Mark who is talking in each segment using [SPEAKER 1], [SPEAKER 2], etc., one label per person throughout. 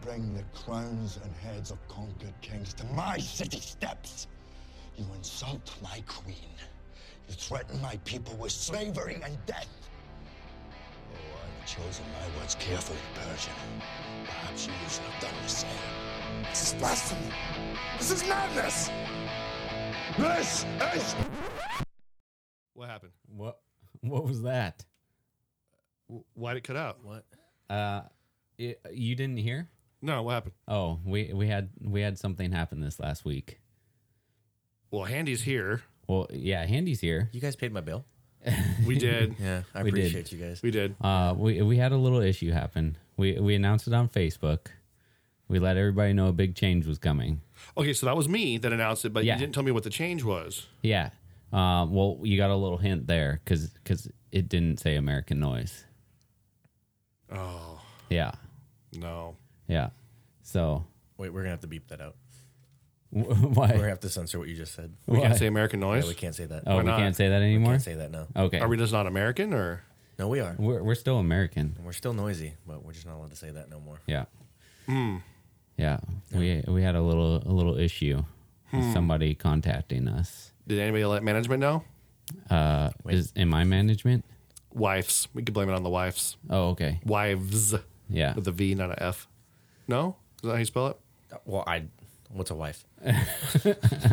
[SPEAKER 1] bring the crowns and heads of conquered kings to my city steps. You insult my queen. You threaten my people with slavery and death. Oh, I've chosen my words carefully, Persian. Perhaps you should have done the same. This is blasphemy. This is madness. This is.
[SPEAKER 2] What happened?
[SPEAKER 3] What what was that?
[SPEAKER 2] W- Why'd it cut out?
[SPEAKER 4] What?
[SPEAKER 3] Uh it, you didn't hear?
[SPEAKER 2] No, what happened?
[SPEAKER 3] Oh, we we had we had something happen this last week.
[SPEAKER 2] Well, Handy's here.
[SPEAKER 3] Well, yeah, Handy's here.
[SPEAKER 4] You guys paid my bill?
[SPEAKER 2] We did.
[SPEAKER 4] Yeah, I
[SPEAKER 3] We did.
[SPEAKER 4] appreciate you guys.
[SPEAKER 2] We did.
[SPEAKER 3] Uh we we had a little issue happen. We we announced it on Facebook. We let everybody know a big change was coming.
[SPEAKER 2] Okay, so that was me that announced it, but
[SPEAKER 3] Yeah.
[SPEAKER 2] you didn't tell me what the change was.
[SPEAKER 3] Yeah. Uh, well, you got a little hint there because it didn't say American Noise.
[SPEAKER 2] Oh,
[SPEAKER 3] Yeah.
[SPEAKER 2] no.
[SPEAKER 3] Yeah. So
[SPEAKER 4] Wait, we're gonna have to beep that out.
[SPEAKER 3] wh-
[SPEAKER 4] We're gonna
[SPEAKER 3] why?
[SPEAKER 4] have to censor what you just said.
[SPEAKER 2] We
[SPEAKER 3] Why?
[SPEAKER 2] can't say American noise.
[SPEAKER 4] Yeah, we can't say that.
[SPEAKER 3] Oh, we
[SPEAKER 2] not?
[SPEAKER 3] can't say that anymore. Oh.
[SPEAKER 4] can't say that now.
[SPEAKER 3] Okay.
[SPEAKER 2] Are we just not American or?
[SPEAKER 4] No, we are.
[SPEAKER 3] We're we're still American.
[SPEAKER 4] We're still noisy, but we're just not allowed to say that no more.
[SPEAKER 3] Yeah.
[SPEAKER 4] Hmm.
[SPEAKER 3] Yeah. We we had a little a little issue
[SPEAKER 4] Hmm.
[SPEAKER 3] with somebody contacting us.
[SPEAKER 2] Did anybody let management know?
[SPEAKER 3] Uh, is in my management?
[SPEAKER 2] Wives. We could blame it on the wives.
[SPEAKER 3] Oh, okay.
[SPEAKER 2] Wives.
[SPEAKER 3] Yeah.
[SPEAKER 2] With a V, not a F. No? Is that how you spell it?
[SPEAKER 4] Uh, Well, I. What's a wife?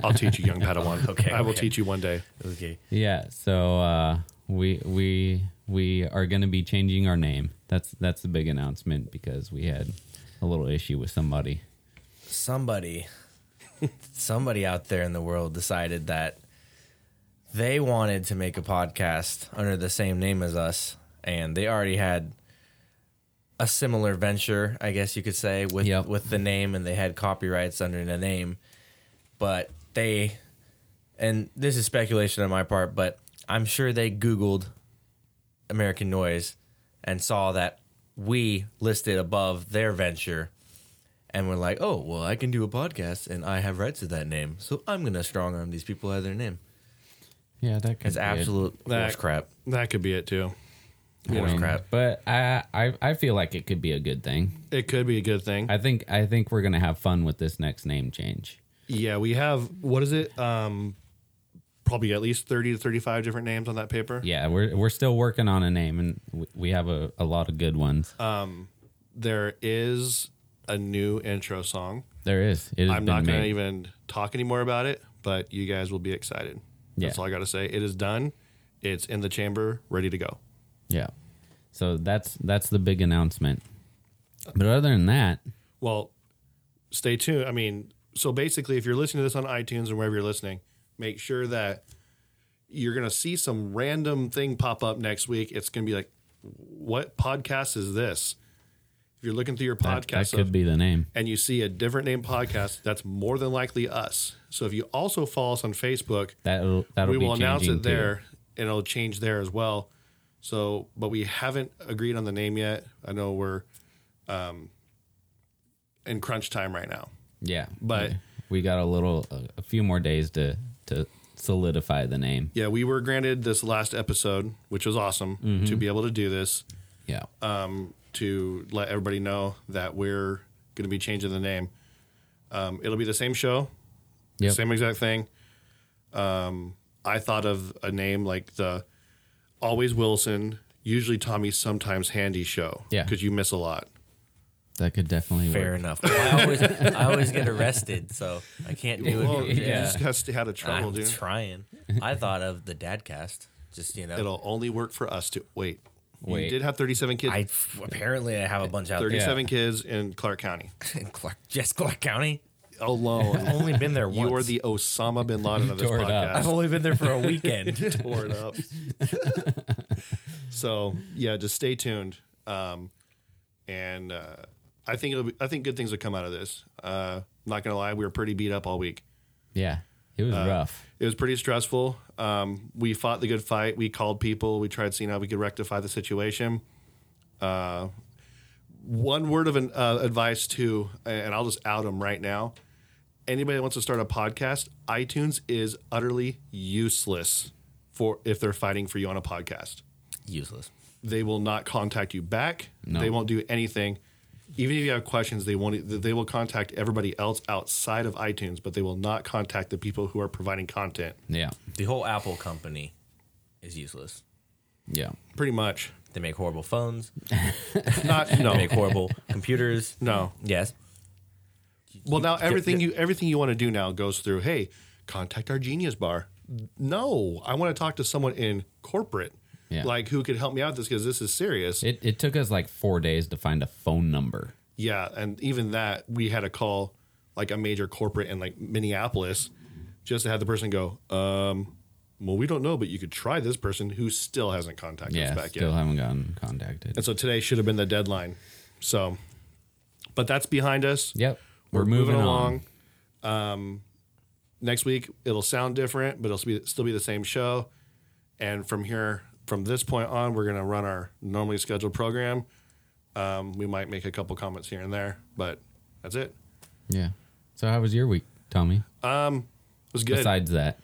[SPEAKER 2] I'll teach you, young Padawan.
[SPEAKER 4] Okay,
[SPEAKER 2] I will
[SPEAKER 4] okay.
[SPEAKER 2] teach you one day.
[SPEAKER 4] Okay.
[SPEAKER 3] Yeah. So uh, we we we are going to be changing our name. That's that's the big announcement because we had a little issue with somebody.
[SPEAKER 4] Somebody, somebody out there in the world decided that they wanted to make a podcast under the same name as us, and they already had a similar venture, I guess you could say, with
[SPEAKER 3] Yep.
[SPEAKER 4] with the name, and they had copyrights under the name, but they, and this is speculation on my part, but I'm sure they Googled American Noise and saw that we listed above their venture and were like, oh, well, I can do a podcast and I have rights to that name. So I'm going to strong arm these people out of their name.
[SPEAKER 3] Yeah, that could
[SPEAKER 4] It's absolute
[SPEAKER 2] That-
[SPEAKER 4] horse crap.
[SPEAKER 2] That could be it, too.
[SPEAKER 4] Horse crap.
[SPEAKER 3] But I, I I feel like it could be a good thing.
[SPEAKER 2] It could be a good thing.
[SPEAKER 3] I think I think we're gonna have fun with this next name change.
[SPEAKER 2] Yeah, we have what is it? Um, probably at least thirty to thirty-five different names on that paper.
[SPEAKER 3] Yeah, we're we're still working on a name, and we- we have a, a lot of good ones.
[SPEAKER 2] Uh, There is a new intro song.
[SPEAKER 3] there is. It has
[SPEAKER 2] I'm
[SPEAKER 3] been
[SPEAKER 2] not going to
[SPEAKER 3] made.
[SPEAKER 2] even talk anymore about it, but you guys will be excited. That's
[SPEAKER 3] Yeah.
[SPEAKER 2] all I got to say. It is done. It's in the chamber, ready to go.
[SPEAKER 3] Yeah. So that's that's the big announcement. But other than that,
[SPEAKER 2] Well, stay tuned. I mean, so basically, if you're listening to this on iTunes and wherever you're listening, make sure that you're going to see some random thing pop up next week. It's going to be like, what podcast is this? If you're looking through your
[SPEAKER 3] that, that
[SPEAKER 2] podcast
[SPEAKER 3] could be the name.
[SPEAKER 2] and you see a different name podcast, that's more than likely us. So if you also follow us on Facebook,
[SPEAKER 3] That'll that'll
[SPEAKER 2] we
[SPEAKER 3] be
[SPEAKER 2] will announce
[SPEAKER 3] changing
[SPEAKER 2] it there and it'll change there as well. So, but we haven't agreed on the name yet. I know we're um, in crunch time right now.
[SPEAKER 3] Too. Yeah.
[SPEAKER 2] But-
[SPEAKER 3] we, we got a little a, a few more days to to solidify the name.
[SPEAKER 2] Yeah, we were granted this last episode, which was awesome
[SPEAKER 3] Mm-hmm.
[SPEAKER 2] to be able to do this,
[SPEAKER 3] Yeah.
[SPEAKER 2] um, to let everybody know that we're going to be changing the name. Um, it'll be the same show,
[SPEAKER 3] Yep.
[SPEAKER 2] same exact thing. Um, I thought of a name like the Always Wilson, usually Tommy, sometimes Handy show.
[SPEAKER 3] Yeah.
[SPEAKER 2] Because you miss a lot.
[SPEAKER 3] That could definitely
[SPEAKER 4] Fair
[SPEAKER 3] work.
[SPEAKER 4] enough. I, always, I always get arrested, so I can't do
[SPEAKER 2] Well,
[SPEAKER 4] it.
[SPEAKER 2] you just got to stay out of trouble,
[SPEAKER 4] I'm
[SPEAKER 2] dude.
[SPEAKER 4] trying. I thought of the Dadcast. Just you know,
[SPEAKER 2] It'll only work for us to wait.
[SPEAKER 3] Wait.
[SPEAKER 2] You did have 37 kids.
[SPEAKER 4] I apparently I have a bunch out
[SPEAKER 2] 37 kids in Clark County
[SPEAKER 4] there in Clark, just Clark County.
[SPEAKER 2] alone.
[SPEAKER 4] I've only been there once.
[SPEAKER 2] You are the Osama bin Laden of this
[SPEAKER 3] Tore it up.
[SPEAKER 4] I've
[SPEAKER 2] podcast.
[SPEAKER 4] only been there for a weekend.
[SPEAKER 2] Tore it up. so yeah, just stay tuned, um, and uh, I think it'll be, I think good things will come out of this. Uh, not gonna lie, we were pretty beat up all week.
[SPEAKER 3] Yeah. It
[SPEAKER 2] Uh,
[SPEAKER 3] was rough.
[SPEAKER 2] It was pretty stressful. Um, we fought the good fight. We called people. We tried seeing how we could rectify the situation. Uh, one word of an, uh, advice too, and I'll just out them right now. Anybody that wants to start a podcast, iTunes is utterly useless for if they're fighting for you on a podcast.
[SPEAKER 4] Useless.
[SPEAKER 2] They will not contact you back. They won't do anything. even if you have questions, they won't. e, They will contact everybody else outside of iTunes, but they will not contact the people who are providing content.
[SPEAKER 3] Yeah.
[SPEAKER 4] The whole Apple company is useless.
[SPEAKER 3] Yeah.
[SPEAKER 2] Pretty much,
[SPEAKER 4] They make horrible phones.
[SPEAKER 2] not
[SPEAKER 4] They
[SPEAKER 2] no,
[SPEAKER 4] make horrible computers.
[SPEAKER 2] no.
[SPEAKER 4] Yes.
[SPEAKER 2] Well, now everything you everything you want to do now goes through. Hey, contact our Genius Bar. No, I want to talk to someone in corporate,
[SPEAKER 3] Yeah.
[SPEAKER 2] like who could help me out with this because this is serious.
[SPEAKER 3] It, it took us like four days to find a phone number.
[SPEAKER 2] Yeah, and even that we had a call like a major corporate in like Minneapolis just to have the person go, um, well, we don't know, but you could try this person who still hasn't contacted
[SPEAKER 3] Yeah.
[SPEAKER 2] us back
[SPEAKER 3] Still
[SPEAKER 2] yet.
[SPEAKER 3] haven't gotten contacted.
[SPEAKER 2] And so today should have been the deadline. So, but that's behind us.
[SPEAKER 3] Yep. We're, moving, along.
[SPEAKER 2] Um, next week it'll sound different, but it'll be still be the same show. And from here, from this point on, we're gonna run our normally scheduled program. Um, we might make a couple comments here and there, but that's it.
[SPEAKER 3] Yeah. So how was your week, Tommy?
[SPEAKER 2] It was good.
[SPEAKER 3] Besides that.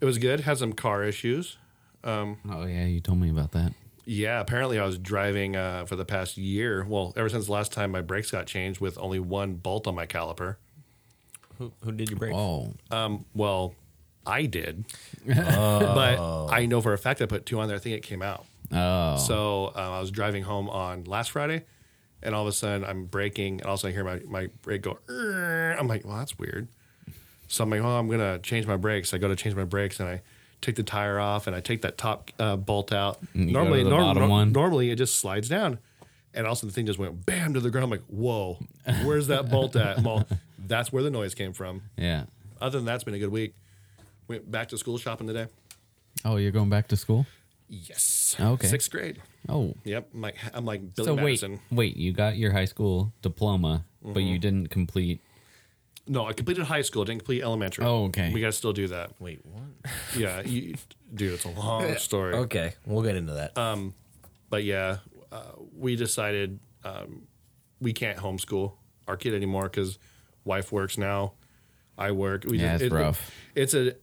[SPEAKER 2] It was good. Had some car issues.
[SPEAKER 3] Oh yeah, you told me about that.
[SPEAKER 2] Yeah, apparently I was driving uh, for the past year. Well, ever since the last time my brakes got changed with only one bolt on my caliper.
[SPEAKER 4] Who, who did you break?
[SPEAKER 3] Oh.
[SPEAKER 2] Um, well, I did, but I know for a fact I put two on there. I think it came out.
[SPEAKER 3] Oh.
[SPEAKER 2] So um, I was driving home on last Friday, and all of a sudden I'm braking, and all of a sudden I hear my, my brake go. "Err." I'm like, well, that's weird. So I'm like, well, I'm gonna change my brakes. I go to change my brakes, and I take the tire off, and I take that top uh, bolt out.
[SPEAKER 3] And you go to the
[SPEAKER 2] norm-
[SPEAKER 3] bottom
[SPEAKER 2] nor-
[SPEAKER 3] one?
[SPEAKER 2] normally it just slides down, and all of a sudden the thing just went bam to the ground. I'm like, whoa, where's that bolt at? Well, that's where the noise came from.
[SPEAKER 3] Yeah.
[SPEAKER 2] Other than that, it's been a good week. Went back to school shopping today.
[SPEAKER 3] Oh, you're going back to school?
[SPEAKER 2] Yes.
[SPEAKER 3] Okay.
[SPEAKER 2] Sixth grade.
[SPEAKER 3] Oh.
[SPEAKER 2] Yep. I'm like, I'm like Billy
[SPEAKER 3] so
[SPEAKER 2] Madison.
[SPEAKER 3] wait, wait, you got your high school diploma, but you didn't complete
[SPEAKER 2] No, I completed high school. Didn't complete elementary.
[SPEAKER 3] Oh, okay.
[SPEAKER 2] We gotta still do that.
[SPEAKER 4] Wait, what?
[SPEAKER 2] Yeah, you, dude, it's a long story.
[SPEAKER 4] Okay, we'll get into that.
[SPEAKER 2] But yeah, uh, we decided um, we can't homeschool our kid anymore because wife works now. I work. We
[SPEAKER 3] Yeah, it's rough.
[SPEAKER 2] It's a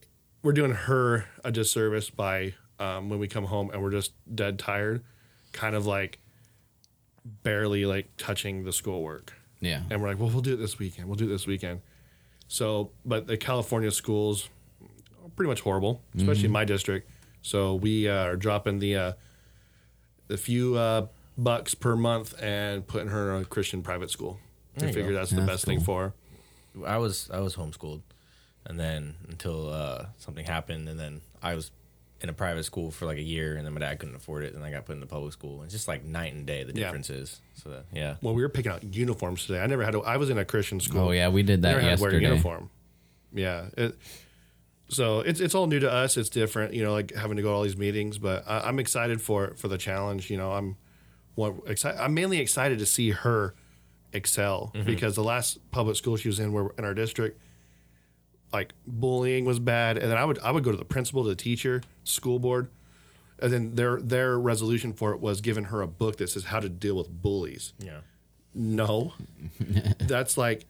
[SPEAKER 2] we're doing her a disservice by um, when we come home and we're just dead tired, kind of like barely like touching the schoolwork.
[SPEAKER 3] Yeah.
[SPEAKER 2] And we're like, well, we'll do it this weekend. We'll do it this weekend. So, but the California schools are pretty much horrible, especially
[SPEAKER 3] Mm-hmm.
[SPEAKER 2] in my district. So we uh, are dropping the uh, the few uh, bucks per month and putting her in a Christian private school. We
[SPEAKER 4] you
[SPEAKER 2] figure
[SPEAKER 4] go.
[SPEAKER 2] that's the
[SPEAKER 3] That's
[SPEAKER 2] best thing
[SPEAKER 3] cool.
[SPEAKER 2] for her.
[SPEAKER 4] I was I was homeschooled, and then until uh, something happened, and then I was in a private school for like a year, and then my dad couldn't afford it, and I got put in the public school. It's just like night and day the
[SPEAKER 2] Yeah.
[SPEAKER 4] difference is. So that, yeah,
[SPEAKER 2] Well, we were picking out uniforms today. I never had. To, I was in a Christian school.
[SPEAKER 3] Oh yeah, we did
[SPEAKER 2] They
[SPEAKER 3] that
[SPEAKER 2] never had to wear a
[SPEAKER 3] yesterday.
[SPEAKER 2] uniform. Yeah. It- so it's it's all new to us. It's different, you know, like having to go to all these meetings. But I, I'm excited for for the challenge. You know, I'm what excited. I'm mainly excited to see her excel
[SPEAKER 3] Mm-hmm.
[SPEAKER 2] because the last public school she was in, were in our district, like bullying was bad, and then I would I would go to the principal, to the teacher, school board, and then their their resolution for it was giving her a book that says how to deal with bullies.
[SPEAKER 4] yeah.
[SPEAKER 2] No. that's like,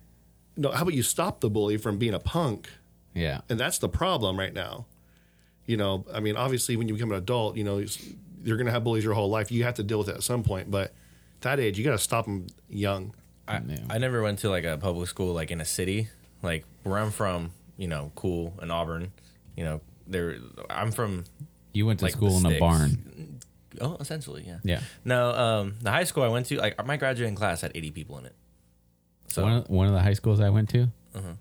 [SPEAKER 2] no, how about you stop the bully from being a punk?
[SPEAKER 3] Yeah.
[SPEAKER 2] And that's the problem right now. You know, I mean, obviously, when you become an adult, you know, it's- you're going to have bullies your whole life. You have to deal with it at some point. But at that age, you got to stop them young.
[SPEAKER 4] I,
[SPEAKER 3] Yeah.
[SPEAKER 4] I never went to like a public school like in a city like where I'm from. You know, cool in Auburn. You know, there I'm from.
[SPEAKER 3] You went to
[SPEAKER 4] Like the
[SPEAKER 3] school in a
[SPEAKER 4] sticks.
[SPEAKER 3] barn.
[SPEAKER 4] Oh, essentially, yeah.
[SPEAKER 3] Yeah.
[SPEAKER 4] No, um, the high school I went to, like my graduating class had 80 people in it. So
[SPEAKER 3] one, of, one of the high schools I went to,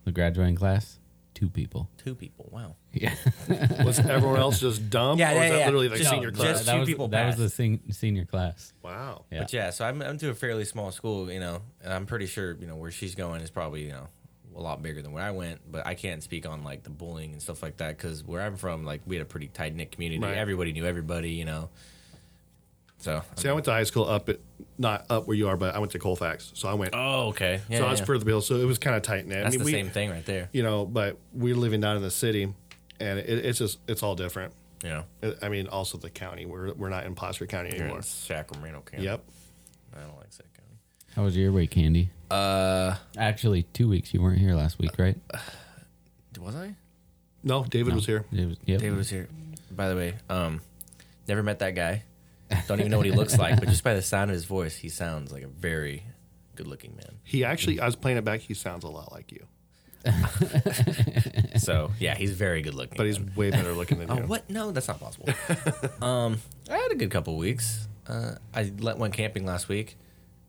[SPEAKER 3] the graduating class, two people.
[SPEAKER 4] two people. Wow.
[SPEAKER 3] Yeah.
[SPEAKER 2] Was everyone else just dumb?
[SPEAKER 4] Yeah,
[SPEAKER 2] or
[SPEAKER 4] yeah,
[SPEAKER 2] was that
[SPEAKER 4] yeah.
[SPEAKER 2] literally like
[SPEAKER 4] Just-
[SPEAKER 2] senior
[SPEAKER 4] just-
[SPEAKER 2] class?
[SPEAKER 4] two
[SPEAKER 3] was,
[SPEAKER 4] people
[SPEAKER 3] Oh, That was
[SPEAKER 4] passed.
[SPEAKER 3] the sen- senior class.
[SPEAKER 2] wow.
[SPEAKER 3] Yeah.
[SPEAKER 4] But yeah, so I'm, I'm to a fairly small school, you know, and I'm pretty sure, you know, where she's going is probably, you know, a lot bigger than where I went, but I can't speak on like the bullying and stuff like that because where I'm from, like, we had a pretty tight knit community.
[SPEAKER 2] Right.
[SPEAKER 4] Everybody knew everybody, you know. So,
[SPEAKER 2] See, I went to high school up at, not up where you are, but I went to Colfax. So I went,
[SPEAKER 4] oh, okay. Yeah,
[SPEAKER 2] so I
[SPEAKER 4] yeah,
[SPEAKER 2] was
[SPEAKER 4] yeah.
[SPEAKER 2] further below. So it was kind of tight knit.
[SPEAKER 4] That's
[SPEAKER 2] I mean,
[SPEAKER 4] the
[SPEAKER 2] we,
[SPEAKER 4] same thing right there,
[SPEAKER 2] you know, but we're living down in the city and it, it's just, it's all different.
[SPEAKER 4] you know.
[SPEAKER 2] I- I mean, also the county. We're we're not in Placer County
[SPEAKER 4] Here
[SPEAKER 2] anymore.
[SPEAKER 4] in Sacramento County.
[SPEAKER 2] Yep.
[SPEAKER 4] I don't like Sac County.
[SPEAKER 3] How was your week, Candy?
[SPEAKER 4] Uh,
[SPEAKER 3] Actually, two weeks. You weren't here last week, right?
[SPEAKER 2] Uh,
[SPEAKER 4] was I?
[SPEAKER 2] No, David was here.
[SPEAKER 3] It was, yep.
[SPEAKER 4] David was here. By the way, um, never met that guy. Don't even know what he looks like, but just by the sound of his voice, he sounds like a very good-looking man.
[SPEAKER 2] He
[SPEAKER 4] Mm.
[SPEAKER 2] actually, I was playing it back. He sounds a lot like you,
[SPEAKER 4] So yeah, he's very good-looking.
[SPEAKER 2] but he's way better looking than
[SPEAKER 4] Oh,
[SPEAKER 2] you.
[SPEAKER 4] what? No, that's not possible. um, I had a good couple weeks. Uh, I let went camping last week.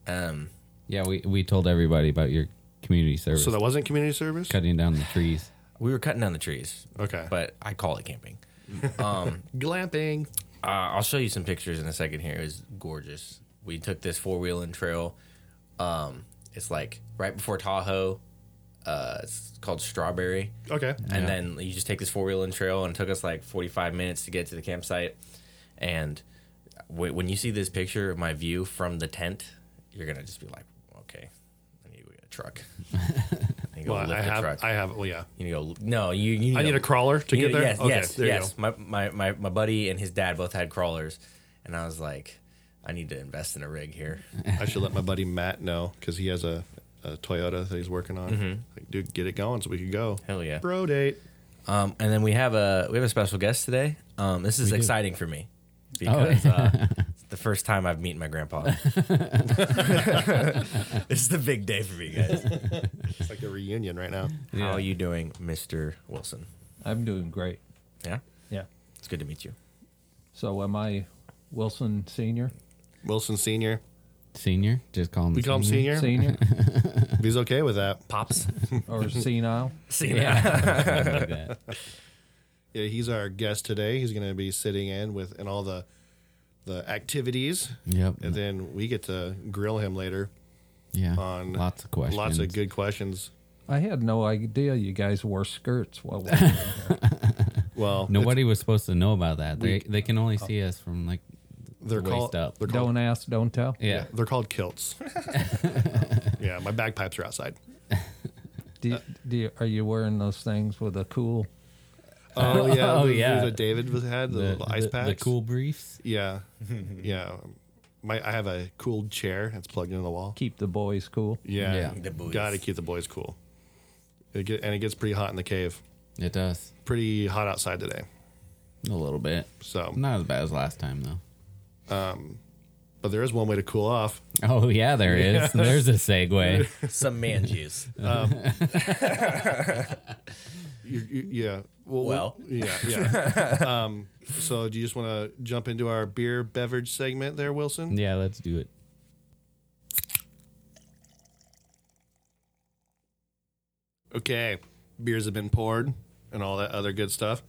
[SPEAKER 4] Um,
[SPEAKER 3] Yeah, we, we told everybody about your community service
[SPEAKER 2] So that wasn't community service.
[SPEAKER 3] cutting down the trees.
[SPEAKER 4] we were cutting down the trees,
[SPEAKER 2] Okay,
[SPEAKER 4] but I call it camping. Um,
[SPEAKER 2] glamping.
[SPEAKER 4] Uh, I'll show you some pictures in a second here. It was gorgeous. We took this four wheeling trail. Um, it's like right before Tahoe. Uh, it's called Strawberry.
[SPEAKER 2] Okay,
[SPEAKER 4] and then you just take this four wheeling trail and it took us like 45 minutes to get to the campsite and w- when you see this picture of my view from the tent you're gonna just be like okay i need to go get a truck i need to go
[SPEAKER 2] well,
[SPEAKER 4] lift
[SPEAKER 2] I
[SPEAKER 4] the
[SPEAKER 2] have,
[SPEAKER 4] truck
[SPEAKER 2] I have. Well, yeah,
[SPEAKER 4] you need to go no you, you
[SPEAKER 2] I
[SPEAKER 4] to-
[SPEAKER 2] need a crawler to get
[SPEAKER 4] you need-
[SPEAKER 2] there.
[SPEAKER 4] yes
[SPEAKER 2] okay,
[SPEAKER 4] yes
[SPEAKER 2] there you
[SPEAKER 4] yes
[SPEAKER 2] go.
[SPEAKER 4] my, my, my, my buddy and his dad both had crawlers and i was like i need to invest in a rig here
[SPEAKER 2] I should let my buddy Matt know because he has a, a Toyota that he's working on. Like, dude, get it going so we can go.
[SPEAKER 4] Mm-hmm. Hell yeah.
[SPEAKER 2] bro date.
[SPEAKER 4] Um, and then we have a we have a special guest today. Um, this is exciting for me
[SPEAKER 5] Oh.
[SPEAKER 4] because uh, it's the first time I've met my grandpa. this is the big day for me, guys.
[SPEAKER 2] It's like a reunion right now.
[SPEAKER 4] How are you doing, Mister Wilson?
[SPEAKER 5] I'm doing great.
[SPEAKER 4] Yeah,
[SPEAKER 5] Yeah.
[SPEAKER 4] it's good to meet you.
[SPEAKER 5] So am I Wilson Senior?
[SPEAKER 2] Wilson Senior.
[SPEAKER 3] Senior? Just call him
[SPEAKER 2] We call him Senior.
[SPEAKER 5] Senior
[SPEAKER 2] If he's okay with that.
[SPEAKER 4] Mm-hmm. Pops,
[SPEAKER 5] or senile?
[SPEAKER 4] see
[SPEAKER 3] Something like that.
[SPEAKER 2] Yeah, he's our guest today. He's going to be sitting in with and all the the activities,
[SPEAKER 3] Yep.
[SPEAKER 2] and then we get to grill him later
[SPEAKER 3] Yeah.
[SPEAKER 2] on
[SPEAKER 3] lots of questions.
[SPEAKER 2] lots of good questions.
[SPEAKER 5] I had no idea you guys wore skirts while we were in here.
[SPEAKER 2] Well,
[SPEAKER 3] Nobody was supposed to know about that. They they can
[SPEAKER 2] Oh.
[SPEAKER 3] only see us from like
[SPEAKER 2] they're
[SPEAKER 3] waist
[SPEAKER 2] called
[SPEAKER 3] up.
[SPEAKER 2] they're called,
[SPEAKER 5] Don't ask, don't tell.
[SPEAKER 3] yeah.
[SPEAKER 2] they're called kilts. yeah, my bagpipes are outside.
[SPEAKER 5] Do, do you, are you wearing those things with a cool?
[SPEAKER 2] Oh yeah,
[SPEAKER 3] Oh,
[SPEAKER 2] the-
[SPEAKER 3] yeah.
[SPEAKER 2] The David was- had the, little ice
[SPEAKER 3] the,
[SPEAKER 2] packs.
[SPEAKER 3] the cool briefs.
[SPEAKER 2] Yeah, yeah. My I have a cool chair that's plugged into the wall.
[SPEAKER 5] Keep the boys cool.
[SPEAKER 2] Yeah,
[SPEAKER 3] Yeah.
[SPEAKER 4] The boys.
[SPEAKER 2] gotta keep the boys cool. It get, and it gets pretty hot in the cave.
[SPEAKER 3] It does
[SPEAKER 2] Pretty hot outside today.
[SPEAKER 3] a little bit.
[SPEAKER 2] So
[SPEAKER 3] Not as bad as last time though.
[SPEAKER 2] but there is one way to cool off.
[SPEAKER 3] Oh yeah, there is. There's a segue.
[SPEAKER 4] some man juice.
[SPEAKER 2] You, you, yeah. Well,
[SPEAKER 4] Well.
[SPEAKER 2] we- yeah, yeah. um, so, do you just want to jump into our beer beverage segment there, Wilson?
[SPEAKER 3] yeah, let's do it.
[SPEAKER 2] Okay, beers have been poured and all that other good stuff.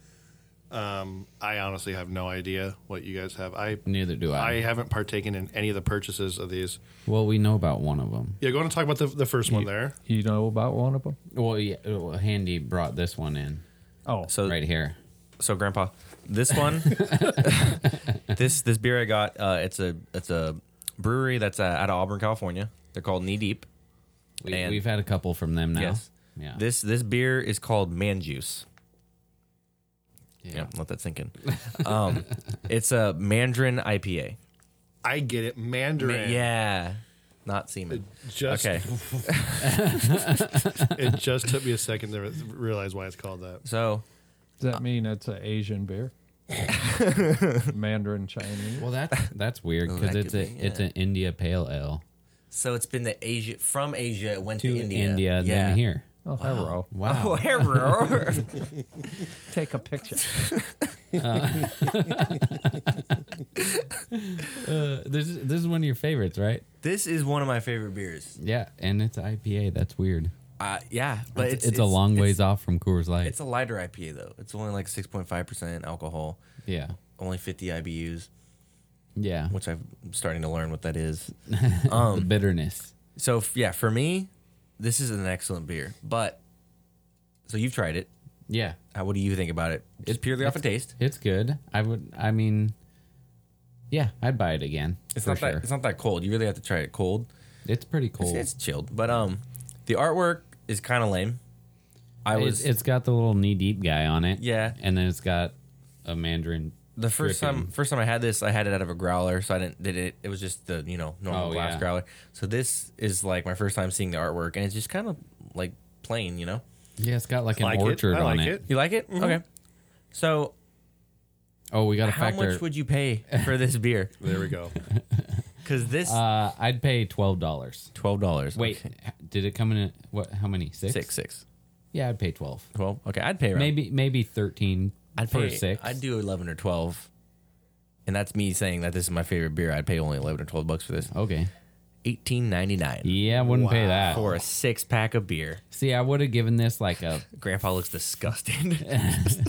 [SPEAKER 2] Um, I honestly have no idea what you guys have. I
[SPEAKER 3] Neither do I.
[SPEAKER 2] I haven't partaken in any of the purchases of these.
[SPEAKER 3] well, we know about one of them.
[SPEAKER 2] Yeah, go on and talk about the, the first one there.
[SPEAKER 5] You know about one of them?
[SPEAKER 3] Well, yeah, well, Handy brought this one in
[SPEAKER 5] Oh,
[SPEAKER 4] So
[SPEAKER 3] right here.
[SPEAKER 4] so grandpa this one this this beer i got uh, it's a it's a brewery that's uh, out of auburn california they're called knee deep
[SPEAKER 3] We,
[SPEAKER 4] And-
[SPEAKER 3] we've had a couple from them now.
[SPEAKER 4] Yes.
[SPEAKER 3] Yeah.
[SPEAKER 4] this this beer is called man juice
[SPEAKER 3] yeah.
[SPEAKER 4] yeah let that sink in um, it's a mandarin ipa
[SPEAKER 2] I get it,
[SPEAKER 4] Ma-
[SPEAKER 2] Mandarin.
[SPEAKER 4] yeah not semen
[SPEAKER 2] Just,
[SPEAKER 4] okay
[SPEAKER 2] It just took me a second to re- realize why it's called that.
[SPEAKER 4] so
[SPEAKER 5] does that mean it's an Asian beer? Mandarin Chinese.
[SPEAKER 3] Well, that's that's weird because
[SPEAKER 4] Oh, that
[SPEAKER 3] it's a
[SPEAKER 4] could be,
[SPEAKER 3] it's an India Pale Ale
[SPEAKER 4] so it's been the asia from asia it went to, india
[SPEAKER 3] India than here.
[SPEAKER 5] Oh, hello.
[SPEAKER 3] Wow.
[SPEAKER 4] Oh, error.
[SPEAKER 5] Take a picture.
[SPEAKER 3] Uh, this is this is one of your favorites, right?
[SPEAKER 4] this is one of my favorite beers.
[SPEAKER 3] Yeah, and it's IPA. That's weird.
[SPEAKER 4] Uh, yeah, but it's,
[SPEAKER 3] It's, a long ways off from Coors Light.
[SPEAKER 4] It's a lighter IPA though. It's only like six point five percent alcohol,
[SPEAKER 3] yeah,
[SPEAKER 4] only fifty IBUs,
[SPEAKER 3] yeah.
[SPEAKER 4] which I'm starting to learn what that is. Um,
[SPEAKER 3] the bitterness.
[SPEAKER 4] So f- yeah, for me, this is an excellent beer. But so you've tried it.
[SPEAKER 3] Yeah,
[SPEAKER 4] How, what do you think about it? It's purely off of taste.
[SPEAKER 3] it's good. I would. I mean, yeah, I'd buy it again
[SPEAKER 4] It's
[SPEAKER 3] for
[SPEAKER 4] not
[SPEAKER 3] sure.
[SPEAKER 4] that. It's not that cold. You really have to try it cold.
[SPEAKER 3] it's pretty
[SPEAKER 4] It's,
[SPEAKER 3] cold.
[SPEAKER 4] it's chilled, but um, the artwork is kind of lame. I
[SPEAKER 3] It-
[SPEAKER 4] was
[SPEAKER 3] it's got the little knee deep guy on it.
[SPEAKER 4] Yeah.
[SPEAKER 3] and then it's got a Mandarin.
[SPEAKER 4] the first
[SPEAKER 3] Frickin-
[SPEAKER 4] time first time I had this, I had it out of a growler, so I didn't did it. It was just the you know normal
[SPEAKER 3] Oh,
[SPEAKER 4] glass
[SPEAKER 3] yeah.
[SPEAKER 4] growler. So this is like my first time seeing the artwork, and it's just kind of like plain, you know.
[SPEAKER 3] Yeah, it's got like an
[SPEAKER 2] Like it.
[SPEAKER 3] orchard
[SPEAKER 2] I
[SPEAKER 3] on
[SPEAKER 2] like
[SPEAKER 3] it.
[SPEAKER 2] it.
[SPEAKER 4] You like it?
[SPEAKER 3] Mm-hmm.
[SPEAKER 4] Okay. So
[SPEAKER 3] Oh, we got to
[SPEAKER 4] how
[SPEAKER 3] factor.
[SPEAKER 4] much would you pay for this beer?
[SPEAKER 2] There we go.
[SPEAKER 4] Because this
[SPEAKER 3] Uh, I'd pay twelve dollars.
[SPEAKER 4] twelve dollars.
[SPEAKER 3] Wait, h- did it come in? At, what? How many? Six.
[SPEAKER 4] six, six,
[SPEAKER 3] Yeah, I'd pay twelve.
[SPEAKER 4] twelve. Okay, I'd pay around.
[SPEAKER 3] Maybe maybe thirteen
[SPEAKER 4] I'd
[SPEAKER 3] per
[SPEAKER 4] pay
[SPEAKER 3] six.
[SPEAKER 4] I'd do eleven or twelve. And that's me saying that this is my favorite beer. I'd pay only eleven or twelve bucks for this.
[SPEAKER 3] Okay.
[SPEAKER 4] Eighteen ninety nine
[SPEAKER 3] Yeah, I wouldn't pay that.
[SPEAKER 4] for a six pack of beer.
[SPEAKER 3] See, I would have given this like a.
[SPEAKER 4] Grandpa looks disgusted.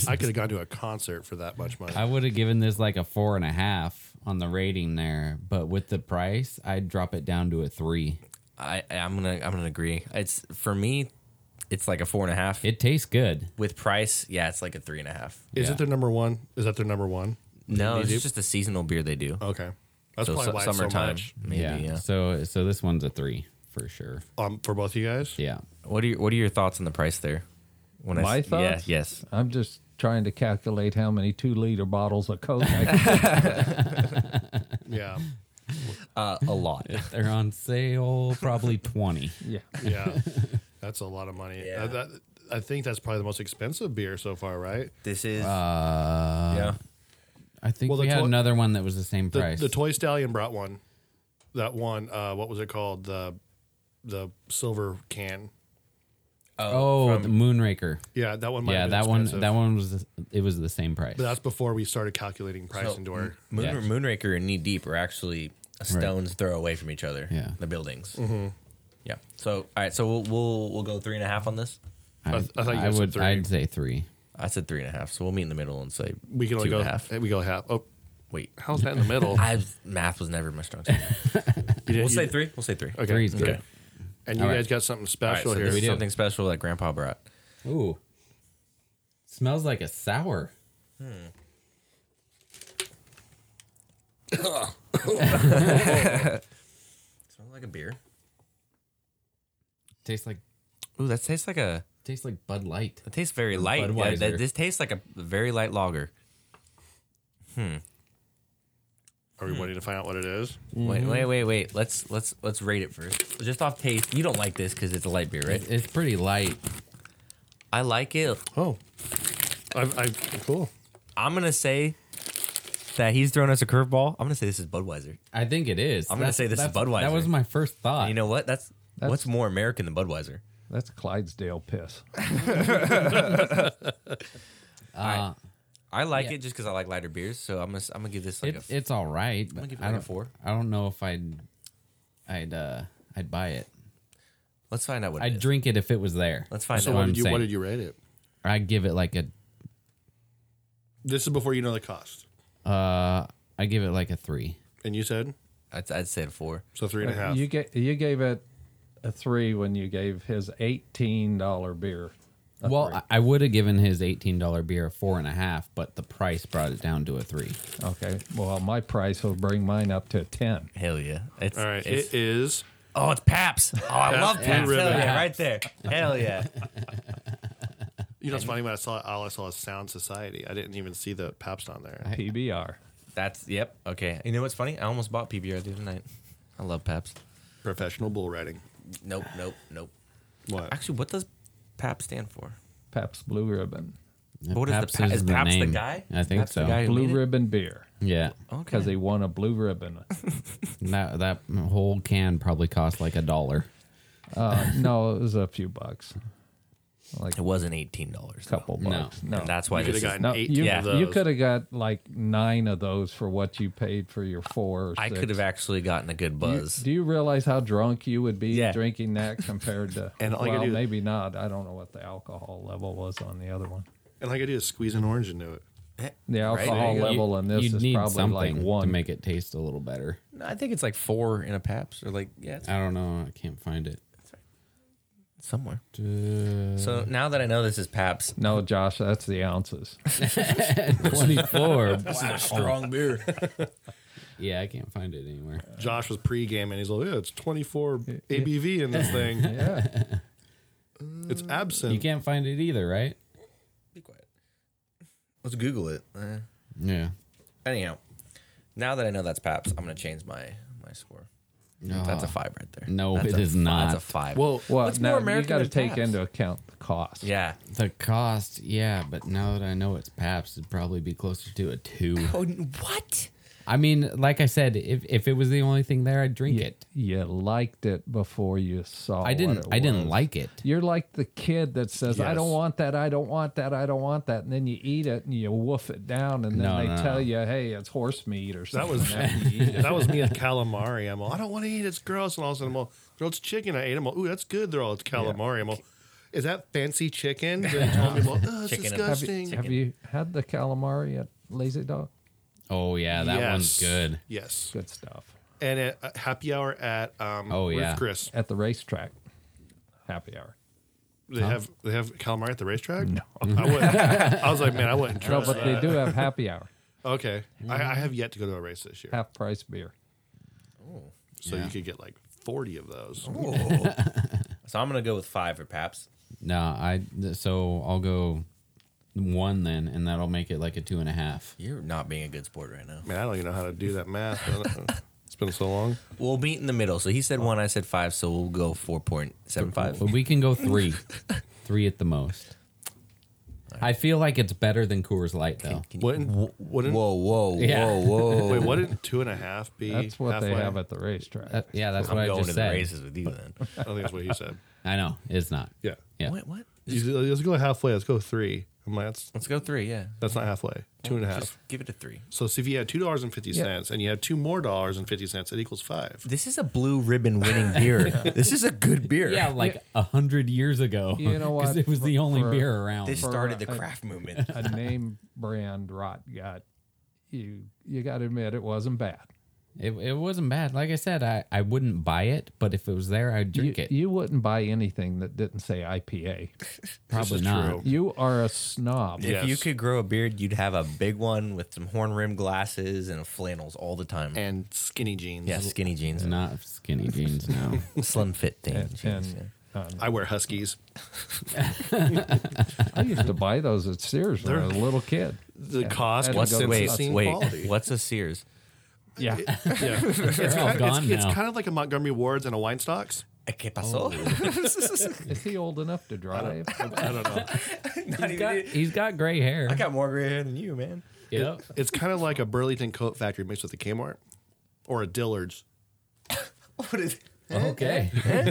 [SPEAKER 2] I could have gone to a concert for that much money.
[SPEAKER 3] I would have given this like a four and a half on the rating there, but with the price, I'd drop it down to a three.
[SPEAKER 4] I I'm gonna I'm gonna agree. It's for me, it's like a four and a half.
[SPEAKER 3] It tastes good.
[SPEAKER 4] With price, yeah, it's like a three and a half.
[SPEAKER 2] Is
[SPEAKER 3] Yeah.
[SPEAKER 2] it their number one? Is that their number one?
[SPEAKER 4] No, it's
[SPEAKER 2] do-
[SPEAKER 4] just a seasonal beer they do.
[SPEAKER 2] Okay, Oh, that's
[SPEAKER 4] so
[SPEAKER 2] probably
[SPEAKER 4] su-
[SPEAKER 2] why it's so
[SPEAKER 4] summertime,
[SPEAKER 2] much
[SPEAKER 4] maybe.
[SPEAKER 3] yeah.
[SPEAKER 4] Yeah.
[SPEAKER 3] So so this one's a three for sure.
[SPEAKER 2] um, for both you guys.
[SPEAKER 3] Yeah.
[SPEAKER 4] What are your What are your thoughts on the price there? When
[SPEAKER 5] My
[SPEAKER 4] s-
[SPEAKER 5] thoughts?
[SPEAKER 4] Yeah, yes.
[SPEAKER 5] I'm just trying to calculate how many two liter bottles of Coke I can
[SPEAKER 2] Yeah,
[SPEAKER 4] Uh, a lot.
[SPEAKER 3] They're on sale probably twenty.
[SPEAKER 5] yeah.
[SPEAKER 2] yeah, that's a lot of money.
[SPEAKER 4] Yeah.
[SPEAKER 2] Uh, that, I think that's probably the most expensive beer so far, right?
[SPEAKER 4] This is
[SPEAKER 3] Uh,
[SPEAKER 4] yeah.
[SPEAKER 3] I think
[SPEAKER 2] Well,
[SPEAKER 3] we
[SPEAKER 2] the
[SPEAKER 3] had
[SPEAKER 2] toi-
[SPEAKER 3] another one that was the same
[SPEAKER 2] The,
[SPEAKER 3] price.
[SPEAKER 2] the Toy Stallion brought one. That one, uh, what was it called? The the silver can.
[SPEAKER 3] oh, the Moonraker.
[SPEAKER 2] Yeah, that one. Might
[SPEAKER 3] Yeah,
[SPEAKER 2] have been
[SPEAKER 3] that one.
[SPEAKER 2] expensive.
[SPEAKER 3] That one was. It was the same price.
[SPEAKER 2] But that's before we started calculating price
[SPEAKER 4] So, mm,
[SPEAKER 2] into our.
[SPEAKER 4] Moon,
[SPEAKER 3] Yeah.
[SPEAKER 4] Moonraker and Knee Deep are actually a stone's throw away from each other.
[SPEAKER 3] Yeah.
[SPEAKER 4] the buildings.
[SPEAKER 2] Mm-hmm.
[SPEAKER 4] Yeah. So all right. So we'll we'll we'll go three and a half on this.
[SPEAKER 3] I,
[SPEAKER 2] I th- I thought you
[SPEAKER 3] I
[SPEAKER 2] guys said
[SPEAKER 3] would.
[SPEAKER 2] three.
[SPEAKER 3] I'd say three.
[SPEAKER 4] I said three and a half. So we'll meet in the middle and say
[SPEAKER 2] We can only
[SPEAKER 4] two
[SPEAKER 2] go
[SPEAKER 4] and a half.
[SPEAKER 2] We go half. Oh,
[SPEAKER 4] Wait.
[SPEAKER 2] how's that in the middle?
[SPEAKER 4] I math was never my strong suit.
[SPEAKER 2] You didn't-
[SPEAKER 4] We'll
[SPEAKER 2] you
[SPEAKER 4] say
[SPEAKER 2] didn't-
[SPEAKER 4] three. We'll say three.
[SPEAKER 2] Okay.
[SPEAKER 3] Three's good.
[SPEAKER 2] Okay. And you
[SPEAKER 3] All right.
[SPEAKER 2] guys got something
[SPEAKER 4] All right,
[SPEAKER 2] special
[SPEAKER 4] so
[SPEAKER 2] here.
[SPEAKER 4] this is
[SPEAKER 3] do.
[SPEAKER 4] something special that Grandpa brought.
[SPEAKER 3] Ooh, smells like a sour.
[SPEAKER 4] Smells like a beer.
[SPEAKER 3] Tastes like
[SPEAKER 4] Ooh, that tastes like a.
[SPEAKER 3] tastes like Bud Light.
[SPEAKER 4] That tastes very light. Yeah,
[SPEAKER 3] Budweiser.
[SPEAKER 4] that- this tastes like a very light lager.
[SPEAKER 2] Are we waiting to find out what it is?
[SPEAKER 4] Wait, wait, wait, wait. Let's let's let's rate it first. Just off taste, you don't like this because it's a light beer, right?
[SPEAKER 3] It- It's pretty light.
[SPEAKER 4] I like it.
[SPEAKER 2] Oh, I, I cool.
[SPEAKER 4] I'm gonna say that he's thrown us a curveball. I'm gonna say this is Budweiser.
[SPEAKER 3] I think it is.
[SPEAKER 4] I'm gonna say this is
[SPEAKER 3] that's- That
[SPEAKER 4] Budweiser.
[SPEAKER 3] was my first thought.
[SPEAKER 4] You know what? That's,
[SPEAKER 5] That's-
[SPEAKER 4] what's more American than Budweiser.
[SPEAKER 5] That's Clydesdale piss.
[SPEAKER 4] I like
[SPEAKER 3] Yeah.
[SPEAKER 4] it just because I like lighter beers. So I'm gonna s- I'm gonna give this like
[SPEAKER 3] it,
[SPEAKER 4] a f-
[SPEAKER 3] it's all right.
[SPEAKER 4] gonna
[SPEAKER 3] But
[SPEAKER 4] give it
[SPEAKER 3] I
[SPEAKER 4] like a
[SPEAKER 3] don't.
[SPEAKER 4] four.
[SPEAKER 3] I don't know if I'd. I'd. uh I'd buy it.
[SPEAKER 4] Let's find out what. it
[SPEAKER 3] I'd
[SPEAKER 4] is.
[SPEAKER 3] drink it if it was there.
[SPEAKER 4] Let's find
[SPEAKER 2] So
[SPEAKER 4] out.
[SPEAKER 2] what
[SPEAKER 3] I'm
[SPEAKER 2] did you
[SPEAKER 3] saying.
[SPEAKER 2] what did you rate it?
[SPEAKER 3] I'd give it like a.
[SPEAKER 2] This is before you know the cost.
[SPEAKER 3] Uh, I give it like a three.
[SPEAKER 2] And you said
[SPEAKER 4] I'd, I'd say a four.
[SPEAKER 2] so three and a half.
[SPEAKER 5] Uh, You get you gave it a three when you gave his eighteen dollar beer. a
[SPEAKER 3] well,
[SPEAKER 5] three.
[SPEAKER 3] I, I would have given his eighteen dollar beer a four and a half, but the price brought it down to a three.
[SPEAKER 5] okay. Well, my price will bring mine up to ten.
[SPEAKER 4] Hell yeah! It's,
[SPEAKER 2] All right,
[SPEAKER 4] it's-
[SPEAKER 2] it is.
[SPEAKER 4] Oh, it's Paps. Oh, I love
[SPEAKER 2] Blue
[SPEAKER 4] Paps. Hell
[SPEAKER 2] Ribbon.
[SPEAKER 4] yeah, right there. Hell yeah.
[SPEAKER 2] You know, it's funny when I saw it, all I saw is Sound Society. I didn't even see the Pabst on there.
[SPEAKER 5] PBR.
[SPEAKER 4] That's yep. Okay. You know what's funny? I almost bought PBR the other night. I love Paps.
[SPEAKER 2] Professional bull riding.
[SPEAKER 4] Nope. Nope. Nope.
[SPEAKER 2] What?
[SPEAKER 4] Actually, what does Paps stand for?
[SPEAKER 5] Pabst Blue Ribbon.
[SPEAKER 4] What is the
[SPEAKER 3] Pabst
[SPEAKER 4] pa- is Pabst the
[SPEAKER 3] name.
[SPEAKER 4] guy?
[SPEAKER 3] I think
[SPEAKER 4] Pabst the
[SPEAKER 3] so.
[SPEAKER 4] guy? I
[SPEAKER 5] Blue
[SPEAKER 4] made it?
[SPEAKER 5] Ribbon beer
[SPEAKER 3] Yeah,
[SPEAKER 4] Okay.
[SPEAKER 5] because he won a blue ribbon.
[SPEAKER 3] that that whole can probably cost like a dollar.
[SPEAKER 5] Uh, no, it was a few bucks, like
[SPEAKER 4] it
[SPEAKER 5] a
[SPEAKER 4] wasn't eighteen dollars.
[SPEAKER 5] couple
[SPEAKER 3] No.
[SPEAKER 5] bucks. No,
[SPEAKER 4] And that's why
[SPEAKER 2] You could
[SPEAKER 4] this
[SPEAKER 2] have gotten
[SPEAKER 4] is,
[SPEAKER 5] no,
[SPEAKER 2] eight
[SPEAKER 5] you,
[SPEAKER 2] of
[SPEAKER 4] yeah,
[SPEAKER 2] those.
[SPEAKER 5] you could have got like nine of those for what you paid for your four. Or
[SPEAKER 4] I
[SPEAKER 5] six.
[SPEAKER 4] could have actually gotten a good
[SPEAKER 5] You-
[SPEAKER 4] buzz.
[SPEAKER 5] do you realize how drunk you would be
[SPEAKER 4] Yeah.
[SPEAKER 5] drinking that compared to?
[SPEAKER 2] And all you
[SPEAKER 5] well,
[SPEAKER 2] do-
[SPEAKER 5] maybe not. I don't know what the alcohol level was on the other one.
[SPEAKER 2] and like I do is squeeze an orange into it.
[SPEAKER 5] The
[SPEAKER 4] Right, there you
[SPEAKER 5] alcohol
[SPEAKER 4] go.
[SPEAKER 5] level on this
[SPEAKER 3] You'd
[SPEAKER 5] is
[SPEAKER 3] need
[SPEAKER 5] probably
[SPEAKER 3] something
[SPEAKER 5] like one.
[SPEAKER 3] to make it taste a little better.
[SPEAKER 4] No, I think it's like four in a Paps or like yeah, it's
[SPEAKER 3] I don't know. I can't find it.
[SPEAKER 4] somewhere.
[SPEAKER 3] Uh,
[SPEAKER 4] So now that I know this is Paps,
[SPEAKER 5] no, Josh, that's the ounces.
[SPEAKER 3] 24. Wow.
[SPEAKER 4] strong beer.
[SPEAKER 3] Yeah, I can't find it anywhere.
[SPEAKER 2] Josh was pre-gaming. He's like, yeah, it's 24 ABV in this thing.
[SPEAKER 5] Yeah,
[SPEAKER 2] It's
[SPEAKER 3] You
[SPEAKER 2] absinthe.
[SPEAKER 3] can't find it either, right?
[SPEAKER 4] Be quiet. Let's Google it. Eh.
[SPEAKER 3] Yeah.
[SPEAKER 4] Anyhow, now that I know that's Paps, I'm gonna change my my score. That's a five right there.
[SPEAKER 3] No,
[SPEAKER 4] that's
[SPEAKER 3] it
[SPEAKER 4] a
[SPEAKER 3] is
[SPEAKER 4] fi-
[SPEAKER 3] not.
[SPEAKER 4] That's a five.
[SPEAKER 2] Well,
[SPEAKER 5] well,
[SPEAKER 4] What's
[SPEAKER 5] now
[SPEAKER 4] more
[SPEAKER 5] you
[SPEAKER 4] American
[SPEAKER 5] got to
[SPEAKER 4] than
[SPEAKER 5] take
[SPEAKER 4] Pabst?
[SPEAKER 5] into account the cost.
[SPEAKER 4] yeah.
[SPEAKER 3] The cost, yeah, but now that I know it's Pabst, it'd probably be closer to a two.
[SPEAKER 4] Oh, what?
[SPEAKER 3] I mean, like I said, if, if it was the only thing there, I'd drink it.
[SPEAKER 5] You liked it before you saw.
[SPEAKER 3] I didn't.
[SPEAKER 5] Oh, what it
[SPEAKER 3] I didn't
[SPEAKER 5] was.
[SPEAKER 3] like it.
[SPEAKER 5] You're like the kid that says, "I don't
[SPEAKER 2] Yes.
[SPEAKER 5] want that. I don't want that. I don't want that," and then you eat it and you woof it down, and then
[SPEAKER 3] No,
[SPEAKER 5] they
[SPEAKER 3] no, no.
[SPEAKER 5] tell you, "Hey, it's horse meat or
[SPEAKER 2] That
[SPEAKER 5] something."
[SPEAKER 2] was
[SPEAKER 5] and you eat it.
[SPEAKER 2] that was me at calamari. I'm all, I don't want to eat. it, It's gross. And all of a sudden, I'm all, girl, it's chicken. I ate them all. Ooh, that's good. They're all, it's calamari. I'm all, is that fancy chicken? They told me, I'm all, "Ugh, it's
[SPEAKER 4] Chicken and-
[SPEAKER 5] Have
[SPEAKER 2] disgusting.
[SPEAKER 5] you, have you had the calamari at Lazy Dog?
[SPEAKER 3] Oh yeah, that one's
[SPEAKER 2] Yes.
[SPEAKER 3] good.
[SPEAKER 2] Yes.
[SPEAKER 5] Good stuff
[SPEAKER 2] And at uh, happy hour at um,
[SPEAKER 3] Oh,
[SPEAKER 2] Ruth
[SPEAKER 3] yeah.
[SPEAKER 2] Chris.
[SPEAKER 5] at the racetrack. Happy hour.
[SPEAKER 2] They have they have calamari at the racetrack. No, I, wouldn't, I was like, man, I wouldn't
[SPEAKER 5] No,
[SPEAKER 2] trust
[SPEAKER 5] but they
[SPEAKER 2] that.
[SPEAKER 5] do have happy hour,
[SPEAKER 2] Okay, I, I have yet to go to a race this year,
[SPEAKER 5] half price beer.
[SPEAKER 2] so you could get like forty of those.
[SPEAKER 4] So I'm gonna go with five for Paps.
[SPEAKER 3] No, I. So I'll go one then, and that'll make it like a two and a half.
[SPEAKER 4] You're not being a good sport right now.
[SPEAKER 2] Man, I don't even know how to do that math. I don't know. it's been so long.
[SPEAKER 4] We'll meet in the middle. So he said one, I said five, so we'll go four point seven five.
[SPEAKER 3] But we can go three, three at the most. I feel like it's better than Coors Light though.
[SPEAKER 2] Wouldn't wouldn't
[SPEAKER 4] Whoa, whoa,
[SPEAKER 3] Yeah.
[SPEAKER 4] whoa, whoa!
[SPEAKER 2] wait? Wouldn't two and a half be?
[SPEAKER 5] That's what they
[SPEAKER 2] halfway?
[SPEAKER 5] have at the racetrack.
[SPEAKER 3] Uh, yeah, that's
[SPEAKER 4] I'm
[SPEAKER 3] what I
[SPEAKER 4] going
[SPEAKER 3] just
[SPEAKER 4] to
[SPEAKER 3] said.
[SPEAKER 4] the races with you then.
[SPEAKER 2] I think that's what he said.
[SPEAKER 3] I know it's not.
[SPEAKER 2] Yeah.
[SPEAKER 3] Yeah.
[SPEAKER 4] What? What?
[SPEAKER 2] He's like, Let's go halfway. Let's go three. I'm like, that's
[SPEAKER 4] Let's go three. Yeah,
[SPEAKER 2] that's not halfway. Two and a half.
[SPEAKER 4] just give it a three.
[SPEAKER 2] So see, if you had two dollars and fifty cents, and you had two more dollars and fifty cents, it equals five.
[SPEAKER 4] This is a blue ribbon winning beer. this is a good beer.
[SPEAKER 3] Yeah, like a hundred years ago.
[SPEAKER 5] You know
[SPEAKER 3] Because
[SPEAKER 5] what?
[SPEAKER 3] it was the
[SPEAKER 5] For-
[SPEAKER 3] only
[SPEAKER 5] for-
[SPEAKER 3] beer around.
[SPEAKER 4] this
[SPEAKER 5] For,
[SPEAKER 4] started the
[SPEAKER 5] uh,
[SPEAKER 4] craft movement.
[SPEAKER 5] a name brand rot gut. You you got to admit it wasn't bad.
[SPEAKER 3] It, it wasn't bad. Like I said, I, I wouldn't buy it, but if it was there, I'd
[SPEAKER 5] You,
[SPEAKER 3] drink it.
[SPEAKER 5] you wouldn't buy anything that didn't say IPA.
[SPEAKER 3] Probably
[SPEAKER 2] is
[SPEAKER 3] not.
[SPEAKER 2] true.
[SPEAKER 5] You are a snob.
[SPEAKER 2] Yeah.
[SPEAKER 4] If you
[SPEAKER 2] Yes.
[SPEAKER 4] could grow a beard, you'd have a big one with some horn rimmed glasses and flannels all the time.
[SPEAKER 2] And skinny jeans.
[SPEAKER 4] yeah, skinny jeans,
[SPEAKER 3] Not skinny jeans, no.
[SPEAKER 4] slim fit thing. jeans, yeah.
[SPEAKER 5] And um,
[SPEAKER 2] I wear Huskies.
[SPEAKER 5] I used to buy those at Sears when I was a little kid.
[SPEAKER 2] The cost.
[SPEAKER 5] Adam
[SPEAKER 4] What's
[SPEAKER 5] What's
[SPEAKER 2] the
[SPEAKER 5] the-
[SPEAKER 4] wait
[SPEAKER 5] Consistency
[SPEAKER 4] wait?
[SPEAKER 2] Quality.
[SPEAKER 4] What's a Sears?
[SPEAKER 5] Yeah,
[SPEAKER 2] Yeah. It's,
[SPEAKER 3] They're all
[SPEAKER 2] kind of,
[SPEAKER 3] gone
[SPEAKER 2] it's, it's
[SPEAKER 3] now.
[SPEAKER 2] kind of like a Montgomery Ward's and a Wine Stocks.
[SPEAKER 4] ¿Qué pasó? Oh.
[SPEAKER 5] is he old enough to drive?
[SPEAKER 2] I don't know.
[SPEAKER 3] he's, got, he's got gray hair.
[SPEAKER 4] I got more gray hair than you, man.
[SPEAKER 3] Yep.
[SPEAKER 2] It's kind of like a Burlington Coat Factory mixed with a Kmart or a Dillard's.
[SPEAKER 4] What is?
[SPEAKER 3] Okay.
[SPEAKER 2] I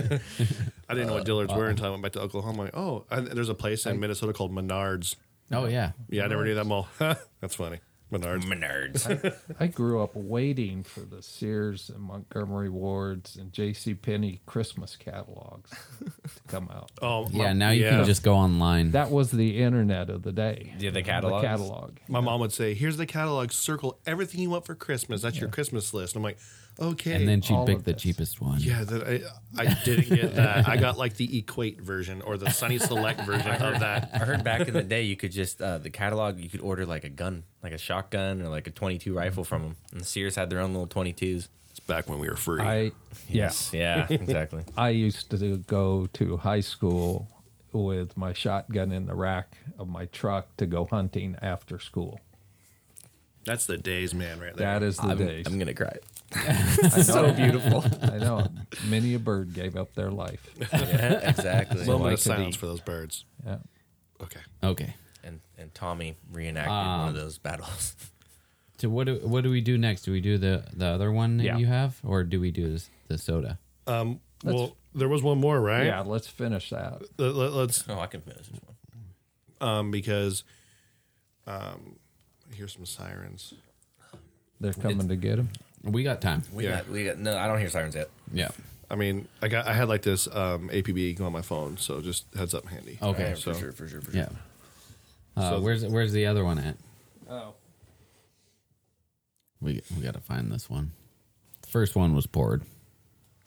[SPEAKER 2] didn't know what Dillard's were until I went back to Oklahoma. Like, oh, I, there's a place in Minnesota called Menards.
[SPEAKER 3] Oh, yeah.
[SPEAKER 2] Yeah, I never knew that mall. That's funny.
[SPEAKER 4] Mm.
[SPEAKER 2] Menards.
[SPEAKER 4] Nerds.
[SPEAKER 5] I grew up waiting for the Sears and Montgomery Wards and J.C. Penney Christmas catalogs to come out.
[SPEAKER 2] Oh, my-
[SPEAKER 3] Yeah, now you can just go online.
[SPEAKER 5] That was the internet of the day.
[SPEAKER 4] Yeah, the catalogs?
[SPEAKER 5] The catalog.
[SPEAKER 2] My mom would say, "Here's the catalog. Circle everything you want for Christmas. That's your Christmas list." I'm like, "Okay." Oh,
[SPEAKER 3] and then she'd
[SPEAKER 5] all
[SPEAKER 3] pick
[SPEAKER 5] of
[SPEAKER 3] the
[SPEAKER 5] this.
[SPEAKER 3] cheapest one.
[SPEAKER 2] yeah, that I, I didn't get that. I got like the Equate version or the Sunny Select version of that.
[SPEAKER 4] I heard back in the day you could just uh, the catalog you could order like a gun, like a shotgun or like a 22 rifle from them. And Sears had their own little 22s.
[SPEAKER 2] It's back when we were free.
[SPEAKER 5] I yes.
[SPEAKER 4] Yeah, exactly.
[SPEAKER 5] I used to go to high school with my shotgun in the rack of my truck to go hunting after school.
[SPEAKER 2] That's the days, man, right there.
[SPEAKER 5] That is the days.
[SPEAKER 4] I'm gonna cry.
[SPEAKER 5] so beautiful. I know. Many a bird gave up their life.
[SPEAKER 4] Yeah, exactly.
[SPEAKER 2] Moment
[SPEAKER 5] I
[SPEAKER 2] of
[SPEAKER 5] could
[SPEAKER 2] silence
[SPEAKER 5] eat.
[SPEAKER 2] for those birds.
[SPEAKER 5] Yeah.
[SPEAKER 2] Okay.
[SPEAKER 3] Okay.
[SPEAKER 4] and and Tommy reenacted one of those battles.
[SPEAKER 3] So what do, what do we do next? Do we do the, the other one that
[SPEAKER 5] Yeah.
[SPEAKER 3] you have, or do we do this, the soda?
[SPEAKER 2] well, there was one more, right?
[SPEAKER 5] Yeah, let's finish that.
[SPEAKER 2] Let, us
[SPEAKER 4] Oh, I can finish this one.
[SPEAKER 2] um because um I hear some sirens.
[SPEAKER 5] They're coming to get him.
[SPEAKER 3] We got time.
[SPEAKER 4] We
[SPEAKER 2] Yeah.
[SPEAKER 4] got we got no. I don't hear sirens yet.
[SPEAKER 3] Yeah.
[SPEAKER 2] I mean, I got I had like this um APB on my phone, so just heads up handy.
[SPEAKER 3] Okay.
[SPEAKER 4] Yeah,
[SPEAKER 2] so
[SPEAKER 4] for sure, for sure, for sure.
[SPEAKER 3] Yeah. Uh,
[SPEAKER 2] So-
[SPEAKER 3] where's where's the other one at?
[SPEAKER 5] Oh.
[SPEAKER 3] We we got to find this one. The first one was poured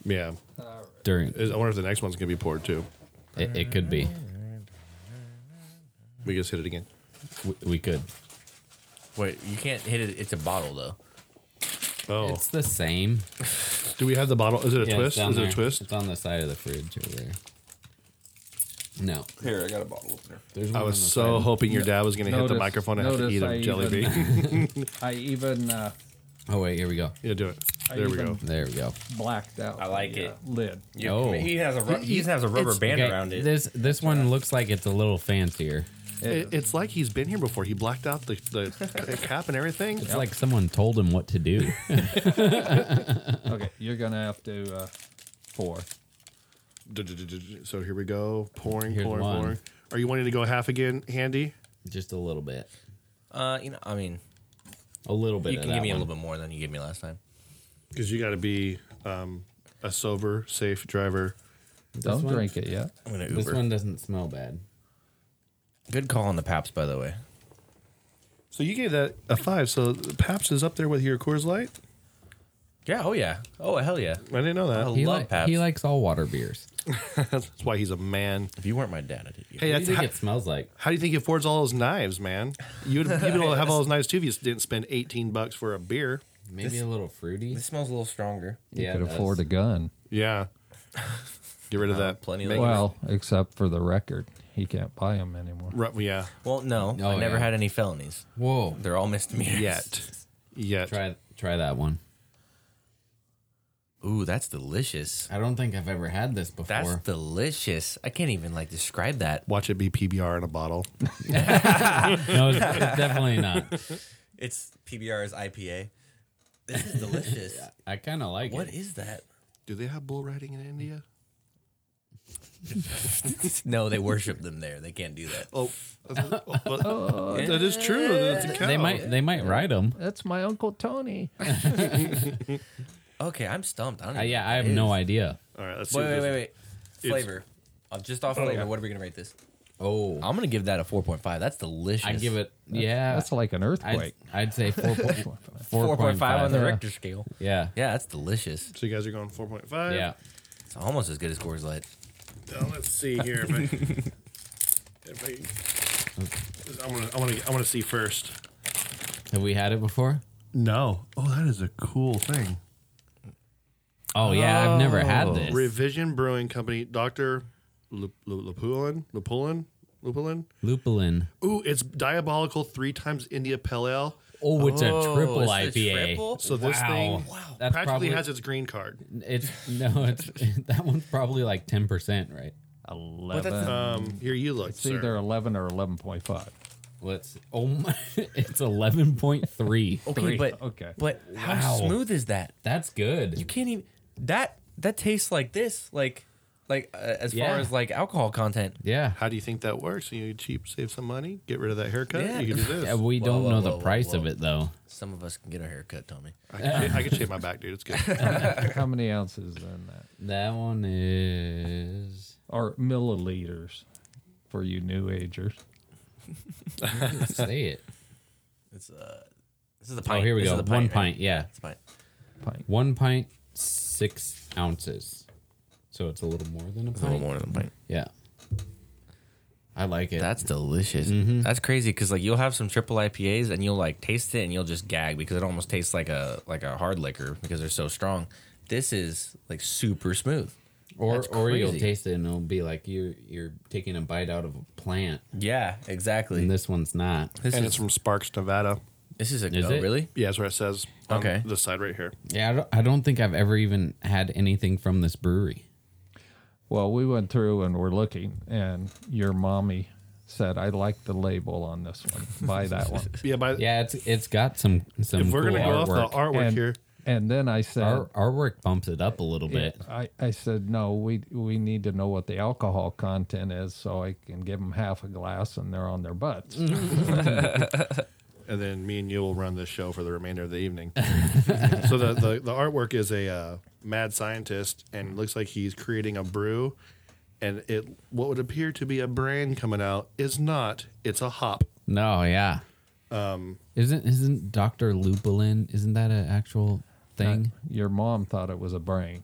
[SPEAKER 2] yeah.
[SPEAKER 3] during.
[SPEAKER 2] Is- I wonder if the next one's gonna be poured too.
[SPEAKER 3] It, it could be.
[SPEAKER 2] We just hit it again.
[SPEAKER 3] We, we could.
[SPEAKER 4] Wait, you can't hit it. It's a bottle though.
[SPEAKER 2] Oh,
[SPEAKER 3] It's the same.
[SPEAKER 2] do we have the bottle? Is it a
[SPEAKER 3] Yeah, it's
[SPEAKER 2] twist?
[SPEAKER 3] down
[SPEAKER 2] Is it
[SPEAKER 3] there.
[SPEAKER 2] a twist?
[SPEAKER 3] It's on the side of the fridge over there. No.
[SPEAKER 4] Here, I got a bottle opener.
[SPEAKER 3] There's one
[SPEAKER 2] I was
[SPEAKER 3] on the
[SPEAKER 2] so
[SPEAKER 3] side.
[SPEAKER 2] hoping your dad was gonna hit the
[SPEAKER 5] Notice-
[SPEAKER 2] microphone and have to
[SPEAKER 5] notice
[SPEAKER 2] eat a
[SPEAKER 5] I
[SPEAKER 2] jelly
[SPEAKER 5] even-
[SPEAKER 2] bean.
[SPEAKER 5] I even uh,
[SPEAKER 3] Oh wait, here we go.
[SPEAKER 2] yeah, do it.
[SPEAKER 5] I
[SPEAKER 2] There we
[SPEAKER 5] even-
[SPEAKER 2] go.
[SPEAKER 3] There we go.
[SPEAKER 5] blacked out.
[SPEAKER 4] I like
[SPEAKER 5] the,
[SPEAKER 4] it.
[SPEAKER 5] uh, lid.
[SPEAKER 3] Oh.
[SPEAKER 4] he has a ru- he has a rubber band
[SPEAKER 3] Okay,
[SPEAKER 4] around it.
[SPEAKER 3] This this one looks like it's a little fancier.
[SPEAKER 2] It, it's like he's been here before. He blacked out the, the cap and everything.
[SPEAKER 3] It's like someone told him what to do.
[SPEAKER 5] Okay, you're gonna have to uh, pour.
[SPEAKER 2] So here we go. Pouring,
[SPEAKER 3] Here's
[SPEAKER 2] pouring,
[SPEAKER 3] one.
[SPEAKER 2] pouring. Are you wanting to go half again, Handy?
[SPEAKER 3] Just a little bit.
[SPEAKER 4] Uh, you know, I mean,
[SPEAKER 3] A little bit.
[SPEAKER 4] you
[SPEAKER 3] of
[SPEAKER 4] can
[SPEAKER 3] that
[SPEAKER 4] give me a
[SPEAKER 3] one.
[SPEAKER 4] little bit more than you gave me last time.
[SPEAKER 2] Because you got to be um, a sober, safe driver.
[SPEAKER 5] Don't
[SPEAKER 3] one?
[SPEAKER 5] drink it yet.
[SPEAKER 4] I'm gonna
[SPEAKER 3] This
[SPEAKER 4] Uber.
[SPEAKER 3] one doesn't smell bad.
[SPEAKER 4] Good call on the Paps, by the way.
[SPEAKER 2] So you gave that a five. So Paps is up there with your Coors Light.
[SPEAKER 4] Yeah. Oh yeah. Oh hell yeah.
[SPEAKER 2] I didn't know that.
[SPEAKER 4] Oh.
[SPEAKER 3] He,
[SPEAKER 4] Love
[SPEAKER 3] li-
[SPEAKER 4] Pabst.
[SPEAKER 3] he likes all water beers.
[SPEAKER 2] That's why he's a man.
[SPEAKER 4] If you weren't my dad, I'd hit you.
[SPEAKER 2] Hey,
[SPEAKER 3] What do
[SPEAKER 2] that's
[SPEAKER 3] you think
[SPEAKER 2] how,
[SPEAKER 3] it smells like?
[SPEAKER 2] how do you think he affords all those knives, man? You'd, you'd be able to have all those knives too if you didn't spend eighteen bucks for a beer.
[SPEAKER 3] Maybe a little fruity.
[SPEAKER 4] this smells a little stronger.
[SPEAKER 5] You
[SPEAKER 3] yeah,
[SPEAKER 5] could
[SPEAKER 3] it does.
[SPEAKER 5] afford a gun.
[SPEAKER 2] Yeah. Get rid of that.
[SPEAKER 4] plenty of
[SPEAKER 2] Make-
[SPEAKER 4] those.
[SPEAKER 5] Well, except for the record, he can't buy them anymore.
[SPEAKER 2] Ru- yeah.
[SPEAKER 4] Well, no,
[SPEAKER 3] Oh,
[SPEAKER 4] I never
[SPEAKER 3] yeah.
[SPEAKER 4] had any felonies.
[SPEAKER 3] Whoa.
[SPEAKER 4] They're all misdemeanors.
[SPEAKER 2] Yet. Yet.
[SPEAKER 3] Try try that one.
[SPEAKER 4] Ooh, that's delicious.
[SPEAKER 3] I don't think I've ever had this before.
[SPEAKER 4] That's delicious. I can't even like describe that.
[SPEAKER 2] Watch it be PBR in a bottle.
[SPEAKER 3] no, it's, it's definitely not.
[SPEAKER 4] It's PBR's IPA. This is delicious.
[SPEAKER 3] I kind of like
[SPEAKER 4] What
[SPEAKER 3] it.
[SPEAKER 4] is that?
[SPEAKER 2] Do they have bull riding in India?
[SPEAKER 4] No, they worship them there. They can't do that.
[SPEAKER 2] Oh, that is true. That's a cow.
[SPEAKER 3] They might they might ride them.
[SPEAKER 5] That's my uncle Tony.
[SPEAKER 4] Okay, I'm stumped. I don't.
[SPEAKER 3] Uh,
[SPEAKER 4] even
[SPEAKER 3] yeah, I
[SPEAKER 4] know what
[SPEAKER 3] have
[SPEAKER 4] that
[SPEAKER 3] no
[SPEAKER 4] is.
[SPEAKER 3] idea.
[SPEAKER 2] All right, let's see.
[SPEAKER 4] Wait,
[SPEAKER 2] what
[SPEAKER 4] wait,
[SPEAKER 2] this
[SPEAKER 4] wait,
[SPEAKER 2] is.
[SPEAKER 4] wait. Flavor. Uh, just off flavor. What are we gonna rate this?
[SPEAKER 3] Oh,
[SPEAKER 4] I'm gonna give that a 4.5. That's delicious.
[SPEAKER 3] I give it. yeah,
[SPEAKER 5] That's like an
[SPEAKER 3] I'd,
[SPEAKER 5] earthquake.
[SPEAKER 3] I'd say four point four
[SPEAKER 4] 4.5
[SPEAKER 3] point five
[SPEAKER 4] on the
[SPEAKER 5] Yeah.
[SPEAKER 4] Richter scale.
[SPEAKER 3] Yeah,
[SPEAKER 4] Yeah, that's delicious.
[SPEAKER 2] So you guys are going 4.5?
[SPEAKER 3] yeah.
[SPEAKER 4] It's almost as good as Coors Light.
[SPEAKER 2] Now, let's see here. If I, if I, I want to I wanna, I wanna see first.
[SPEAKER 3] Have we had it before?
[SPEAKER 2] No. Oh, that is a cool thing.
[SPEAKER 3] Oh yeah, I've never had this.
[SPEAKER 2] Revision Brewing Company, Dr. Lu- Lu- Lupulin? Lupulin? Lupulin?
[SPEAKER 3] Lupulin.
[SPEAKER 2] Ooh, it's Diabolical Three Times India Pale Ale.
[SPEAKER 3] Oh, it's a triple
[SPEAKER 4] it's a
[SPEAKER 3] IPA.
[SPEAKER 4] triple?
[SPEAKER 2] So this
[SPEAKER 3] Wow.
[SPEAKER 2] thing
[SPEAKER 3] Wow. That's
[SPEAKER 2] practically
[SPEAKER 3] probably-
[SPEAKER 2] has its green card.
[SPEAKER 3] It's no, it's that one's probably like ten percent, right?
[SPEAKER 5] Eleven.
[SPEAKER 2] Um, here you look,
[SPEAKER 5] it's
[SPEAKER 2] sir.
[SPEAKER 5] either eleven or eleven point five.
[SPEAKER 3] Let's. Oh my, it's eleven point three.
[SPEAKER 4] Okay, but
[SPEAKER 5] okay.
[SPEAKER 4] but how
[SPEAKER 3] Wow.
[SPEAKER 4] smooth is that?
[SPEAKER 3] That's
[SPEAKER 4] You
[SPEAKER 3] good.
[SPEAKER 4] can't even that that tastes like this, like like uh, as
[SPEAKER 3] Yeah.
[SPEAKER 4] far as like alcohol content.
[SPEAKER 3] Yeah.
[SPEAKER 2] How do you think that works? You cheap, save some money, get rid of that haircut.
[SPEAKER 4] Yeah.
[SPEAKER 2] You can do this.
[SPEAKER 3] Yeah, we
[SPEAKER 4] Whoa,
[SPEAKER 3] don't
[SPEAKER 4] whoa,
[SPEAKER 3] know
[SPEAKER 4] whoa,
[SPEAKER 3] the
[SPEAKER 4] whoa,
[SPEAKER 3] price of
[SPEAKER 4] whoa.
[SPEAKER 3] it though.
[SPEAKER 4] Some of us can get our hair cut, Tommy.
[SPEAKER 2] I, can, I can shave my back, dude. It's good.
[SPEAKER 5] How many ounces in that?
[SPEAKER 3] That one is
[SPEAKER 5] Or milliliters for you new agers.
[SPEAKER 3] say it.
[SPEAKER 4] It's uh this is the
[SPEAKER 3] Oh,
[SPEAKER 4] pint.
[SPEAKER 3] here we
[SPEAKER 4] This
[SPEAKER 3] go.
[SPEAKER 4] is the
[SPEAKER 3] one
[SPEAKER 4] pint, right?
[SPEAKER 3] pint. Yeah,
[SPEAKER 4] It's a pint.
[SPEAKER 5] Pint.
[SPEAKER 3] one pint six ounces. So it's a little more than a pint.
[SPEAKER 4] A little more than a pint.
[SPEAKER 3] Yeah. I like it.
[SPEAKER 4] That's delicious.
[SPEAKER 3] Mm-hmm.
[SPEAKER 4] That's crazy because like you'll have some triple IPAs and you'll like taste it and you'll just gag because it almost tastes like a like a hard liquor because they're so strong. This is like super smooth.
[SPEAKER 3] or
[SPEAKER 4] that's
[SPEAKER 3] or you'll
[SPEAKER 4] crazy.
[SPEAKER 3] taste it and it'll be like you you're taking a bite out of a plant.
[SPEAKER 4] Yeah, exactly.
[SPEAKER 3] And this one's not.
[SPEAKER 4] This
[SPEAKER 2] and
[SPEAKER 4] is
[SPEAKER 2] it's from Sparks, Nevada.
[SPEAKER 4] this is a
[SPEAKER 3] Is
[SPEAKER 4] oh,
[SPEAKER 3] it?
[SPEAKER 4] really
[SPEAKER 2] Yeah, that's what it says. on
[SPEAKER 4] Okay.
[SPEAKER 2] This side right here.
[SPEAKER 3] Yeah, I don't, I don't think I've ever even had anything from this brewery.
[SPEAKER 5] Well, we went through and we're looking, and your mommy said, "I like the label on this one. Buy that one."
[SPEAKER 2] Yeah, by
[SPEAKER 3] Yeah, it's it's got some some
[SPEAKER 2] if we're
[SPEAKER 3] cool
[SPEAKER 2] gonna go
[SPEAKER 3] artwork.
[SPEAKER 2] off the artwork
[SPEAKER 5] and,
[SPEAKER 2] here,
[SPEAKER 5] and then I said,
[SPEAKER 3] Our artwork bumps it up a little bit.
[SPEAKER 5] I, I said no. We we need to know what the alcohol content is, so I can give them half a glass, and they're on their butts.
[SPEAKER 3] Mm-hmm.
[SPEAKER 2] and then me and you will run this show for the remainder of the evening. so the, the the artwork is a uh, mad scientist, and it looks like he's creating a brew, and it what would appear to be a brand coming out is not. It's a hop.
[SPEAKER 3] No, yeah. Um, isn't isn't Doctor Lupulin? Isn't that an actual thing?
[SPEAKER 5] Your mom thought it was a brain.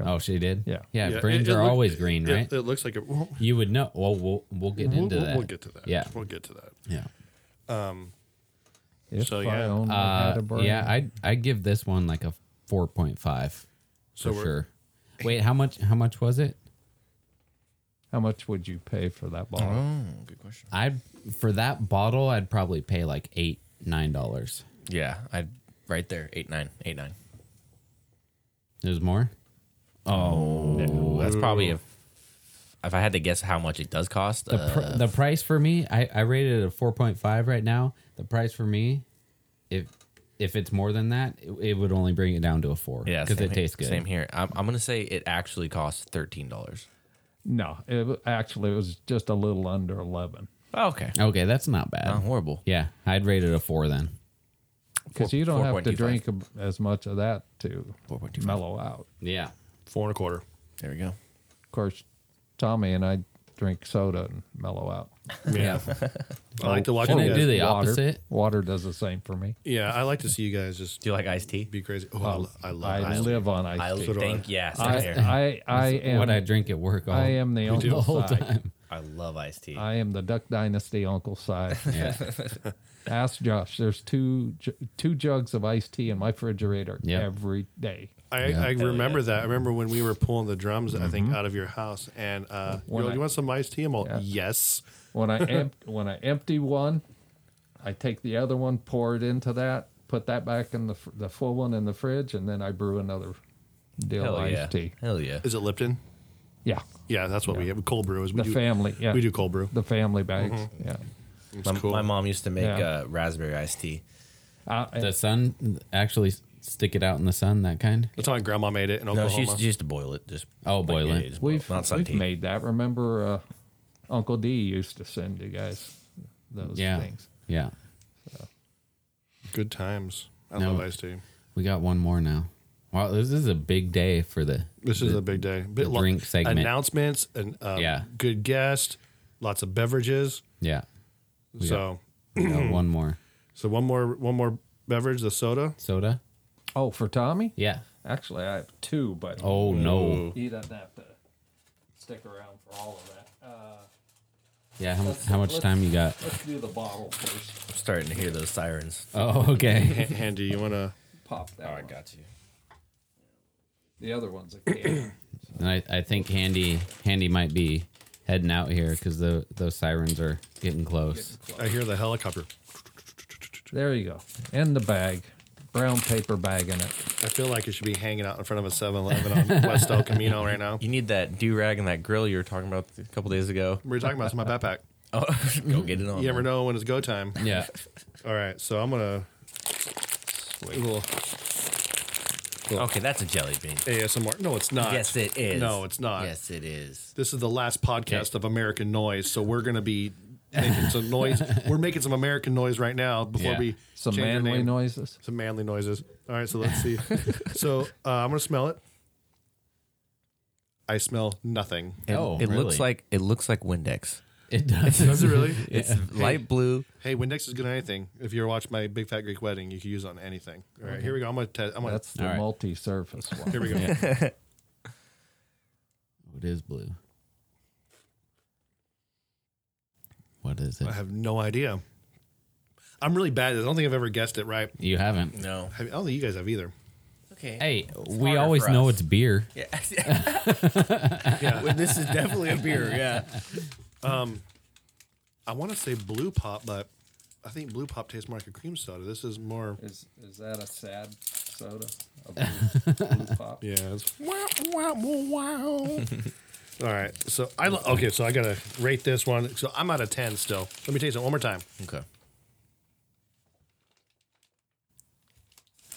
[SPEAKER 3] oh, she did.
[SPEAKER 5] Yeah.
[SPEAKER 3] yeah.
[SPEAKER 2] Yeah,
[SPEAKER 3] brains
[SPEAKER 2] it- it
[SPEAKER 3] are
[SPEAKER 2] look-
[SPEAKER 3] always green,
[SPEAKER 2] it-
[SPEAKER 3] right?
[SPEAKER 2] It, looks like it. We'll,
[SPEAKER 3] you would know. Well, we'll we'll get
[SPEAKER 2] we'll,
[SPEAKER 3] into
[SPEAKER 2] we'll-
[SPEAKER 3] that.
[SPEAKER 2] we'll get to that.
[SPEAKER 3] Yeah.
[SPEAKER 2] we'll get to that.
[SPEAKER 3] Yeah.
[SPEAKER 5] If
[SPEAKER 2] So,
[SPEAKER 5] I
[SPEAKER 2] yeah.
[SPEAKER 5] only had
[SPEAKER 3] Uh,
[SPEAKER 5] a brain.
[SPEAKER 3] yeah. I I give this one like a four point five
[SPEAKER 2] So
[SPEAKER 3] for
[SPEAKER 2] we're-
[SPEAKER 3] sure. Wait, how much? How much was it?
[SPEAKER 5] How much would you pay for that bottle?
[SPEAKER 3] Uh-huh. I for that bottle, I'd probably pay like eight nine dollars.
[SPEAKER 4] yeah i right there eight nine eight nine
[SPEAKER 3] There's more.
[SPEAKER 4] that's probably a if I had to guess how much it does cost, uh,
[SPEAKER 3] The, pr-
[SPEAKER 2] Uh,
[SPEAKER 3] the price for me, I, I rated it a 4.5 right now. The price for me, if if it's more than that, it, it would only bring it down to a four.
[SPEAKER 4] Yeah,
[SPEAKER 3] because
[SPEAKER 4] same
[SPEAKER 3] it
[SPEAKER 4] he-
[SPEAKER 3] tastes good.
[SPEAKER 4] Same here. I'm, I'm gonna say it actually costs thirteen dollars.
[SPEAKER 5] No, it wa- actually it was just a little under eleven
[SPEAKER 4] Oh, okay,
[SPEAKER 3] Okay, that's not bad.
[SPEAKER 4] not Oh, horrible.
[SPEAKER 3] Oh, Yeah, I'd rate it a four then.
[SPEAKER 5] because
[SPEAKER 4] Four-
[SPEAKER 5] you don't have to
[SPEAKER 4] 4.25.
[SPEAKER 5] drink ab- as much of that to
[SPEAKER 4] 4.25.
[SPEAKER 5] mellow out.
[SPEAKER 3] Yeah.
[SPEAKER 2] Four and a quarter.
[SPEAKER 4] There we go.
[SPEAKER 5] Of course, Tommy and I drink soda and mellow out.
[SPEAKER 2] Yeah. I like to watch
[SPEAKER 3] Shouldn't
[SPEAKER 2] you
[SPEAKER 3] it
[SPEAKER 2] guys.
[SPEAKER 3] Oh, do the
[SPEAKER 5] water,
[SPEAKER 3] opposite?
[SPEAKER 5] Water does the same for me.
[SPEAKER 2] Yeah, I like to see you guys just
[SPEAKER 4] Do you like iced tea?
[SPEAKER 2] be crazy. Oh,
[SPEAKER 5] Um,
[SPEAKER 2] I, lo- I
[SPEAKER 5] I
[SPEAKER 2] love ice.
[SPEAKER 5] live on ice.
[SPEAKER 4] I
[SPEAKER 5] tea.
[SPEAKER 2] do
[SPEAKER 4] think
[SPEAKER 2] I.
[SPEAKER 4] yes.
[SPEAKER 5] I, I, I am.
[SPEAKER 3] what I drink at work all
[SPEAKER 5] I am the uncle
[SPEAKER 3] the whole
[SPEAKER 5] side.
[SPEAKER 3] time.
[SPEAKER 4] I love iced tea.
[SPEAKER 5] I am the Duck Dynasty uncle side.
[SPEAKER 3] Yeah.
[SPEAKER 5] Ask Josh. There's two ju- two jugs of iced tea in my refrigerator
[SPEAKER 3] Yep.
[SPEAKER 5] every day.
[SPEAKER 2] I, I remember that. I remember when we were pulling the drums, I think, out of your house. And uh, you,
[SPEAKER 5] When
[SPEAKER 2] know,
[SPEAKER 5] I-
[SPEAKER 2] you want some iced tea? I'm all,
[SPEAKER 5] Yeah.
[SPEAKER 2] yes.
[SPEAKER 5] When I em- when I empty one, I take the other one, pour it into that, put that back in the fr- the full one in the fridge, and then I brew another deal
[SPEAKER 4] Hell
[SPEAKER 5] of iced
[SPEAKER 4] yeah.
[SPEAKER 5] tea.
[SPEAKER 4] Hell yeah.
[SPEAKER 2] Is it Lipton?
[SPEAKER 5] Yeah,
[SPEAKER 2] Yeah, that's what we have. Cold brew is we
[SPEAKER 5] the
[SPEAKER 2] do.
[SPEAKER 5] family. Yeah,
[SPEAKER 2] We do Mm-hmm. cold brew.
[SPEAKER 5] the family bags. Yeah,
[SPEAKER 2] It's
[SPEAKER 4] My,
[SPEAKER 2] cool.
[SPEAKER 4] my mom used to make
[SPEAKER 5] Yeah.
[SPEAKER 4] uh, raspberry iced tea.
[SPEAKER 5] Uh,
[SPEAKER 3] The sun, actually stick it out in the sun, that kind.
[SPEAKER 2] That's how my grandma made it in
[SPEAKER 4] No,
[SPEAKER 2] Oklahoma.
[SPEAKER 4] she used, she used to boil it. Just
[SPEAKER 3] Oh, boil it.
[SPEAKER 4] just boil
[SPEAKER 5] we've
[SPEAKER 4] Not sun
[SPEAKER 5] we've
[SPEAKER 4] tea.
[SPEAKER 5] made that. Remember, uh, Uncle D used to send you guys those
[SPEAKER 3] Yeah.
[SPEAKER 5] things.
[SPEAKER 3] Yeah.
[SPEAKER 2] Good times. I
[SPEAKER 3] No.
[SPEAKER 2] love iced tea.
[SPEAKER 3] We got one more now. Wow, this is a big day for the.
[SPEAKER 2] This is a big day. Bit
[SPEAKER 3] the drink segment.
[SPEAKER 2] Announcements and um,
[SPEAKER 3] Yeah.
[SPEAKER 2] good guest, lots of beverages.
[SPEAKER 3] Yeah. We got-
[SPEAKER 2] So
[SPEAKER 3] we got one more.
[SPEAKER 2] so one more one more beverage, the soda.
[SPEAKER 3] Soda?
[SPEAKER 5] Oh, for Tommy?
[SPEAKER 3] Yeah.
[SPEAKER 5] Actually, I have two, but
[SPEAKER 3] Oh, no.
[SPEAKER 5] he doesn't have to stick around for all of that. Uh,
[SPEAKER 3] Yeah. How,
[SPEAKER 5] Let's-
[SPEAKER 3] how much
[SPEAKER 5] let's-
[SPEAKER 3] time you got?
[SPEAKER 5] let's do the bottle first.
[SPEAKER 4] I'm starting to hear those sirens.
[SPEAKER 3] Oh, okay.
[SPEAKER 2] Ha- Handy, you want to?
[SPEAKER 5] Pop that. one.
[SPEAKER 4] Oh, you.
[SPEAKER 5] The other one's a can.
[SPEAKER 3] And I, I think Handy Handy might be heading out here because those sirens are getting close.
[SPEAKER 2] I hear the helicopter.
[SPEAKER 5] there you go. And the bag, brown paper bag in it.
[SPEAKER 2] I feel like it should be hanging out in front of a 7-Eleven on West El Camino right now.
[SPEAKER 4] You need that do rag and that grill you were talking about a couple days ago.
[SPEAKER 2] We were talking about this in my backpack.
[SPEAKER 4] Oh, go get it on.
[SPEAKER 2] You never
[SPEAKER 4] man.
[SPEAKER 2] know when it's go time.
[SPEAKER 3] Yeah.
[SPEAKER 2] All right, so I'm gonna a little
[SPEAKER 4] Okay, that's a jelly bean.
[SPEAKER 2] ASMR. No, it's not.
[SPEAKER 4] Yes, it is.
[SPEAKER 2] No, it's not.
[SPEAKER 4] Yes, it is.
[SPEAKER 2] This is the last podcast of American Noise, so we're gonna be making some noise. We're making some American noise right now before
[SPEAKER 3] Yeah.
[SPEAKER 2] we
[SPEAKER 5] Some
[SPEAKER 2] change our
[SPEAKER 5] manly
[SPEAKER 2] name.
[SPEAKER 5] noises.
[SPEAKER 2] Some manly noises. All right, so let's see. so uh, I'm gonna smell it. I smell nothing.
[SPEAKER 4] It,
[SPEAKER 3] Oh,
[SPEAKER 4] it
[SPEAKER 3] really?
[SPEAKER 4] looks like it looks like Windex.
[SPEAKER 3] It does.
[SPEAKER 2] Does it really?
[SPEAKER 4] It's light blue.
[SPEAKER 2] Hey, Windex is good on anything. If you ever watch my Big Fat Greek Wedding, you can use it on anything. All right, here we go. I'm gonna. Te- I'm gonna.
[SPEAKER 5] That's the
[SPEAKER 3] All right.
[SPEAKER 5] multi-surface one.
[SPEAKER 2] here we go.
[SPEAKER 3] It is blue. What is it?
[SPEAKER 2] I have no idea. I'm really bad at this. I don't think I've ever guessed it right.
[SPEAKER 3] You haven't.
[SPEAKER 4] No.
[SPEAKER 2] I don't think you guys have either.
[SPEAKER 4] Okay.
[SPEAKER 3] Hey, we
[SPEAKER 4] harder
[SPEAKER 3] always
[SPEAKER 4] for
[SPEAKER 3] know
[SPEAKER 4] us.
[SPEAKER 3] it's beer.
[SPEAKER 2] Yeah.
[SPEAKER 4] this is definitely a beer. Yeah.
[SPEAKER 2] Um, I want to say blue pop, but I think blue pop tastes more like a cream soda. This is more.
[SPEAKER 5] Is is that a sad soda? A blue, blue pop?
[SPEAKER 2] Yeah. It's wow, wow, wow, wow. All right. So I lo- okay. So I gotta rate this one. So I'm out of ten still. Let me taste it one more time.
[SPEAKER 4] Okay.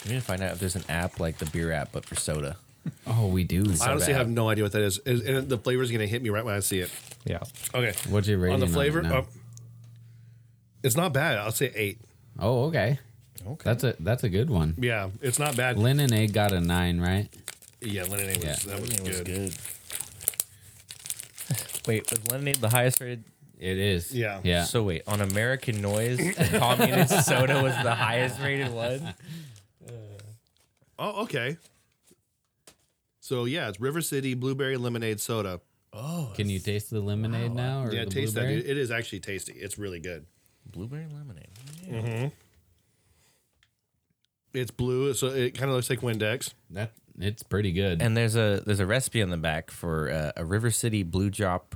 [SPEAKER 4] We need to find out if there's an app like the beer app, but for soda.
[SPEAKER 3] Oh, we do.
[SPEAKER 2] I honestly
[SPEAKER 4] bad.
[SPEAKER 2] have no idea what that is, and and the flavor is gonna hit me right when I see it.
[SPEAKER 5] Yeah.
[SPEAKER 2] Okay.
[SPEAKER 3] What's your rating
[SPEAKER 2] on the
[SPEAKER 3] on it
[SPEAKER 2] flavor?
[SPEAKER 3] now?
[SPEAKER 2] uh, it's not bad. I'll say eight.
[SPEAKER 3] Oh, okay. Okay. That's a that's a good one.
[SPEAKER 2] Yeah, it's not bad.
[SPEAKER 3] Lynn and Egg got a nine, right?
[SPEAKER 2] yeah, lemonade was
[SPEAKER 3] Yeah.
[SPEAKER 2] that was good.
[SPEAKER 4] Wait, was lemonade the highest rated?
[SPEAKER 3] It is.
[SPEAKER 2] Yeah.
[SPEAKER 3] Yeah.
[SPEAKER 4] So wait, on American Noise, communist soda was the highest rated one.
[SPEAKER 2] Oh, okay. So yeah, it's River City Blueberry Lemonade Soda.
[SPEAKER 3] Can you taste the lemonade now? Or
[SPEAKER 2] Yeah,
[SPEAKER 3] the
[SPEAKER 2] taste
[SPEAKER 3] blueberry?
[SPEAKER 2] that. dude. It is actually tasty. It's really good.
[SPEAKER 4] Blueberry lemonade.
[SPEAKER 2] It's blue, so it kind of looks like Windex.
[SPEAKER 3] That it's pretty good.
[SPEAKER 4] And there's a there's a recipe on the back for uh, a River City Blue Drop,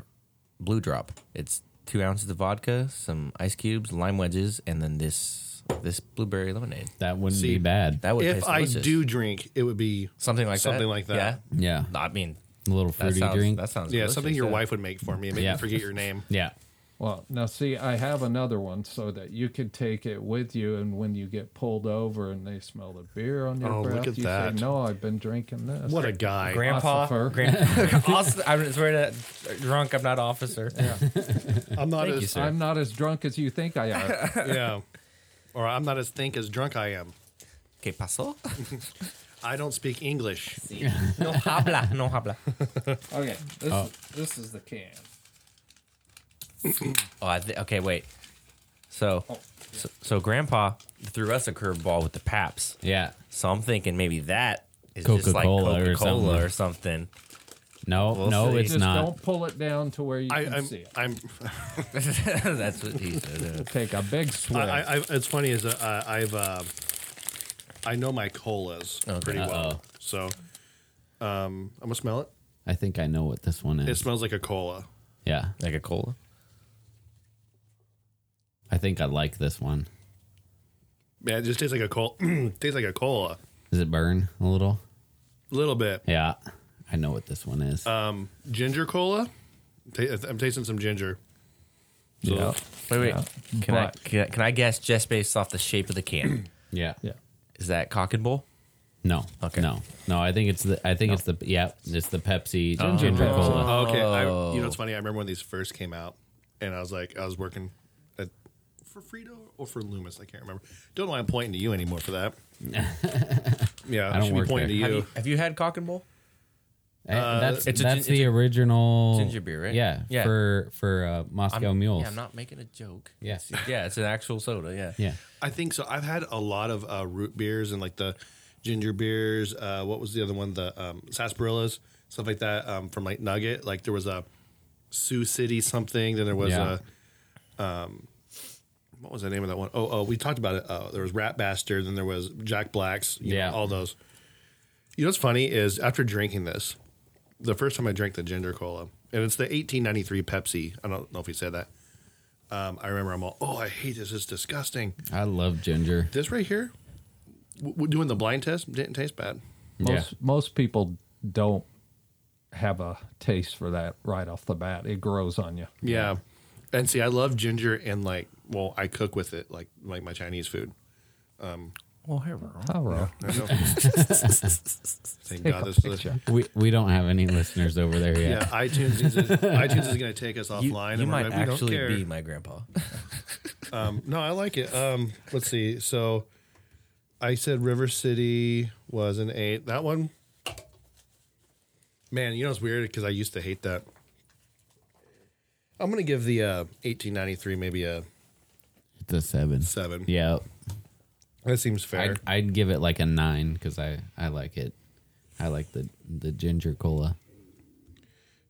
[SPEAKER 4] Blue Drop. It's two ounces of vodka, some ice cubes, lime wedges, and then this this blueberry lemonade.
[SPEAKER 3] that wouldn't
[SPEAKER 2] See,
[SPEAKER 3] be bad.
[SPEAKER 4] That would
[SPEAKER 2] If
[SPEAKER 4] taste
[SPEAKER 2] I
[SPEAKER 4] Oh, delicious.
[SPEAKER 2] do drink, it would be
[SPEAKER 4] something like that,
[SPEAKER 2] something like that.
[SPEAKER 4] Yeah,
[SPEAKER 3] yeah.
[SPEAKER 4] I mean
[SPEAKER 3] A little
[SPEAKER 4] That
[SPEAKER 3] fruity
[SPEAKER 4] sounds,
[SPEAKER 3] drink.
[SPEAKER 4] that sounds
[SPEAKER 2] Yeah,
[SPEAKER 4] delicious,
[SPEAKER 2] something your
[SPEAKER 4] yeah.
[SPEAKER 2] wife would make for me and make
[SPEAKER 3] Yeah.
[SPEAKER 2] me forget your name.
[SPEAKER 3] yeah.
[SPEAKER 5] Well, now see, I have another one so that you could take it with you, and when you get pulled over and they smell the beer on your
[SPEAKER 2] Oh, look
[SPEAKER 5] breath,
[SPEAKER 2] at
[SPEAKER 5] you
[SPEAKER 2] that.
[SPEAKER 5] say, "No, I've been drinking this."
[SPEAKER 2] What a guy.
[SPEAKER 4] Grandpa,
[SPEAKER 5] Ossifer.
[SPEAKER 4] grandpa, Os- I'm swear to drunk. I'm not officer.
[SPEAKER 2] I'm not
[SPEAKER 4] Thank
[SPEAKER 2] as
[SPEAKER 4] you, sir.
[SPEAKER 5] I'm not as drunk as you think I am.
[SPEAKER 2] yeah. Or I'm not as think as drunk I am.
[SPEAKER 4] Que pasó?
[SPEAKER 2] I don't speak English.
[SPEAKER 4] No habla, no habla.
[SPEAKER 5] okay, this, this is the can.
[SPEAKER 4] Oh, I thi- okay, wait. So, so, so Grandpa threw us a curveball with the Paps.
[SPEAKER 3] Yeah.
[SPEAKER 4] So I'm thinking maybe that is just like
[SPEAKER 3] Coca-Cola or
[SPEAKER 4] Coca Cola
[SPEAKER 3] something.
[SPEAKER 4] or, something.
[SPEAKER 3] No,
[SPEAKER 4] We'll
[SPEAKER 3] no,
[SPEAKER 4] see.
[SPEAKER 3] it's
[SPEAKER 5] Just
[SPEAKER 3] not.
[SPEAKER 5] don't pull it down to where you
[SPEAKER 2] I,
[SPEAKER 5] can
[SPEAKER 2] I'm,
[SPEAKER 5] see it.
[SPEAKER 2] I'm,
[SPEAKER 4] That's what he said.
[SPEAKER 5] Take a big
[SPEAKER 2] I,
[SPEAKER 5] swig.
[SPEAKER 2] I, I, it's funny is uh, I- I've, uh, I know my colas pretty well. So, um, I'm gonna smell it.
[SPEAKER 3] I think I know what this one
[SPEAKER 2] It
[SPEAKER 3] is.
[SPEAKER 2] smells like a cola.
[SPEAKER 3] yeah.
[SPEAKER 4] Like a cola.
[SPEAKER 3] I think I like this one.
[SPEAKER 2] Yeah, it just tastes like a cola. tastes like a cola.
[SPEAKER 3] Does it burn a little?
[SPEAKER 2] A little bit.
[SPEAKER 3] Yeah. I know what this one is.
[SPEAKER 4] Uh,
[SPEAKER 2] Um, ginger cola. Ta- I'm tasting some ginger. So,
[SPEAKER 3] yeah.
[SPEAKER 4] Wait, wait.
[SPEAKER 5] Yeah.
[SPEAKER 4] Can, I,
[SPEAKER 5] But-
[SPEAKER 4] can I can I guess just based off the shape of the can?
[SPEAKER 3] Yeah.
[SPEAKER 5] yeah.
[SPEAKER 4] is that cock and bull?
[SPEAKER 3] No.
[SPEAKER 4] Okay.
[SPEAKER 3] No. No, I think it's the I think it's the yeah, it's the Pepsi ginger
[SPEAKER 4] Oh.
[SPEAKER 3] cola.
[SPEAKER 2] Oh, okay. I, you know, it's funny. I remember when these first came out, and I was like, I was working at, for Frito or for Loomis. I can't remember. Don't know why I'm pointing to you anymore for that. yeah, I
[SPEAKER 3] don't
[SPEAKER 2] should
[SPEAKER 3] work
[SPEAKER 2] be pointing
[SPEAKER 3] there.
[SPEAKER 4] Have
[SPEAKER 2] to you.
[SPEAKER 4] you, have you had cock and bull?
[SPEAKER 3] Eh, that's
[SPEAKER 4] it's a
[SPEAKER 3] that's
[SPEAKER 4] gin-
[SPEAKER 3] the original
[SPEAKER 4] ginger beer, right?
[SPEAKER 3] Yeah,
[SPEAKER 4] Yeah.
[SPEAKER 3] for for uh, Moscow mules.
[SPEAKER 4] Yeah, I'm not making a joke.
[SPEAKER 3] Yeah.
[SPEAKER 4] It's- yeah, it's an actual soda. Yeah,
[SPEAKER 3] Yeah.
[SPEAKER 2] I think so. I've had a lot of uh, root beers and like the ginger beers. Uh, what was the other one? The um, sarsaparillas, stuff like that um, from like Nugget. Like there was a Sioux City something. Then there was
[SPEAKER 3] Yeah.
[SPEAKER 2] a um, what was the name of that one? Oh, oh, we talked about it. Uh, there was Rat Bastard. Then there was Jack Blacks. you know,
[SPEAKER 3] Yeah.
[SPEAKER 2] all those. You know what's funny is after drinking this, the first time I drank the ginger cola, and it's the 1893 Pepsi. I don't know if we said that. Um, I remember I'm all, oh, I hate this. It's disgusting
[SPEAKER 3] I love ginger.
[SPEAKER 2] this right here, w- w- doing the blind test didn't taste bad.
[SPEAKER 5] Most most people don't have a taste for that right off the bat. It grows on you.
[SPEAKER 2] Yeah, and see, I love ginger and like, well, I cook with it like like my Chinese food.
[SPEAKER 4] Well, however,
[SPEAKER 5] However,
[SPEAKER 2] I know. Thank God this. Is
[SPEAKER 5] picture.
[SPEAKER 3] We we don't have any listeners over there yet.
[SPEAKER 2] yeah, iTunes is iTunes is going to take us offline.
[SPEAKER 4] you,
[SPEAKER 2] and
[SPEAKER 4] you
[SPEAKER 2] we're
[SPEAKER 4] might
[SPEAKER 2] like, we don't
[SPEAKER 4] actually
[SPEAKER 2] care.
[SPEAKER 4] be my grandpa.
[SPEAKER 2] Um, no, I like it. Um, let's see. So, I said River City was an eight. That one, man. You know it's weird because I used to hate that. I'm gonna give the uh, 1893 maybe a
[SPEAKER 3] It's a seven.
[SPEAKER 2] seven.
[SPEAKER 3] Yeah.
[SPEAKER 2] That seems fair.
[SPEAKER 3] I'd, I'd give it like a nine because I I like it. I like the the ginger cola.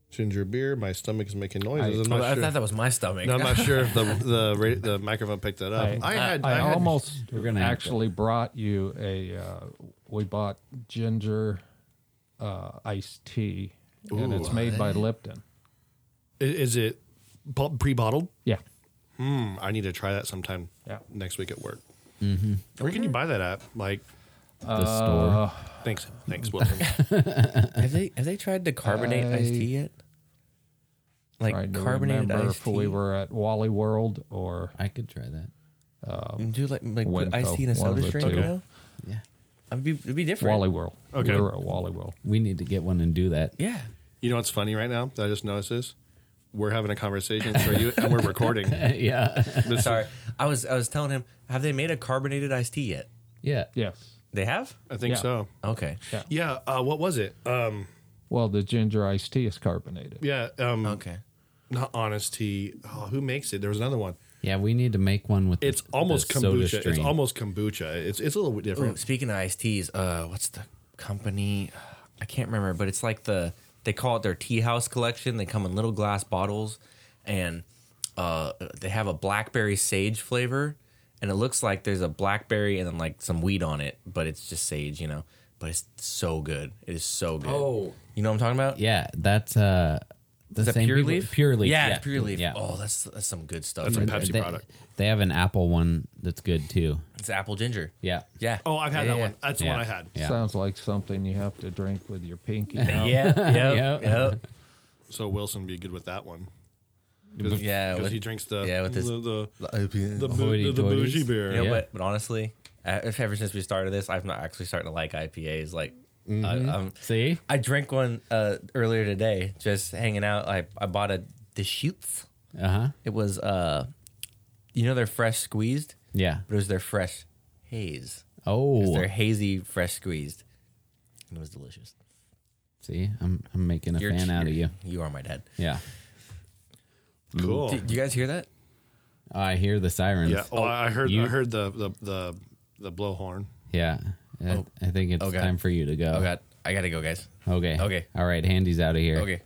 [SPEAKER 2] Ginger beer. My stomach is making noises. I, am
[SPEAKER 4] Oh,
[SPEAKER 2] not
[SPEAKER 4] I
[SPEAKER 2] sure.
[SPEAKER 4] thought that was my stomach.
[SPEAKER 2] No, I'm not sure if the the ra- the microphone picked that up. I, had.
[SPEAKER 5] I,
[SPEAKER 2] I, had-
[SPEAKER 5] almost
[SPEAKER 3] We're gonna have to-
[SPEAKER 5] actually brought you a. Uh, we bought ginger uh, iced tea, and it's made by Lipton.
[SPEAKER 2] i- Is it pre bottled?
[SPEAKER 5] Yeah,
[SPEAKER 2] Hmm, I need to try that sometime
[SPEAKER 5] Yeah.
[SPEAKER 2] next week at work. Where can you buy that at? Like,
[SPEAKER 3] The
[SPEAKER 4] Uh,
[SPEAKER 5] Uh,
[SPEAKER 3] store.
[SPEAKER 2] thanks, thanks, Wilson.
[SPEAKER 4] have they have they tried to carbonate iced tea yet? Like
[SPEAKER 5] trying to
[SPEAKER 4] carbonated
[SPEAKER 5] remember
[SPEAKER 4] iced
[SPEAKER 5] if
[SPEAKER 4] tea.
[SPEAKER 5] we were at Wally World or
[SPEAKER 3] I could try that.
[SPEAKER 4] do like like put
[SPEAKER 5] Winco,
[SPEAKER 4] iced tea in a
[SPEAKER 5] one of
[SPEAKER 4] soda
[SPEAKER 5] the
[SPEAKER 4] stream.
[SPEAKER 5] two.
[SPEAKER 4] You know,
[SPEAKER 3] Yeah.
[SPEAKER 4] I'd be it'd be different.
[SPEAKER 5] Wally World.
[SPEAKER 2] Okay.
[SPEAKER 5] we were at Wally World.
[SPEAKER 3] We need to get one and do that.
[SPEAKER 4] Yeah,
[SPEAKER 2] you know what's funny right now that I just noticed is we're having a conversation for you and we're recording.
[SPEAKER 3] yeah.
[SPEAKER 2] This is-
[SPEAKER 4] sorry. I was I was telling him, have they made a carbonated iced tea yet?
[SPEAKER 3] Yeah.
[SPEAKER 5] Yes.
[SPEAKER 4] They have.
[SPEAKER 2] I think
[SPEAKER 5] Yeah.
[SPEAKER 2] so.
[SPEAKER 4] Okay.
[SPEAKER 2] Yeah. Uh, what was it? Um,
[SPEAKER 5] Well, the ginger iced tea is carbonated.
[SPEAKER 2] yeah. Um,
[SPEAKER 4] Okay.
[SPEAKER 2] Not honesty. Oh, who makes it? There was another one.
[SPEAKER 3] Yeah, we need to make one with
[SPEAKER 2] It's
[SPEAKER 3] the- the
[SPEAKER 2] almost
[SPEAKER 3] soda
[SPEAKER 2] kombucha. It's
[SPEAKER 3] stream.
[SPEAKER 2] almost kombucha. It's it's a little bit
[SPEAKER 4] Ooh,
[SPEAKER 2] different.
[SPEAKER 4] speaking of iced teas, uh, what's the company? I can't remember, but it's like the they call it their tea house collection. They come in little glass bottles, and uh, they have a blackberry sage flavor, and it looks like there's a blackberry and then like some weed on it, but it's just sage, you know. But it's so good. It is so good.
[SPEAKER 3] Oh.
[SPEAKER 4] you know what I'm talking about?
[SPEAKER 3] Yeah, that's uh the
[SPEAKER 4] Is that
[SPEAKER 3] same
[SPEAKER 4] pure
[SPEAKER 3] people-
[SPEAKER 4] leaf?
[SPEAKER 3] Pure leaf.
[SPEAKER 4] Yeah,
[SPEAKER 3] yeah.
[SPEAKER 4] pure leaf.
[SPEAKER 3] Yeah.
[SPEAKER 4] Oh, that's that's some good stuff.
[SPEAKER 2] That's a
[SPEAKER 4] right
[SPEAKER 2] Pepsi
[SPEAKER 3] they,
[SPEAKER 2] product.
[SPEAKER 3] They have an apple one that's good too.
[SPEAKER 4] there. It's apple ginger.
[SPEAKER 3] Yeah.
[SPEAKER 4] Yeah.
[SPEAKER 2] Oh, I've had
[SPEAKER 4] Yeah,
[SPEAKER 2] that
[SPEAKER 4] yeah,
[SPEAKER 2] one. That's the
[SPEAKER 3] Yeah.
[SPEAKER 2] one I had.
[SPEAKER 3] Yeah.
[SPEAKER 5] Sounds like something you have to drink with your pinky.
[SPEAKER 4] Yeah.
[SPEAKER 5] out.
[SPEAKER 4] Yeah.
[SPEAKER 3] Yep.
[SPEAKER 4] yep. yep.
[SPEAKER 2] So Wilson would be good with that one.
[SPEAKER 4] Mm-hmm. Yeah.
[SPEAKER 2] Because
[SPEAKER 4] with-
[SPEAKER 2] he drinks the
[SPEAKER 4] yeah, with his-
[SPEAKER 2] the the, the,
[SPEAKER 4] You
[SPEAKER 2] boo-
[SPEAKER 3] Hoity
[SPEAKER 2] the
[SPEAKER 3] toities.
[SPEAKER 2] bougie beer.
[SPEAKER 4] know,
[SPEAKER 3] Yeah.
[SPEAKER 4] but, but honestly, uh, if ever since we started this, I'm not actually starting to like IPAs. Like, I, I'm,
[SPEAKER 3] See?
[SPEAKER 4] I drank one uh, earlier today, just hanging out. I, I bought a Deschutes.
[SPEAKER 3] Uh huh.
[SPEAKER 4] It was, uh, you know, they're fresh squeezed,
[SPEAKER 3] Yeah.
[SPEAKER 4] but it was their fresh haze. It was
[SPEAKER 3] Oh.
[SPEAKER 4] their hazy fresh squeezed, and it was delicious.
[SPEAKER 3] See, I'm I'm making a
[SPEAKER 4] You're-
[SPEAKER 3] fan out of you.
[SPEAKER 4] you're- You are my dad.
[SPEAKER 3] Yeah.
[SPEAKER 2] Cool.
[SPEAKER 4] Do, do you guys hear that?
[SPEAKER 3] Oh, I hear the sirens.
[SPEAKER 2] Yeah. Oh, I I heard.
[SPEAKER 3] you-
[SPEAKER 2] I heard the the the, the blowhorn.
[SPEAKER 3] Yeah. I, I think it's
[SPEAKER 4] Oh. Okay.
[SPEAKER 3] time for you to go.
[SPEAKER 4] Oh god, I gotta go, guys.
[SPEAKER 3] Okay.
[SPEAKER 4] Okay.
[SPEAKER 3] All right. Handy's out of here.
[SPEAKER 4] Okay.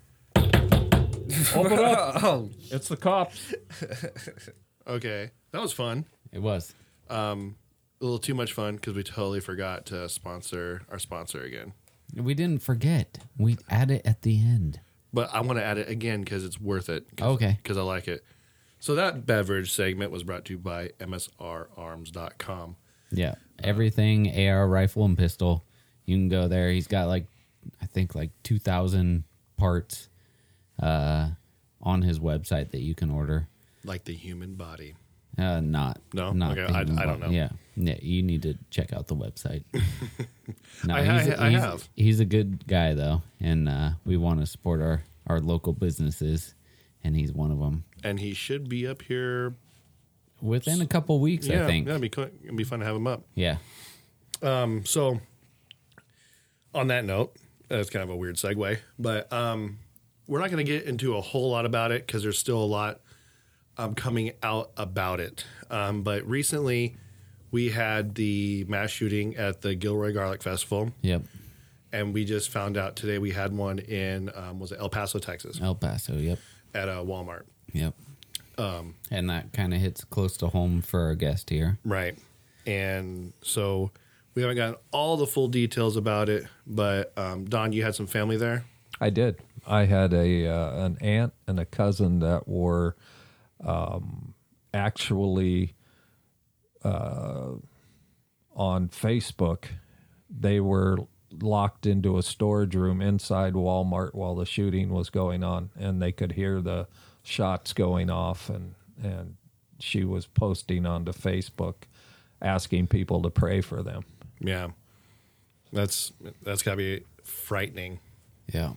[SPEAKER 5] It's the cops.
[SPEAKER 2] Okay, that was fun.
[SPEAKER 3] It was.
[SPEAKER 2] A little too much fun because we totally forgot to sponsor our sponsor again.
[SPEAKER 3] We didn't forget. We add it at the end.
[SPEAKER 2] But I want to add it again because it's worth it.
[SPEAKER 3] Okay.
[SPEAKER 2] Because I like it. So that beverage segment was brought to you by MSRarms.com.
[SPEAKER 3] Yeah. Everything AR rifle and pistol. You can go there. He's got like I think like 2000 parts uh on his website that you can order.
[SPEAKER 2] Like the human body.
[SPEAKER 3] Uh not
[SPEAKER 2] No?
[SPEAKER 3] not
[SPEAKER 2] Okay, I-
[SPEAKER 3] thinking
[SPEAKER 2] I don't
[SPEAKER 3] about-
[SPEAKER 2] know.
[SPEAKER 3] Yeah. Yeah, you need to check out the website. no,
[SPEAKER 2] I-
[SPEAKER 3] he's,
[SPEAKER 2] I- I
[SPEAKER 3] he's-
[SPEAKER 2] have.
[SPEAKER 3] he's a good guy though and uh we want to support our our local businesses and he's one of them.
[SPEAKER 2] And he should be up here.
[SPEAKER 3] Within a couple weeks,
[SPEAKER 2] yeah,
[SPEAKER 3] I think.
[SPEAKER 2] yeah, it'd be, co- it'd be fun to have him up.
[SPEAKER 3] Yeah.
[SPEAKER 2] Um, So, on that note, that's kind of a weird segue, but um, we're not going to get into a whole lot about it because there's still a lot um, coming out about it. Um, but recently, we had the mass shooting at the Gilroy Garlic Festival,
[SPEAKER 3] Yep.
[SPEAKER 2] and we just found out today we had one in um, was it El Paso, Texas,
[SPEAKER 3] El Paso, yep.
[SPEAKER 2] at a Walmart.
[SPEAKER 3] Yep.
[SPEAKER 2] Um,
[SPEAKER 3] and that kind of hits close to home for our guest here.
[SPEAKER 2] Right. And so we haven't gotten all the full details about it, but um, Don, you had some family there.
[SPEAKER 5] I did. I had a uh, an aunt and a cousin that were um, actually uh, on Facebook. They were locked into a storage room inside Walmart while the shooting was going on, and they could hear the shots going off. and And she was posting onto Facebook, asking people to pray for them.
[SPEAKER 2] Yeah. That's that's gotta be frightening,
[SPEAKER 3] Yeah.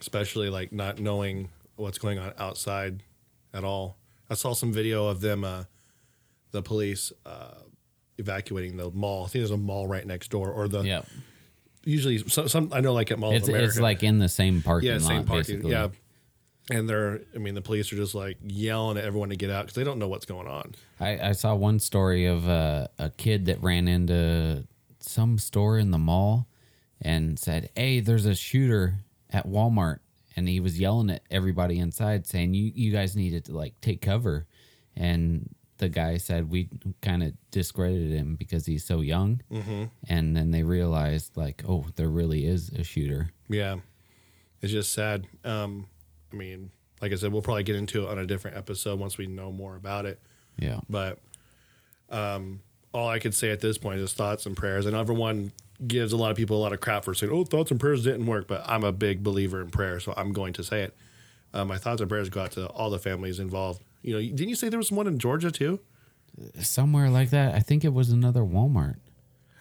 [SPEAKER 2] especially like not knowing what's going on outside at all. I saw some video of them, uh, the police uh, evacuating the mall. I think there's a mall right next door, or the
[SPEAKER 3] Yeah.
[SPEAKER 2] usually some, some I know like at Mall
[SPEAKER 3] It's,
[SPEAKER 2] of America.
[SPEAKER 3] it's like in the same parking
[SPEAKER 2] yeah, same
[SPEAKER 3] lot,
[SPEAKER 2] parking,
[SPEAKER 3] basically.
[SPEAKER 2] yeah. And they're, I mean, the police are just like yelling at everyone to get out because they don't know what's going on.
[SPEAKER 3] I, I saw one story of uh, a kid that ran into some store in the mall and said, Hey, there's a shooter at Walmart. And he was yelling at everybody inside, saying, You, you guys needed to like take cover. And the guy said, We kind of discredited him because he's so young. Mm-hmm. And then they realized, like, oh, there really is a shooter.
[SPEAKER 2] Yeah, it's just sad. Um, I mean, like I said, we'll probably get into it on a different episode once we know more about it.
[SPEAKER 3] Yeah.
[SPEAKER 2] But um, all I could say at this point is thoughts and prayers. And everyone gives a lot of people a lot of crap for saying, "Oh, thoughts and prayers didn't work." But I'm a big believer in prayer, so I'm going to say it. Uh, my thoughts and prayers go out to all the families involved. You know, didn't you say there was one in Georgia too?
[SPEAKER 3] somewhere like that. I think it was another Walmart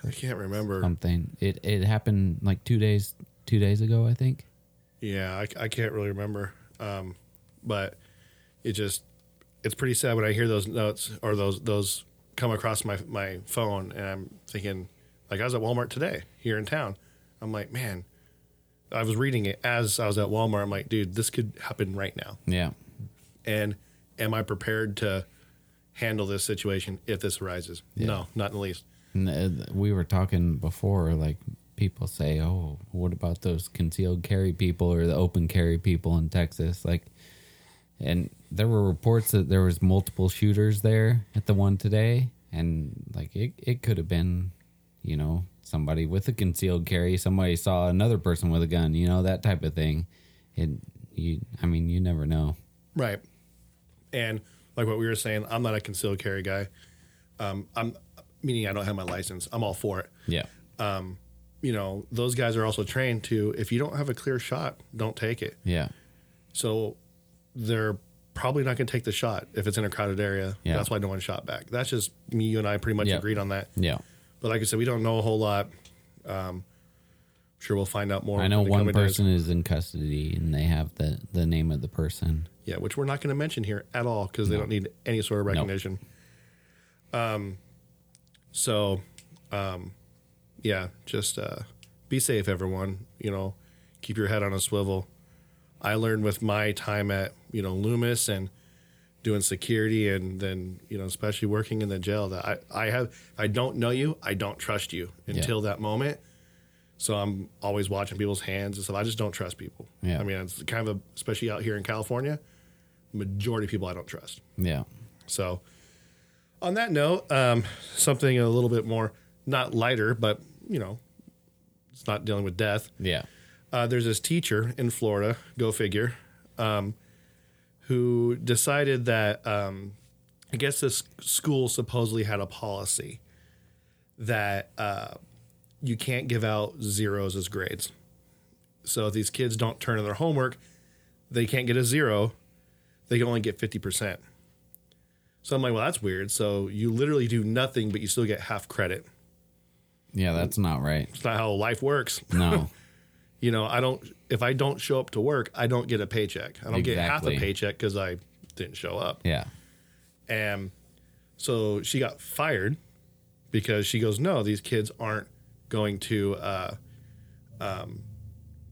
[SPEAKER 2] I can't remember.
[SPEAKER 3] something. It it happened like two days two days ago, I think.
[SPEAKER 2] Yeah, I, I can't really remember. Um, but it just it's pretty sad when I hear those notes or those those come across my my phone, and I'm thinking like I was at Walmart today here in town. I'm like, man, I was reading it as I was at Walmart. I'm like, dude, this could happen right now.
[SPEAKER 3] Yeah,
[SPEAKER 2] And am I prepared to handle this situation if this arises? No, not in the least.
[SPEAKER 3] and uh, we were talking before. Like people say, "Oh, what about those concealed carry people or the open carry people in Texas?" Like, and there were reports that there was multiple shooters there at the one today, and like it it could have been, you know, somebody with a concealed carry. Somebody saw another person with a gun. You know that type of thing. It you I mean, you never know.
[SPEAKER 2] Right. And like what we were saying, I'm not a concealed carry guy. Um, I'm meaning I don't have my license. I'm all for it.
[SPEAKER 3] Yeah.
[SPEAKER 2] You know, those guys are also trained to if you don't have a clear shot, don't take it.
[SPEAKER 3] Yeah.
[SPEAKER 2] So they're probably not going to take the shot if it's in a crowded area.
[SPEAKER 3] Yeah.
[SPEAKER 2] That's why no one shot back. That's just me, you, and I pretty much
[SPEAKER 3] Yeah.
[SPEAKER 2] agreed on that.
[SPEAKER 3] Yeah.
[SPEAKER 2] But like I said, we don't know a whole lot. Um, sure, we'll find out more.
[SPEAKER 3] I know
[SPEAKER 2] in the
[SPEAKER 3] one
[SPEAKER 2] coming days.
[SPEAKER 3] person is in custody and they have the, the name of the person.
[SPEAKER 2] Yeah, which we're not going to mention here at all because they don't need any sort of recognition. Um, so, um, yeah, just uh, be safe, everyone. You know, keep your head on a swivel. I learned with my time at you know Loomis and doing security, and then you know especially working in the jail that I I have I don't know you, I don't trust you until that moment. So I'm always watching people's hands and stuff. I just don't trust people.
[SPEAKER 3] Yeah.
[SPEAKER 2] I mean, it's kind of a, especially out here in California, majority of people I don't trust.
[SPEAKER 3] Yeah.
[SPEAKER 2] So, on that note, um, something a little bit more not lighter, but you know, it's not dealing with death.
[SPEAKER 3] Yeah.
[SPEAKER 2] Uh, there's this teacher in Florida, go figure, um, who decided that um, I guess this school supposedly had a policy that uh, you can't give out zeros as grades. So if these kids don't turn in their homework, they can't get a zero. They can only get 50%. So I'm like, well, that's weird. So you literally do nothing, but you still get half credit.
[SPEAKER 3] Yeah, that's not right.
[SPEAKER 2] It's not how life works.
[SPEAKER 3] No.
[SPEAKER 2] you know, I don't. If I don't show up to work, I don't get a paycheck. I don't get half a
[SPEAKER 3] Exactly.
[SPEAKER 2] paycheck because I didn't show up.
[SPEAKER 3] yeah.
[SPEAKER 2] And so she got fired because she goes, no, these kids aren't going to uh, um,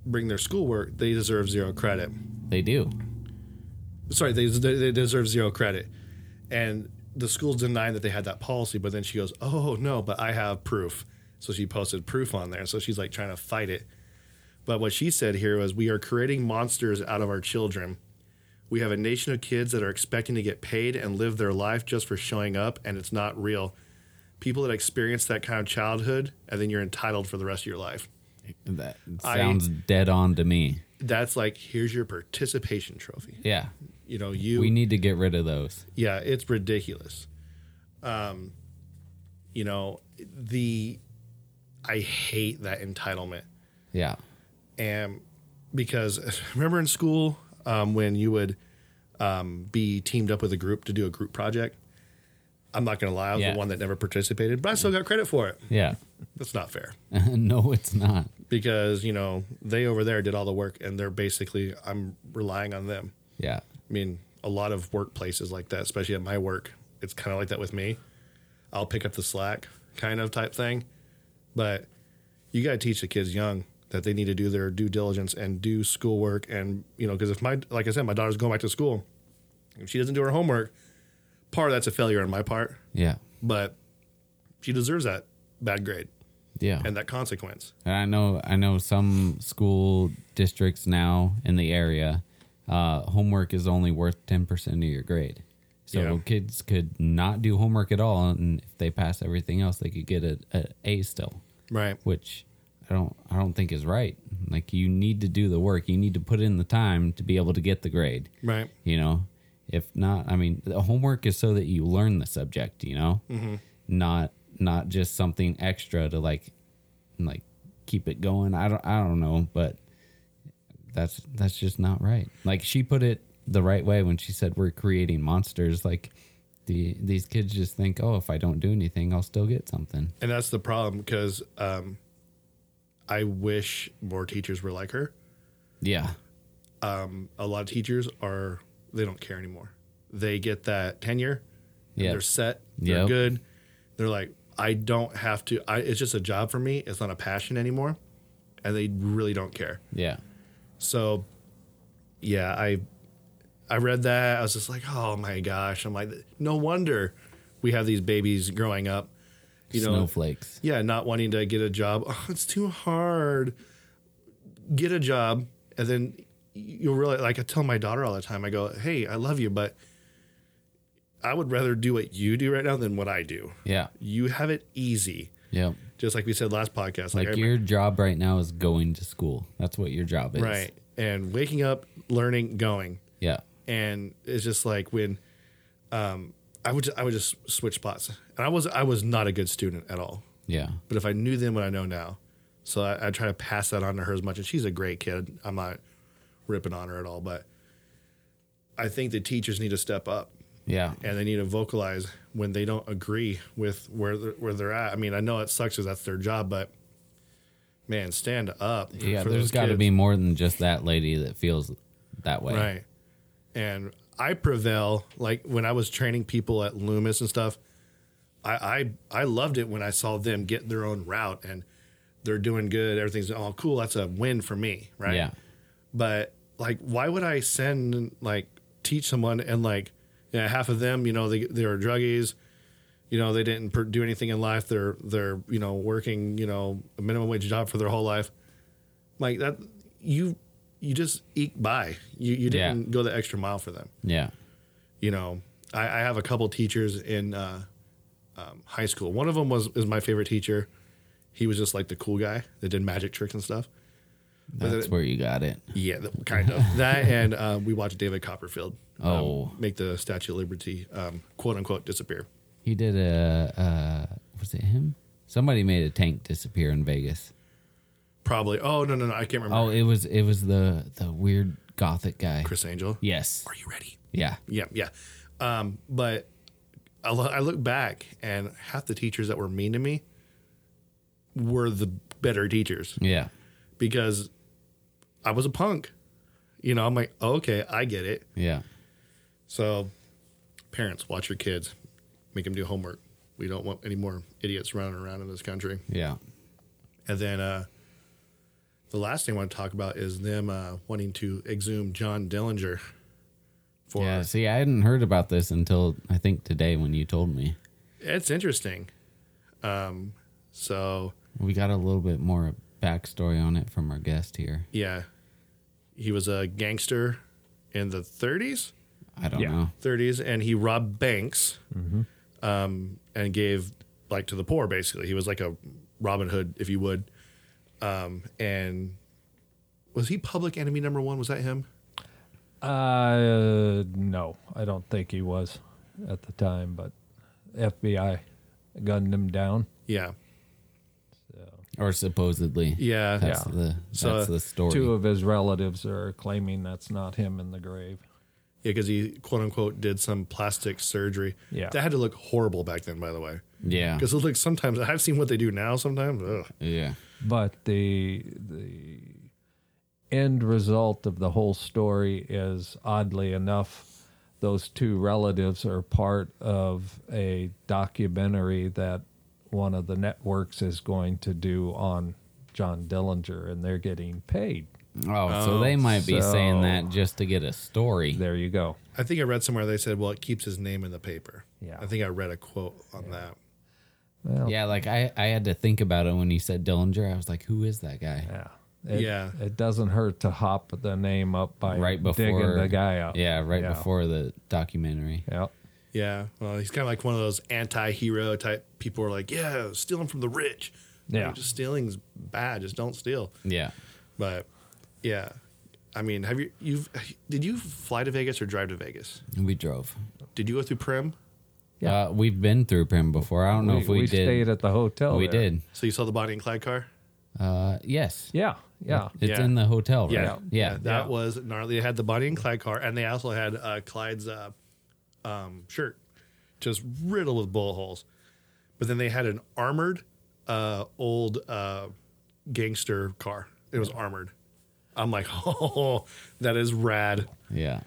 [SPEAKER 2] bring their schoolwork. They deserve zero credit.
[SPEAKER 3] They do.
[SPEAKER 2] Sorry, they they deserve zero credit. And the school denied that they had that policy, but then she goes, oh no, but I have proof. So she posted proof on there. So she's like trying to fight it. But what she said here was, we are creating monsters out of our children. We have a nation of kids that are expecting to get paid and live their life just for showing up, and it's not real. People that experience that kind of childhood, and then you're entitled for the rest of your life.
[SPEAKER 3] That
[SPEAKER 2] I-
[SPEAKER 3] sounds dead on to me.
[SPEAKER 2] That's like, here's your participation trophy.
[SPEAKER 3] Yeah.
[SPEAKER 2] You know, you
[SPEAKER 3] We need to get rid of those.
[SPEAKER 2] yeah, it's ridiculous. Um, you know, the I hate that entitlement.
[SPEAKER 3] Yeah.
[SPEAKER 2] And because remember in school um, when you would um, be teamed up with a group to do a group project? I'm not going to lie, I was
[SPEAKER 3] Yeah.
[SPEAKER 2] the one that never participated, but I still got credit for it.
[SPEAKER 3] Yeah.
[SPEAKER 2] That's not fair
[SPEAKER 3] no, it's not.
[SPEAKER 2] because, you know, they over there did all the work and they're basically, I'm relying on them.
[SPEAKER 3] Yeah.
[SPEAKER 2] I mean, a lot of workplaces like that, especially at my work, it's kind of like that with me. I'll pick up the slack kind of type thing. But you got to teach the kids young that they need to do their due diligence and do schoolwork. And, you know, because if my, like I said, my daughter's going back to school, if she doesn't do her homework, part of that's a failure on my part,
[SPEAKER 3] Yeah.
[SPEAKER 2] but she deserves that bad grade
[SPEAKER 3] Yeah.
[SPEAKER 2] and that consequence.
[SPEAKER 3] And I know I know some school districts now in the area, uh, homework is only worth ten percent of your grade. So
[SPEAKER 2] Yeah.
[SPEAKER 3] kids could not do homework at all, and if they pass everything else, they could get a, a A still,
[SPEAKER 2] Right.
[SPEAKER 3] which I don't I don't think is right. Like you need to do the work, you need to put in the time to be able to get the grade.
[SPEAKER 2] Right.
[SPEAKER 3] You know, if not, I mean, the homework is so that you learn the subject. You know,
[SPEAKER 2] Mm-hmm.
[SPEAKER 3] not not just something extra to like like keep it going. I don't I don't know, but that's that's just not right. Like she put it the right way when she said we're creating monsters. Like the these kids just think, oh, if I don't do anything, I'll still get something.
[SPEAKER 2] And that's the problem because um, I wish more teachers were like her.
[SPEAKER 3] Yeah,
[SPEAKER 2] a lot of teachers are they don't care anymore. They get that tenure. and
[SPEAKER 3] Yep.
[SPEAKER 2] They're set. They're
[SPEAKER 3] Yep.
[SPEAKER 2] good. They're like, I don't have to. I, it's just a job for me. It's not a passion anymore, and they really don't care.
[SPEAKER 3] yeah,
[SPEAKER 2] So, yeah, I I read that. I was just like, oh my gosh. I'm like, no wonder we have these babies growing up. You know,
[SPEAKER 3] snowflakes.
[SPEAKER 2] yeah, not wanting to get a job. Oh, it's too hard. Get a job, and then you'll realize. Like I tell my daughter all the time, I go, "Hey, I love you, but I would rather do what you do right now than what I do.
[SPEAKER 3] Yeah,
[SPEAKER 2] You have it easy,
[SPEAKER 3] yeah.
[SPEAKER 2] just like we said last podcast.
[SPEAKER 3] Like
[SPEAKER 2] I-
[SPEAKER 3] your job right now is going to school. That's what your job is.
[SPEAKER 2] right, and waking up, learning, going.
[SPEAKER 3] Yeah.
[SPEAKER 2] And it's just like when um, I would I would just switch spots, and I was I was not a good student at all.
[SPEAKER 3] Yeah.
[SPEAKER 2] But if I knew then what I know now, so I, I try to pass that on to her as much. And she's a great kid. I'm not ripping on her at all, but I think the teachers need to step up
[SPEAKER 3] Yeah.
[SPEAKER 2] and they need to vocalize when they don't agree with where they're, where they're at. I mean, I know it sucks because that's their job, but man, stand up. for-
[SPEAKER 3] Yeah.
[SPEAKER 2] for
[SPEAKER 3] There's
[SPEAKER 2] those
[SPEAKER 3] got to
[SPEAKER 2] kids.
[SPEAKER 3] be more than just that lady that feels that way.
[SPEAKER 2] right. And I prevail. Like when I was training people at Loomis and stuff, I I, I loved it when I saw them get their own route and they're doing good. Everything's all cool. That's a win for me, right?
[SPEAKER 3] Yeah.
[SPEAKER 2] but like why would i send like teach someone and like yeah, half of them you know they they are druggies you know they didn't per- do anything in life they're they're you know working you know a minimum wage job for their whole life like that you you just eke by you you
[SPEAKER 3] Yeah.
[SPEAKER 2] didn't go the extra mile for them
[SPEAKER 3] Yeah.
[SPEAKER 2] you know i, I have a couple teachers in uh, um, high school one of them was is my favorite teacher he was just like the cool guy that did magic tricks and stuff
[SPEAKER 3] That's where you got it.
[SPEAKER 2] yeah, th- kind of that, and uh, we watched David Copperfield um,
[SPEAKER 3] Oh.
[SPEAKER 2] make the Statue of Liberty um, quote unquote disappear.
[SPEAKER 3] He did a, uh, was it him? Somebody made a tank disappear in Vegas.
[SPEAKER 2] Probably. Oh no no no, I can't remember.
[SPEAKER 3] Oh, it was, it was the, the weird gothic guy.
[SPEAKER 2] Chris Angel.
[SPEAKER 3] Yes.
[SPEAKER 2] Are you ready?
[SPEAKER 3] Yeah.
[SPEAKER 2] Yeah yeah. Um, but I, lo- I look back, and half the teachers that were mean to me were the better teachers
[SPEAKER 3] Yeah.
[SPEAKER 2] because I was a punk. You know, I'm like, okay, I get it.
[SPEAKER 3] Yeah.
[SPEAKER 2] So, parents, watch your kids, make them do homework. We don't want any more idiots running around in this country.
[SPEAKER 3] Yeah.
[SPEAKER 2] And then uh, the last thing I want to talk about is them uh, wanting to exhume John Dillinger for
[SPEAKER 3] Yeah. See, I hadn't heard about this until I think today when you told me.
[SPEAKER 2] it's interesting. Um, so
[SPEAKER 3] We got a little bit more backstory on it from our guest here.
[SPEAKER 2] yeah, he was a gangster in the 30s,
[SPEAKER 3] I don't
[SPEAKER 5] Yeah.
[SPEAKER 3] know.
[SPEAKER 2] 30s, and he robbed banks um, and gave like to the poor. Basically, he was like a Robin Hood, if you would. Um, and was he public enemy number one? Was that him?
[SPEAKER 5] Uh, no, I don't think he was at the time, but FBI gunned him down.
[SPEAKER 2] Yeah,
[SPEAKER 3] Or supposedly.
[SPEAKER 2] yeah,
[SPEAKER 3] That's
[SPEAKER 5] Yeah.
[SPEAKER 3] the
[SPEAKER 2] So,
[SPEAKER 3] that's the story.
[SPEAKER 5] Two of his relatives are claiming that's not him in the grave.
[SPEAKER 2] Yeah, because he quote unquote did some plastic surgery.
[SPEAKER 5] Yeah.
[SPEAKER 2] That had to look horrible back then, by the way.
[SPEAKER 3] yeah.
[SPEAKER 2] Because it looks sometimes, I've seen what they do now sometimes. Ugh.
[SPEAKER 3] Yeah.
[SPEAKER 5] But the the end result of the whole story is oddly enough, those two relatives are part of a documentary that one of the networks is going to do on John Dillinger, and they're getting paid.
[SPEAKER 3] Oh, so they might be saying
[SPEAKER 5] so-
[SPEAKER 3] that just to get a story.
[SPEAKER 5] There you go.
[SPEAKER 2] I think I read somewhere they said, well, it keeps his name in the paper.
[SPEAKER 5] Yeah.
[SPEAKER 2] I think I read a quote on that.
[SPEAKER 5] Well,
[SPEAKER 3] Yeah, like I, I had to think about it when you said Dillinger. I was like, who is that guy?
[SPEAKER 5] Yeah. It,
[SPEAKER 2] Yeah.
[SPEAKER 5] It doesn't hurt to hop the name up by
[SPEAKER 3] Right before
[SPEAKER 5] digging the guy up.
[SPEAKER 3] Yeah, right
[SPEAKER 5] Yeah.
[SPEAKER 3] before the documentary.
[SPEAKER 5] Yep.
[SPEAKER 2] Yeah. Well, he's kind of like one of those anti hero type people who are like, yeah, stealing from the rich.
[SPEAKER 5] Yeah.
[SPEAKER 2] Like, just stealing's bad. Just don't steal.
[SPEAKER 3] Yeah.
[SPEAKER 2] But yeah. I mean, have you, you've, did you fly to Vegas or drive to Vegas?
[SPEAKER 3] We drove.
[SPEAKER 2] Did you go through Prim?
[SPEAKER 5] Yeah.
[SPEAKER 3] Uh, we've been through Prim before. I don't know if we, did.
[SPEAKER 5] stayed at the hotel.
[SPEAKER 3] we
[SPEAKER 5] there.
[SPEAKER 3] did.
[SPEAKER 2] So you saw the Bonnie and Clyde car?
[SPEAKER 3] Uh, yes.
[SPEAKER 5] Yeah. Yeah.
[SPEAKER 3] It's
[SPEAKER 2] Yeah.
[SPEAKER 3] in the hotel, right?
[SPEAKER 2] Yeah,
[SPEAKER 3] Yeah.
[SPEAKER 2] Uh, that
[SPEAKER 5] Yeah.
[SPEAKER 2] was gnarly. They had the Bonnie and Clyde car, and they also had uh, Clyde's uh, um, shirt, just riddled with bullet holes. But then they had an armored uh, old uh, gangster car. It was armored. I'm like, oh, that is rad.
[SPEAKER 3] yeah.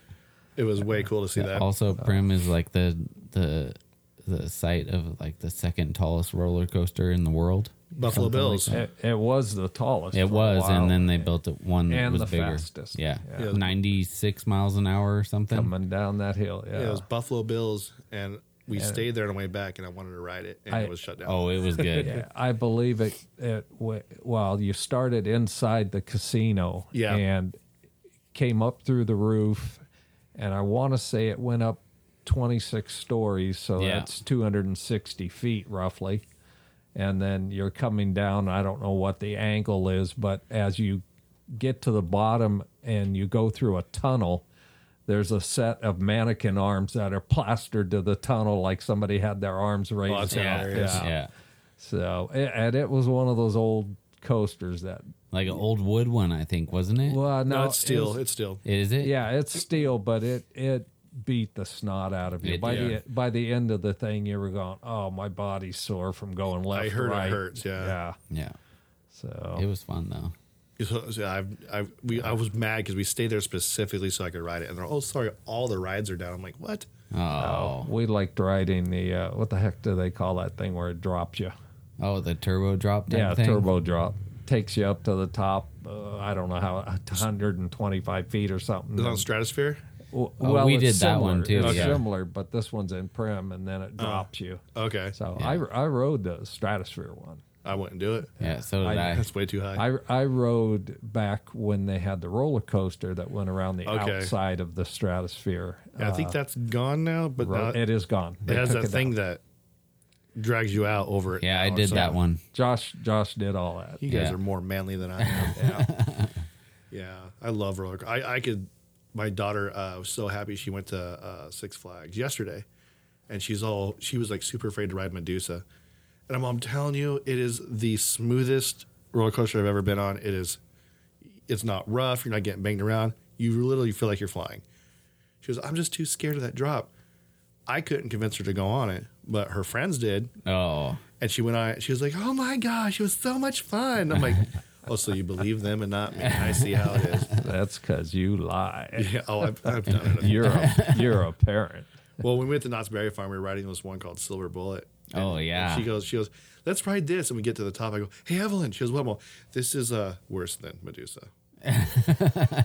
[SPEAKER 2] It was way cool to see that.
[SPEAKER 3] Also,
[SPEAKER 5] Uh,
[SPEAKER 3] Prim is like the the the site of like the second tallest roller coaster in the world.
[SPEAKER 2] Buffalo
[SPEAKER 3] Something like
[SPEAKER 2] Bills.
[SPEAKER 3] that.
[SPEAKER 5] It, it was the tallest.
[SPEAKER 3] it
[SPEAKER 5] for a
[SPEAKER 3] was,
[SPEAKER 5] while.
[SPEAKER 3] and then they built it one that
[SPEAKER 5] And
[SPEAKER 3] was
[SPEAKER 5] the
[SPEAKER 3] bigger.
[SPEAKER 5] fastest.
[SPEAKER 3] Yeah,
[SPEAKER 2] Yeah.
[SPEAKER 3] ninety six miles an hour or something.
[SPEAKER 5] coming down that hill. Yeah.
[SPEAKER 2] Yeah, it was Buffalo Bills, and we stayed there on the way back, and I wanted to ride it, and
[SPEAKER 5] I-
[SPEAKER 2] it was shut down.
[SPEAKER 3] Oh, it was good.
[SPEAKER 5] Yeah, I believe it. It wa- well, you started inside the casino,
[SPEAKER 2] Yeah.
[SPEAKER 5] and came up through the roof, and I want to say it went up twenty six stories, so
[SPEAKER 3] Yeah.
[SPEAKER 5] that's two hundred and sixty feet roughly, and then you're coming down. I don't know what the angle is, but as you get to the bottom and you go through a tunnel, there's a set of mannequin arms that are plastered to the tunnel like somebody had their arms raised.
[SPEAKER 2] Oh, that's
[SPEAKER 5] out.
[SPEAKER 2] hilarious.
[SPEAKER 5] Yeah.
[SPEAKER 3] yeah.
[SPEAKER 5] So, a- and it was one of those old coasters that.
[SPEAKER 3] Like an old wood one, I think, wasn't it?
[SPEAKER 5] Well, no,
[SPEAKER 2] No, it's
[SPEAKER 5] it
[SPEAKER 2] steel.
[SPEAKER 5] was-
[SPEAKER 2] it's steel.
[SPEAKER 3] Is it?
[SPEAKER 5] yeah, it's steel, but it it beat the snot out of you.
[SPEAKER 3] It
[SPEAKER 5] by
[SPEAKER 2] did.
[SPEAKER 5] the by the end of the thing, you were going, "Oh, my body's sore from going left."
[SPEAKER 2] I heard
[SPEAKER 5] to right.
[SPEAKER 2] it hurts. Yeah.
[SPEAKER 5] Yeah.
[SPEAKER 3] Yeah.
[SPEAKER 5] So
[SPEAKER 3] It was fun though.
[SPEAKER 2] So, so I've, I've, we, I was mad because we stayed there specifically so I could ride it. And they're, oh, sorry, all the rides are down. I'm like, what?
[SPEAKER 3] Oh.
[SPEAKER 5] we liked riding the uh, what the heck do they call that thing where it drops you?
[SPEAKER 3] Oh, the turbo drop type
[SPEAKER 5] yeah,
[SPEAKER 3] thing.
[SPEAKER 5] turbo drop takes you up to the top. Uh, I don't know how 125 feet or something.
[SPEAKER 2] Is it on Stratosphere?
[SPEAKER 5] W-
[SPEAKER 3] Oh, we
[SPEAKER 5] it's
[SPEAKER 3] did that one,
[SPEAKER 5] similar.
[SPEAKER 3] too,
[SPEAKER 5] It's
[SPEAKER 3] yeah.
[SPEAKER 5] similar, but this one's in prim, and then
[SPEAKER 2] Uh-huh.
[SPEAKER 5] it drops you.
[SPEAKER 2] Okay.
[SPEAKER 5] So I I rode the stratosphere one.
[SPEAKER 2] I wouldn't do it.
[SPEAKER 3] Yeah, so did I.
[SPEAKER 2] That's way too high.
[SPEAKER 5] I, I rode back when they had the roller coaster that went around the
[SPEAKER 2] Okay.
[SPEAKER 5] outside of the stratosphere.
[SPEAKER 2] Yeah, I
[SPEAKER 5] Uh,
[SPEAKER 2] think that's gone now, but
[SPEAKER 5] ro-
[SPEAKER 2] that,
[SPEAKER 5] it is gone. They
[SPEAKER 2] it has
[SPEAKER 5] took
[SPEAKER 2] that thing
[SPEAKER 5] down.
[SPEAKER 2] that drags you out over it.
[SPEAKER 3] yeah, I
[SPEAKER 2] now,
[SPEAKER 3] did
[SPEAKER 2] so
[SPEAKER 3] that one.
[SPEAKER 5] Josh Josh did all that.
[SPEAKER 2] You guys
[SPEAKER 3] Yeah.
[SPEAKER 2] are more manly than I am. yeah. yeah, I love roller. co- I I could. My daughter uh, was so happy she went to uh, Six Flags yesterday, and she's all she was like super afraid to ride Medusa, and I'm, I'm telling you, it is the smoothest roller coaster I've ever been on. It is, it's not rough. You're not getting banged around. You literally feel like you're flying. She goes, I'm just too scared of that drop. I couldn't convince her to go on it, but her friends did,
[SPEAKER 3] Oh.
[SPEAKER 2] and she went on. it. She was like, "Oh my gosh, it was so much fun." I'm like, "Oh, so you believe them and not me? I see how it is."
[SPEAKER 5] That's because you lie.
[SPEAKER 2] Yeah, oh, I've, I've done it.
[SPEAKER 5] You're a, you're a parent.
[SPEAKER 2] Well, when we went to Knott's Berry Farm, we were riding this one called Silver Bullet.
[SPEAKER 3] Oh yeah.
[SPEAKER 2] She goes, "She goes, let's ride this." And we get to the top. I go, "Hey, Evelyn." She goes, "What? Well, this is uh, worse than Medusa."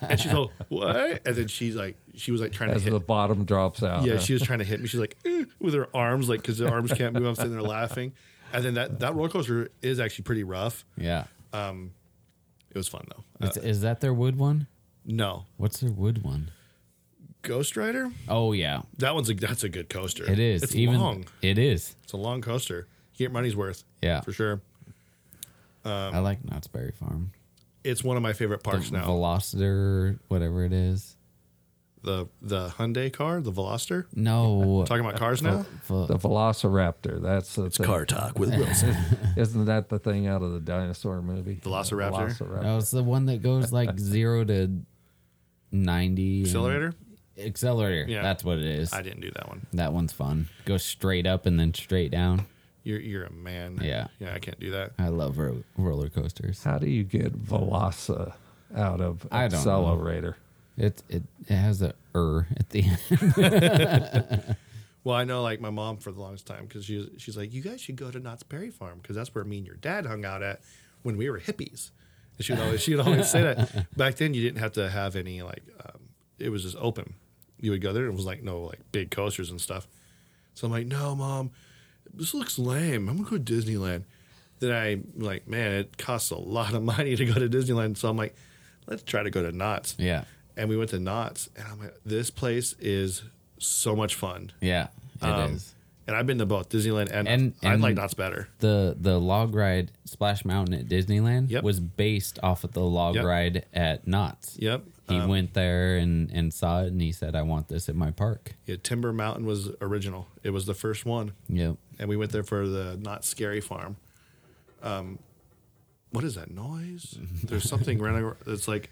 [SPEAKER 2] and she's like, "What?" And then she's like, she was like trying
[SPEAKER 5] As
[SPEAKER 2] to
[SPEAKER 5] the
[SPEAKER 2] hit.
[SPEAKER 5] bottom drops out.
[SPEAKER 2] yeah,
[SPEAKER 5] huh?
[SPEAKER 2] she was trying to hit me. She's like "Eh," with her arms, like because her arms can't move. I'm sitting there laughing. And then that that roller coaster is actually pretty rough.
[SPEAKER 3] yeah.
[SPEAKER 2] It was fun though. Uh,
[SPEAKER 3] Is, is that their wood one?
[SPEAKER 2] no,
[SPEAKER 3] What's their wood one?
[SPEAKER 2] Ghost Rider.
[SPEAKER 3] Oh yeah.
[SPEAKER 2] That one's a that's a good coaster.
[SPEAKER 3] It is.
[SPEAKER 2] It's
[SPEAKER 3] Even
[SPEAKER 2] long.
[SPEAKER 3] it is.
[SPEAKER 2] It's a long coaster. You get money's worth.
[SPEAKER 3] Yeah.
[SPEAKER 2] for sure.
[SPEAKER 5] Um,
[SPEAKER 3] I like Knott's Berry Farm.
[SPEAKER 2] It's one of my favorite
[SPEAKER 3] The
[SPEAKER 2] parks now.
[SPEAKER 3] Velociter, whatever it is.
[SPEAKER 2] the the Hyundai car, the Veloster.
[SPEAKER 3] No.
[SPEAKER 2] Talking about cars now.
[SPEAKER 3] Vel-
[SPEAKER 5] The Velociraptor. That's the thing.
[SPEAKER 2] talk with Wilson.
[SPEAKER 5] Isn't that the thing out of the dinosaur movie?
[SPEAKER 2] Velociraptor?
[SPEAKER 5] Velociraptor.
[SPEAKER 3] no, it's the one that goes like zero to ninety. and-
[SPEAKER 2] Accelerator.
[SPEAKER 3] Accelerator.
[SPEAKER 2] Yeah.
[SPEAKER 3] That's what it is.
[SPEAKER 2] I didn't do that one.
[SPEAKER 3] That one's fun. Go straight up and then straight down.
[SPEAKER 2] You're you're a man.
[SPEAKER 3] Yeah.
[SPEAKER 2] Yeah, I can't do that.
[SPEAKER 3] I love ro- roller coasters.
[SPEAKER 5] How do you get Veloci out of
[SPEAKER 3] I don't know.
[SPEAKER 5] accelerator?
[SPEAKER 3] It it, it has a er at the end.
[SPEAKER 2] Well, I know like my mom for the longest time because she's she's like, you guys should go to Knott's Berry Farm because that's where me and your dad hung out at when we were hippies. And she would always she would always say that back then you didn't have to have any like um, it was just open. You would go there and it was like no like big coasters and stuff. So I'm like, no, mom, this looks lame. I'm gonna go to Disneyland. Then I'm like, man, it costs a lot of money to go to Disneyland. So I'm like, let's try to go to Knott's.
[SPEAKER 3] yeah.
[SPEAKER 2] And we went to Knott's, and I'm like, this place is so much fun.
[SPEAKER 3] Yeah. it is.
[SPEAKER 2] Um, And I've been to both Disneyland and,
[SPEAKER 3] And-
[SPEAKER 2] I
[SPEAKER 3] and-
[SPEAKER 2] like Knott's better.
[SPEAKER 3] The the log ride Splash Mountain at Disneyland
[SPEAKER 2] Yep.
[SPEAKER 3] was based off of the log
[SPEAKER 2] Yep.
[SPEAKER 3] ride at Knott's.
[SPEAKER 2] Yep.
[SPEAKER 3] He
[SPEAKER 2] Um,
[SPEAKER 3] went there and, and saw it and he said, I want this at my park.
[SPEAKER 2] yeah, Timber Mountain was original. It was the first one,
[SPEAKER 3] Yep.
[SPEAKER 2] and we went there for the Not Scary Farm. Um, what is that noise? There's something running. ar- It's like,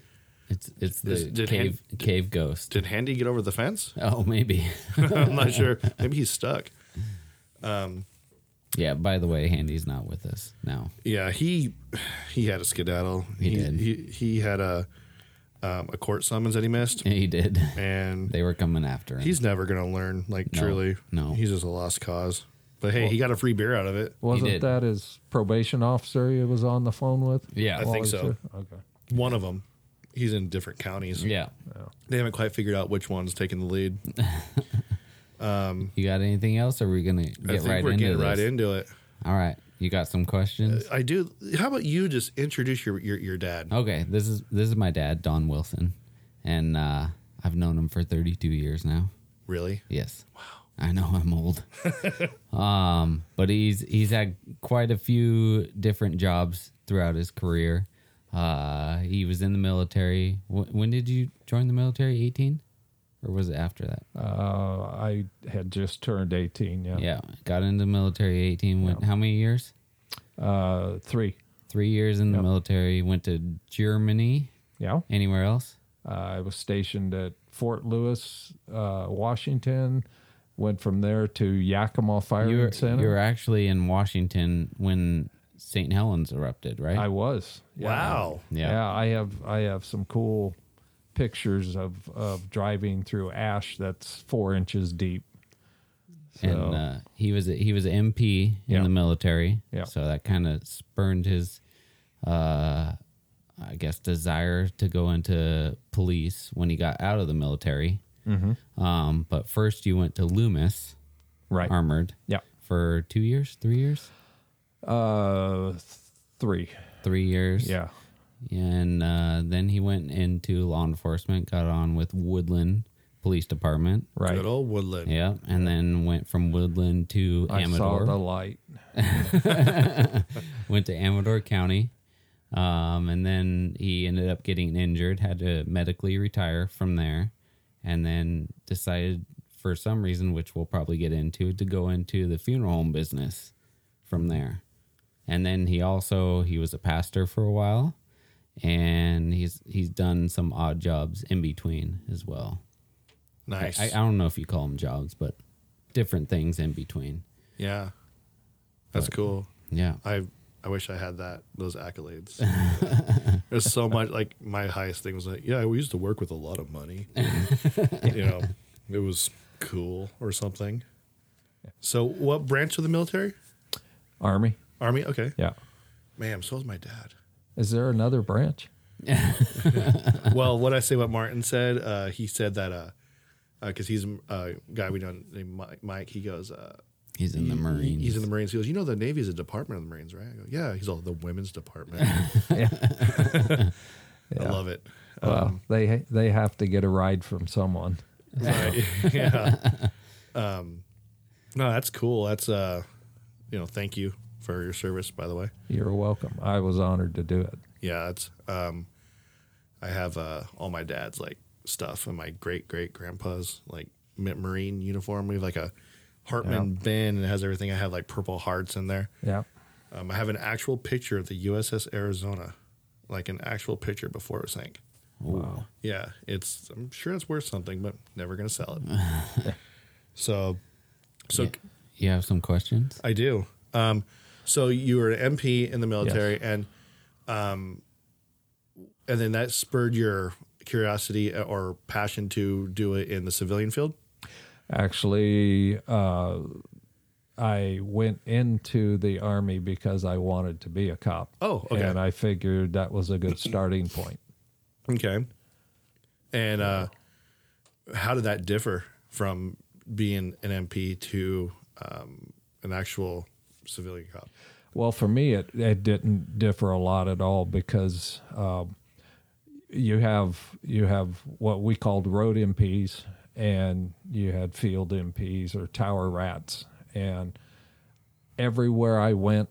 [SPEAKER 3] It's it's the
[SPEAKER 2] Is- did
[SPEAKER 3] cave
[SPEAKER 2] Hand-
[SPEAKER 3] cave ghost.
[SPEAKER 2] did Handy get over the fence?
[SPEAKER 3] oh maybe.
[SPEAKER 2] I'm not sure. Maybe he's stuck.
[SPEAKER 3] yeah, by the way, Handy's not with us now.
[SPEAKER 2] Yeah, he he had a skedaddle.
[SPEAKER 3] He did.
[SPEAKER 2] He, he had a um, a court summons that he missed,
[SPEAKER 3] He did.
[SPEAKER 2] and
[SPEAKER 3] they were coming after him.
[SPEAKER 2] he's never gonna learn. Like
[SPEAKER 3] No,
[SPEAKER 2] truly,
[SPEAKER 3] no.
[SPEAKER 2] he's just a lost cause. But hey, he got a free beer out of it.
[SPEAKER 3] did.
[SPEAKER 5] Wasn't that his probation officer he was on the phone with?
[SPEAKER 3] yeah.
[SPEAKER 2] I
[SPEAKER 5] While
[SPEAKER 2] think
[SPEAKER 5] he was
[SPEAKER 2] so.
[SPEAKER 5] there? Okay.
[SPEAKER 2] One of them. He's in different counties.
[SPEAKER 3] yeah.
[SPEAKER 2] They haven't quite figured out which one's taking the lead.
[SPEAKER 3] You got anything else? Or are we gonna get
[SPEAKER 2] I think
[SPEAKER 3] right
[SPEAKER 2] we're
[SPEAKER 3] into
[SPEAKER 2] getting
[SPEAKER 3] this?
[SPEAKER 2] right Uh, into it.
[SPEAKER 3] All right. You got some questions?
[SPEAKER 2] I do. How about you just introduce your your, your dad?
[SPEAKER 3] Okay, this is this is my dad, Don Wilson, and uh, I've known him for 32 years now.
[SPEAKER 2] Really?
[SPEAKER 3] Yes. Wow. I know I'm old. um, but he's he's had quite a few different jobs throughout his career. Uh, he was in the military. Wh- when did you join the military? 18? Or was it after that?
[SPEAKER 5] Uh, I had just turned 18. Yeah.
[SPEAKER 3] Yeah. Got into the military 18. Went how many years?
[SPEAKER 5] Uh, three.
[SPEAKER 3] Three years in the military. Went to Germany.
[SPEAKER 5] Yeah.
[SPEAKER 3] Anywhere else?
[SPEAKER 5] Uh, I was stationed at Fort Lewis, uh, Washington. Went from there to Yakima Firing
[SPEAKER 3] You were,
[SPEAKER 5] Center.
[SPEAKER 3] you were actually in Washington when St. Helens erupted, right?
[SPEAKER 5] I was. Yeah.
[SPEAKER 2] Wow.
[SPEAKER 5] Yeah. I have I have some cool pictures of of driving through ash that's four inches deep.
[SPEAKER 3] and uh, he was a, he was an MP in
[SPEAKER 5] Yeah.
[SPEAKER 3] the military.
[SPEAKER 5] Yeah.
[SPEAKER 3] So that kind of spurned his, uh, I guess, desire to go into police when he got out of the military. Mm-hmm. Um, but first, you went to Loomis
[SPEAKER 5] Right.
[SPEAKER 3] Armored.
[SPEAKER 5] Yeah.
[SPEAKER 3] For two years, three years,
[SPEAKER 5] Uh, th- three.
[SPEAKER 3] three years.
[SPEAKER 5] Yeah.
[SPEAKER 3] And uh, then he went into law enforcement. Got on with Woodland Police Department.
[SPEAKER 5] Right.
[SPEAKER 2] Good old Woodland.
[SPEAKER 3] Yeah, and then went from Woodland to
[SPEAKER 5] I saw
[SPEAKER 3] Amador.
[SPEAKER 5] the light.
[SPEAKER 3] went to Amador County, um, and then he ended up getting injured, had to medically retire from there, and then decided for some reason, which we'll probably get into, to go into the funeral home business from there. And then he also he was a pastor for a while, and he's he's done some odd jobs in between as well.
[SPEAKER 2] Nice.
[SPEAKER 3] I, I don't know if you call them jobs, but different things in between.
[SPEAKER 2] yeah. That's cool.
[SPEAKER 3] Yeah.
[SPEAKER 2] I I wish I had that those accolades. There's so much like my highest thing was like, yeah, we used to work with a lot of money. you know, it was cool or something. So what branch of the military?
[SPEAKER 5] Army.
[SPEAKER 2] Army? Okay.
[SPEAKER 5] Yeah.
[SPEAKER 2] Man, so is my dad.
[SPEAKER 5] Is there another branch?
[SPEAKER 2] well, what I say, what Martin said, uh, he said that because uh, uh 'cause he's a uh, guy we know named Mi- Mike. He goes, uh,
[SPEAKER 3] He's in the
[SPEAKER 2] he-
[SPEAKER 3] Marines.
[SPEAKER 2] He's in the Marines. He goes, you know, the Navy is a department of the Marines, right? I go, yeah. He's all the women's department.
[SPEAKER 5] Yeah.
[SPEAKER 2] I love it.
[SPEAKER 5] Well,
[SPEAKER 2] Um,
[SPEAKER 5] they they have to get a ride from someone.
[SPEAKER 2] Right. yeah. Um, no, that's cool. That's uh, you know, thank you for your service, by the way.
[SPEAKER 5] You're welcome. I was honored to do it.
[SPEAKER 2] Yeah, it's um, I have uh, all my dad's like stuff and my great great grandpa's like ma- marine uniform. We have like a Hartman bin and it has everything. I have like purple hearts in there.
[SPEAKER 5] Yeah.
[SPEAKER 2] Um, I have an actual picture of the USS Arizona, like an actual picture before it sank.
[SPEAKER 3] Wow.
[SPEAKER 2] Yeah, it's. I'm sure it's worth something, but never gonna sell it. so, so
[SPEAKER 3] You have some questions?
[SPEAKER 2] I do. Um, so you were an MP in the military, and um, and then that spurred your curiosity or passion to do it in the civilian field.
[SPEAKER 5] Actually, uh, I went into the army because I wanted to be a cop.
[SPEAKER 2] Oh, okay.
[SPEAKER 5] And I figured that was a good starting point.
[SPEAKER 2] Okay. And uh, how did that differ from being an MP to um, an actual civilian cop?
[SPEAKER 5] Well, for me, it, it didn't differ a lot at all because um, you have you have what we called road MPs, and you had field MPs or tower rats, and everywhere I went,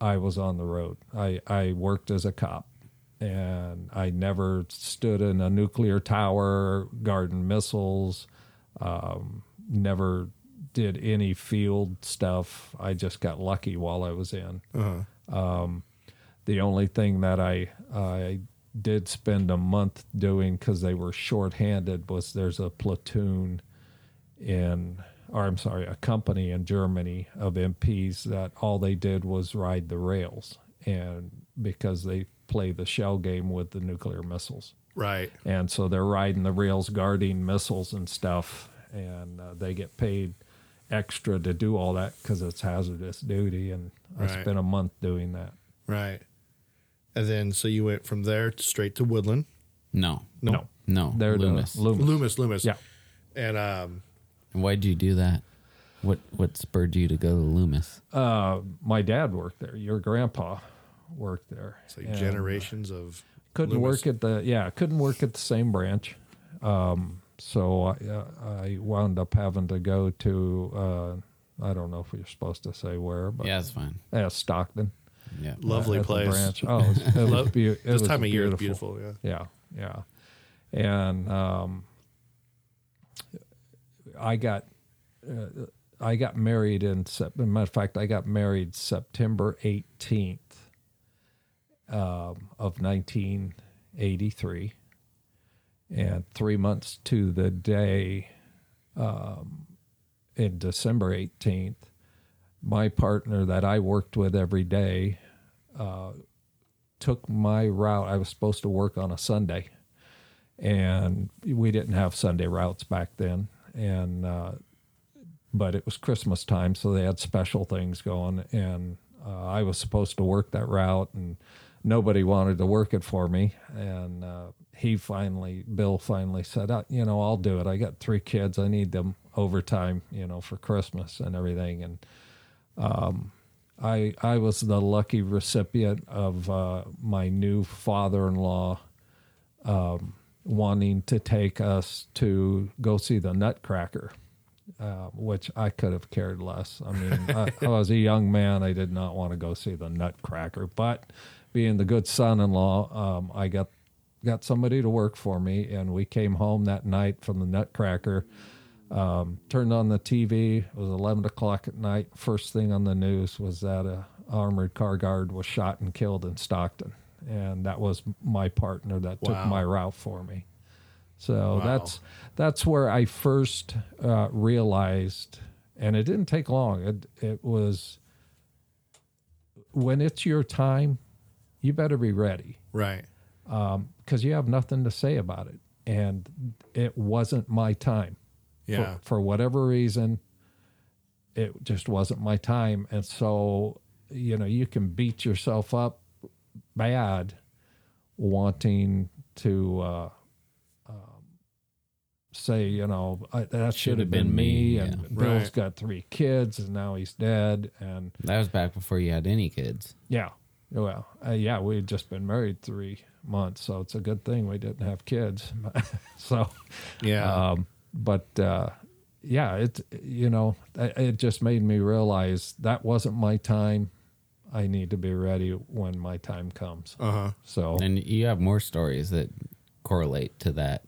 [SPEAKER 5] I was on the road. I, I worked as a cop, and I never stood in a nuclear tower, garden missiles, um, never did any field stuff. I just got lucky while I was in. Um, The only thing that I I did spend a month doing because they were shorthanded was there's a platoon in or I'm sorry, a company in Germany of MPs that all they did was ride the rails and because they play the shell game with the nuclear missiles.
[SPEAKER 2] Right.
[SPEAKER 5] And so they're riding the rails guarding missiles and stuff and uh, they get paid extra to do all that because it's hazardous duty and
[SPEAKER 2] Right.
[SPEAKER 5] I spent a month doing that.
[SPEAKER 2] Right. And then so you went from there straight to Woodland.
[SPEAKER 3] No.
[SPEAKER 5] No.
[SPEAKER 3] No.
[SPEAKER 5] They're
[SPEAKER 3] Loomis.
[SPEAKER 5] The Loomis.
[SPEAKER 2] Loomis, Loomis.
[SPEAKER 5] Mm-hmm. Yeah.
[SPEAKER 2] And um,
[SPEAKER 3] Why'd you do that? What what spurred you to go to Loomis?
[SPEAKER 5] Uh, my dad worked there. Your grandpa worked there.
[SPEAKER 2] it's like
[SPEAKER 5] And
[SPEAKER 2] generations of
[SPEAKER 5] Couldn't
[SPEAKER 2] Loomis.
[SPEAKER 5] work at the yeah. Couldn't work at the same branch. Um, so I, uh, I wound up having to go to uh, I don't know if you're supposed to say where, but
[SPEAKER 3] yeah, that's fine.
[SPEAKER 5] uh, Stockton.
[SPEAKER 3] Yeah.
[SPEAKER 2] Lovely
[SPEAKER 5] at the
[SPEAKER 2] place.
[SPEAKER 5] branch. Oh, it was, it was
[SPEAKER 2] Love-
[SPEAKER 5] beau- it
[SPEAKER 2] This
[SPEAKER 5] was
[SPEAKER 2] time of year is
[SPEAKER 5] beautiful.
[SPEAKER 2] beautiful. Yeah.
[SPEAKER 5] Yeah, yeah. And um, I got uh, I got married in Sep- matter of fact, I got married September eighteenth um, of nineteen eighty three, and three months to the day um, in December eighteenth. My partner that I worked with every day took my route. I was supposed to work on a Sunday, and we didn't have Sunday routes back then. And uh, but it was Christmas time, so they had special things going, and uh, I was supposed to work that route, and nobody wanted to work it for me. And uh, he finally, Bill finally said, "Uh, "You know, I'll do it. I got three kids. I need them overtime, you know, for Christmas and everything." And I I was the lucky recipient of uh, my new father-in-law um, wanting to take us to go see the Nutcracker, uh, which I could have cared less. I mean, I, I was a young man; I did not want to go see the Nutcracker. But being the good son-in-law, um, I got got somebody to work for me, and we came home that night from the Nutcracker um, turned on the TV. It was 11 o'clock at night. First thing on the news was that a armored car guard was shot and killed in Stockton, and that was my partner that took my route for me. So that's that's where I first uh, realized, and it didn't take long. It it was when it's your time, you better be ready
[SPEAKER 2] Right.
[SPEAKER 5] because you have nothing to say about it. And it wasn't my time
[SPEAKER 2] Yeah.
[SPEAKER 5] for, for whatever reason, it just wasn't my time. And so, you know, you can beat yourself up bad wanting to uh, um, say, you know, I, that should have been, me. And
[SPEAKER 3] yeah.
[SPEAKER 5] Bill's
[SPEAKER 2] Right.
[SPEAKER 5] got three kids and now he's dead. And
[SPEAKER 3] That was back before you had any kids.
[SPEAKER 5] yeah. Well, uh, yeah, we had just been married three months, so it's a good thing we didn't have kids. so,
[SPEAKER 2] yeah.
[SPEAKER 5] um, but uh, yeah, it you know it it just made me realize that wasn't my time. I need to be ready when my time comes. Uh-huh. So
[SPEAKER 3] And you have more stories that correlate to that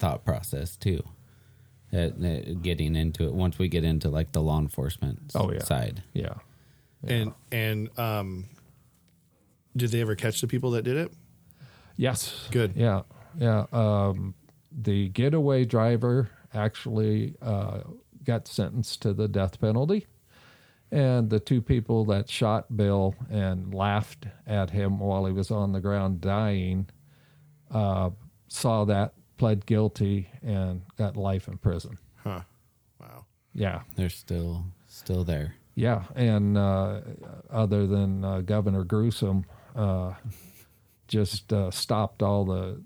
[SPEAKER 3] thought process too. That that getting into it once we get into like the law enforcement
[SPEAKER 5] Oh, yeah.
[SPEAKER 3] side.
[SPEAKER 5] yeah,
[SPEAKER 2] And and um, did they ever catch the people that did it?
[SPEAKER 5] yes,
[SPEAKER 2] Good.
[SPEAKER 5] Yeah, yeah. Um, the getaway driver actually uh, got sentenced to the death penalty, and the two people that shot Bill and laughed at him while he was on the ground dying uh, saw that, pled guilty, and got life in prison.
[SPEAKER 2] Huh. Wow.
[SPEAKER 5] Yeah,
[SPEAKER 3] They're still still there.
[SPEAKER 5] yeah, and uh, other than uh, Governor Gruesome, uh, just uh, stopped all the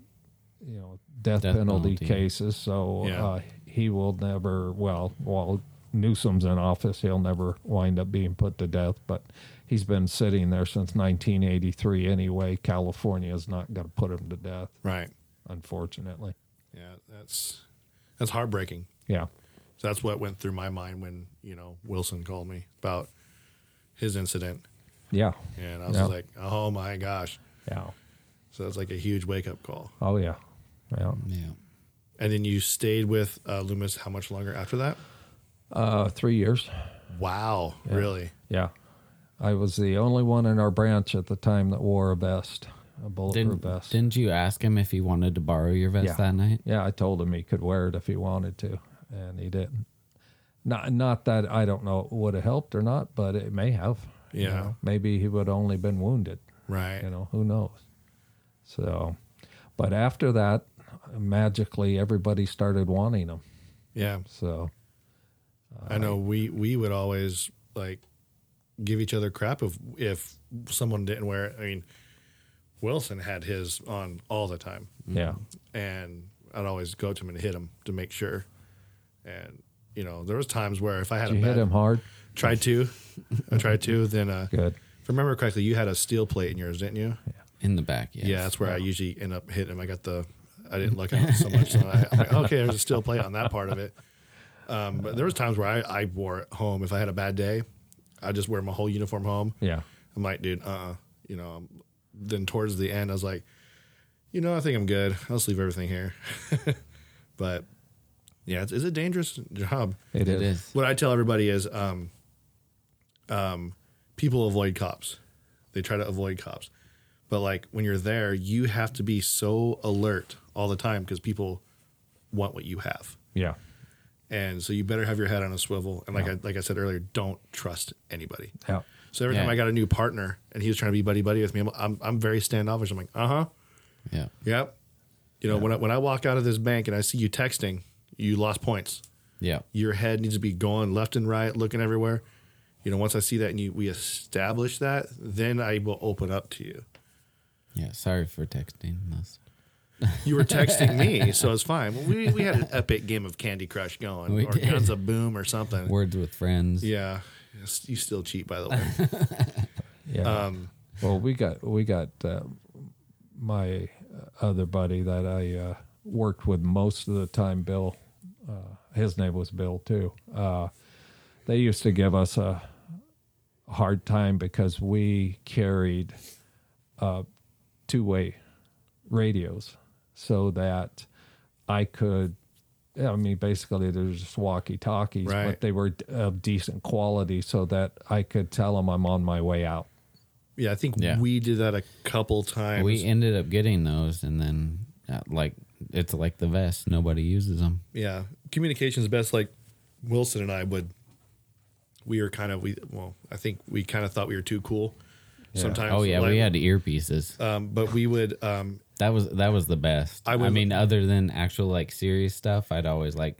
[SPEAKER 5] you know death,
[SPEAKER 3] Death
[SPEAKER 5] penalty,
[SPEAKER 3] penalty.
[SPEAKER 5] cases. So
[SPEAKER 2] Yeah.
[SPEAKER 5] uh, he will never. Well, while Newsom's in office, he'll never wind up being put to death. But he's been sitting there since 1983 anyway. California is not going to put him to death,
[SPEAKER 2] Right.
[SPEAKER 5] unfortunately.
[SPEAKER 2] Yeah. That's that's heartbreaking.
[SPEAKER 5] Yeah,
[SPEAKER 2] So that's what went through my mind when you know Wilson called me about his incident,
[SPEAKER 5] yeah,
[SPEAKER 2] and I was
[SPEAKER 5] Yeah.
[SPEAKER 2] like, oh my gosh.
[SPEAKER 5] yeah.
[SPEAKER 2] So that's like a huge wake up call.
[SPEAKER 5] Oh yeah, yeah.
[SPEAKER 2] Mm.
[SPEAKER 3] Yeah.
[SPEAKER 2] And then you stayed with uh, Loomis how much longer after that?
[SPEAKER 5] Uh, three years.
[SPEAKER 2] Wow. Really?
[SPEAKER 5] Yeah. I was the only one in our branch at the time that wore a vest, a bulletproof
[SPEAKER 3] Didn't
[SPEAKER 5] vest.
[SPEAKER 3] didn't you ask him if he wanted to borrow your vest
[SPEAKER 5] Yeah.
[SPEAKER 3] that night?
[SPEAKER 5] Yeah, I told him he could wear it if he wanted to, and he didn't. Not not that I don't know it would have helped or not, but it may have. you
[SPEAKER 2] Yeah.
[SPEAKER 5] know. maybe he would only been wounded.
[SPEAKER 2] Right.
[SPEAKER 5] You know, who knows? So, but after that, magically everybody started wanting him.
[SPEAKER 2] Yeah.
[SPEAKER 5] So,
[SPEAKER 2] I know we we would always like give each other crap if if someone didn't wear it. I mean, Wilson had his on all the time,
[SPEAKER 5] yeah.
[SPEAKER 2] Mm-hmm. and I'd always go to him and hit him to make sure. And you know, there was times where if I had
[SPEAKER 5] Did
[SPEAKER 2] a
[SPEAKER 5] you
[SPEAKER 2] bad,
[SPEAKER 5] hit him hard?
[SPEAKER 2] tried to, I tried to. Then, uh,
[SPEAKER 5] Good.
[SPEAKER 2] if I remember correctly, you had a steel plate in yours, didn't you?
[SPEAKER 3] In the back, yes.
[SPEAKER 2] Yeah, that's where I usually end up hitting him. I got the, I didn't look at it so much. So I, I'm like, okay, there's a steel plate on that part of it. Um, but there was times where I, I wore it home. If I had a bad day, I just wear my whole uniform home.
[SPEAKER 5] Yeah.
[SPEAKER 2] I'm like, dude, uh, uh you know, then towards the end, I was like, you know, I think I'm good. I'll just leave everything here. but yeah, it's, it's a dangerous job.
[SPEAKER 3] It is.
[SPEAKER 2] What I tell everybody is, um, um, people avoid cops. They try to avoid cops, but like when you're there, you have to be so alert all the time because people want what you have,
[SPEAKER 5] Yeah.
[SPEAKER 2] and so you better have your head on a swivel. And like I, like I said earlier, don't trust anybody.
[SPEAKER 5] Yeah.
[SPEAKER 2] So every
[SPEAKER 3] Yeah.
[SPEAKER 2] time I got a new partner and he was trying to be buddy buddy with me, I'm I'm, I'm very standoffish. I'm like, uh huh,
[SPEAKER 3] Yeah.
[SPEAKER 2] yep. You know, when I, when I walk out of this bank and I see you texting, you lost points
[SPEAKER 3] Yeah.
[SPEAKER 2] your head needs to be going left and right, looking everywhere. You know, once I see that and you, we establish that, then I will open up to you.
[SPEAKER 3] Yeah. Sorry for texting this.
[SPEAKER 2] You were texting me, so it's fine. Well, we, we had an epic game of Candy Crush going,
[SPEAKER 3] We
[SPEAKER 2] or
[SPEAKER 3] did.
[SPEAKER 2] Guns of Boom, or something.
[SPEAKER 3] Words with friends.
[SPEAKER 2] yeah, Yes, you still cheat, by the way.
[SPEAKER 5] Yeah.
[SPEAKER 2] Um,
[SPEAKER 5] Well, we got we got uh, my other buddy that I uh, worked with most of the time. Bill, uh, his name was Bill too. Uh, they used to give us a hard time because we carried uh, two way radios, so that I could. I mean, basically, they're just walkie talkies,
[SPEAKER 2] Right.
[SPEAKER 5] but they were of decent quality, so that I could tell them I'm on my way out.
[SPEAKER 2] yeah, I think
[SPEAKER 3] Yeah.
[SPEAKER 2] we did that a couple times.
[SPEAKER 3] We ended up getting those, and then uh, like it's like the vest. Nobody uses them.
[SPEAKER 2] yeah, communication's best. Like Wilson and I would, we were kind of we. Well, I think we kind of thought we were too cool. Sometimes,
[SPEAKER 3] Oh yeah,
[SPEAKER 2] like,
[SPEAKER 3] we had earpieces.
[SPEAKER 2] Um, but we would um,
[SPEAKER 3] That was that was the best.
[SPEAKER 2] I
[SPEAKER 3] I,
[SPEAKER 2] would-
[SPEAKER 3] mean, other than actual like serious stuff, I'd always like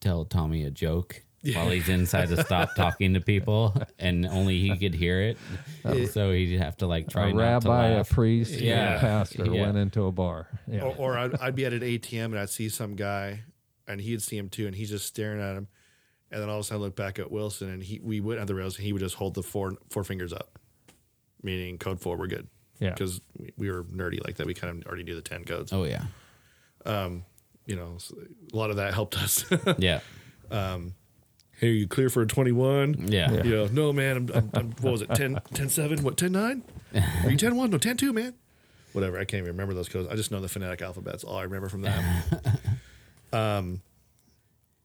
[SPEAKER 3] tell Tommy a joke while he's inside to stop talking to people, and only he could hear it.
[SPEAKER 2] Oh.
[SPEAKER 3] so he'd have to like try
[SPEAKER 5] a
[SPEAKER 3] not to
[SPEAKER 5] rabbi, a
[SPEAKER 3] laugh.
[SPEAKER 5] priest, and
[SPEAKER 3] Yeah.
[SPEAKER 5] a pastor
[SPEAKER 3] Yeah.
[SPEAKER 5] went into a bar. Yeah.
[SPEAKER 2] Or, or I'd, I'd be at an ATM and I'd see some guy, and he'd see him too, and he's just staring at him. And then all of a sudden, I look back at Wilson, and he we went on the rails, and he would just hold the four four fingers up, meaning code four, we're good.
[SPEAKER 5] Yeah.
[SPEAKER 2] because we, we were nerdy like that. We kind of already knew the ten codes.
[SPEAKER 3] oh yeah,
[SPEAKER 2] You know, so a lot of that helped us.
[SPEAKER 3] yeah,
[SPEAKER 2] hey, are you clear for a twenty one?
[SPEAKER 3] yeah, yeah.
[SPEAKER 2] You know, no man, I'm, I'm, I'm what was it 10, 10 7, what 10 9? Are you 10 1? No, 10 2, man. Whatever, I can't even remember those codes. I just know the phonetic alphabets. All I remember from that. um,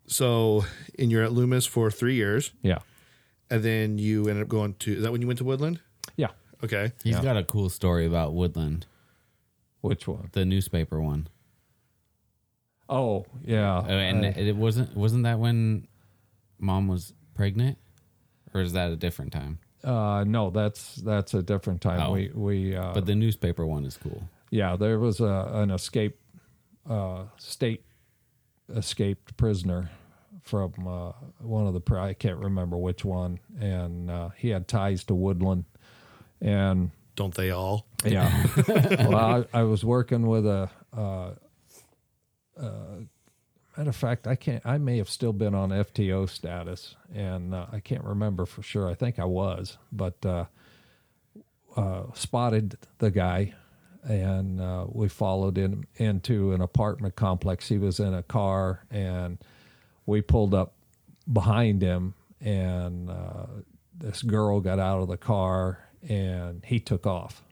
[SPEAKER 2] so, and you're at Loomis for three years,
[SPEAKER 5] yeah.
[SPEAKER 2] and then you ended up going to. Is that when you went to Woodland?
[SPEAKER 5] Yeah.
[SPEAKER 2] Okay,
[SPEAKER 3] He's got a cool story about Woodland,
[SPEAKER 5] Which one?
[SPEAKER 3] the newspaper one.
[SPEAKER 5] Oh, yeah.
[SPEAKER 3] Oh, and
[SPEAKER 5] Uh,
[SPEAKER 3] it wasn't wasn't that when mom was pregnant, or is that a different time?
[SPEAKER 5] uh, no, that's that's a different time.
[SPEAKER 3] Oh.
[SPEAKER 5] We we uh,
[SPEAKER 3] But the newspaper one is cool.
[SPEAKER 5] yeah, there was a, an escape uh, state escaped prisoner from uh, one of the pri- I can't remember which one, and uh, he had ties to Woodland, and
[SPEAKER 2] don't they all?
[SPEAKER 5] Yeah. well, I, I was working with a. Uh, uh, matter of fact, I can't. I may have still been on FTO status, and uh, I can't remember for sure. I think I was, but uh, uh, spotted the guy, and uh, we followed him into an apartment complex. He was in a car, and we pulled up behind him, and uh, this girl got out of the car, and he took off.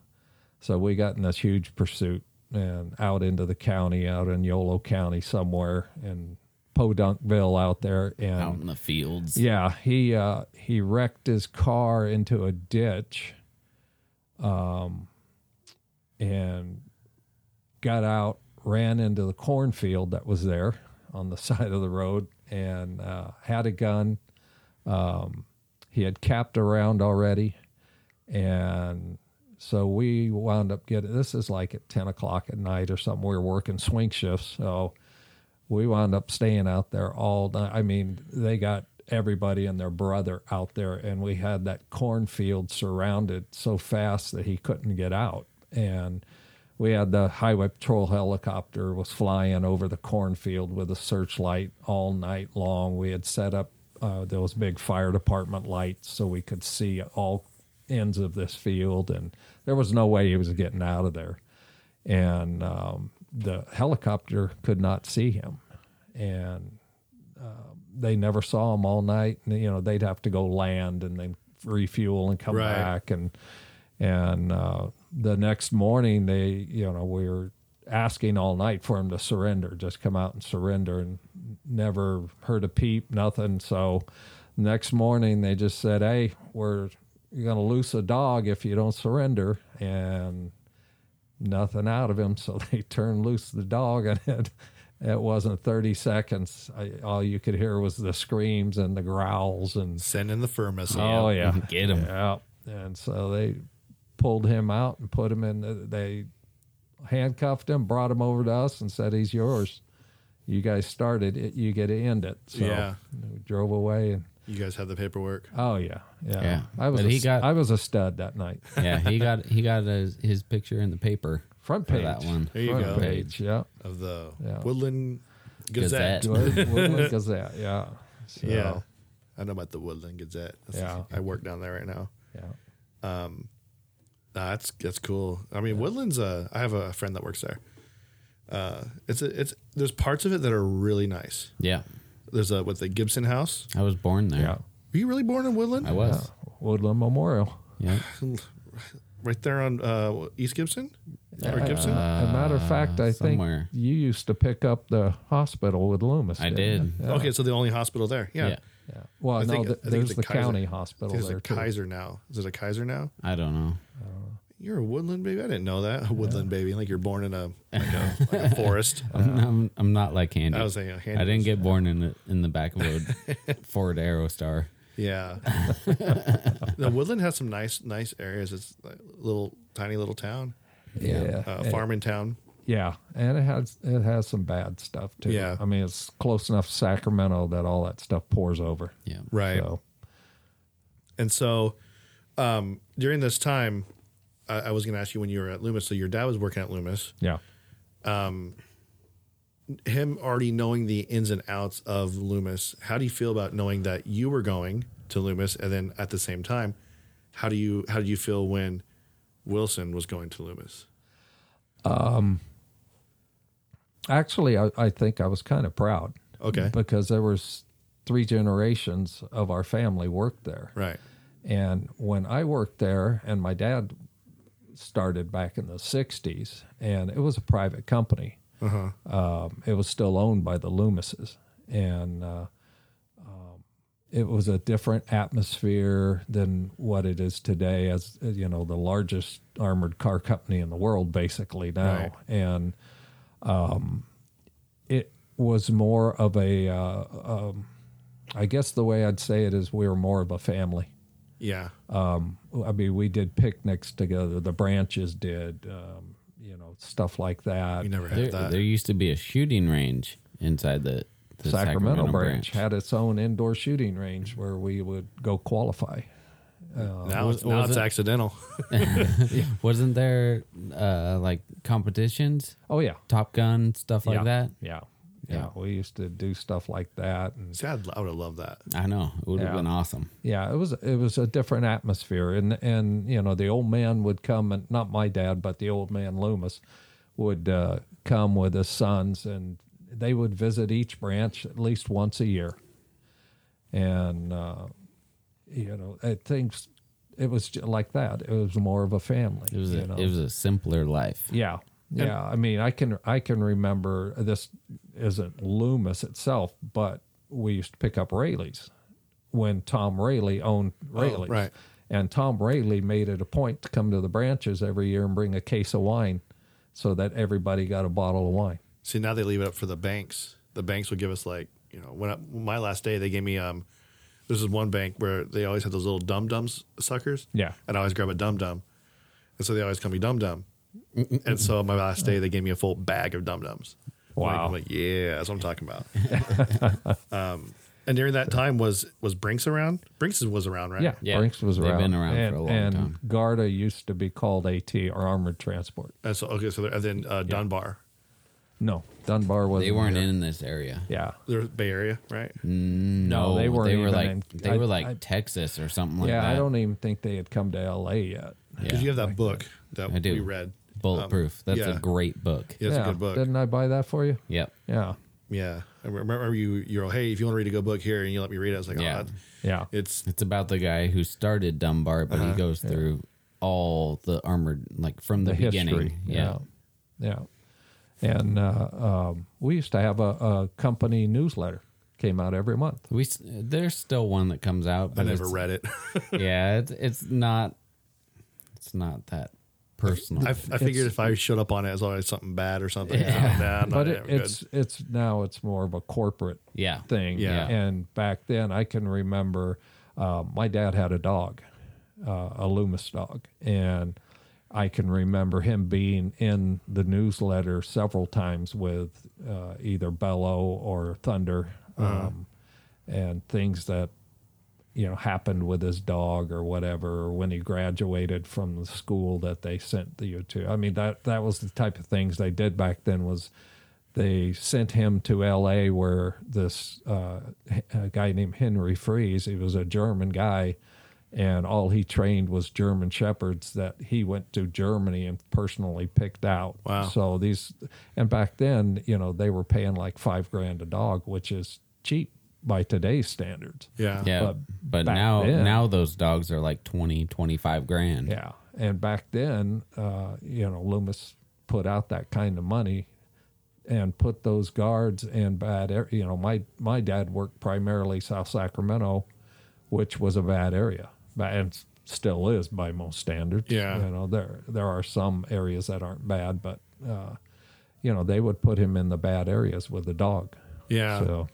[SPEAKER 5] So we got in this huge pursuit and out into the county, out in Yolo County somewhere in Podunkville out there. And
[SPEAKER 3] Out in the fields.
[SPEAKER 5] Oh. yeah, he uh, he wrecked his car into a ditch, um, and got out, ran into the cornfield that was there on the side of the road, and uh, had a gun. Um, he had capped around already, and so we wound up getting. This is like at ten o'clock at night or something. We were working swing shifts, so we wound up staying out there all night. I mean, they got everybody and their brother out there, and we had that cornfield surrounded so fast that he couldn't get out. And we had the highway patrol helicopter was flying over the cornfield with a searchlight all night long. We had set up uh, those big fire department lights so we could see all ends of this field, and there was no way he was getting out of there and um, the helicopter could not see him, and um, they never saw him all night. And you know they'd have to go land and then refuel and come
[SPEAKER 2] Right.
[SPEAKER 5] back, and And uh, the next morning, they, you know, we were asking all night for him to surrender, just come out and surrender, and never heard a peep, nothing. So next morning, they just said, Hey, we're, you're going to lose a dog if you don't surrender. And nothing out of him. So they turned loose the dog, and it, it wasn't 30 seconds. I, all you could hear was the screams and the growls. And
[SPEAKER 6] Send in the fur missile.
[SPEAKER 5] oh, yeah.
[SPEAKER 3] Get him.
[SPEAKER 5] Yeah. And so they pulled him out and put him in. The, they handcuffed him, brought him over to us, and said, He's yours. You guys started it. You get to end it. So
[SPEAKER 2] Yeah.
[SPEAKER 5] we drove away. And
[SPEAKER 2] You guys have the paperwork.
[SPEAKER 5] oh, yeah. Yeah.
[SPEAKER 3] Yeah.
[SPEAKER 5] I was,
[SPEAKER 3] But
[SPEAKER 5] a,
[SPEAKER 3] he
[SPEAKER 5] s-
[SPEAKER 3] got-
[SPEAKER 5] I was a stud that night.
[SPEAKER 3] Yeah, he got he got his, his picture in the paper.
[SPEAKER 5] Front
[SPEAKER 3] For
[SPEAKER 5] page.
[SPEAKER 3] that one.
[SPEAKER 2] There you
[SPEAKER 5] Front
[SPEAKER 2] go.
[SPEAKER 5] page. Yeah.
[SPEAKER 6] Of the
[SPEAKER 5] Yeah.
[SPEAKER 6] Woodland Gazette.
[SPEAKER 3] Gazette.
[SPEAKER 5] Wood- Woodland Gazette. Yeah. So,
[SPEAKER 2] Yeah. I know about the Woodland Gazette. That's-
[SPEAKER 5] Oh. Yeah.
[SPEAKER 2] I work down there right now.
[SPEAKER 5] Yeah.
[SPEAKER 2] Nah, that's that's cool. I mean, Woodland's. Uh, I have a friend that works there. Uh, it's a, it's there's parts of it that are really nice.
[SPEAKER 3] Yeah,
[SPEAKER 2] There's a with the Gibson House.
[SPEAKER 3] I was born there.
[SPEAKER 5] Yeah.
[SPEAKER 2] Were you really born in Woodland?
[SPEAKER 3] I was.
[SPEAKER 5] Woodland Memorial.
[SPEAKER 3] Yeah.
[SPEAKER 2] Right there on uh, East Gibson or Gibson.
[SPEAKER 5] As Uh, a matter of fact, I
[SPEAKER 3] somewhere.
[SPEAKER 5] think you used to pick up the hospital with Loomis.
[SPEAKER 3] I
[SPEAKER 5] didn't
[SPEAKER 3] did.
[SPEAKER 5] you?
[SPEAKER 2] okay, so the only hospital there. Yeah.
[SPEAKER 3] Yeah.
[SPEAKER 5] Yeah. Well,
[SPEAKER 2] Oh. I
[SPEAKER 5] no,
[SPEAKER 2] think-
[SPEAKER 5] th-
[SPEAKER 2] I think
[SPEAKER 5] there's
[SPEAKER 2] it's
[SPEAKER 5] the,
[SPEAKER 2] a Kaiser.
[SPEAKER 5] county
[SPEAKER 2] I
[SPEAKER 5] hospital
[SPEAKER 2] think There's
[SPEAKER 5] there
[SPEAKER 2] a
[SPEAKER 5] too.
[SPEAKER 2] Kaiser now. Is it a Kaiser now?
[SPEAKER 3] I don't know.
[SPEAKER 2] You're a Woodland baby. I didn't know that. A Woodland baby. Like you're born in a like a, like a forest.
[SPEAKER 3] I'm, I'm, I'm not like Andy.
[SPEAKER 2] I Uh, was thinking. Handy
[SPEAKER 3] I didn't get born in the, in the back of a Ford Aerostar.
[SPEAKER 2] Yeah. the Woodland has some nice, nice areas. It's a little tiny little town,
[SPEAKER 5] Yeah,
[SPEAKER 2] uh, farming town.
[SPEAKER 5] yeah, and it has it has some bad stuff too.
[SPEAKER 2] Yeah.
[SPEAKER 5] I mean it's close enough to Sacramento that all that stuff pours over.
[SPEAKER 3] Yeah.
[SPEAKER 2] Right.
[SPEAKER 5] So
[SPEAKER 2] And so um, during this time, I, I was going to ask you when you were at Loomis. So your dad was working at Loomis.
[SPEAKER 5] yeah,
[SPEAKER 2] Him already knowing the ins and outs of Loomis. How do you feel about knowing that you were going to Loomis, and then at the same time, how do you how do you feel when Wilson was going to Loomis?
[SPEAKER 5] actually, I, I think I was kind of proud
[SPEAKER 2] Okay.
[SPEAKER 5] because there was three generations of our family worked there.
[SPEAKER 2] Right.
[SPEAKER 5] And when I worked there, and my dad started back in the 60s, and it was a private company. Um, it was still owned by the Loomises. And uh, um, it was a different atmosphere than what it is today, as uh, you know, the largest armored car company in the world, basically now.
[SPEAKER 2] Right.
[SPEAKER 5] And um, it was more of a, uh, um, I guess the way I'd say it is, we were more of a family.
[SPEAKER 2] Yeah.
[SPEAKER 5] I mean, we did picnics together. The branches did, um, you know, stuff like that.
[SPEAKER 2] You never had
[SPEAKER 3] There,
[SPEAKER 2] that.
[SPEAKER 3] there used to be a shooting range inside the, the
[SPEAKER 5] Sacramento, branch, had its own indoor shooting range where we would go qualify.
[SPEAKER 2] now it's, now
[SPEAKER 3] was
[SPEAKER 2] it's
[SPEAKER 3] it-
[SPEAKER 2] accidental.
[SPEAKER 3] Wasn't there uh, like competitions,
[SPEAKER 5] Oh yeah,
[SPEAKER 3] Top Gun stuff like
[SPEAKER 5] yeah.
[SPEAKER 3] that?
[SPEAKER 5] Yeah. yeah, We used to do stuff like that, and
[SPEAKER 2] See, I'd, I would have loved that.
[SPEAKER 3] I know it would have
[SPEAKER 5] Yeah.
[SPEAKER 3] been awesome.
[SPEAKER 5] yeah, it was it was a different atmosphere, and and you know the old man would come, and not my dad, but the old man Loomis would uh, come with his sons, and they would visit each branch at least once a year, and uh, you know I think it was ju- like that. It was more of a family.
[SPEAKER 3] It was
[SPEAKER 5] you
[SPEAKER 3] a,
[SPEAKER 5] know?
[SPEAKER 3] it was a simpler life.
[SPEAKER 5] Yeah. Yeah. I mean, I can I can remember this isn't Loomis itself, but we used to pick up Rayleigh's when Tom Rayleigh owned Rayleigh's.
[SPEAKER 2] Oh, right.
[SPEAKER 5] And Tom Rayleigh made it a point to come to the branches every year and bring a case of wine so that everybody got a bottle of wine.
[SPEAKER 2] See, now they leave it up for the banks. The banks will give us like, you know, when I, my last day, they gave me um, this is one bank where they always had those little dum dums suckers.
[SPEAKER 5] Yeah.
[SPEAKER 2] and I always grab a dum dum, and so they always call me dum dum. and so my last day, they gave me a full bag of dum dums.
[SPEAKER 5] Wow.
[SPEAKER 2] I'm like, yeah, that's what I'm talking about. um, and during that time was was Brinks around? Brinks was around, right?
[SPEAKER 5] Yeah.
[SPEAKER 3] Yeah.
[SPEAKER 5] Brinks was
[SPEAKER 3] They've
[SPEAKER 5] around.
[SPEAKER 3] been around for
[SPEAKER 5] and,
[SPEAKER 3] a long
[SPEAKER 5] and
[SPEAKER 3] time.
[SPEAKER 5] Garda used to be called AT or Armored Transport.
[SPEAKER 2] And so okay, so there, and then uh, Dunbar,
[SPEAKER 5] No, Dunbar was
[SPEAKER 3] They weren't in this area.
[SPEAKER 5] Yeah.
[SPEAKER 2] there's Bay Area, right?
[SPEAKER 3] Mm, No,
[SPEAKER 5] they
[SPEAKER 3] they were
[SPEAKER 5] weren't
[SPEAKER 3] they were
[SPEAKER 5] even
[SPEAKER 3] like
[SPEAKER 5] in-
[SPEAKER 3] they
[SPEAKER 5] I-
[SPEAKER 3] were like
[SPEAKER 5] I-
[SPEAKER 3] Texas or something like
[SPEAKER 5] Yeah,
[SPEAKER 3] that.
[SPEAKER 5] I don't even think they had come to LA yet.
[SPEAKER 2] Because you have that book that
[SPEAKER 3] I do.
[SPEAKER 2] we read.
[SPEAKER 3] Bulletproof. That's
[SPEAKER 2] yeah.
[SPEAKER 3] a great book.
[SPEAKER 2] Yeah, it's a good book.
[SPEAKER 5] Didn't I buy that for you?
[SPEAKER 3] Yep.
[SPEAKER 5] Yeah.
[SPEAKER 2] Yeah, I remember you. You're all, hey, if you want to read a good book here, and you let me read it. I was like,
[SPEAKER 3] Yeah.
[SPEAKER 2] oh, that-
[SPEAKER 5] Yeah.
[SPEAKER 2] it's
[SPEAKER 3] It's about the guy who started Dunbar, but he goes through all the armored like from the,
[SPEAKER 5] Uh-huh. the
[SPEAKER 3] beginning.
[SPEAKER 5] history.
[SPEAKER 3] Yeah.
[SPEAKER 5] yeah, yeah. And uh, um, we used to have a, a company newsletter came out every month.
[SPEAKER 3] We s- there's still one that comes out, but
[SPEAKER 2] I never
[SPEAKER 3] it's,
[SPEAKER 2] read it.
[SPEAKER 3] Yeah, it's it's not it's not that personal.
[SPEAKER 2] I, I figured if I showed up on it, it was always something bad or something. Yeah. Nah, I'm not
[SPEAKER 5] But it,
[SPEAKER 2] ever good.
[SPEAKER 5] it's it's now it's more of a corporate
[SPEAKER 3] yeah.
[SPEAKER 5] thing.
[SPEAKER 2] Yeah.
[SPEAKER 5] And back then, I can remember uh, my dad had a dog, uh, a Loomis dog, and I can remember him being in the newsletter several times with uh, either Bellow or Thunder,
[SPEAKER 2] Uh-huh.
[SPEAKER 5] um, and things that you know happened with his dog or whatever or when he graduated from the school that they sent you to i mean that that was the type of things they did back then was they sent him to la where this uh, h- a guy named henry fries he was a german guy and all he trained was german shepherds that he went to germany and personally picked out
[SPEAKER 2] Wow.
[SPEAKER 5] so these and back then you know they were paying like five grand a dog which is cheap by today's standards
[SPEAKER 2] yeah.
[SPEAKER 3] Yeah. But,
[SPEAKER 5] But back
[SPEAKER 3] now
[SPEAKER 5] then-
[SPEAKER 3] now those dogs are like 20, 25 grand.
[SPEAKER 5] Yeah. And back then, uh, you know, Loomis put out that kind of money and put those guards in bad area. You know, my, my dad worked primarily South Sacramento, which was a bad area ba- and s- still is by most standards.
[SPEAKER 2] Yeah.
[SPEAKER 5] You know, there, there are some areas that aren't bad, but, uh, you know, they would put him in the bad areas with the dog.
[SPEAKER 2] Yeah.
[SPEAKER 5] So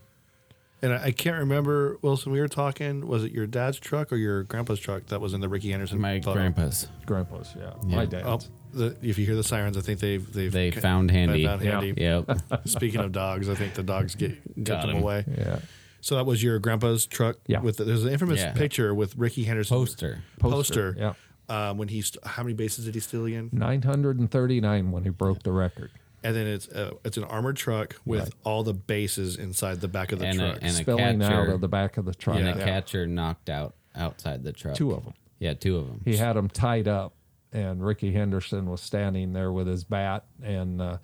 [SPEAKER 2] And I, I can't remember, Wilson, we were talking, was it your dad's truck or your grandpa's truck that was in the Ricky Anderson?
[SPEAKER 3] My
[SPEAKER 2] photo?
[SPEAKER 3] grandpa's.
[SPEAKER 5] grandpa's, yeah. My dad's.
[SPEAKER 2] Oh, the, if you hear the sirens, I think they've they've
[SPEAKER 3] They
[SPEAKER 2] ca-
[SPEAKER 3] found Handy.
[SPEAKER 2] found Handy.
[SPEAKER 3] Yep.
[SPEAKER 2] Speaking of dogs, I think the dogs get took
[SPEAKER 3] Got
[SPEAKER 2] them
[SPEAKER 3] him.
[SPEAKER 2] away.
[SPEAKER 5] Yeah.
[SPEAKER 2] So that was your grandpa's truck.
[SPEAKER 5] Yeah.
[SPEAKER 2] With the, there's an infamous
[SPEAKER 3] Yeah.
[SPEAKER 2] picture with Ricky Henderson
[SPEAKER 3] Poster.
[SPEAKER 2] poster.
[SPEAKER 5] Yeah.
[SPEAKER 2] Um, when he st- how many bases did he steal again?
[SPEAKER 5] 939 when he broke the record.
[SPEAKER 2] And then it's uh, it's an armored truck with all the bases inside the back of the
[SPEAKER 3] And a-
[SPEAKER 2] truck.
[SPEAKER 3] and a-
[SPEAKER 5] spilling out
[SPEAKER 3] catcher.
[SPEAKER 5] of the back of the truck.
[SPEAKER 3] And a
[SPEAKER 2] Yeah.
[SPEAKER 3] catcher knocked out outside the truck.
[SPEAKER 5] Two of them.
[SPEAKER 3] Yeah, two of them.
[SPEAKER 5] He had them tied up, and Ricky Henderson was standing there with his bat. And uh,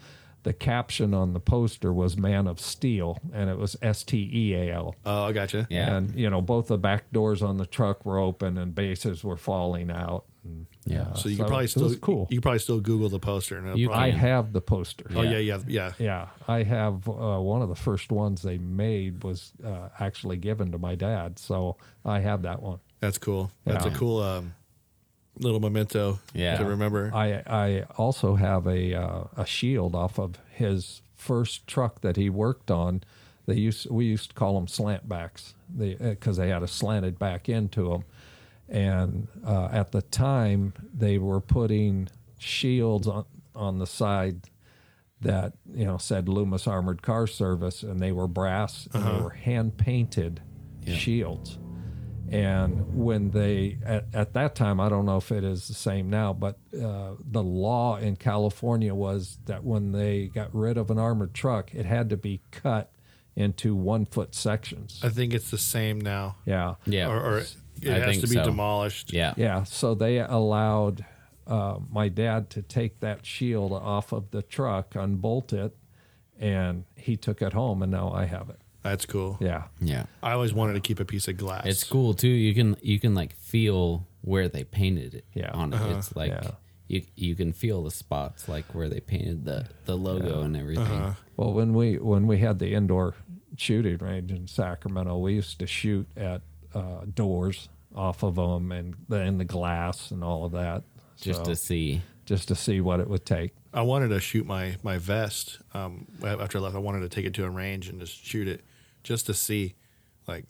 [SPEAKER 5] the caption on the poster was "Man of Steel," and it was S T E A L.
[SPEAKER 2] oh, I gotcha.
[SPEAKER 3] yeah.
[SPEAKER 5] And you know, both the back doors on the truck were open, and bases were falling out. And,
[SPEAKER 3] Yeah.
[SPEAKER 5] uh,
[SPEAKER 2] So you could probably
[SPEAKER 5] it
[SPEAKER 2] still
[SPEAKER 5] was cool.
[SPEAKER 2] You could probably still Google the poster. And it'll
[SPEAKER 3] You
[SPEAKER 2] probably,
[SPEAKER 5] I
[SPEAKER 3] can.
[SPEAKER 5] have the poster.
[SPEAKER 2] oh yeah, yeah, yeah.
[SPEAKER 5] Yeah, I have uh, one of the first ones they made was uh, actually given to my dad, so I have that one.
[SPEAKER 2] That's cool. That's a
[SPEAKER 5] Yeah.
[SPEAKER 2] cool um, little memento
[SPEAKER 3] Yeah.
[SPEAKER 2] to remember.
[SPEAKER 5] I I also have a uh, a shield off of his first truck that he worked on. They used we used to call them slant backs because they had a slanted back end to them, and uh, at the time they were putting shields on on the side that you know said Loomis Armored Car Service, and they were brass and they were hand painted shields. And when they, at, at that time, I don't know if it is the same now, but uh, the law in California was that when they got rid of an armored truck, it had to be cut into one foot sections.
[SPEAKER 2] I think it's the same now.
[SPEAKER 5] Yeah.
[SPEAKER 3] yeah.
[SPEAKER 2] Or, or it
[SPEAKER 3] I
[SPEAKER 2] has
[SPEAKER 3] think
[SPEAKER 2] to be
[SPEAKER 3] so.
[SPEAKER 2] demolished.
[SPEAKER 3] yeah.
[SPEAKER 5] Yeah. So they allowed uh, my dad to take that shield off of the truck, unbolt it, and he took it home, and now I have it.
[SPEAKER 2] That's cool.
[SPEAKER 5] Yeah.
[SPEAKER 3] Yeah.
[SPEAKER 2] I always wanted to keep a piece of glass.
[SPEAKER 3] It's cool too. You can you can like feel where they painted it
[SPEAKER 5] Yeah.
[SPEAKER 3] on it.
[SPEAKER 2] Uh-huh.
[SPEAKER 3] It's like
[SPEAKER 5] Yeah.
[SPEAKER 3] you you can feel the spots like where they painted the the logo and everything.
[SPEAKER 2] Uh-huh.
[SPEAKER 5] Well, when we when we had the indoor shooting range in Sacramento, we used to shoot at uh, doors off of them and the, and the glass and all of that,
[SPEAKER 3] Just
[SPEAKER 5] So,
[SPEAKER 3] to see.
[SPEAKER 5] just to see what it would take.
[SPEAKER 2] I wanted to shoot my my vest um, after I left. I wanted to take it to a range and just shoot it, just to see, like,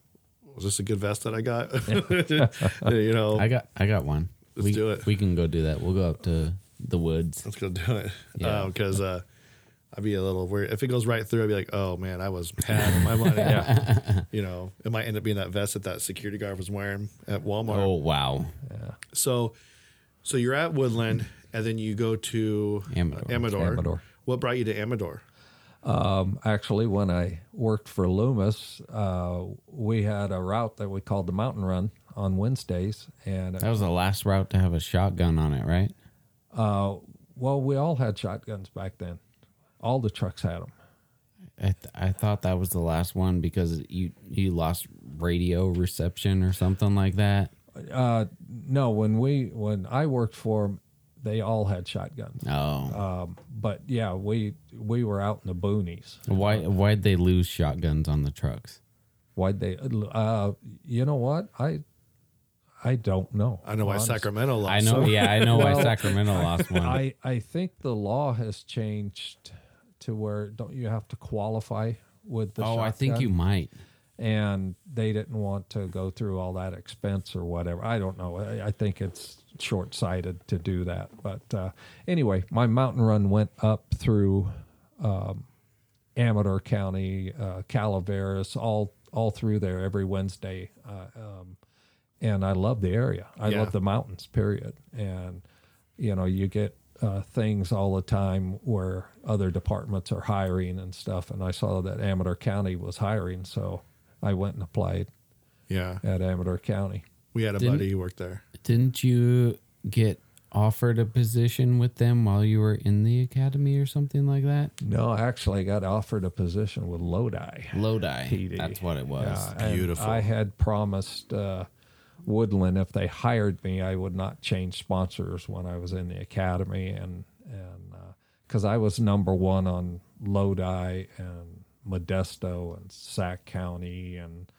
[SPEAKER 2] was this a good vest that I got? you know,
[SPEAKER 3] I got I got one.
[SPEAKER 2] Let's
[SPEAKER 3] we,
[SPEAKER 2] do it.
[SPEAKER 3] We can go do that. We'll go up to the woods.
[SPEAKER 2] let's go do it.
[SPEAKER 3] Yeah.
[SPEAKER 2] Because uh, I'd be a little worried if it goes right through. I'd be like, oh man, I was having my money. You know, it might end up being that vest that that security guard was wearing at Walmart.
[SPEAKER 3] Oh wow.
[SPEAKER 2] So, so you're at Woodland, and then you go to
[SPEAKER 3] Amador.
[SPEAKER 2] Amador.
[SPEAKER 5] Amador.
[SPEAKER 2] What brought you to Amador?
[SPEAKER 5] Actually, when I worked for Loomis, uh, we had a route that we called the Mountain Run on Wednesdays, and
[SPEAKER 3] That was the last route to have a shotgun on it, right?
[SPEAKER 5] Uh, well, we all had shotguns back then. All the trucks had them.
[SPEAKER 3] I, th- I thought that was the last one because you you lost radio reception or something like that.
[SPEAKER 5] no, when we when I worked for them, they all had shotguns.
[SPEAKER 3] Oh,
[SPEAKER 5] Uh, But yeah, we we were out in the boonies.
[SPEAKER 3] why why'd they lose shotguns on the trucks?
[SPEAKER 5] Why'd they? Uh, you know what? I I don't know.
[SPEAKER 2] I know why
[SPEAKER 5] Honest-
[SPEAKER 2] Sacramento lost.
[SPEAKER 3] I know,
[SPEAKER 2] some.
[SPEAKER 3] yeah, I know why
[SPEAKER 5] No.
[SPEAKER 3] Sacramento lost one.
[SPEAKER 5] I I think the law has changed to where don't you have to qualify with the
[SPEAKER 3] oh, I think
[SPEAKER 5] shotgun?
[SPEAKER 3] you might.
[SPEAKER 5] and they didn't want to go through all that expense or whatever. I don't know. I, I think it's short sighted to do that. But uh, anyway, my mountain run went up through um, Amador County, uh, Calaveras, all all through there every Wednesday. Uh, um, and I love the area. I
[SPEAKER 2] Yeah.
[SPEAKER 5] love the mountains, period. And you know, you get uh, things all the time where other departments are hiring and stuff. And I saw that Amador County was hiring, so I went and applied
[SPEAKER 2] Yeah.
[SPEAKER 5] at Amador County.
[SPEAKER 2] We had a
[SPEAKER 3] Didn't-
[SPEAKER 2] buddy who worked there.
[SPEAKER 3] Didn't you get offered a position with them while you were in the academy or something like that?
[SPEAKER 5] No, actually, I got offered a position with Lodi.
[SPEAKER 3] Lodi.
[SPEAKER 5] PD.
[SPEAKER 3] That's what it was.
[SPEAKER 5] Yeah, and
[SPEAKER 2] beautiful.
[SPEAKER 5] I had promised uh, Woodland if they hired me, I would not change sponsors when I was in the academy, and and because I was number one on Lodi and Modesto and Sac County and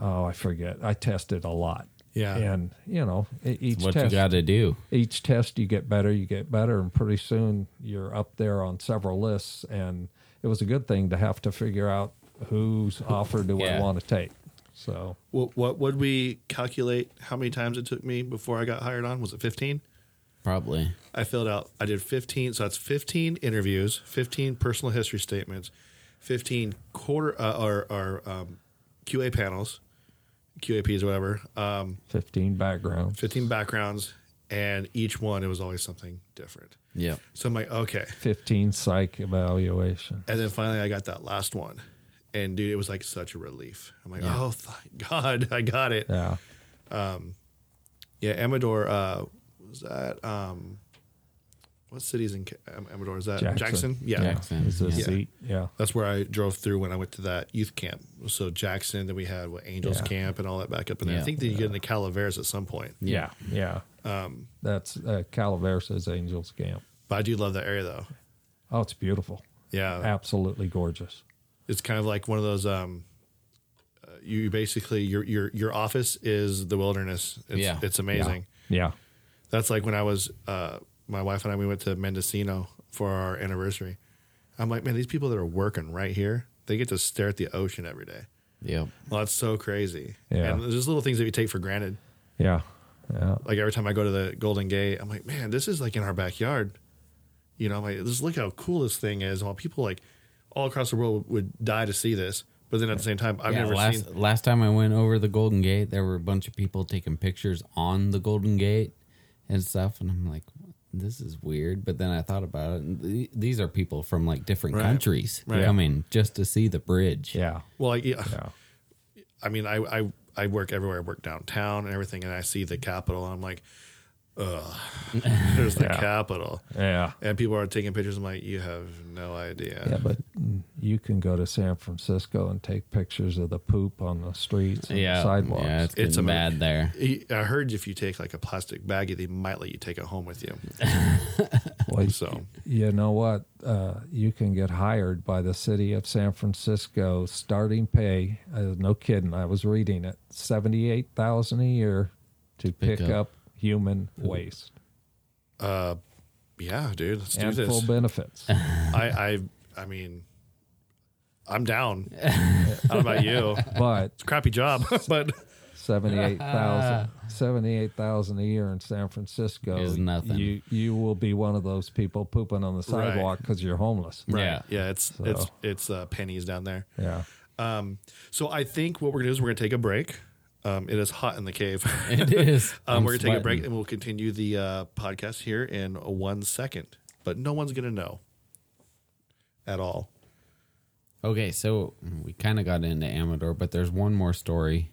[SPEAKER 5] oh I forget I tested a lot.
[SPEAKER 2] Yeah.
[SPEAKER 5] and you know e- each
[SPEAKER 3] what
[SPEAKER 5] test
[SPEAKER 3] you got to do.
[SPEAKER 5] each test you get better, you get better, and pretty soon you're up there on several lists. And it was a good thing to have to figure out whose offer do
[SPEAKER 3] Yeah.
[SPEAKER 5] I want to take. So
[SPEAKER 2] What, what would we calculate how many times it took me before I got hired on? Was it 15?
[SPEAKER 3] Probably.
[SPEAKER 2] I filled out, I did 15. So that's 15 interviews, 15 personal history statements, 15 quarter uh, or, or um, QA panels, QAPs, whatever, um,
[SPEAKER 5] 15 backgrounds.
[SPEAKER 2] 15 backgrounds. And each one, it was always something different.
[SPEAKER 3] Yep.
[SPEAKER 2] So I'm like, okay.
[SPEAKER 5] 15 psych evaluation.
[SPEAKER 2] And then finally, I got that last one. And dude, it was like such a relief. I'm like, oh, thank God, I got it.
[SPEAKER 5] Yeah.
[SPEAKER 2] Yeah, Amador. Uh, what was that um, what cities in Ca- Am- Amador? Is that Jackson?
[SPEAKER 5] Jackson.
[SPEAKER 2] Yeah.
[SPEAKER 3] Jackson.
[SPEAKER 5] Is this
[SPEAKER 3] yeah.
[SPEAKER 5] seat? Yeah.
[SPEAKER 2] that's where I drove through when I went to that youth camp. So Jackson, then we had what Angels
[SPEAKER 5] Yeah.
[SPEAKER 2] Camp and all that back up in there.
[SPEAKER 3] Yeah.
[SPEAKER 2] I think that you get into Calaveras at some point.
[SPEAKER 5] Yeah. Yeah. That's uh, Calaveras' Angels Camp.
[SPEAKER 2] But I do love that area though.
[SPEAKER 5] Oh, it's beautiful.
[SPEAKER 2] Yeah,
[SPEAKER 5] Absolutely gorgeous.
[SPEAKER 2] it's kind of like one of those. Um, uh, you basically your your your office is the wilderness. It's,
[SPEAKER 3] Yeah.
[SPEAKER 2] it's amazing.
[SPEAKER 5] Yeah.
[SPEAKER 2] That's like when I was, uh, my wife and I, we went to Mendocino for our anniversary. I'm like, man, these people that are working right here, they get to stare at the ocean every day.
[SPEAKER 3] Yep.
[SPEAKER 2] Well, that's so crazy.
[SPEAKER 5] Yeah.
[SPEAKER 2] And there's little things that we take for granted.
[SPEAKER 5] Yeah. Yeah.
[SPEAKER 2] Like every time I go to the Golden Gate, I'm like, man, this is like in our backyard. You know, I'm like, just look how cool this thing is. While people like all across the world would die to see this. But then at the same time, I've
[SPEAKER 3] yeah,
[SPEAKER 2] never
[SPEAKER 3] last
[SPEAKER 2] seen.
[SPEAKER 3] last time I went over the Golden Gate, there were a bunch of people taking pictures on the Golden Gate and stuff, and I'm like, this is weird. But then I thought about it, and th- these are people from like different countries
[SPEAKER 2] Right.
[SPEAKER 3] coming just to see the bridge.
[SPEAKER 5] Yeah.
[SPEAKER 2] Well, like, yeah.
[SPEAKER 5] Yeah.
[SPEAKER 2] I mean, I, I I work everywhere. I work downtown and everything, and I see the Capitol, and I'm like, ugh, there's the
[SPEAKER 5] Yeah.
[SPEAKER 2] Capitol.
[SPEAKER 5] Yeah.
[SPEAKER 2] And people are taking pictures. I'm like, you have no idea.
[SPEAKER 5] Yeah, but you can go to San Francisco and take pictures of the poop on the streets and
[SPEAKER 3] yeah,
[SPEAKER 5] sidewalks.
[SPEAKER 3] yeah, it's
[SPEAKER 2] It's
[SPEAKER 3] getting
[SPEAKER 2] ama-
[SPEAKER 3] bad there.
[SPEAKER 2] He- I heard if you take like a plastic baggie, they might let you take it home with you.
[SPEAKER 5] Well,
[SPEAKER 2] So
[SPEAKER 5] you know what? Uh, you can get hired by the city of San Francisco. Starting pay, uh, no kidding. I was reading it, seventy-eight thousand a year to pick,
[SPEAKER 3] pick
[SPEAKER 5] up.
[SPEAKER 3] up.
[SPEAKER 5] human waste
[SPEAKER 2] yeah, dude, let's
[SPEAKER 5] and
[SPEAKER 2] do
[SPEAKER 5] full
[SPEAKER 2] this.
[SPEAKER 5] benefits.
[SPEAKER 2] I I I mean, I'm down. How about you?
[SPEAKER 5] but
[SPEAKER 2] Crappy job, but
[SPEAKER 5] 78,000 78,000 a year in San Francisco
[SPEAKER 3] Is nothing.
[SPEAKER 5] You you will be one of those people pooping on the
[SPEAKER 2] Right.
[SPEAKER 5] sidewalk because you're homeless.
[SPEAKER 3] Yeah.
[SPEAKER 2] yeah, it's it's it's uh, pennies down there.
[SPEAKER 5] Yeah.
[SPEAKER 2] Um, so I think what we're gonna do is we're gonna take a break. Um, it is hot in the cave.
[SPEAKER 3] It is.
[SPEAKER 2] Um,
[SPEAKER 3] I'm
[SPEAKER 2] we're going to take a break
[SPEAKER 3] sweating.
[SPEAKER 2] and we'll continue the uh, podcast here in one second. But no one's going to know at all.
[SPEAKER 3] Okay, so we kind of got into Amador, but there's one more story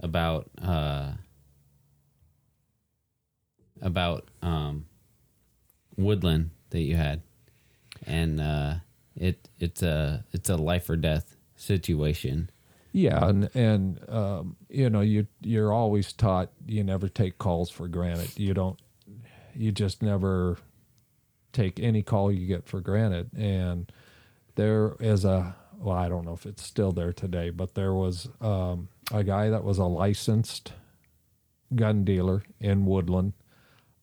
[SPEAKER 3] about uh about um Woodland that you had. And uh it it's a it's a life or death situation.
[SPEAKER 5] Yeah, and and um, you know you you're always taught you never take calls for granted. You don't, you just never take any call you get for granted. And there is a well, I don't know if it's still there today, but there was um, a guy that was a licensed gun dealer in Woodland,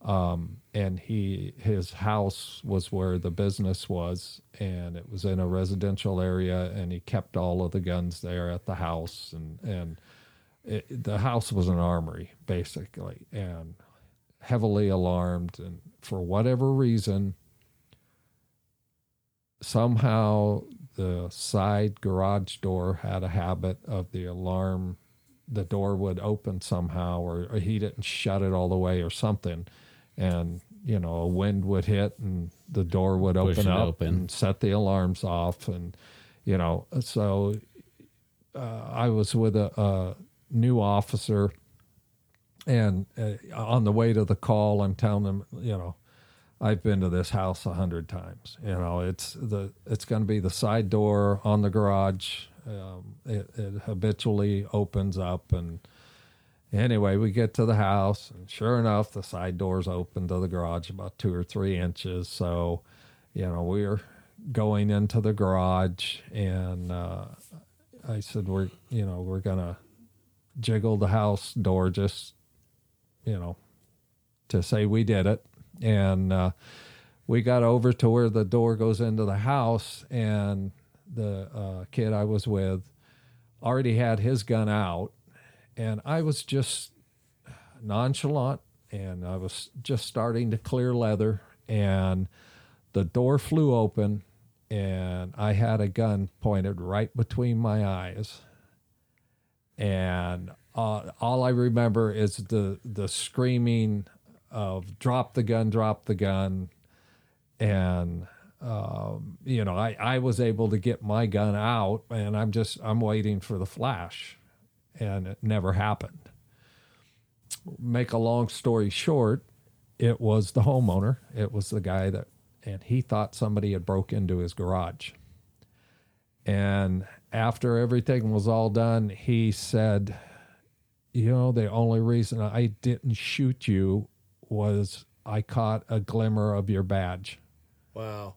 [SPEAKER 5] um, and he his house was where the business was, and it was in a residential area, and he kept all of the guns there at the house, and and it, the house was an armory basically, and heavily alarmed, and for whatever reason, somehow the side garage door had a habit of the alarm the door would open somehow or, or he didn't shut it all the way or something and you know a wind would hit and the door would
[SPEAKER 3] Push
[SPEAKER 5] open
[SPEAKER 3] it
[SPEAKER 5] up
[SPEAKER 3] open.
[SPEAKER 5] and set the alarms off and you know so uh, i was with a, a new officer and uh, on the way to the call i'm telling them you know I've been to this house a hundred times. You know, it's the it's going to be the side door on the garage. Um, it, it habitually opens up, and anyway, we get to the house, and sure enough, the side door's open to the garage about two or three inches. So, you know, we're going into the garage, and uh, I said, "We're you know we're gonna jiggle the house door just you know to say we did it. And uh, we got over to where the door goes into the house, and the uh, kid I was with already had his gun out, and I was just nonchalant, and I was just starting to clear leather, and the door flew open, and I had a gun pointed right between my eyes and uh, all I remember is the the screaming of "drop the gun, drop the gun," and um, you know I I was able to get my gun out, and I'm just I'm waiting for the flash, and it never happened. Make a long story short, it was the homeowner. It was the guy that, and he thought somebody had broke into his garage. And after everything was all done, he said, You know, the only reason I didn't shoot you was I caught a glimmer of your badge.
[SPEAKER 2] Wow.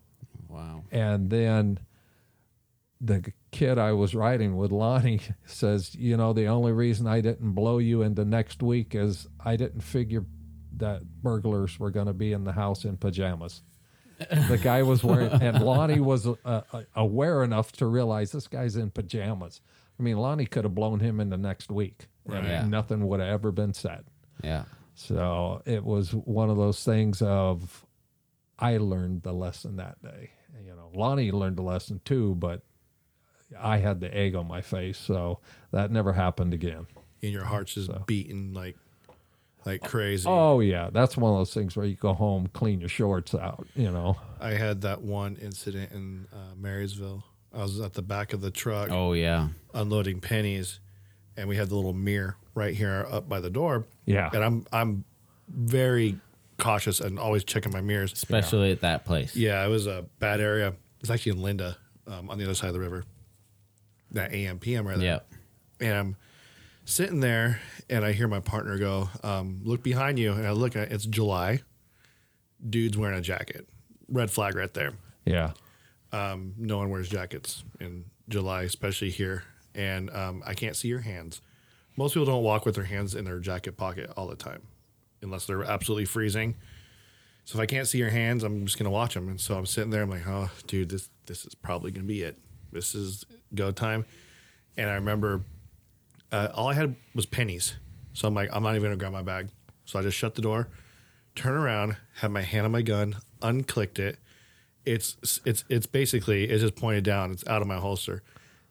[SPEAKER 3] Wow.
[SPEAKER 5] And then the kid I was riding with, Lonnie, says, You know, the only reason I didn't blow you into next week is I didn't figure that burglars were going to be in the house in pajamas. The guy was wearing, and Lonnie was uh, uh, aware enough to realize this guy's in pajamas. I mean, Lonnie could have blown him into next week, and
[SPEAKER 3] Right.
[SPEAKER 5] nothing would have ever been said.
[SPEAKER 3] Yeah.
[SPEAKER 5] So it was one of those things of I learned the lesson that day. You know, Lonnie learned the lesson too, but I had the egg on my face, so that never happened again.
[SPEAKER 2] And your heart's just beating like like crazy.
[SPEAKER 5] Oh yeah, that's one of those things where you go home, clean your shorts out, you know.
[SPEAKER 2] I had that one incident in uh, Marysville. I was at the back of the truck
[SPEAKER 3] Oh yeah.
[SPEAKER 2] unloading pennies, and we had the little mirror right here up by the door.
[SPEAKER 5] Yeah.
[SPEAKER 2] and I'm I'm very cautious and always checking my mirrors.
[SPEAKER 3] Especially at that place.
[SPEAKER 2] Yeah, it was a bad area. It's actually in Linda, um, on the other side of the river. That AM PM rather.
[SPEAKER 3] Yeah.
[SPEAKER 2] And I'm sitting there, and I hear my partner go, um, "Look behind you." And I look, and it's July. Dude's wearing a jacket. Red flag right there.
[SPEAKER 5] Yeah.
[SPEAKER 2] Um, no one wears jackets in July, especially here. And um, I can't see your hands. Most people don't walk with their hands in their jacket pocket all the time, unless they're absolutely freezing. So if I can't see your hands, I'm just gonna watch them. And so I'm sitting there, I'm like, oh, dude, this this is probably gonna be it. This is go time. And I remember uh, all I had was pennies. So I'm like, I'm not even gonna grab my bag. So I just shut the door, turn around, have my hand on my gun, unclicked it. It's it's it's basically it's just pointed down. It's out of my holster,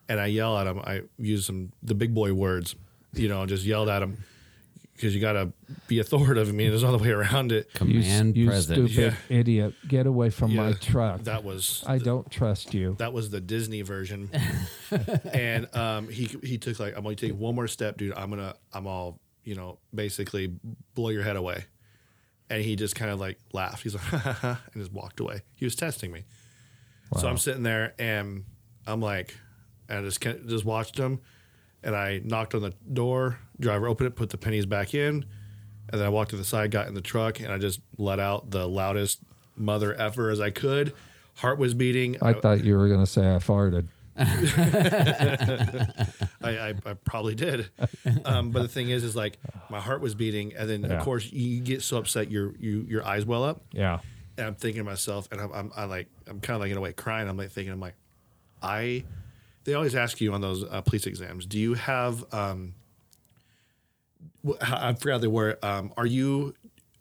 [SPEAKER 2] and I yell at him. I use some the big boy words, you know, just yelled at him because you gotta be authoritative. I mean, there's no other way around it.
[SPEAKER 5] You, s-
[SPEAKER 3] Command
[SPEAKER 5] you
[SPEAKER 3] present.
[SPEAKER 5] stupid idiot, get away from my
[SPEAKER 2] Yeah,
[SPEAKER 5] truck.
[SPEAKER 2] That was
[SPEAKER 5] I don't trust you.
[SPEAKER 2] that was the Disney version, and um, he he took like I'm gonna take one more step, dude. I'm gonna I'm all you know basically blow your head away, and he just kind of like laughed. He's like and just walked away. He was testing me, so I'm sitting there and I'm like I just kind of just watched him, and I knocked on the door. Driver opened it, put the pennies back in, and then I walked to the side, got in the truck, and I just let out the loudest mother effer as I could. Heart was beating.
[SPEAKER 5] I thought you were going to say I farted.
[SPEAKER 2] I, I, I probably did. Um, but the thing is, is like my heart was beating, and then
[SPEAKER 5] Yeah.
[SPEAKER 2] of course you get so upset, your you your eyes well up.
[SPEAKER 5] Yeah.
[SPEAKER 2] And I'm thinking to myself, and I'm, I'm I like I'm kind of like in a way crying. I'm like thinking, I'm like, I. They always ask you on those uh, police exams, do you have? Um, wh- I I forgot the word. Um, are you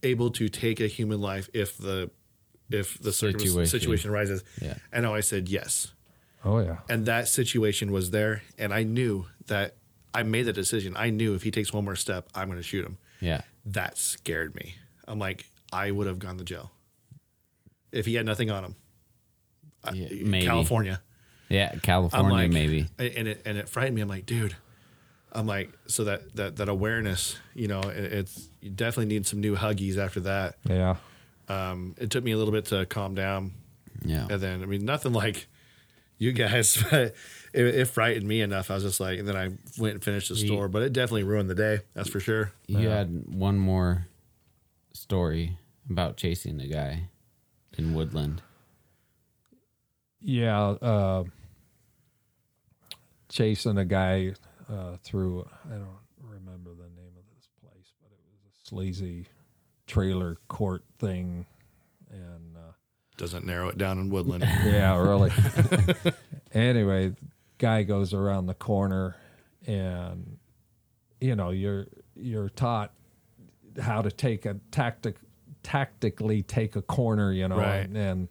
[SPEAKER 2] able to take a human life if the if the situation,
[SPEAKER 3] Situation.
[SPEAKER 2] situation arises?
[SPEAKER 3] Yeah.
[SPEAKER 2] And I always said yes
[SPEAKER 5] Oh, yeah.
[SPEAKER 2] and that situation was there and i knew that i made the decision i knew if he takes one more step i'm going to shoot him
[SPEAKER 3] Yeah.
[SPEAKER 2] that scared me i'm like i would have gone to jail if he had nothing on him I-
[SPEAKER 3] Yeah, maybe.
[SPEAKER 2] california
[SPEAKER 3] Yeah.
[SPEAKER 2] i'm
[SPEAKER 3] California,
[SPEAKER 2] like
[SPEAKER 3] maybe.
[SPEAKER 2] and it and it frightened me i'm like dude i'm like so that that that awareness you know it, it's you definitely need some new huggies after that
[SPEAKER 5] Yeah.
[SPEAKER 2] um it took me a little bit to calm down
[SPEAKER 3] Yeah.
[SPEAKER 2] and then, I mean, nothing like you guys, but it, it frightened me enough. I was just like, and then I went and finished the store, but it definitely ruined the day. That's for sure.
[SPEAKER 3] You had one more story about chasing the guy in Woodland.
[SPEAKER 5] Yeah. Uh, chasing a guy uh, through, I don't remember the name of this place, but it was a sleazy trailer court thing. And, uh,
[SPEAKER 2] Doesn't narrow it down in Woodland.
[SPEAKER 5] Yeah, really. anyway, guy goes around the corner and you know, you're you're taught how to take a tactic tactically take a corner, you know,
[SPEAKER 2] Right.
[SPEAKER 5] and, and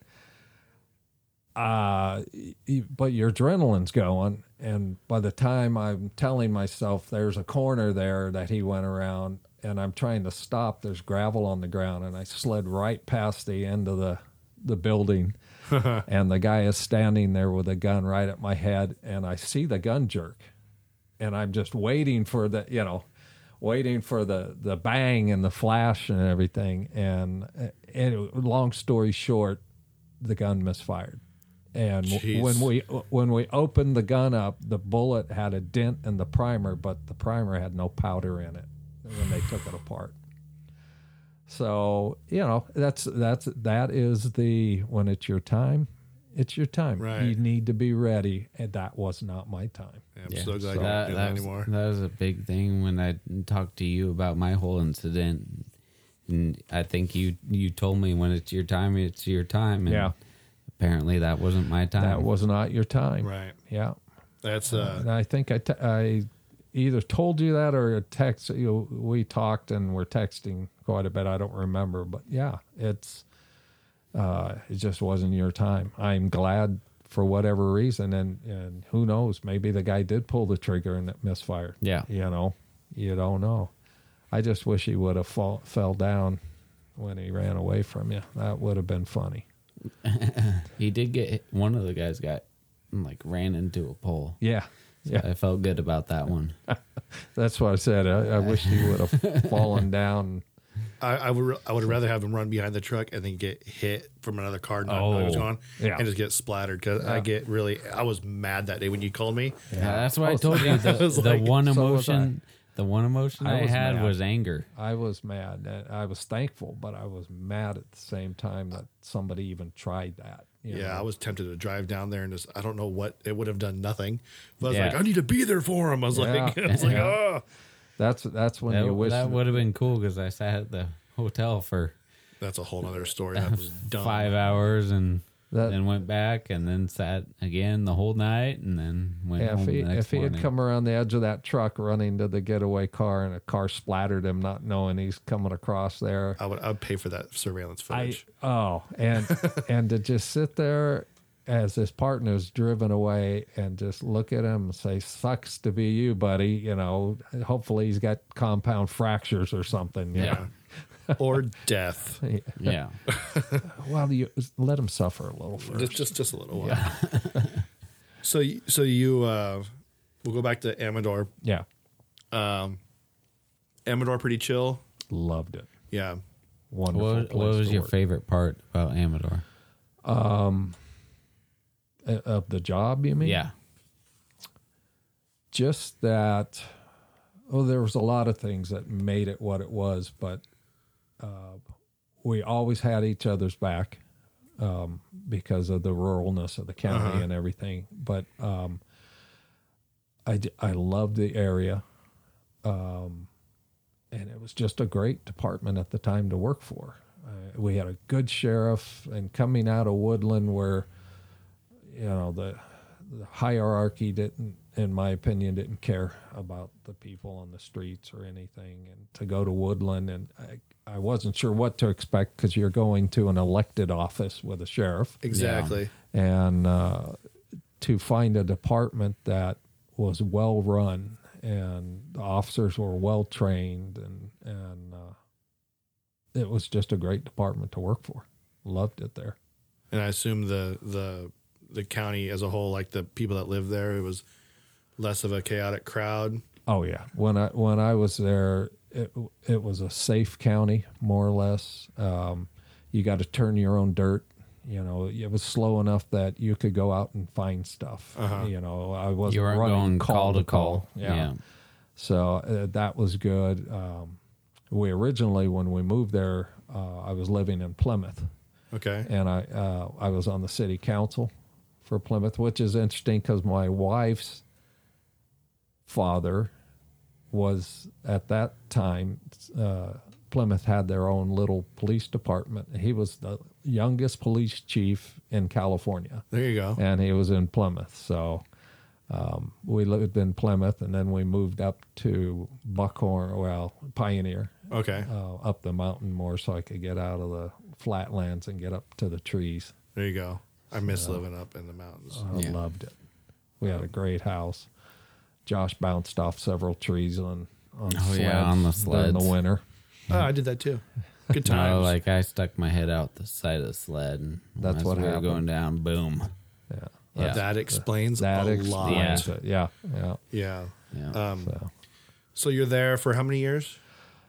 [SPEAKER 5] uh y- y- but your adrenaline's going and by the time I'm telling myself there's a corner there that he went around and I'm trying to stop, there's gravel on the ground and I slid right past the end of the the building and the guy is standing there with a gun right at my head and i see the gun jerk and i'm just waiting for the you know waiting for the the bang and the flash and everything and, uh, and long story short the gun misfired and w-
[SPEAKER 2] Jeez.
[SPEAKER 5] when we uh, when we opened the gun up the bullet had a dent in the primer but the primer had no powder in it when they took it apart so you know that's that's that is the when it's your time, it's your time.
[SPEAKER 2] Right.
[SPEAKER 5] You need to be ready, and that was not my time.
[SPEAKER 2] I'm so glad you don't
[SPEAKER 3] that,
[SPEAKER 2] do
[SPEAKER 3] that
[SPEAKER 2] that
[SPEAKER 3] was,
[SPEAKER 2] anymore.
[SPEAKER 3] that was a big thing when I talked to you about my whole incident. And I think you you told me when it's your time, it's your time. And
[SPEAKER 5] Yeah.
[SPEAKER 3] Apparently that wasn't my time.
[SPEAKER 5] That was not your time.
[SPEAKER 2] Right.
[SPEAKER 5] Yeah.
[SPEAKER 2] That's, uh,
[SPEAKER 5] And I think I, t- I either told you that or a text. You we talked and we're texting quite a bit. I don't remember, but yeah, it's uh, it just wasn't your time. I'm glad for whatever reason, and and who knows? Maybe the guy did pull the trigger and it misfired.
[SPEAKER 3] Yeah.
[SPEAKER 5] you know, you don't know. I just wish he would have fall, fell down when he ran away from you. That would have been funny.
[SPEAKER 3] he did get hit. one of the guys got like ran into a pole.
[SPEAKER 5] Yeah. Yeah,
[SPEAKER 3] I felt good about that one.
[SPEAKER 5] that's what I said. I, I wish he would have fallen down.
[SPEAKER 2] I, I would, I would rather have him run behind the truck and then get hit from another car, and not know he was
[SPEAKER 5] Oh,
[SPEAKER 2] gone,
[SPEAKER 5] yeah.
[SPEAKER 2] and just get splattered. Cause I get really, I was mad that day when you called me.
[SPEAKER 3] Yeah, that's what I told you. The,
[SPEAKER 2] was
[SPEAKER 3] the
[SPEAKER 2] like-
[SPEAKER 3] one
[SPEAKER 5] so Oh, was
[SPEAKER 3] emotion, the one emotion
[SPEAKER 5] I
[SPEAKER 3] I,
[SPEAKER 5] was
[SPEAKER 3] had
[SPEAKER 5] mad.
[SPEAKER 3] was anger.
[SPEAKER 5] I was mad. and I was thankful, but I was mad at the same time that somebody even tried that. you
[SPEAKER 2] Yeah.
[SPEAKER 5] know.
[SPEAKER 2] I was tempted to drive down there and just, I don't know what, it would have done nothing. But I was
[SPEAKER 3] Yeah.
[SPEAKER 2] like, I need to be there for him. I was like,
[SPEAKER 5] Yeah.
[SPEAKER 2] I was like,
[SPEAKER 5] Yeah.
[SPEAKER 2] oh.
[SPEAKER 5] That's that's when you
[SPEAKER 3] That,
[SPEAKER 5] wish.
[SPEAKER 3] that would have been cool because I sat at the hotel for
[SPEAKER 2] That's a whole other story. That was dumb.
[SPEAKER 3] five hours and
[SPEAKER 5] That-
[SPEAKER 3] then went back and then sat again the whole night and then went
[SPEAKER 5] Yeah, if
[SPEAKER 3] home
[SPEAKER 5] he
[SPEAKER 3] the next
[SPEAKER 5] if he had
[SPEAKER 3] morning.
[SPEAKER 5] come around the edge of that truck running to the getaway car and a car splattered him, not knowing he's coming across there.
[SPEAKER 2] I would I'd pay for that surveillance
[SPEAKER 5] I
[SPEAKER 2] footage.
[SPEAKER 5] oh, and and to just sit there as his partner's driven away and just look at him and say, "Sucks to be you, buddy." You know, hopefully he's got compound fractures or something. you know.
[SPEAKER 3] yeah,
[SPEAKER 2] or death.
[SPEAKER 3] yeah,
[SPEAKER 5] Well, you let him suffer a little first.
[SPEAKER 2] Just just just a little while. so y- so you uh we'll go back to Amador. Um,
[SPEAKER 5] yeah,
[SPEAKER 2] Amador pretty chill.
[SPEAKER 5] loved it.
[SPEAKER 2] Yeah.
[SPEAKER 5] Wonderful.
[SPEAKER 3] What, what
[SPEAKER 5] place
[SPEAKER 3] was
[SPEAKER 5] to
[SPEAKER 3] your
[SPEAKER 5] work.
[SPEAKER 3] favorite part about Amador?
[SPEAKER 5] Uh, of the job? You mean?
[SPEAKER 3] Yeah,
[SPEAKER 5] just that oh there was a lot of things that made it what it was but uh, we always had each other's back um, because of the ruralness of the county and everything but um, I, d- I loved the area um, and it was just a great department at the time to work for uh, we had a good sheriff and coming out of woodland where you know the the hierarchy didn't in my opinion didn't care about the people on the streets or anything and to go to woodland and i, I wasn't sure what to expect because you're going to an elected office with a sheriff
[SPEAKER 2] Exactly.
[SPEAKER 5] and uh, to find a department that was well run and the officers were well trained and and uh, it was just a great department to work for loved it there
[SPEAKER 2] And I assume the the the county as a whole, like the people that live there, it was less of a chaotic crowd.
[SPEAKER 5] Oh yeah. When I when I was there, it it was a safe county more or less. Um, you got to turn your own dirt. You know, it was slow enough that you could go out and find stuff. You know, I wasn't
[SPEAKER 3] You weren't
[SPEAKER 5] running
[SPEAKER 3] going
[SPEAKER 5] call to call.
[SPEAKER 3] Yeah.
[SPEAKER 5] So uh, that was good. Um, we originally, when we moved there, uh, I was living in Plymouth,
[SPEAKER 2] Okay.
[SPEAKER 5] and I uh, I was on the city council for Plymouth, which is interesting because my wife's father was at that time uh, Plymouth had their own little police department. He was the youngest police chief in California
[SPEAKER 2] There you go.
[SPEAKER 5] and he was in Plymouth. So um, we lived in Plymouth, and then we moved up to Buckhorn, well, Pioneer,
[SPEAKER 2] Okay.
[SPEAKER 5] uh, up the mountain more, so I could get out of the flatlands and get up to the trees.
[SPEAKER 2] There you go. I miss living up in the mountains.
[SPEAKER 5] I
[SPEAKER 3] Yeah.
[SPEAKER 5] loved it. We had a great house. Josh bounced off several trees on on
[SPEAKER 3] Oh,
[SPEAKER 5] sleds
[SPEAKER 3] yeah, on the
[SPEAKER 5] during the
[SPEAKER 3] sleds.
[SPEAKER 5] winter.
[SPEAKER 2] Oh, I did that too. Good times.
[SPEAKER 3] No, like I stuck my head out the side of the sled, and
[SPEAKER 5] That's
[SPEAKER 3] as
[SPEAKER 5] what
[SPEAKER 3] we were
[SPEAKER 5] happened.
[SPEAKER 3] going down. Boom.
[SPEAKER 5] Yeah,
[SPEAKER 3] Yeah.
[SPEAKER 2] Uh, That explains
[SPEAKER 5] that
[SPEAKER 2] a lot. Yeah.
[SPEAKER 5] explains it. Yeah, yeah.
[SPEAKER 3] yeah.
[SPEAKER 2] Um,
[SPEAKER 5] So.
[SPEAKER 2] so you're there for how many years?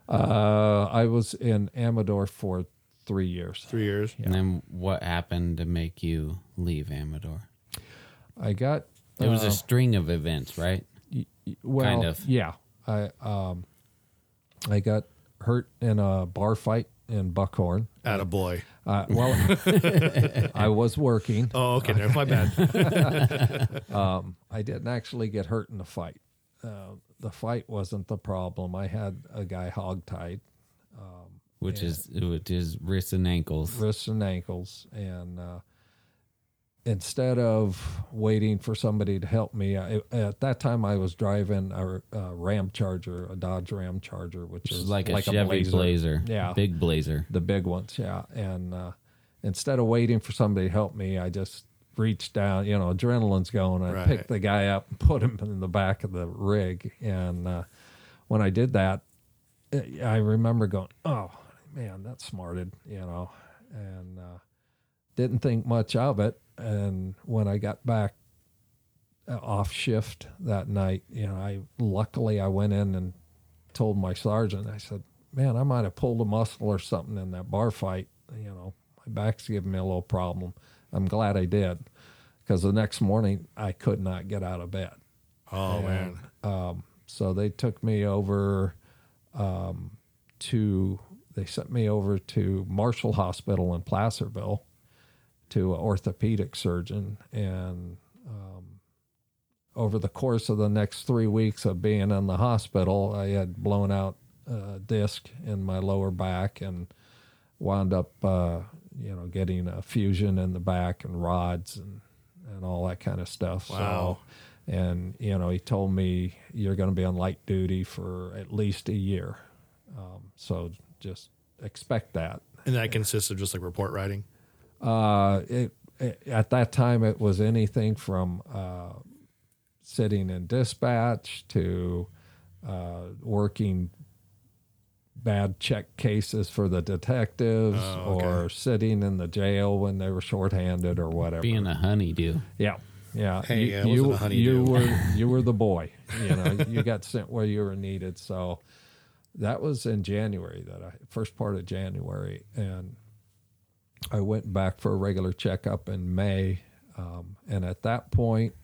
[SPEAKER 5] Uh, I was in Amador for three years.
[SPEAKER 2] Three years.
[SPEAKER 3] And then what happened to make you leave Amador?
[SPEAKER 5] I got
[SPEAKER 3] It was
[SPEAKER 5] uh,
[SPEAKER 3] a string of events, right?
[SPEAKER 5] well,
[SPEAKER 3] Kind of.
[SPEAKER 5] Yeah, I um, I got hurt in a bar fight in Buckhorn.
[SPEAKER 2] At a boy.
[SPEAKER 5] Uh, well, I was working.
[SPEAKER 2] Oh, okay. Never my bad.
[SPEAKER 5] I didn't actually get hurt in the fight. Uh, the fight wasn't the problem. I had a guy hogtied,
[SPEAKER 3] Which is which is wrists and ankles.
[SPEAKER 5] wrists and ankles, and uh, instead of waiting for somebody to help me, I, at that time I was driving a, a Ram Charger, a Dodge Ram Charger, which,
[SPEAKER 3] Which
[SPEAKER 5] is
[SPEAKER 3] is like, a Chevy Blazer.
[SPEAKER 5] Yeah.
[SPEAKER 3] Big Blazer.
[SPEAKER 5] the big ones yeah and uh, instead of waiting for somebody to help me i just reached down you know adrenaline's going i
[SPEAKER 2] Right.
[SPEAKER 5] picked the guy up and put him in the back of the rig and uh, when i did that eh, i remember going oh man that smarted you know and uh, didn't think much of it and when i got back uh, off shift that night you know i luckily i went in and told my sergeant, I said, Man, I might have pulled a muscle or something in that bar fight. You know, my back's giving me a little problem. I'm glad I did because the next morning I could not get out of bed. Um,
[SPEAKER 2] Oh man.
[SPEAKER 5] So they took me over um, to, they sent me over to Marshall Hospital in Placerville to an orthopedic surgeon. And um, over the course of the next three weeks of being in the hospital, I had blown out a disc in my lower back and wound up, uh, you know, getting a fusion in the back and rods and, and all that kind of stuff.
[SPEAKER 2] Wow.
[SPEAKER 5] So, and, you know, he told me you're going to be on light duty for at least a year. Um, so just expect that.
[SPEAKER 2] And that consists of just like report writing.
[SPEAKER 5] Uh, it, it at that time it was anything from uh, sitting in dispatch to uh, working bad check cases for the detectives
[SPEAKER 2] Oh, okay.
[SPEAKER 5] or sitting in the jail when they were shorthanded or whatever.
[SPEAKER 3] Being a honeydew.
[SPEAKER 5] yeah. Yeah,
[SPEAKER 2] Hey,
[SPEAKER 5] you,
[SPEAKER 2] I wasn't
[SPEAKER 5] you-
[SPEAKER 2] a honeydew.
[SPEAKER 5] you were you were the boy. You know, you got sent where you were needed. So that was in January that I first part of January, and I went back for a regular checkup in May, um, and at that point,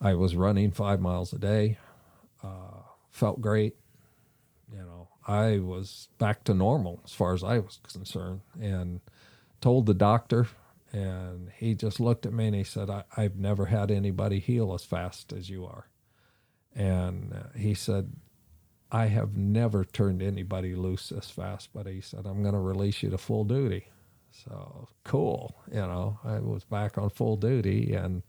[SPEAKER 5] I was running five miles a day. felt great. You know, I was back to normal as far as I was concerned and told the doctor. And he just looked at me and he said, I, I've never had anybody heal as fast as you are. And uh, he said, I have never turned anybody loose this fast, but he said, I'm going to release you to full duty. So cool. You know, I was back on full duty and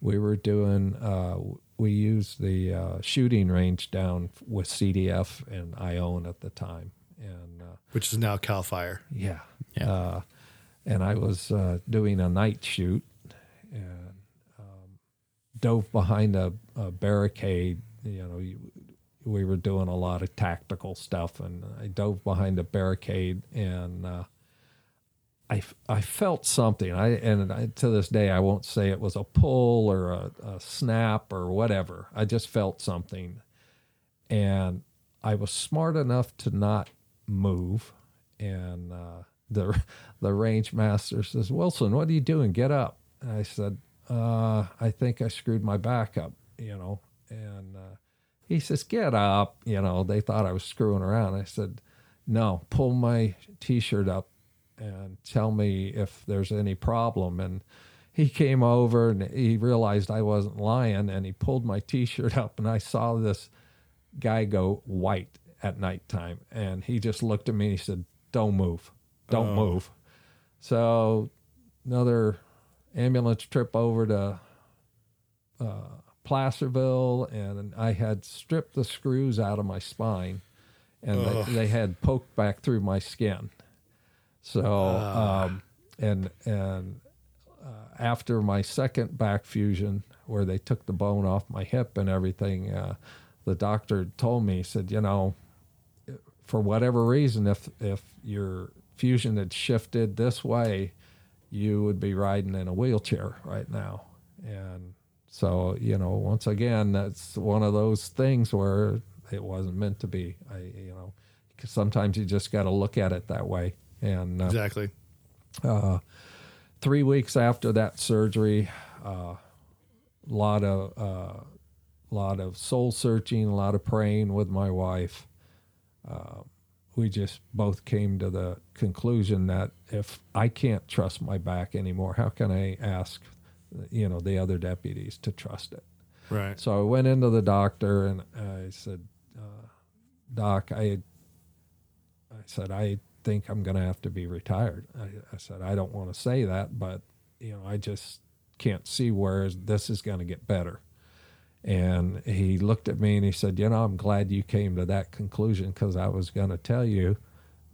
[SPEAKER 5] we were doing uh, we used the uh, shooting range down with CDF and Ione at the time, and uh,
[SPEAKER 6] which is now Cal Fire.
[SPEAKER 5] yeah, yeah. Uh, and I was uh, doing a night shoot and um, dove behind a, a barricade. You know, you, we were doing a lot of tactical stuff, and I dove behind a barricade and. Uh, I, I felt something. I and I, to this day I won't say it was a pull or a, a snap or whatever. I just felt something, and I was smart enough to not move. And uh, the the range master says, "Wilson, what are you doing? Get up!" And I said, uh, "I think I screwed my back up, you know." And uh, he says, "Get up!" You know, they thought I was screwing around. I said, "No, pull my t-shirt up and tell me if there's any problem. And he came over and he realized I wasn't lying and he pulled my t shirt up and I saw this guy go white at nighttime. And he just looked at me and he said, Don't move. Don't move. So another ambulance trip over to uh, Placerville and I had stripped the screws out of my spine and they, they had poked back through my skin. So, um, and and uh, after my second back fusion, where they took the bone off my hip and everything, uh, the doctor told me, he said, you know, for whatever reason, if if your fusion had shifted this way, you would be riding in a wheelchair right now. And so, you know, once again, that's one of those things where it wasn't meant to be. I, you know, 'cause sometimes you just got to look at it that way. And uh,
[SPEAKER 2] Exactly.
[SPEAKER 5] three weeks after that surgery, a lot of uh, lot of soul searching, a lot of praying with my wife. Uh, we just both came to the conclusion that if I can't trust my back anymore, how can I ask, you know, the other deputies to trust it?
[SPEAKER 2] Right.
[SPEAKER 5] So I went into the doctor and I said, uh, "Doc, I," I said, "I think I'm going to have to be retired." I, I said, "I don't want to say that, but you know, I just can't see where this is going to get better." And he looked at me and he said, "You know, I'm glad you came to that conclusion because I was going to tell you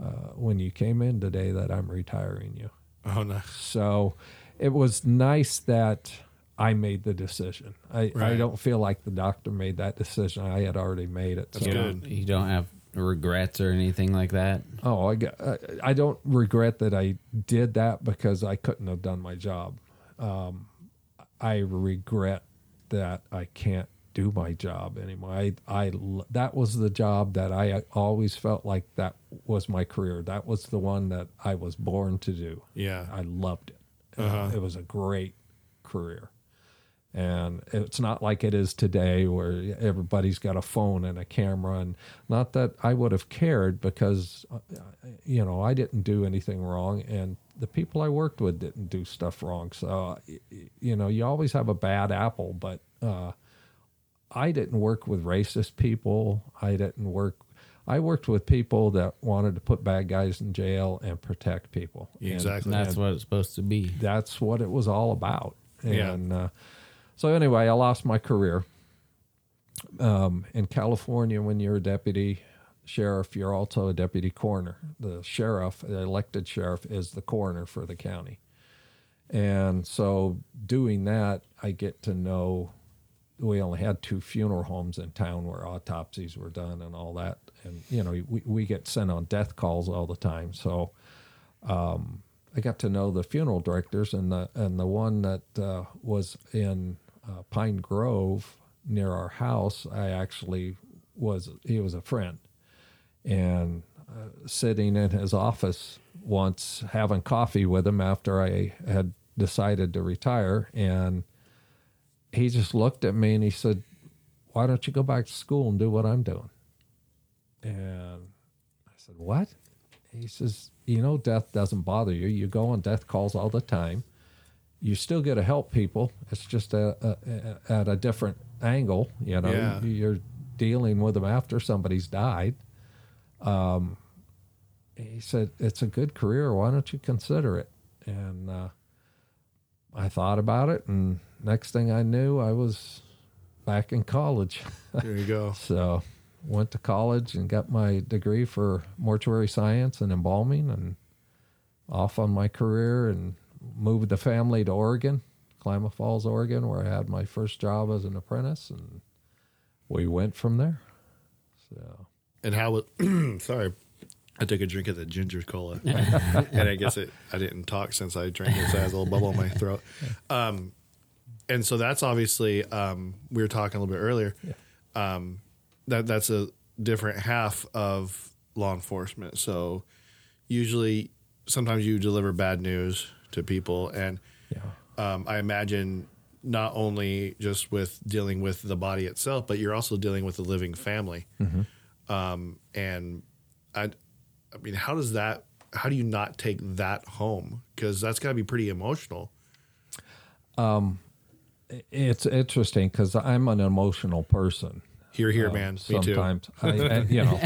[SPEAKER 5] uh, when you came in today that I'm retiring you."
[SPEAKER 2] Oh no.
[SPEAKER 5] So it was nice that I made the decision. I, I
[SPEAKER 2] Right.
[SPEAKER 5] don't feel like the doctor made that decision. I had already made it.
[SPEAKER 2] That's
[SPEAKER 5] So-
[SPEAKER 2] good.
[SPEAKER 3] You don't have regrets or anything like that.
[SPEAKER 5] Oh, I, got, I, I don't regret that I did that because I couldn't have done my job. Um, I regret that I can't do my job anymore. I, I, l- that was the job that I always felt like that was my career. That was the one that I was born to do.
[SPEAKER 2] Yeah. Uh-huh.
[SPEAKER 5] I loved it. Uh, It was a great career. And it's not like it is today where everybody's got a phone and a camera. And not that I would have cared because, uh, you know, I didn't do anything wrong. And the people I worked with didn't do stuff wrong. So, uh, y- y- you know, you always have a bad apple, but uh, I didn't work with racist people. I didn't work. I worked with people that wanted to put bad guys in jail and protect people. And
[SPEAKER 2] Exactly.
[SPEAKER 3] That's what it's supposed to be.
[SPEAKER 5] that's what it was all about.
[SPEAKER 2] Yeah.
[SPEAKER 5] And uh, so, anyway, I lost my career. Um, in California, when you're a deputy sheriff, you're also a deputy coroner. The sheriff, the elected sheriff, is the coroner for the county. And so, doing that, I get to know we only had two funeral homes in town where autopsies were done and all that. And, you know, we, we get sent on death calls all the time. So, I got to know the funeral directors, and the and the one that uh, was in uh, Pine Grove near our house. I actually was he was a friend, and uh, sitting in his office once having coffee with him after I had decided to retire, and he just looked at me and he said, why don't you go back to school and do what I'm doing? And I said, What? He says, You know, death doesn't bother you. You go on death calls all the time. You still get to help people. It's just a, a, a, at a different angle. You know,
[SPEAKER 2] Yeah.
[SPEAKER 5] you're dealing with them after somebody's died. Um, he said, It's a good career. Why don't you consider it? And uh, I thought about it. And next thing I knew, I was back in college.
[SPEAKER 2] There you go.
[SPEAKER 5] So went to college and got my degree for mortuary science and embalming and off on my career and moved the family to Oregon, Klamath Falls, Oregon, where I had my first job as an apprentice and we went from there. So
[SPEAKER 2] And how it? sorry, I took a drink of the ginger cola, and I guess it. I didn't talk since I drank it, so I had a little bubble in my throat. Um, and so that's obviously um, we were talking a little bit earlier. Um, that that's a different half of law enforcement. So usually, sometimes you deliver bad news to people, and um, I imagine not only just with dealing with the body itself, but you're also dealing with the living family.
[SPEAKER 5] Mm-hmm.
[SPEAKER 2] Um, and I, I mean, how does that? How do you not take that home? Because that's got to be pretty emotional.
[SPEAKER 5] it's interesting because I'm an emotional person.
[SPEAKER 2] Here, here, man. Me too.
[SPEAKER 5] Oh, Sometimes I, I- you know,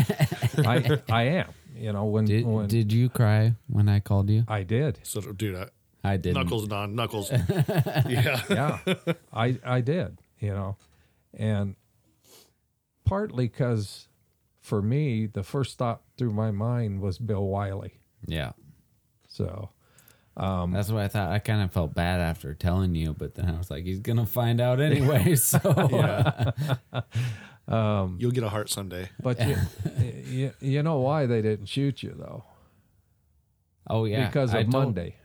[SPEAKER 5] I, I am, you know, when,
[SPEAKER 3] Did,
[SPEAKER 5] when
[SPEAKER 3] did you cry when I called you?
[SPEAKER 5] I did,
[SPEAKER 2] So, dude, I,
[SPEAKER 3] I did.
[SPEAKER 2] knuckles non knuckles. yeah.
[SPEAKER 5] yeah, I I did, you know, and partly because for me the first thought through my mind was Bill Wiley.
[SPEAKER 3] Yeah.
[SPEAKER 5] So Um,
[SPEAKER 3] That's what I thought. I kind of felt bad after telling you, but then I was like, he's going to find out anyway. So,
[SPEAKER 5] Um,
[SPEAKER 2] You'll get a heart someday.
[SPEAKER 5] but you, you, you know why they didn't shoot you though
[SPEAKER 3] oh, yeah.
[SPEAKER 5] because of
[SPEAKER 3] I told-
[SPEAKER 5] Monday.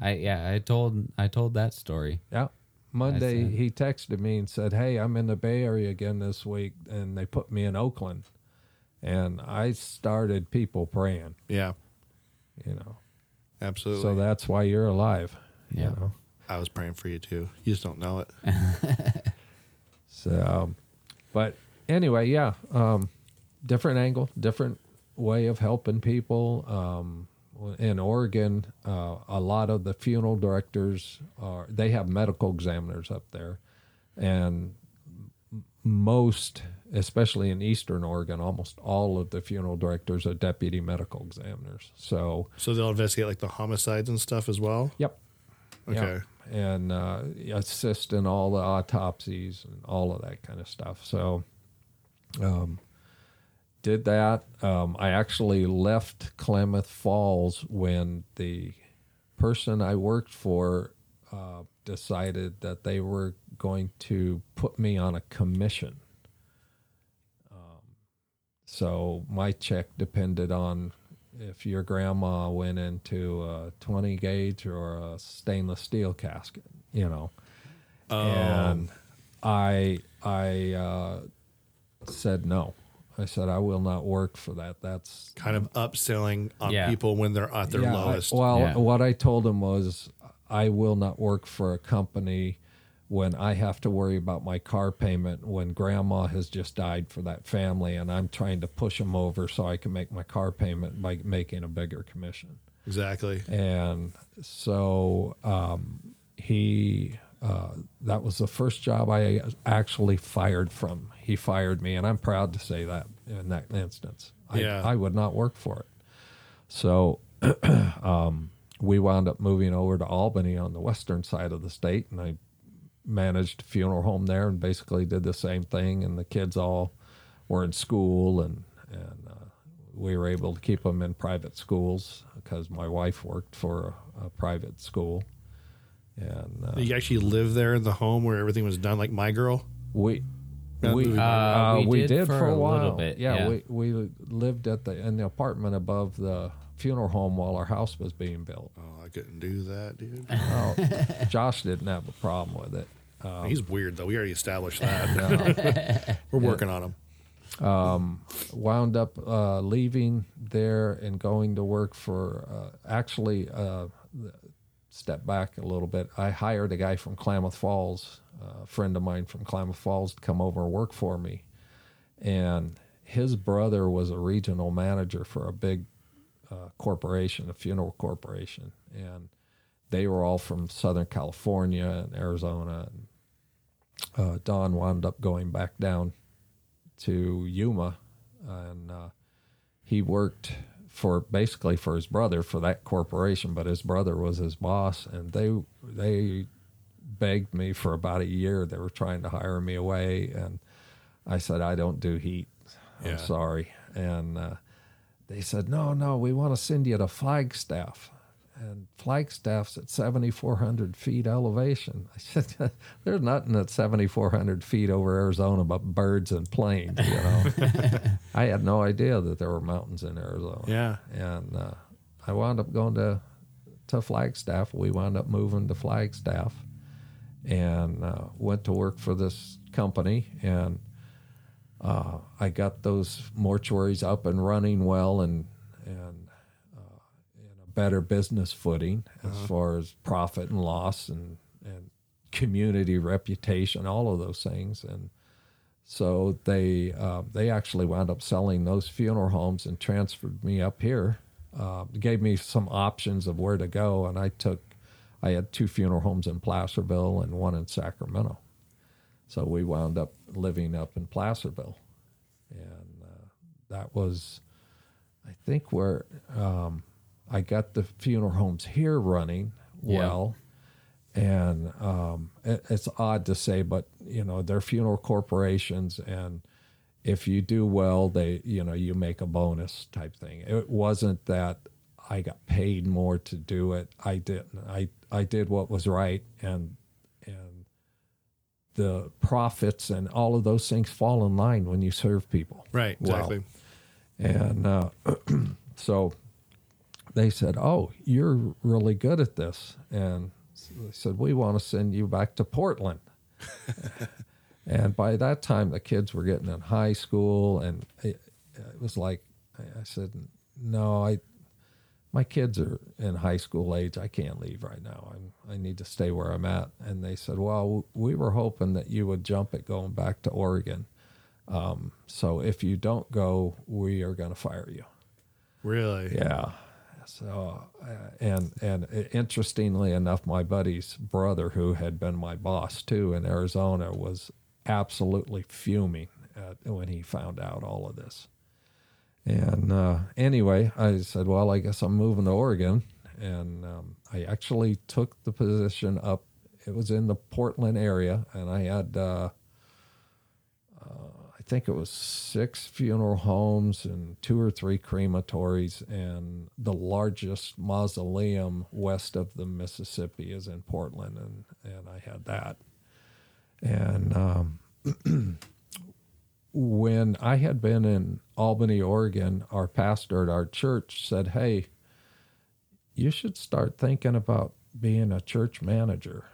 [SPEAKER 3] I, yeah. I told, I told that story.
[SPEAKER 5] Yeah. Monday,
[SPEAKER 3] said-
[SPEAKER 5] he texted me and said, Hey, I'm in the Bay Area again this week. And they put me in Oakland. And I started people praying,
[SPEAKER 2] Yeah.
[SPEAKER 5] you know.
[SPEAKER 2] Absolutely.
[SPEAKER 5] So that's why you're alive.
[SPEAKER 3] Yeah.
[SPEAKER 5] You know?
[SPEAKER 2] I was praying for you too. You just don't know it.
[SPEAKER 5] So, um, but anyway, yeah, um, different angle, different way of helping people. Um, in Oregon, uh, a lot of the funeral directors are they have medical examiners up there, and m- most, especially in Eastern Oregon, almost all of the funeral directors are deputy medical examiners. So,
[SPEAKER 2] So they'll investigate like the homicides and stuff as well.
[SPEAKER 5] yep,
[SPEAKER 2] Okay.
[SPEAKER 5] yeah. and uh, assist in all the autopsies and all of that kind of stuff. So, um, did that. Um, I actually left Klamath Falls when the person I worked for uh, decided that they were going to put me on a commission. Um, so my check depended on if your grandma went into a 20 gauge or a stainless steel casket, you know. And I I uh, said no. I said I will not work for that. That's
[SPEAKER 2] Kind of upselling on
[SPEAKER 3] Yeah.
[SPEAKER 2] people when they're at their
[SPEAKER 5] yeah, I-
[SPEAKER 2] lowest.
[SPEAKER 5] well,
[SPEAKER 3] Yeah.
[SPEAKER 5] what I told him was I will not work for a company when I have to worry about my car payment when grandma has just died for that family and I'm trying to push them over so I can make my car payment by making a bigger commission.
[SPEAKER 2] exactly.
[SPEAKER 5] And so um, he, uh, that was the first job I actually fired from. He fired me, and I'm proud to say that in that instance. I,
[SPEAKER 2] Yeah.
[SPEAKER 5] I would not work for it. So um, we wound up moving over to Albany on the western side of the state, and I managed a funeral home there and basically did the same thing. And the kids all were in school, and, and uh, we were able to keep them in private schools because my wife worked for a, a private school. And uh,
[SPEAKER 2] You actually live there in the home where everything was done, like my girl.
[SPEAKER 5] we.
[SPEAKER 2] That
[SPEAKER 5] We,
[SPEAKER 2] movie-
[SPEAKER 5] uh, we, did, for, a,
[SPEAKER 3] little
[SPEAKER 5] while.
[SPEAKER 3] bit, yeah.
[SPEAKER 5] yeah, we we lived at the in the apartment above the funeral home while our house was being built.
[SPEAKER 2] Oh, I couldn't do that, dude.
[SPEAKER 5] Oh, Josh didn't have a problem with it.
[SPEAKER 2] He's weird though. We already established that. We're working on him.
[SPEAKER 5] Wound up uh, leaving there and going to work for uh, actually uh, step back a little bit. I hired a guy from Klamath Falls, uh, a friend of mine from Klamath Falls, to come over and work for me. And his brother was a regional manager for a big uh, corporation, a funeral corporation. And they were all from Southern California and Arizona. And, uh, Don wound up going back down to Yuma, and uh, he worked for basically for his brother for that corporation. But his brother was his boss, and they they begged me for about a year. They were trying to hire me away, and I said I don't do heat.
[SPEAKER 6] Yeah.
[SPEAKER 5] I'm sorry, and uh, they said no, no, we want to send you to Flagstaff. And Flagstaff's at 7,400 feet elevation. I said, there's nothing at 7,400 feet over Arizona but birds and planes, you know. I had no idea that there were mountains in Arizona.
[SPEAKER 2] Yeah.
[SPEAKER 5] And uh, I wound up going to to Flagstaff. We wound up moving to Flagstaff, and uh, went to work for this company. And uh, I got those mortuaries up and running well, and and uh, better business footing as far as profit and loss and and community reputation, all of those things. And so they uh, they actually wound up selling those funeral homes and transferred me up here. Uh, gave me some options of where to go, and I took. I had two funeral homes in Placerville and one in Sacramento. So we wound up living up in Placerville, and uh, that was, I think, where um, I got the funeral homes here running
[SPEAKER 3] Yeah.
[SPEAKER 5] well. And um, it, it's odd to say, but you know, they're funeral corporations, and if you do well, they you know you make a bonus type thing. It wasn't that I got paid more to do it. I didn't. I I did what was right, and and the profits and all of those things fall in line when you serve people.
[SPEAKER 2] Right.
[SPEAKER 5] well.
[SPEAKER 2] Exactly.
[SPEAKER 5] And uh, so they said, Oh, you're really good at this. And so they said, We want to send you back to Portland. and by that time, the kids were getting in high school. And it, it was like, I I said, No, I. My kids are in high school age. I can't leave right now. I'm, I need to stay where I'm at. And they said, Well, we were hoping that you would jump at going back to Oregon. So if you don't go, we are going to fire you.
[SPEAKER 2] Really.
[SPEAKER 5] Yeah. So uh, and and i- interestingly enough, my buddy's brother, who had been my boss too in Arizona, was absolutely fuming at, when he found out all of this. And uh, anyway, I said, "Well, I guess I'm moving to Oregon," and um, I actually took the position up. It was in the Portland area, and I had. Uh, I think it was six funeral homes and two or three crematories, and the largest mausoleum west of the Mississippi is in Portland, and and I had that. And um, when I had been in Albany, Oregon, our pastor at our church said, "Hey, you should start thinking about being a church manager."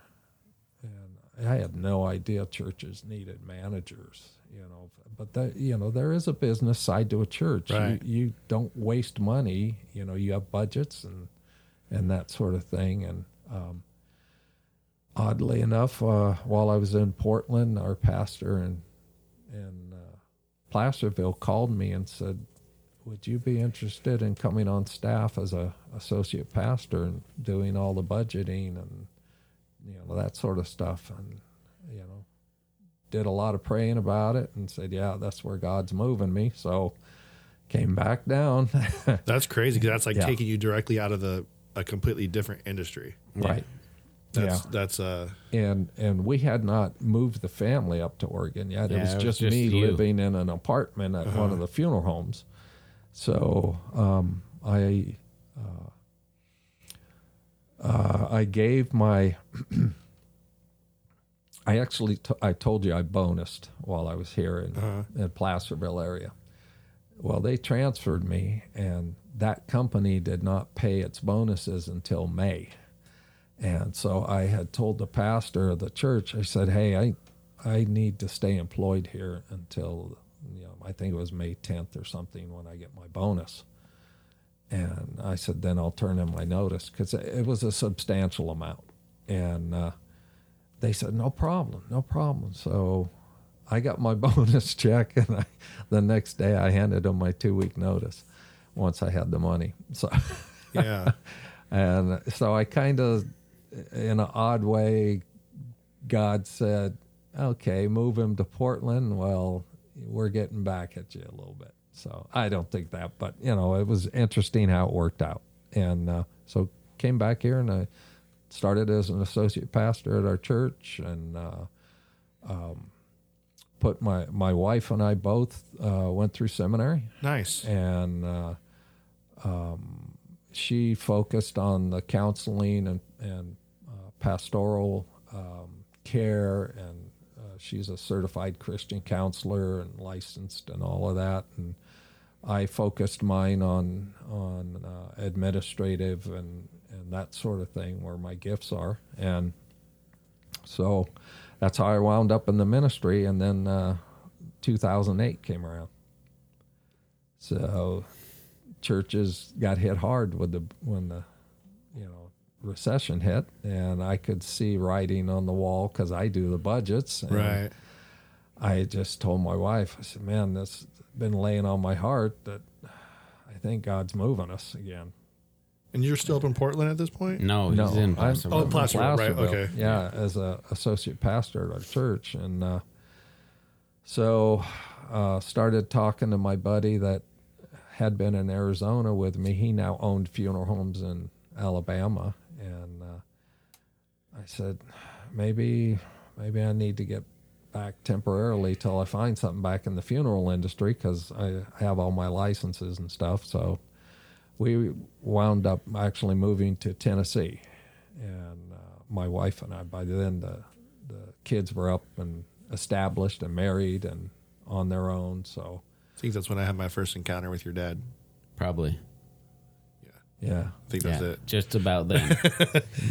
[SPEAKER 5] And I had no idea churches needed managers, you know. But that, you know, there is a business side to a church.
[SPEAKER 2] Right.
[SPEAKER 5] You, you don't waste money. You know, you have budgets and and that sort of thing. And um, oddly enough, uh, while I was in Portland, our pastor in in uh, Placerville called me and said, "Would you be interested in coming on staff as a associate pastor and doing all the budgeting and you know that sort of stuff?" And you know, did a lot of praying about it and said, "Yeah, that's where God's moving me." So came back down.
[SPEAKER 2] That's crazy because that's like
[SPEAKER 5] Yeah.
[SPEAKER 2] taking you directly out of the a completely different industry.
[SPEAKER 5] right.
[SPEAKER 2] That's that's uh
[SPEAKER 5] and and we had not moved the family up to Oregon yet.
[SPEAKER 3] Yeah,
[SPEAKER 5] it was
[SPEAKER 3] it was
[SPEAKER 5] just,
[SPEAKER 3] just
[SPEAKER 5] me
[SPEAKER 3] you.
[SPEAKER 5] living in an apartment at one of the funeral homes. So um, I uh, uh, I gave my I actually t- I told you I bonused while I was here in in Placerville area. Well, they transferred me, and that company did not pay its bonuses until May. And so I had told the pastor of the church, I said, "Hey, I, I need to stay employed here until, you know, I think it was May 10th or something when I get my bonus." And I said, then I'll turn in my notice because it was a substantial amount. And uh, they said, no problem, no problem. So I got my bonus check, and I, the next day I handed them my two week notice once I had the money. So,
[SPEAKER 2] Yeah.
[SPEAKER 5] and so I kind of, in an odd way, God said, okay, move him to Portland. Well, we're getting back at you a little bit. So I don't think that, but you know, it was interesting how it worked out. And uh, so came back here and I started as an associate pastor at our church and uh, um, put my, my wife and I both uh, went through seminary
[SPEAKER 2] Nice.
[SPEAKER 5] and uh, um, she focused on the counseling and and uh, pastoral um, care, and uh, she's a certified Christian counselor and licensed and all of that. And I focused mine on on uh, administrative and and that sort of thing, where my gifts are, and so that's how I wound up in the ministry. And then uh, 2008 came around. So churches got hit hard with the when the you know recession hit, and I could see writing on the wall because I do the budgets. And
[SPEAKER 2] Right.
[SPEAKER 5] I just told my wife, I said, "Man, this been laying on my heart that I think God's moving us again."
[SPEAKER 2] And you're still up in Portland at this point?
[SPEAKER 3] No, he's
[SPEAKER 5] No,
[SPEAKER 3] in
[SPEAKER 5] I'm-
[SPEAKER 3] Placerville.
[SPEAKER 2] Oh, Placer- Placerville, right,
[SPEAKER 5] Placerville,
[SPEAKER 2] okay.
[SPEAKER 5] Yeah, as a associate pastor at our church, and uh, so uh, started talking to my buddy that had been in Arizona with me. He now owned funeral homes in Alabama, and uh, I said, maybe, maybe I need to get back temporarily till I find something back in the funeral industry because I have all my licenses and stuff. So we wound up actually moving to Tennessee, and uh, my wife and I. By then, the the kids were up and established and married and on their own. So
[SPEAKER 2] I think that's when I had my first encounter with your dad.
[SPEAKER 3] Probably.
[SPEAKER 5] yeah,
[SPEAKER 2] I think that's
[SPEAKER 3] Yeah,
[SPEAKER 2] it.
[SPEAKER 3] just about then.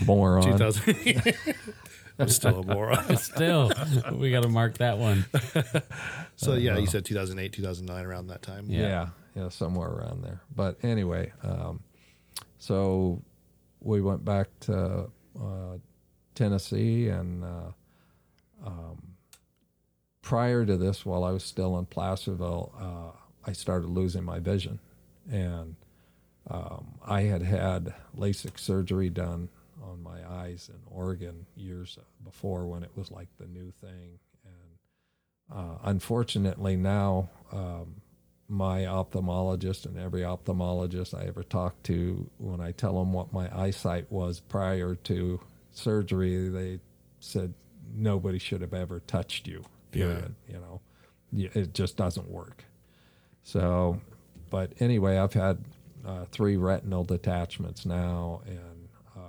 [SPEAKER 5] moron.
[SPEAKER 2] 2000. I'm still a moron.
[SPEAKER 3] Still, we got to mark that one.
[SPEAKER 2] So, yeah, you said 2008, 2009, around that time.
[SPEAKER 3] Yeah.
[SPEAKER 5] uh, yeah, yeah, somewhere around there. But anyway, um, so we went back to uh, Tennessee, and uh, um, prior to this, while I was still in Placerville, uh, I started losing my vision, and um, I had had LASIK surgery done on my eyes in Oregon years before when it was like the new thing, and uh, unfortunately now um, my ophthalmologist and every ophthalmologist i ever talked to when i tell them what my eyesight was prior to surgery they said nobody should have ever touched you period you know Y- it just doesn't work so but anyway i've had uh, three retinal detachments now and uh,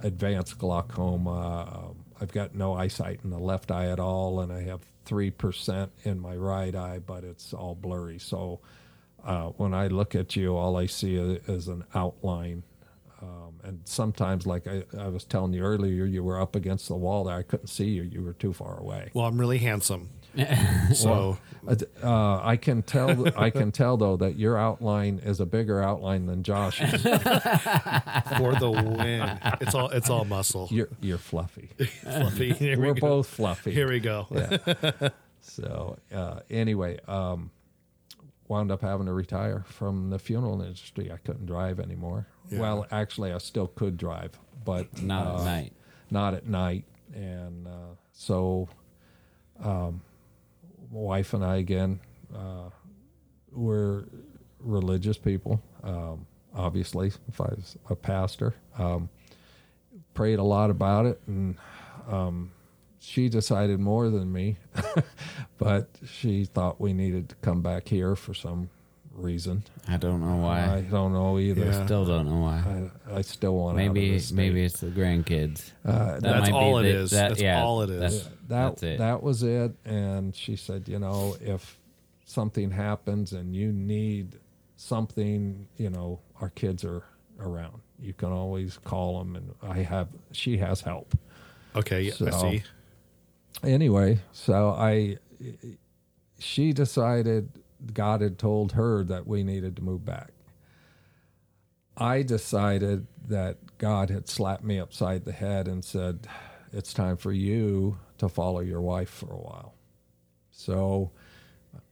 [SPEAKER 5] advanced glaucoma. Um, I've got no eyesight in the left eye at all, and I have 3% in my right eye, but it's all blurry. So uh, when I look at you, all I see is, is an outline. Um, and sometimes, like I, I was telling you earlier, you were up against the wall there. I couldn't see you. You were too far away.
[SPEAKER 2] Well, I'm really handsome. so,
[SPEAKER 5] Uh, I can tell. I can tell though that your outline is a bigger outline than Josh's.
[SPEAKER 2] for the win, it's all it's all muscle.
[SPEAKER 5] You're you're fluffy.
[SPEAKER 2] Fluffy. Here we
[SPEAKER 5] We're
[SPEAKER 2] go.
[SPEAKER 5] both fluffy.
[SPEAKER 2] Here we go.
[SPEAKER 5] So uh, anyway, um, wound up having to retire from the funeral industry. I couldn't drive anymore. Well, actually, I still could drive, but
[SPEAKER 3] Not
[SPEAKER 5] uh,
[SPEAKER 3] at night.
[SPEAKER 5] Not at night. And uh, so, um, my wife and I again uh, were religious people. Um, obviously, if I was a pastor, um, prayed a lot about it and um, she decided more than me, but she thought we needed to come back here for some reason.
[SPEAKER 3] I don't know
[SPEAKER 5] I
[SPEAKER 3] why.
[SPEAKER 5] don't know either.
[SPEAKER 2] Yeah.
[SPEAKER 3] Still don't know why.
[SPEAKER 5] I, I still want out of
[SPEAKER 3] Maybe
[SPEAKER 5] this
[SPEAKER 3] maybe it's the grandkids. that
[SPEAKER 2] Uh, That's
[SPEAKER 3] might be
[SPEAKER 2] all it
[SPEAKER 3] the-
[SPEAKER 2] is. That's all it is.
[SPEAKER 3] that's-
[SPEAKER 5] state. That
[SPEAKER 3] that's it.
[SPEAKER 5] that was it. And she said, you know, if something happens and you need something, you know, our kids are around. You can always call them, and I have. She has help.
[SPEAKER 2] Okay, yeah, I
[SPEAKER 5] So-
[SPEAKER 2] see.
[SPEAKER 5] anyway, so I, she decided God had told her that we needed to move back. I decided that God had slapped me upside the head and said, It's time for you to follow your wife for a while. So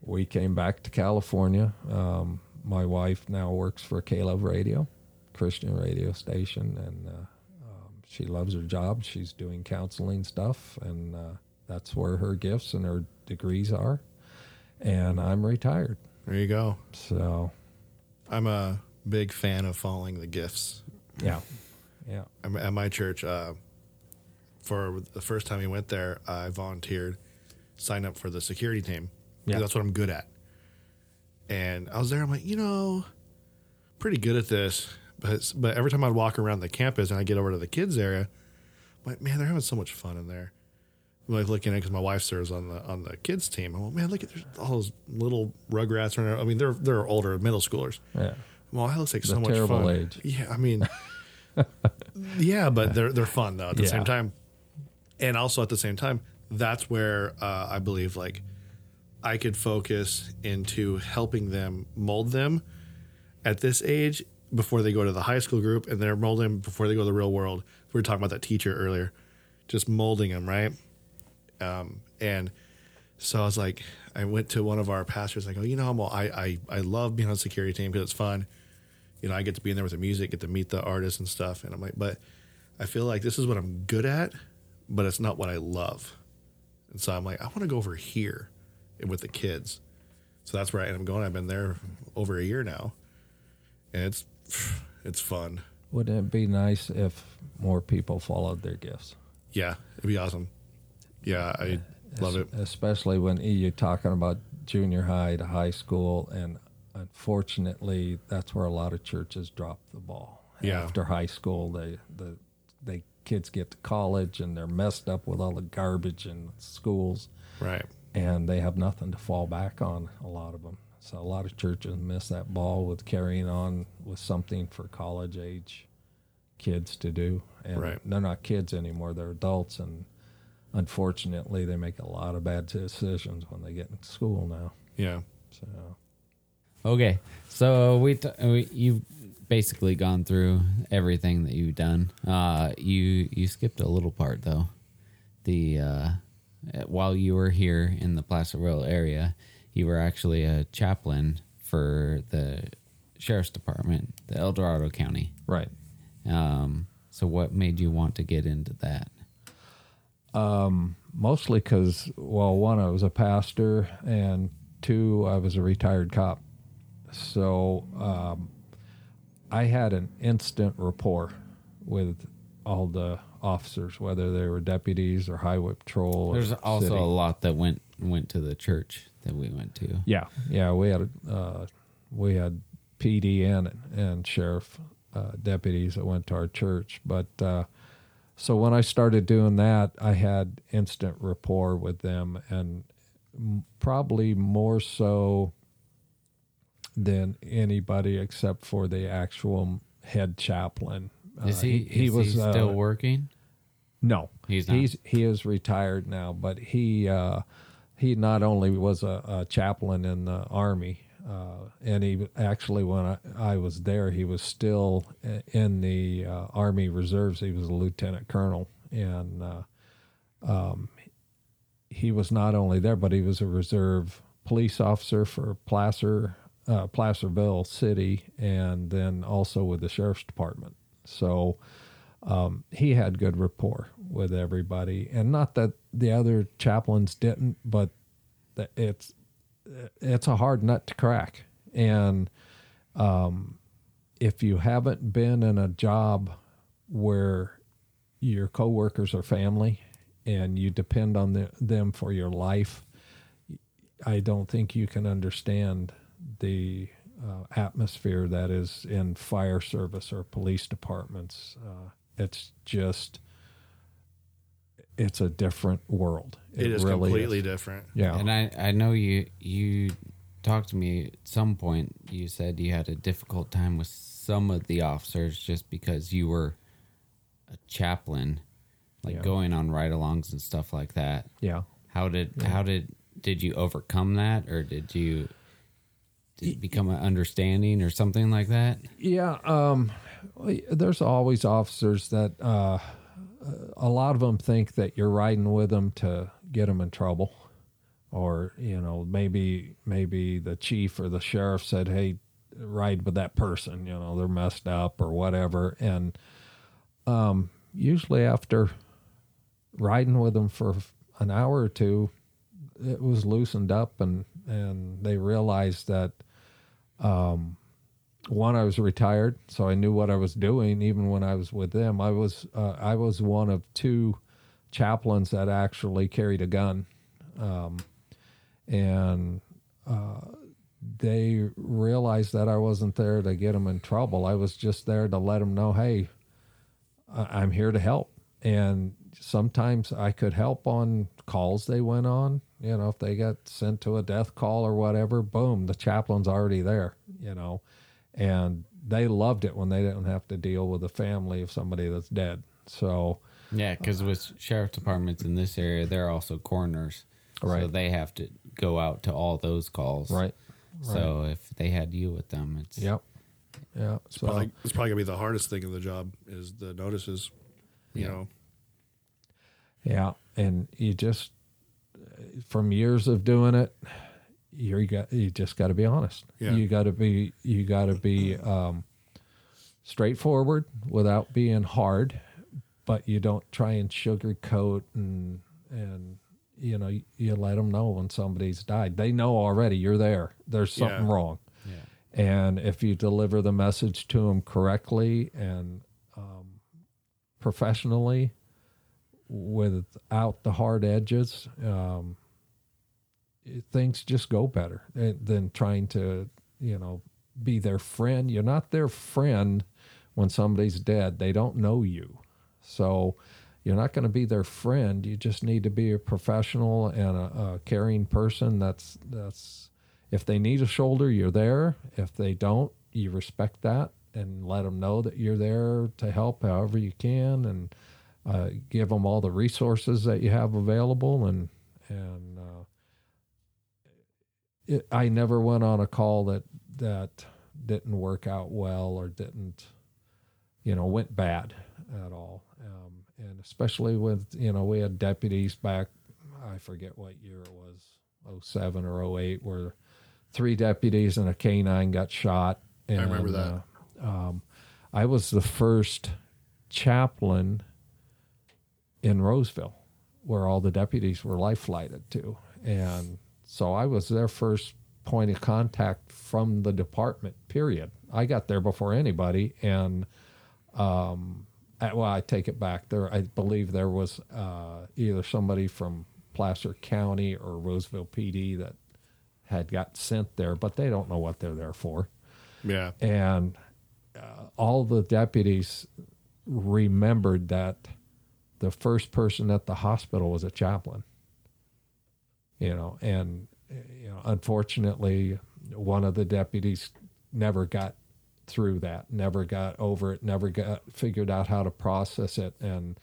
[SPEAKER 5] we came back to California. Um, my wife now works for Caleb Radio, Christian radio station, and uh, um, she loves her job. She's doing counseling stuff, and uh, that's where her gifts and her degrees are. And I'm retired.
[SPEAKER 2] There you go.
[SPEAKER 5] So,
[SPEAKER 2] I'm a big fan of following the gifts.
[SPEAKER 5] yeah. Yeah.
[SPEAKER 2] I'm- at my church uh, for the first time we went there i volunteered signed up for the security team
[SPEAKER 5] Yeah.
[SPEAKER 2] that's what i'm good at and i was there i'm like you know pretty good at this but but every time i'd walk around the campus and i get over to the kids area I'm like man they're having so much fun in there I'm like looking at because my wife serves on the on the kids team i'm like man look at there's all those little rugrats running around. i mean they're they're older middle schoolers
[SPEAKER 5] Yeah.
[SPEAKER 2] well, that looks like so
[SPEAKER 5] The
[SPEAKER 2] much
[SPEAKER 5] terrible
[SPEAKER 2] fun.
[SPEAKER 5] age.
[SPEAKER 2] Yeah, I mean, yeah, but they're they're fun though at the
[SPEAKER 5] Yeah.
[SPEAKER 2] same time, and also at the same time, that's where uh, I believe like I could focus into helping them mold them at this age before they go to the high school group, and they're molding them before they go to the real world. We were talking about that teacher earlier, just molding them right, um, and. So I was like, I went to one of our pastors. I go, you know, I'm all, I, I I love being on the security team because it's fun. You know, I get to be in there with the music, get to meet the artists and stuff. And I'm like, but I feel like this is what I'm good at, but it's not what I love. And so I'm like, I want to go over here and with the kids. So that's where I end up going. I've been there over a year now, and it's it's fun.
[SPEAKER 5] Wouldn't it be nice if more people followed their gifts?
[SPEAKER 2] Yeah, it'd be awesome. Yeah, I love it.
[SPEAKER 5] Especially when E, you're talking about junior high to high school. And unfortunately, that's where a lot of churches drop the ball.
[SPEAKER 2] Yeah.
[SPEAKER 5] After high school, they, the, they, kids get to college and they're messed up with all the garbage in schools
[SPEAKER 2] Right.
[SPEAKER 5] and they have nothing to fall back on a lot of them so a lot of churches miss that ball with carrying on with something for college age kids to do and
[SPEAKER 2] Right.
[SPEAKER 5] they're not kids anymore they're adults and unfortunately they make a lot of bad decisions when they get in school now
[SPEAKER 2] Yeah.
[SPEAKER 5] so
[SPEAKER 3] Okay, so we, t- we you've basically gone through everything that you've done. Uh, you you skipped a little part though. The uh, eh, while you were here in the Placerville area, you were actually a chaplain for the sheriff's department, the El Dorado County.
[SPEAKER 5] right
[SPEAKER 3] Um, so what made you want to get into that?
[SPEAKER 5] mostly because well one i was a pastor and two i was a retired cop so um, i had an instant rapport with all the officers whether they were deputies or highway patrol or
[SPEAKER 3] There's also
[SPEAKER 5] city.
[SPEAKER 3] a lot that went went to the church that we went to.
[SPEAKER 5] Yeah, yeah, we had uh, we had PD and and sheriff uh, deputies that went to our church, but uh, so when I started doing that, I had instant rapport with them, and m- probably more so than anybody except for the actual head chaplain.
[SPEAKER 3] Is
[SPEAKER 5] Uh,
[SPEAKER 3] he is he
[SPEAKER 5] uh,
[SPEAKER 3] still working?
[SPEAKER 5] no,
[SPEAKER 3] He's not.
[SPEAKER 5] he is retired now, but he uh, he not only was a, a chaplain in the army, uh, and he actually when I, I was there, he was still i- in the uh, army reserves. He was a lieutenant colonel, and uh, um, he was not only there, but he was a reserve police officer for Placer uh, Placerville City, and then also with the sheriff's department. So he had good rapport with everybody, and not that the other chaplains didn't, but th- it's it's a hard nut to crack. And um, if you haven't been in a job where your coworkers are family and you depend on the, them for your life, I don't think you can understand the uh, atmosphere that is in fire service or police departments. Uh, it's just, it's a different world.
[SPEAKER 2] it is
[SPEAKER 5] really
[SPEAKER 2] completely different.
[SPEAKER 5] Yeah.
[SPEAKER 3] And I, I know you you talked to me at some point. You said you had a difficult time with some of the officers just because you were a chaplain, like
[SPEAKER 5] Yeah.
[SPEAKER 3] going on ride-alongs and stuff like that.
[SPEAKER 5] yeah.
[SPEAKER 3] How did how did did you overcome that, or did you to become an understanding or something like that?
[SPEAKER 5] Yeah, um, there's always officers that uh, a lot of them think that you're riding with them to get them in trouble, or you know maybe maybe the chief or the sheriff said, "Hey, ride with that person." You know they're messed up or whatever, and um, usually after riding with them for an hour or two, it was loosened up, and and they realized that. Um, one I was retired, so I knew what I was doing even when I was with them. I was uh, I was one of two chaplains that actually carried a gun, um, and uh, they realized that I wasn't there to get them in trouble. I was just there to let them know, hey, I- I'm here to help. And sometimes I could help on calls they went on. You know, if they got sent to a death call or whatever, boom, the chaplain's already there. You know and they loved it when they didn't have to deal with the family of somebody that's dead. So
[SPEAKER 3] Yeah, because with sheriff departments in this area, they're also coroners, so
[SPEAKER 5] Right.
[SPEAKER 3] they have to go out to all those calls,
[SPEAKER 5] right,
[SPEAKER 3] So if they had you with them, it's
[SPEAKER 5] yep, yeah. So
[SPEAKER 2] Probably, it's probably gonna be the hardest thing in the job is the notices. You know,
[SPEAKER 5] yeah, and you just from years of doing it, you got you just got to be honest.
[SPEAKER 2] Yeah.
[SPEAKER 5] You got to be you got to be um, straightforward without being hard, but you don't try and sugarcoat and and you know you, you let them know when somebody's died. They know already you're there. There's something
[SPEAKER 2] Yeah.
[SPEAKER 5] wrong. And if you deliver the message to them correctly and um, professionally, without the hard edges, um, it- things just go better than than trying to, you know, be their friend. You're not their friend when somebody's dead. They don't know you. So you're not going to be their friend. You just need to be a professional and a, a caring person. That's, that's, if they need a shoulder, you're there. If they don't, you respect that and let them know that you're there to help however you can and uh, give them all the resources that you have available and, and, uh, it, I never went on a call that that didn't work out well or didn't, you know, went bad at all. Um, and especially with you know we had deputies back, I forget what year it was, 07 or 08, where three deputies and a canine got shot. And,
[SPEAKER 2] remember that.
[SPEAKER 5] uh, um, I was the first chaplain in Roseville where all the deputies were life flighted to. And so I was their first point of contact from the department, period. I got there before anybody. And, um, I- well, I take it back. There, I believe there was uh, either somebody from Placer County or Roseville PD that had got sent there, but they don't know what they're there for
[SPEAKER 2] yeah,
[SPEAKER 5] and uh, all the deputies remembered that the first person at the hospital was a chaplain you know and uh, you know unfortunately one of the deputies never got through that never got over it never got figured out how to process it and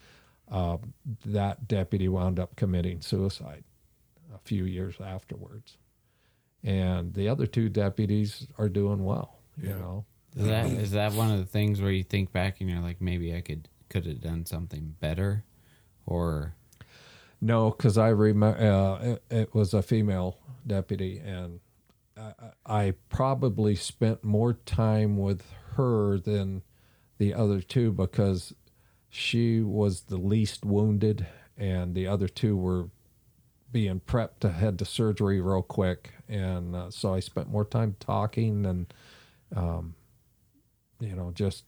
[SPEAKER 5] uh, that deputy wound up committing suicide a few years afterwards and the other two deputies are doing well you know
[SPEAKER 3] Is that is that one of the things where you think back and you're like, maybe I could could have done something better, or
[SPEAKER 5] No, because I remember uh, it, it was a female deputy, and I, I probably spent more time with her than the other two because she was the least wounded, and the other two were being prepped to head to surgery real quick, and uh, so I spent more time talking and, um, you know, just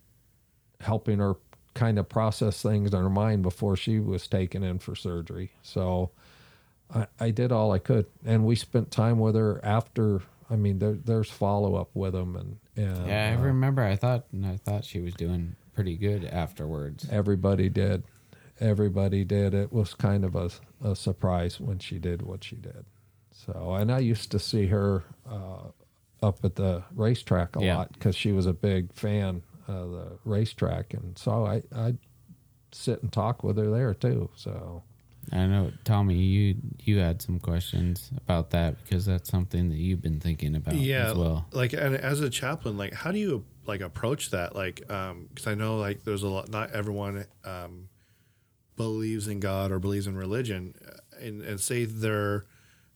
[SPEAKER 5] helping her kind of process things in her mind before she was taken in for surgery. So I, I did all I could, and we spent time with her after. I mean, there, there's follow up with them, and, and
[SPEAKER 3] yeah, I
[SPEAKER 5] uh,
[SPEAKER 3] remember I thought and I thought she was doing pretty good afterwards.
[SPEAKER 5] everybody did. Everybody did. It was kind of a, a surprise when she did what she did. So, and I used to see her uh, up at the racetrack a lot 'cause
[SPEAKER 3] Yeah.
[SPEAKER 5] lot because she was a big fan of the racetrack. And so I, I'd sit and talk with her there too. So,
[SPEAKER 3] I know, Tommy. You you had some questions about that because that's something that you've been thinking about
[SPEAKER 2] yeah
[SPEAKER 3] as well.
[SPEAKER 2] like and as a chaplain like how do you like approach that like um because i know like there's a lot not everyone um believes in god or believes in religion uh, and and say there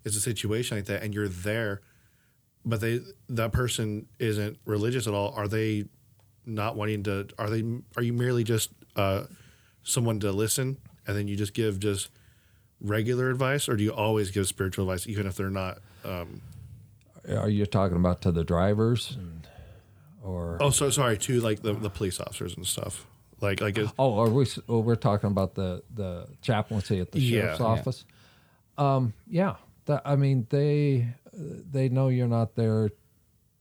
[SPEAKER 2] is a situation like that and you're there but they that person isn't religious at all are they not wanting to are they are you merely just uh someone to listen and then you just give just regular advice or do you always give spiritual advice even if they're not um
[SPEAKER 5] Are you talking about to the drivers, and- or
[SPEAKER 2] Oh, so sorry to like the, the police officers and stuff. Like like it,
[SPEAKER 5] Oh, are we? s- Oh, we're talking about the the chaplaincy at the
[SPEAKER 2] Yeah.
[SPEAKER 5] sheriff's
[SPEAKER 2] Yeah.
[SPEAKER 5] office. Um, yeah. That, I mean, they they know you're not there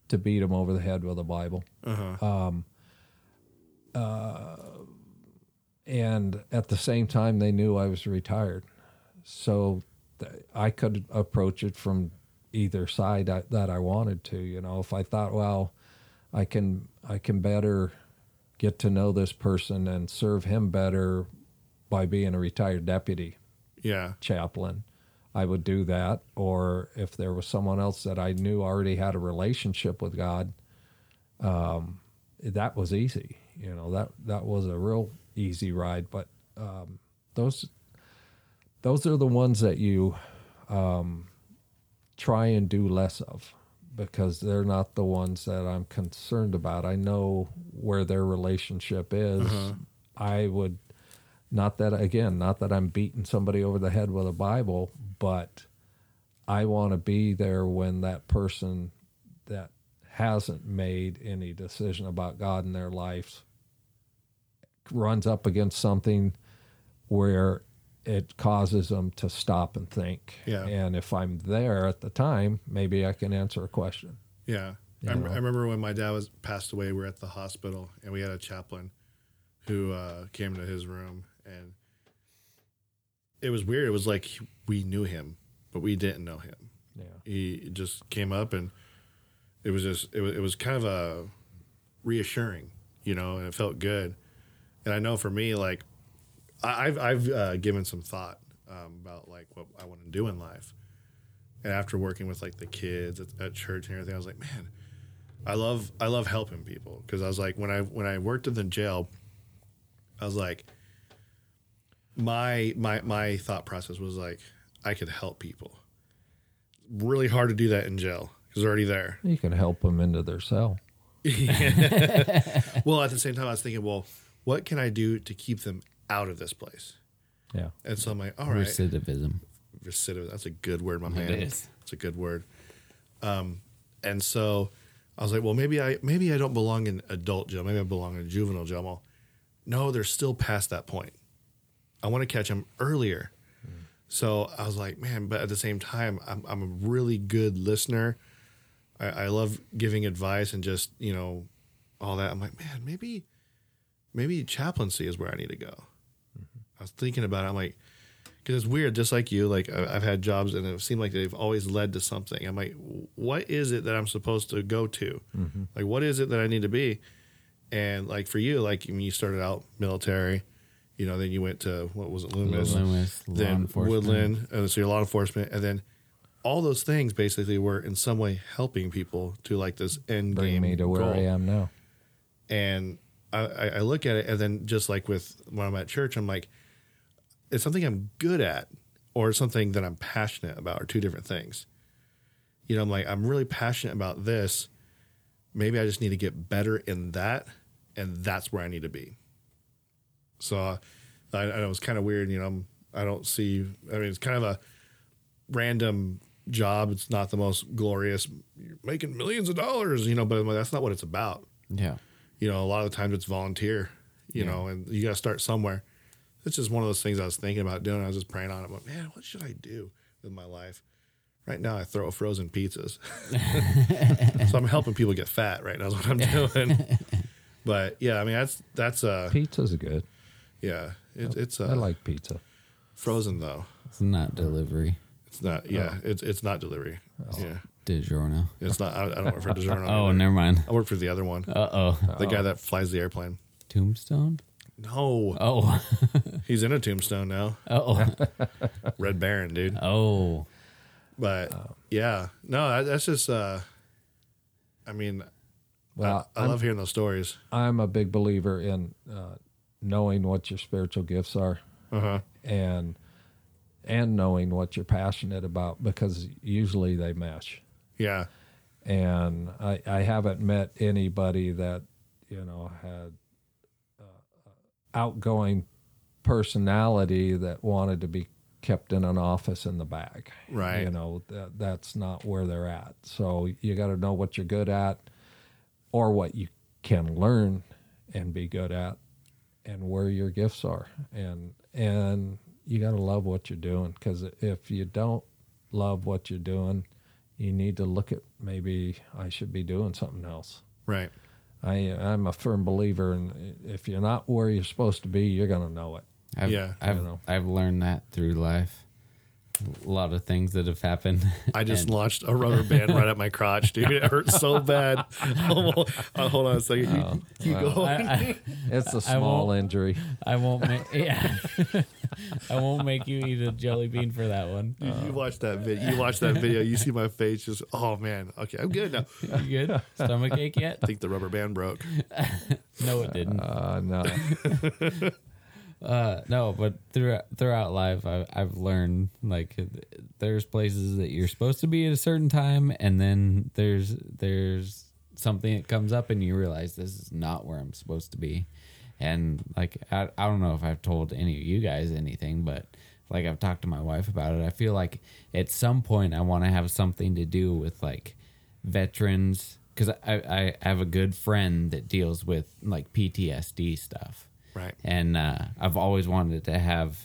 [SPEAKER 5] to beat them over the head with a Bible.
[SPEAKER 2] Uh-huh.
[SPEAKER 5] Um, uh, and at the same time, they knew I was retired, so th- I could approach it from either side I, that I wanted to. You know, if I thought, well, I can I can better get to know this person and serve him better by being a retired deputy
[SPEAKER 2] yeah.
[SPEAKER 5] chaplain. I would do that. Or if there was someone else that I knew already had a relationship with God, um, that was easy. You know, that, that was a real easy ride. But um, those, those are the ones that you um, try and do less of because they're not the ones that I'm concerned about. I know where their relationship is. I would not that again not that i'm beating somebody over the head with a bible but i want to be there when that person that hasn't made any decision about god in their life runs up against something where it causes them to stop and think
[SPEAKER 2] Yeah.
[SPEAKER 5] and if i'm there at the time maybe i can answer a question
[SPEAKER 2] Yeah. I, rem- I remember when my dad was passed away, we were at the hospital and we had a chaplain who uh, came to his room and it was weird. It was like he- we knew him, but we didn't know him.
[SPEAKER 5] yeah
[SPEAKER 2] He just came up and it was just it was, it was kind of a reassuring, you know, and it felt good. And I know for me, like I- I've I've uh, given some thought um, about like what I want to do in life. And after working with like the kids at, at church and everything, I was like, man, I love I love helping people because I was like when I when I worked in the jail, I was like my my my thought process was like I could help people. Really hard to do that in jail because they're already there.
[SPEAKER 5] you can help them into their cell
[SPEAKER 2] well, at the same time, I was thinking, well, what can I do to keep them out of this place?
[SPEAKER 5] yeah
[SPEAKER 2] And so I'm like, all right,
[SPEAKER 3] Recidivism.
[SPEAKER 2] recidiv. That's a good word, my man.
[SPEAKER 3] It is.
[SPEAKER 2] It's a good word. Um, and so I was like, well, maybe I maybe I don't belong in adult jail. Maybe I belong in juvenile jail. I'm all, no, they're still past that point. I want to catch them earlier.
[SPEAKER 3] Hmm.
[SPEAKER 2] So I was like, man, but at the same time, I'm, I'm a really good listener. I, I love giving advice and just you know all that. I'm like, man, maybe maybe chaplaincy is where I need to go. I was thinking about it. I'm like, because it's weird, just like you. Like I- I've had jobs, and it seemed like they've always led to something. I'm like, what is it that I'm supposed to go to?
[SPEAKER 5] Mm-hmm.
[SPEAKER 2] Like, what is it that I need to be? And like for you, like when you started out military, you know, then you went to what was it, Loomis,
[SPEAKER 3] Loomis, law
[SPEAKER 2] then
[SPEAKER 3] enforcement.
[SPEAKER 2] Woodland, and so your law enforcement, and then all those things basically were in some way helping people to like this end
[SPEAKER 5] bring
[SPEAKER 2] game
[SPEAKER 5] me to where
[SPEAKER 2] goal
[SPEAKER 5] i am now
[SPEAKER 2] and I, I I look at it, and then just like with when I'm at church, I'm like, it's something I'm good at, or it's something that I'm passionate about, are two different things. You know, I'm like, I'm really passionate about this. Maybe I just need to get better in that, and that's where I need to be. So, uh, I, I know it's kind of weird. You know, I'm, I don't see. I mean, it's kind of a random job. It's not the most glorious. You're making millions of dollars, you know, but I'm like, that's not what it's about
[SPEAKER 3] Yeah.
[SPEAKER 2] you know, a lot of the times it's volunteer, you know, and you got to start somewhere. It's just one of those things I was thinking about doing. I was just praying on it. But man, what should I do with my life? Right now, I throw frozen pizzas. so I'm helping people get fat right now is what I'm doing. but yeah, I mean, that's, that's, uh,
[SPEAKER 5] pizza's good
[SPEAKER 2] yeah, it, it's, uh,
[SPEAKER 5] i like pizza
[SPEAKER 2] frozen though.
[SPEAKER 3] It's not delivery.
[SPEAKER 2] It's
[SPEAKER 3] Oh.
[SPEAKER 2] not, yeah, it's, it's not delivery. Yeah.
[SPEAKER 3] DiGiorno.
[SPEAKER 2] It's not, I, I don't work for DiGiorno.
[SPEAKER 3] Oh,
[SPEAKER 2] either.
[SPEAKER 3] never mind.
[SPEAKER 2] I work for the other one,
[SPEAKER 3] Uh oh.
[SPEAKER 2] the guy that flies the airplane.
[SPEAKER 3] Tombstone?
[SPEAKER 2] No,
[SPEAKER 3] Oh,
[SPEAKER 2] he's in a tombstone now.
[SPEAKER 3] oh,
[SPEAKER 2] Red Baron, dude.
[SPEAKER 3] oh.
[SPEAKER 2] But
[SPEAKER 3] Um,
[SPEAKER 2] yeah, no, that- that's just. uh I mean,
[SPEAKER 5] Well,
[SPEAKER 2] I, I love hearing those stories.
[SPEAKER 5] I'm a big believer in uh, knowing what your spiritual gifts are,
[SPEAKER 2] Uh-huh.
[SPEAKER 5] and and knowing what you're passionate about because usually they mesh.
[SPEAKER 2] Yeah,
[SPEAKER 5] And I, I haven't met anybody that you know had uh, outgoing personality that wanted to be kept in an office in the back.
[SPEAKER 2] Right.
[SPEAKER 5] You know that that's not where they're at. So you got to know what you're good at or what you can learn and be good at and where your gifts are and and you got to love what you're doing cuz if you don't love what you're doing you need to look at maybe I should be doing something else
[SPEAKER 2] right.
[SPEAKER 5] I I'm a firm believer in if you're not where you're supposed to be you're going to know it
[SPEAKER 3] I've,
[SPEAKER 2] Yeah, I
[SPEAKER 3] I've
[SPEAKER 5] know.
[SPEAKER 3] I've learned that through life. A lot of things that have happened.
[SPEAKER 2] I just launched a rubber band right up my crotch, dude. It hurts so bad. Oh, hold on a second. You- you go.
[SPEAKER 5] it's a
[SPEAKER 3] Oh, I
[SPEAKER 5] small
[SPEAKER 3] won't-
[SPEAKER 5] injury
[SPEAKER 3] I won't make yeah. I won't make you eat a jelly bean for that one.
[SPEAKER 2] You, you watch that video. You watch that video. You see my face. Just oh man. Okay, I'm good now. I
[SPEAKER 3] You good? Stomach ache yet?
[SPEAKER 2] think the rubber band broke.
[SPEAKER 3] No, it didn't.
[SPEAKER 5] uh no
[SPEAKER 3] Uh, no, but throughout throughout life, I've, I've learned like there's places that you're supposed to be at a certain time, and then there's there's something that comes up, and you realize this is not where I'm supposed to be. And like I, I don't know if I've told any of you guys anything, but like I've talked to my wife about it. I feel like at some point I want to have something to do with like veterans because I, I have a good friend that deals with like PTSD stuff.
[SPEAKER 2] Right.
[SPEAKER 3] And uh, I've always wanted to have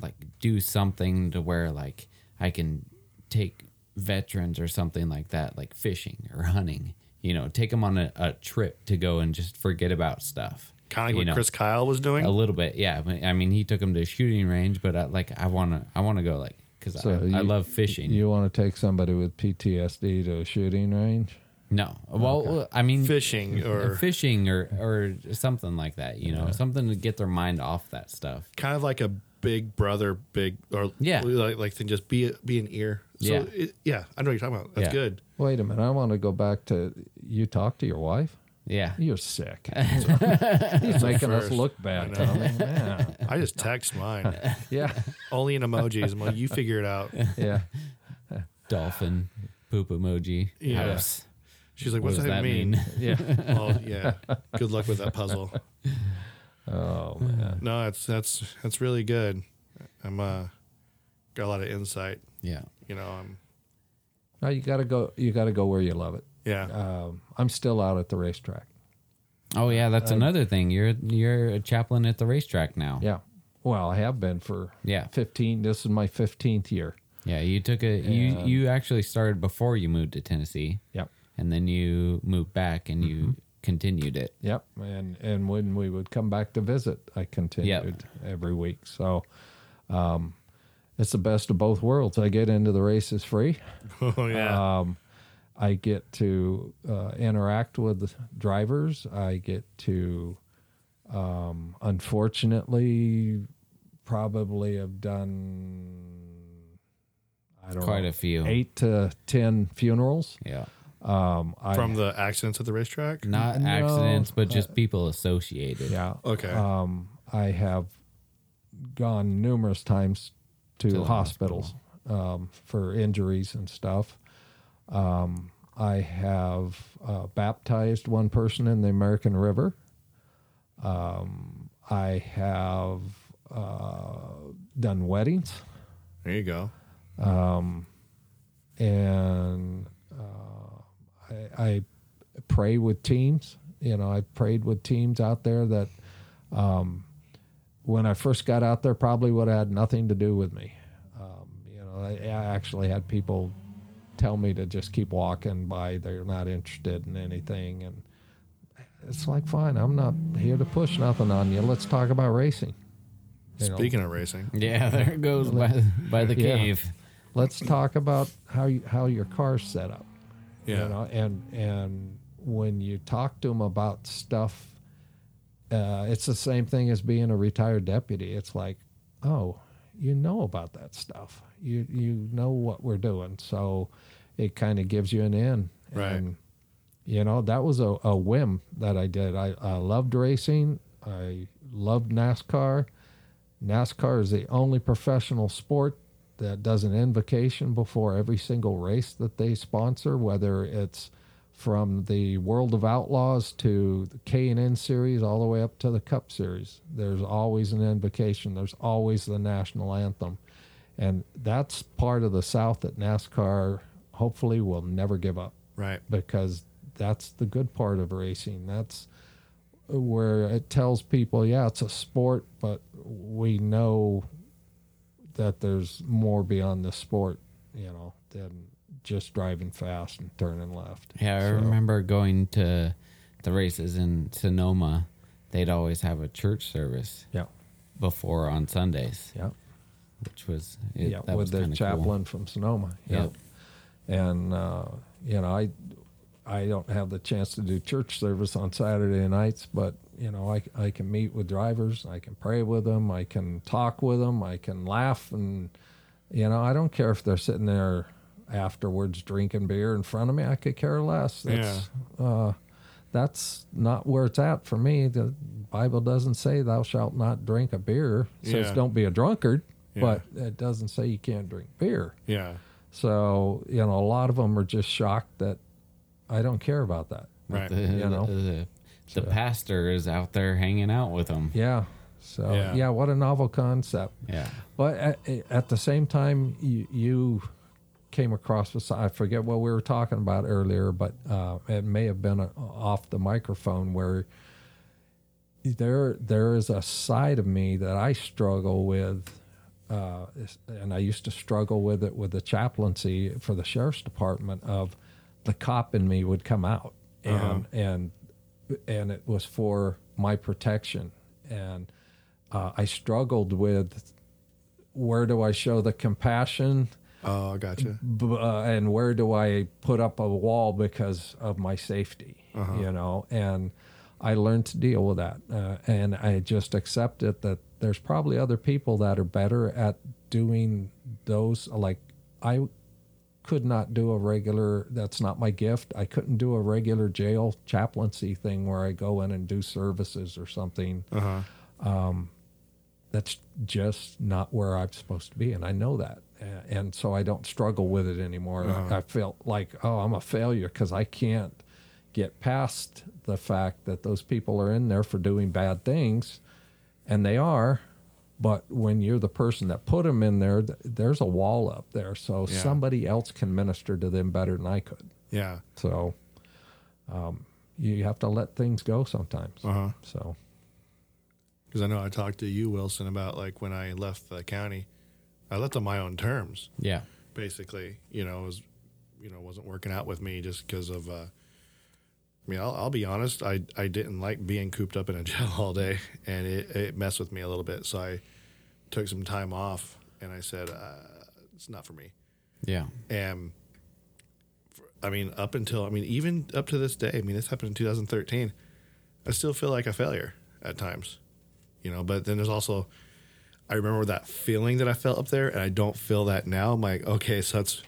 [SPEAKER 3] like do something to where like I can take veterans or something like that, like fishing or hunting. You know, take them on a, a trip to go and just forget about stuff.
[SPEAKER 2] Kind of like
[SPEAKER 3] you
[SPEAKER 2] what
[SPEAKER 3] know?
[SPEAKER 2] Chris Kyle was doing.
[SPEAKER 3] A little bit, yeah. But, I mean, he took him to a shooting range, but I, like I wanna, I wanna go like because
[SPEAKER 5] So
[SPEAKER 3] I, I
[SPEAKER 5] you-
[SPEAKER 3] love fishing.
[SPEAKER 5] you want to take somebody with PTSD to a shooting range
[SPEAKER 3] no, well, I mean,
[SPEAKER 2] Fishing or
[SPEAKER 3] fishing or or something like that. You know, something to get their mind off that stuff.
[SPEAKER 2] kind of like a big brother, big or
[SPEAKER 3] Yeah.
[SPEAKER 2] like like thing. Just be be an ear. So
[SPEAKER 3] Yeah.
[SPEAKER 2] it, yeah, I know what you're talking about. That's
[SPEAKER 3] Yeah.
[SPEAKER 2] good.
[SPEAKER 5] Wait a minute. I want to go back to you talk to your wife?
[SPEAKER 3] Yeah,
[SPEAKER 5] You're sick. He's making us
[SPEAKER 2] first.
[SPEAKER 5] look bad. I mean, yeah.
[SPEAKER 2] I just text mine
[SPEAKER 5] Yeah.
[SPEAKER 2] only in emojis. I'm like, you figure it out.
[SPEAKER 5] Yeah.
[SPEAKER 3] dolphin poop emoji.
[SPEAKER 2] Yeah.
[SPEAKER 3] House.
[SPEAKER 2] She's like,
[SPEAKER 3] What
[SPEAKER 2] what's
[SPEAKER 3] does
[SPEAKER 2] that,
[SPEAKER 3] that
[SPEAKER 2] mean?
[SPEAKER 3] mean?
[SPEAKER 5] Yeah.
[SPEAKER 2] well, yeah. Good luck with that puzzle.
[SPEAKER 5] Oh man.
[SPEAKER 2] No, that's that's that's really good. I'm uh got a lot of insight.
[SPEAKER 3] Yeah.
[SPEAKER 2] You know, I'm
[SPEAKER 5] No, you gotta go you gotta go where you love it.
[SPEAKER 2] yeah.
[SPEAKER 5] Um, I'm still out at the racetrack.
[SPEAKER 3] Oh yeah, that's another thing. You're you're a chaplain at the racetrack now.
[SPEAKER 5] Uh, Yeah. Well, I have been for
[SPEAKER 3] Yeah.
[SPEAKER 5] fifteen this is my fifteenth year.
[SPEAKER 3] Yeah, you took a you you actually started before you moved to Tennessee.
[SPEAKER 5] Yep. Mm-hmm.
[SPEAKER 3] And then you moved back and you continued it.
[SPEAKER 5] Yep. And and when we would come back to visit, I continued every week. So um it's the best of both worlds. I get into the races free.
[SPEAKER 2] oh yeah.
[SPEAKER 5] Um, I get to uh, interact with the drivers. I get to, um, unfortunately, probably have done, I don't
[SPEAKER 3] Quite
[SPEAKER 5] know,
[SPEAKER 3] a few.
[SPEAKER 5] eight to 10 funerals.
[SPEAKER 3] Yeah.
[SPEAKER 5] Um, I,
[SPEAKER 2] From the accidents at the racetrack?
[SPEAKER 3] Not
[SPEAKER 5] No, uh,
[SPEAKER 3] accidents, but just people associated.
[SPEAKER 5] yeah,
[SPEAKER 2] Okay.
[SPEAKER 5] um, I have gone numerous times to,
[SPEAKER 3] the
[SPEAKER 5] hospitals um, for injuries and stuff. Um, I have uh, baptized one person in the American River. Um, I have uh, done weddings
[SPEAKER 2] there you go.
[SPEAKER 5] and uh, I, I pray with teams. You know, I prayed with teams out there that um, when I first got out there, probably would have had nothing to do with me. Um, you know, I, I actually had people tell me to just keep walking by; they're not interested in anything, and it's like, fine, I'm not here to push nothing on you. Let's talk about racing. You know?
[SPEAKER 2] Speaking of racing.
[SPEAKER 3] Yeah, there it goes by by the
[SPEAKER 5] Yeah.
[SPEAKER 3] cave.
[SPEAKER 5] let's talk about how you, how your car's set up.
[SPEAKER 2] Yeah.
[SPEAKER 5] You know, and and when you talk to them about stuff uh, it's the same thing as being a retired deputy. It's like, oh, you know about that stuff. You you know what we're doing, so it kind of gives you an in.
[SPEAKER 2] Right.
[SPEAKER 5] And, you know, that was a, a whim that I did. I, I loved racing. I loved NASCAR. NASCAR is the only professional sport that does an invocation before every single race that they sponsor, whether it's from the World of Outlaws to the K and N series, all the way up to the Cup series. There's always an invocation. There's always the national anthem, and that's part of the South that NASCAR hopefully will never give up
[SPEAKER 2] Right.
[SPEAKER 5] because that's the good part of racing. That's where it tells people, yeah, it's a sport, but we know that there's more beyond the sport, you know, than just driving fast and turning left.
[SPEAKER 3] Yeah, I
[SPEAKER 5] So,
[SPEAKER 3] remember going to the races in Sonoma. They'd always have a church service
[SPEAKER 5] Yeah.
[SPEAKER 3] before on Sundays,
[SPEAKER 5] Yeah.
[SPEAKER 3] which was it,
[SPEAKER 5] Yeah.
[SPEAKER 3] that was
[SPEAKER 5] With the
[SPEAKER 3] kinda cool.
[SPEAKER 5] chaplain from Sonoma.
[SPEAKER 3] Yeah.
[SPEAKER 5] and uh, you know I I don't have the chance to do church service on Saturday nights, but you know I I can meet with drivers, I can pray with them, I can talk with them, I can laugh, and you know I don't care if they're sitting there afterwards drinking beer in front of me. I could care less. That's, uh, that's not where it's at for me. The Bible doesn't say thou shalt not drink a beer. It says
[SPEAKER 2] Yeah.
[SPEAKER 5] don't be a drunkard, but it doesn't say you can't drink beer.
[SPEAKER 2] Yeah.
[SPEAKER 5] So, you know, a lot of them are just shocked that I don't care about that.
[SPEAKER 2] Right.
[SPEAKER 3] The,
[SPEAKER 5] you know?
[SPEAKER 3] the, the pastor is out there hanging out with them.
[SPEAKER 5] Yeah. So,
[SPEAKER 2] Yeah.
[SPEAKER 5] yeah, what a novel concept.
[SPEAKER 3] Yeah.
[SPEAKER 5] But at, at the same time, you, you came across with, I forget what we were talking about earlier, but uh, it may have been uh off the microphone where there there is a side of me that I struggle with, uh, is- and I used to struggle with it with the chaplaincy for the sheriff's department. Of the cop in me would come out, and and and it was for my protection, and uh, I struggled with where do I show the compassion
[SPEAKER 2] Oh, I gotcha.
[SPEAKER 5] b- uh, and where do I put up a wall because of my safety, you know? And I learned to deal with that. Uh, and I just accept it that there's probably other people that are better at doing those. Like, I could not do a regular, that's not my gift. I couldn't do a regular jail chaplaincy thing where I go in and do services or something. Um, that's just not where I'm supposed to be. And I know that. A- And so I don't struggle with it anymore.
[SPEAKER 2] Uh-huh.
[SPEAKER 5] I felt like, oh, I'm a failure because I can't get past the fact that those people are in there for doing bad things. And they are. But when you're the person that put them in there, th- there's a wall up there. So
[SPEAKER 2] Yeah.
[SPEAKER 5] somebody else can minister to them better than I could.
[SPEAKER 2] Yeah.
[SPEAKER 5] So um, you have to let things go sometimes.
[SPEAKER 2] Uh-huh.
[SPEAKER 5] So,
[SPEAKER 2] Because I know I talked to you, Wilson, about like when I left the county, I left on my own terms.
[SPEAKER 3] Yeah.
[SPEAKER 2] basically. You know, was you know wasn't working out with me just because of. Uh, I mean, I'll, I'll be honest. I I didn't like being cooped up in a jail all day, and it, it messed with me a little bit. So I took some time off, and I said uh, it's not for me.
[SPEAKER 3] Yeah.
[SPEAKER 2] And for, I mean, up until I mean, even up to this day, I mean, this happened in 2013. I still feel like a failure at times, you know. But then there's also, I remember that feeling that I felt up there, and I don't feel that now. I'm like, okay, so that's,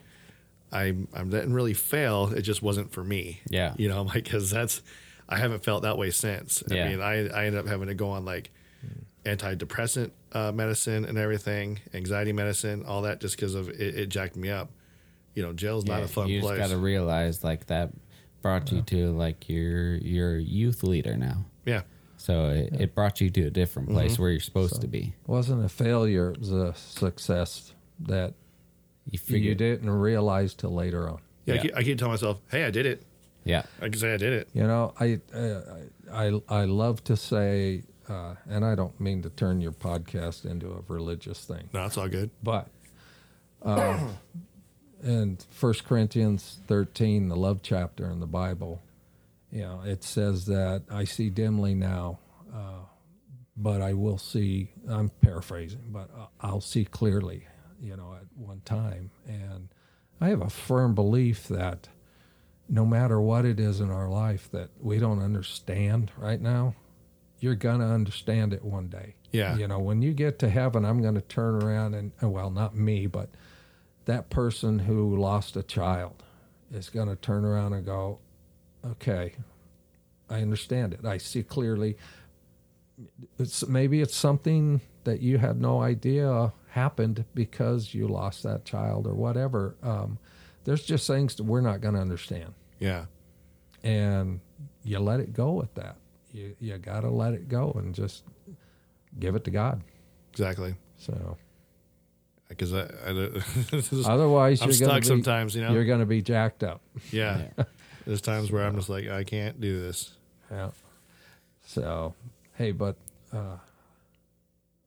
[SPEAKER 2] I I didn't really fail. It just wasn't for me.
[SPEAKER 3] Yeah.
[SPEAKER 2] you know, I'm like because that's, I haven't felt that way since. I
[SPEAKER 3] Yeah. Hmm.
[SPEAKER 2] mean, I I ended up having to go on like antidepressant uh, medicine and everything, anxiety medicine, all that, just because of it, it jacked me up. You know, jail's not
[SPEAKER 3] Yeah,
[SPEAKER 2] a fun
[SPEAKER 3] you
[SPEAKER 2] place.
[SPEAKER 3] just got to realize like that brought you to like your your youth leader now.
[SPEAKER 2] yeah,
[SPEAKER 3] So it, it brought you to a different place
[SPEAKER 5] Mm-hmm.
[SPEAKER 3] where you're supposed to be.
[SPEAKER 5] wasn't a failure, it was a success that
[SPEAKER 3] You
[SPEAKER 5] you
[SPEAKER 3] figured.
[SPEAKER 5] didn't realize till later
[SPEAKER 2] yeah.
[SPEAKER 5] on.
[SPEAKER 2] I,
[SPEAKER 3] Yeah.
[SPEAKER 2] keep, I keep telling myself, "Hey, I did it.
[SPEAKER 3] Yeah.
[SPEAKER 2] I can say I did it."
[SPEAKER 5] You know, I uh, I I love to say, uh, and I don't mean to turn your podcast into a religious thing,
[SPEAKER 2] No, it's all good.
[SPEAKER 5] but um, in First Corinthians thirteen, the love chapter in the Bible, you know, it says that I see dimly now, uh, but I will see. I'm paraphrasing, but I- I'll see clearly. You know, at one time, and I have a firm belief that no matter what it is in our life that we don't understand right now, you're going to understand it one day.
[SPEAKER 2] Yeah.
[SPEAKER 5] You know, when you get to heaven, I'm going to turn around and, oh, well, not me, but that person who lost a child is going to turn around and go, okay, I understand it. I see clearly. It's maybe it's something that you had no idea happened because you lost that child or whatever. Um, there's just things that we're not going to understand
[SPEAKER 2] Yeah.
[SPEAKER 5] and you let it go with that. You you gotta let it go and just give it to God.
[SPEAKER 2] Exactly.
[SPEAKER 5] So
[SPEAKER 2] Because I, I this is-
[SPEAKER 5] otherwise,
[SPEAKER 2] I'm
[SPEAKER 5] you're gonna
[SPEAKER 2] stuck
[SPEAKER 5] be,
[SPEAKER 2] sometimes, you know?
[SPEAKER 5] You're gonna be jacked up.
[SPEAKER 2] yeah. There's times where I'm just like, I can't do this.
[SPEAKER 5] Yeah. So hey, but uh,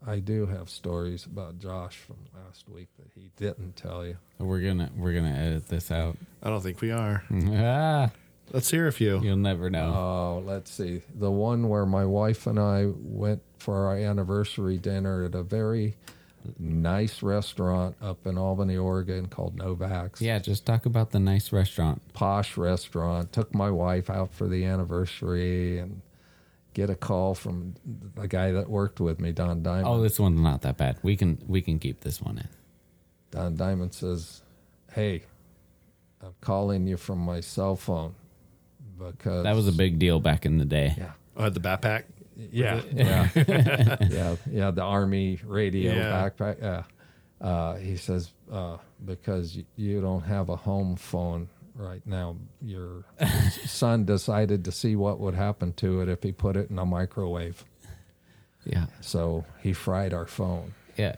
[SPEAKER 5] I do have stories about Josh from last week that he didn't tell you.
[SPEAKER 3] We're gonna we're gonna edit this out.
[SPEAKER 2] I don't think we are.
[SPEAKER 3] Ah,
[SPEAKER 2] Let's hear a few.
[SPEAKER 3] you'll never know.
[SPEAKER 5] Oh, let's see. The one where my wife and I went for our anniversary dinner at a very nice restaurant up in Albany, Oregon called Novak's.
[SPEAKER 3] yeah, just talk about the nice restaurant.
[SPEAKER 5] posh restaurant. Took my wife out for the anniversary and get a call from the guy that worked with me, Don Diamond.
[SPEAKER 3] Oh, this one's not that bad. We can we can keep this one in.
[SPEAKER 5] Don Diamond says, "Hey, I'm calling you from my cell phone because
[SPEAKER 3] That was a big deal back in the day.
[SPEAKER 5] yeah."
[SPEAKER 2] Oh, I had the backpack.
[SPEAKER 5] Yeah, yeah, yeah, yeah. The army radio
[SPEAKER 2] Yeah.
[SPEAKER 5] backpack. Yeah. Uh, he says uh, because y- you don't have a home phone right now. Your son decided to see what would happen to it if he put it in a microwave.
[SPEAKER 3] Yeah,
[SPEAKER 5] So he fried our phone.
[SPEAKER 3] yeah.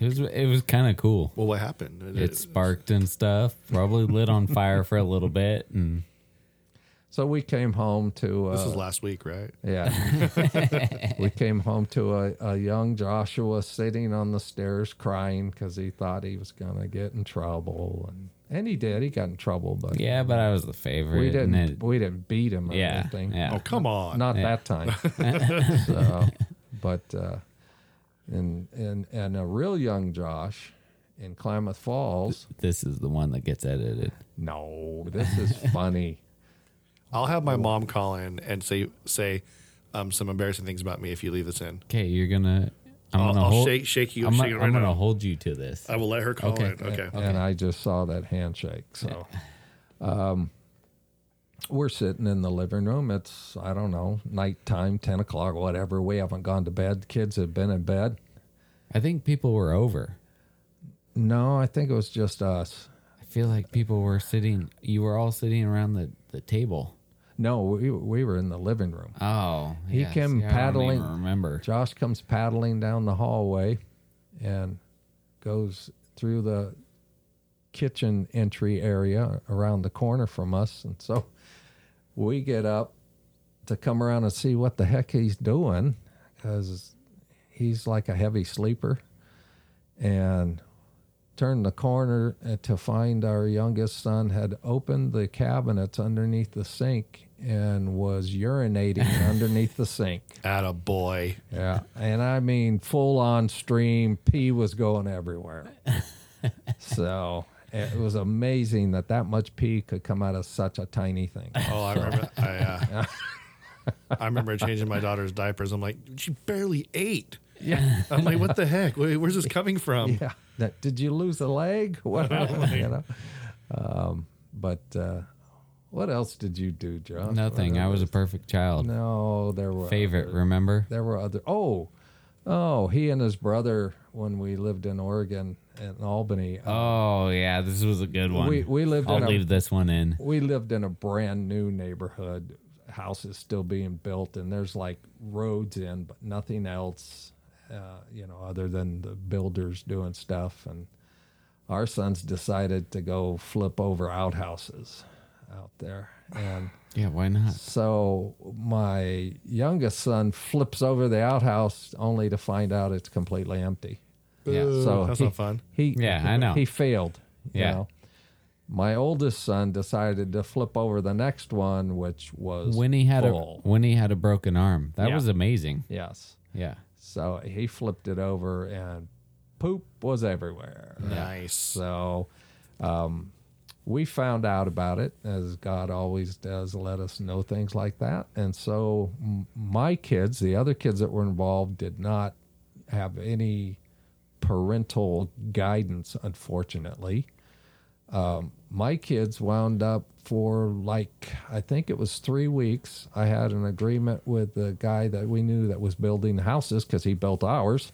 [SPEAKER 3] It was it was kind of cool.
[SPEAKER 2] Well, what happened?
[SPEAKER 3] It sparked and stuff. Probably lit on fire for a little bit, and
[SPEAKER 5] So we came home to uh,
[SPEAKER 2] This is last week, right?
[SPEAKER 5] Yeah. we came home to a, a young Joshua sitting on the stairs crying because he thought he was going to get in trouble. And, and he did. He got in trouble, but
[SPEAKER 3] yeah. But I was the favorite.
[SPEAKER 5] we didn't
[SPEAKER 3] And it,
[SPEAKER 5] we didn't beat him or
[SPEAKER 3] yeah,
[SPEAKER 5] anything.
[SPEAKER 3] yeah.
[SPEAKER 2] Oh, come on.
[SPEAKER 5] Not that time. so, but uh, and, and, and a real young Josh in Klamath Falls.
[SPEAKER 3] This is the one that gets edited.
[SPEAKER 5] No, this is funny.
[SPEAKER 2] I'll have my mom call in and say say um, some embarrassing things about me if you leave this in.
[SPEAKER 3] Okay, you're gonna. I'm
[SPEAKER 2] I'll,
[SPEAKER 3] gonna
[SPEAKER 2] I'll
[SPEAKER 3] hold,
[SPEAKER 2] shake shake you.
[SPEAKER 3] I'm,
[SPEAKER 2] shake
[SPEAKER 3] gonna-
[SPEAKER 2] it
[SPEAKER 3] I'm
[SPEAKER 2] right
[SPEAKER 3] gonna
[SPEAKER 2] now.
[SPEAKER 3] hold you to this.
[SPEAKER 2] I will let her call
[SPEAKER 3] Okay.
[SPEAKER 2] in. Okay.
[SPEAKER 5] and I just saw that handshake. So, um, we're sitting in the living room. It's I don't know nighttime, ten o'clock, whatever. We haven't gone to bed. Kids have been in bed.
[SPEAKER 3] I think people were over.
[SPEAKER 5] No, I think it was just us.
[SPEAKER 3] I feel like people were sitting. You were all sitting around the the table.
[SPEAKER 5] No, we we were in the living room.
[SPEAKER 3] Oh,
[SPEAKER 5] He
[SPEAKER 3] yeah,
[SPEAKER 5] came
[SPEAKER 3] see, I don't
[SPEAKER 5] paddling-
[SPEAKER 3] even remember?
[SPEAKER 5] Josh comes paddling down the hallway, and goes through the kitchen entry area around the corner from us, and so we get up to come around and see what the heck he's doing because he's like a heavy sleeper and turn the corner uh, to find our youngest son had opened the cabinets underneath the sink and was urinating underneath the sink
[SPEAKER 2] Atta boy.
[SPEAKER 5] yeah and i mean full on stream pee was going everywhere so it was amazing that that much pee could come out of such a tiny thing
[SPEAKER 2] Oh, I remember. I, uh, I remember changing my daughter's diapers. I'm like, she barely ate.
[SPEAKER 5] yeah
[SPEAKER 2] I'm like, what the heck? Wait, where's this coming from?
[SPEAKER 5] yeah. That, did you lose a leg? What? you know? um, but uh, what else did you do, John?
[SPEAKER 3] Nothing. I was a perfect child.
[SPEAKER 5] No, there were
[SPEAKER 3] Favorite, remember?
[SPEAKER 5] There were other. Oh, oh, he and his brother when we lived in Oregon in Albany. uh,
[SPEAKER 3] Oh yeah, this was a good one.
[SPEAKER 5] We- we lived
[SPEAKER 3] I'll
[SPEAKER 5] in a-
[SPEAKER 3] leave this one in.
[SPEAKER 5] we lived in a brand new neighborhood. Houses still being built, and there's like roads in, but nothing else, uh, you know, other than the builders doing stuff. And our sons decided to go flip over outhouses out there. And
[SPEAKER 3] Yeah, why not?
[SPEAKER 5] so my youngest son flips over the outhouse only to find out it's completely empty.
[SPEAKER 3] Yeah.
[SPEAKER 5] So
[SPEAKER 2] that's
[SPEAKER 5] he,
[SPEAKER 2] not fun.
[SPEAKER 5] He,
[SPEAKER 3] Yeah, I know.
[SPEAKER 5] He failed. you
[SPEAKER 3] Yeah.
[SPEAKER 5] know. My oldest son decided to flip over the next one, which was
[SPEAKER 3] When he had
[SPEAKER 5] full.
[SPEAKER 3] a when he had a broken arm, that
[SPEAKER 5] Yeah.
[SPEAKER 3] was amazing.
[SPEAKER 5] yes.
[SPEAKER 3] Yeah,
[SPEAKER 5] So he flipped it over, and poop was everywhere.
[SPEAKER 2] Nice.
[SPEAKER 5] So, um, we found out about it as God always does let us know things like that. And so m- my kids, the other kids that were involved, did not have any parental guidance, unfortunately. Um, my kids wound up for like, I think it was three weeks. I had an agreement with the guy that we knew that was building houses because he built ours.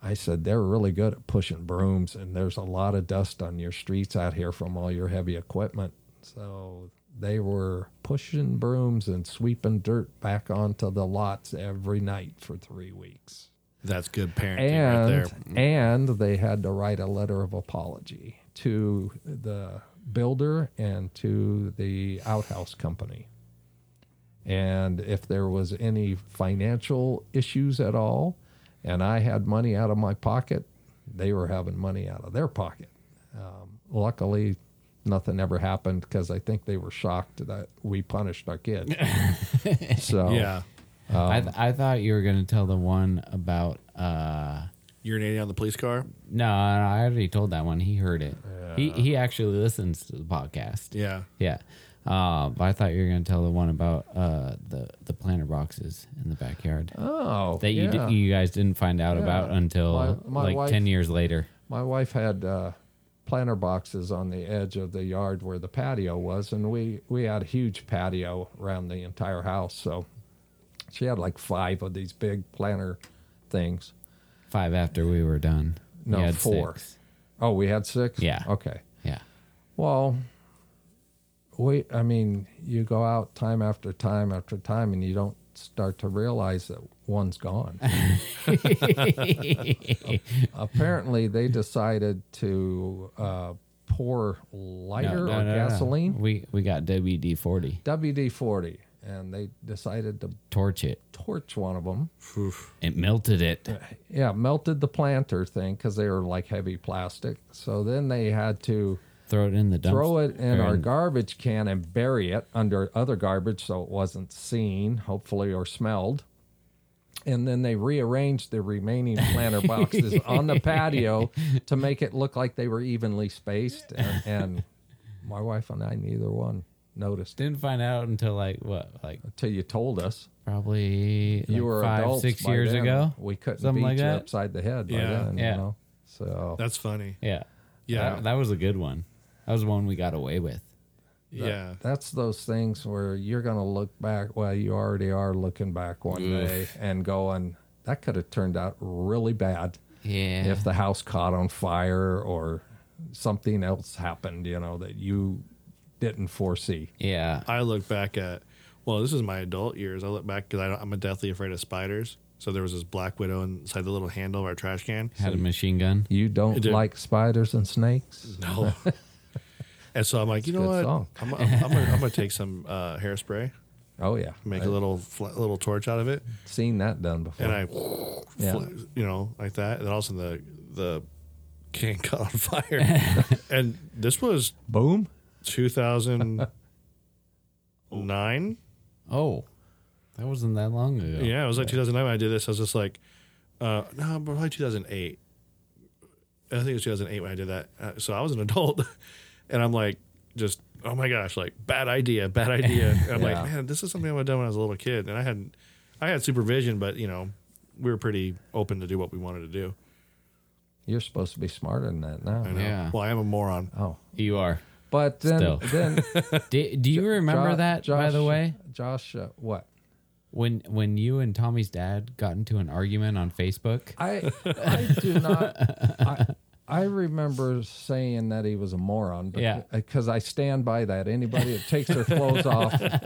[SPEAKER 5] I said, they're really good at pushing brooms, and there's a lot of dust on your streets out here from all your heavy equipment. So they were pushing brooms and sweeping dirt back onto the lots every night for three weeks.
[SPEAKER 2] That's good parenting right
[SPEAKER 5] And,
[SPEAKER 2] there. Mm.
[SPEAKER 5] and they had to write a letter of apology to the builder and to the outhouse company. And if there was any financial issues at all, and I had money out of my pocket, they were having money out of their pocket. Um, luckily, nothing ever happened because I think they were shocked that we punished our kid. so
[SPEAKER 2] Yeah.
[SPEAKER 3] I, th- I thought you were going to tell the one about. uh
[SPEAKER 2] Urinating on the police car.
[SPEAKER 3] No, I already told that one. He heard it. He he actually listens to the podcast.
[SPEAKER 2] Yeah.
[SPEAKER 3] Yeah. Uh, but I thought you were going to tell the one about uh, the the planter boxes in the backyard
[SPEAKER 5] Oh,
[SPEAKER 3] that you
[SPEAKER 5] yeah.
[SPEAKER 3] di- you guys didn't find out about until
[SPEAKER 5] My- my
[SPEAKER 3] like
[SPEAKER 5] wife-
[SPEAKER 3] ten years later.
[SPEAKER 5] my wife had uh, planter boxes on the edge of the yard where the patio was, and we we had a huge patio around the entire house. So she had like five of these big planter things.
[SPEAKER 3] Five after we were done. We
[SPEAKER 5] No,
[SPEAKER 3] had
[SPEAKER 5] four.
[SPEAKER 3] six.
[SPEAKER 5] Oh, we had six.
[SPEAKER 3] Yeah.
[SPEAKER 5] Okay.
[SPEAKER 3] Yeah.
[SPEAKER 5] Well, we, I mean, you go out time after time after time and you don't start to realize that one's gone. Apparently, they decided to uh, pour
[SPEAKER 3] No,
[SPEAKER 5] lighter
[SPEAKER 3] no, no,
[SPEAKER 5] or
[SPEAKER 3] no.
[SPEAKER 5] gasoline,
[SPEAKER 3] We we got WD forty.
[SPEAKER 5] WD 40, and they decided to
[SPEAKER 3] Torch it.
[SPEAKER 5] torch one of them.
[SPEAKER 3] It melted it.
[SPEAKER 5] Yeah, melted the planter thing because they were like heavy plastic. So then they had to.
[SPEAKER 3] Throw it in the dumpster.
[SPEAKER 5] throw it in
[SPEAKER 3] or
[SPEAKER 5] our garbage can and bury it under other garbage so it wasn't seen, hopefully, or smelled. And then they rearranged the remaining planter boxes on the patio to make it look like they were evenly spaced. And, and my wife and I, neither one noticed
[SPEAKER 3] Didn't find out until like what like
[SPEAKER 5] until you told us.
[SPEAKER 3] probably
[SPEAKER 5] You
[SPEAKER 3] like
[SPEAKER 5] were
[SPEAKER 3] five
[SPEAKER 5] adults
[SPEAKER 3] six
[SPEAKER 5] by
[SPEAKER 3] years
[SPEAKER 5] then.
[SPEAKER 3] ago.
[SPEAKER 5] We couldn't
[SPEAKER 3] Something
[SPEAKER 5] beat
[SPEAKER 3] like
[SPEAKER 5] you
[SPEAKER 3] that.
[SPEAKER 5] upside the head by
[SPEAKER 2] Yeah.
[SPEAKER 5] then,
[SPEAKER 3] Yeah.
[SPEAKER 5] you know? So
[SPEAKER 6] That's funny.
[SPEAKER 3] Yeah.
[SPEAKER 2] Yeah.
[SPEAKER 3] That, that was a good one. That was one we got away with.
[SPEAKER 2] yeah.
[SPEAKER 5] That's those things where you're going to look back. Well, you already are looking back one day and going, that could have turned out really bad
[SPEAKER 3] Yeah.
[SPEAKER 5] if the house caught on fire or something else happened, you know, that you didn't foresee.
[SPEAKER 3] yeah.
[SPEAKER 2] I look back at, well, this is my adult years. I look back because I'm deathly afraid of spiders. So there was this black widow inside the little handle of our trash can.
[SPEAKER 3] Had a machine gun.
[SPEAKER 5] You don't
[SPEAKER 2] did.
[SPEAKER 5] like spiders and
[SPEAKER 3] Mm-hmm.
[SPEAKER 5] snakes?
[SPEAKER 2] No. and so I'm like, you know
[SPEAKER 5] good
[SPEAKER 2] what?
[SPEAKER 5] song.
[SPEAKER 2] I'm, I'm, I'm gonna, I'm gonna take some uh, hairspray,
[SPEAKER 5] Oh, yeah.
[SPEAKER 2] make a little fl- little torch out of it,
[SPEAKER 5] Seen that done before.
[SPEAKER 2] and I,
[SPEAKER 5] Yeah.
[SPEAKER 2] fl- you know, like that. And then all of a sudden the the can caught on fire. and this was
[SPEAKER 5] Boom.
[SPEAKER 2] 2009.
[SPEAKER 3] Oh. That wasn't that long ago.
[SPEAKER 2] Yeah, it was like 2009 when I did this. I was just like, uh, no, probably 2008. I think it was 2008 when I did that. Uh, so I was an adult, and I'm like, just oh my gosh, like bad idea, bad idea. And I'm
[SPEAKER 5] Yeah.
[SPEAKER 2] like, man, this is something I would have done when I was a little kid, and I hadn't, I had supervision, but you know, we were pretty open to do what we wanted to do.
[SPEAKER 5] You're supposed to be smarter than that now.
[SPEAKER 2] You know?
[SPEAKER 3] Yeah.
[SPEAKER 2] Well, I am a moron.
[SPEAKER 5] Oh.
[SPEAKER 3] You are.
[SPEAKER 5] But then,
[SPEAKER 3] Still.
[SPEAKER 5] then
[SPEAKER 3] Do, do you remember
[SPEAKER 5] Jo-
[SPEAKER 3] that by the
[SPEAKER 5] Josh-
[SPEAKER 3] way?
[SPEAKER 5] Josh, uh, what?
[SPEAKER 3] When when you and Tommy's dad got into an argument on Facebook?
[SPEAKER 5] I I do not. I, I remember saying that he was a moron.
[SPEAKER 3] Yeah.
[SPEAKER 5] Because I stand by that. Anybody that takes their clothes off at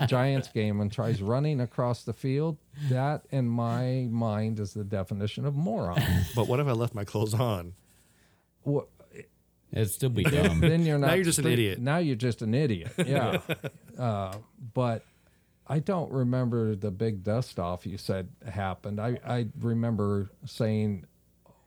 [SPEAKER 5] a Giants game and tries running across the field, that in my mind is the definition of moron.
[SPEAKER 2] But what if I left my clothes on?
[SPEAKER 5] Wha-
[SPEAKER 3] It'd still be dumb.
[SPEAKER 5] then you're not.
[SPEAKER 2] you're just an
[SPEAKER 5] thi-
[SPEAKER 2] idiot.
[SPEAKER 5] Now you're just an idiot. Yeah. uh, but I don't remember the big dust off you said happened. I, I remember saying,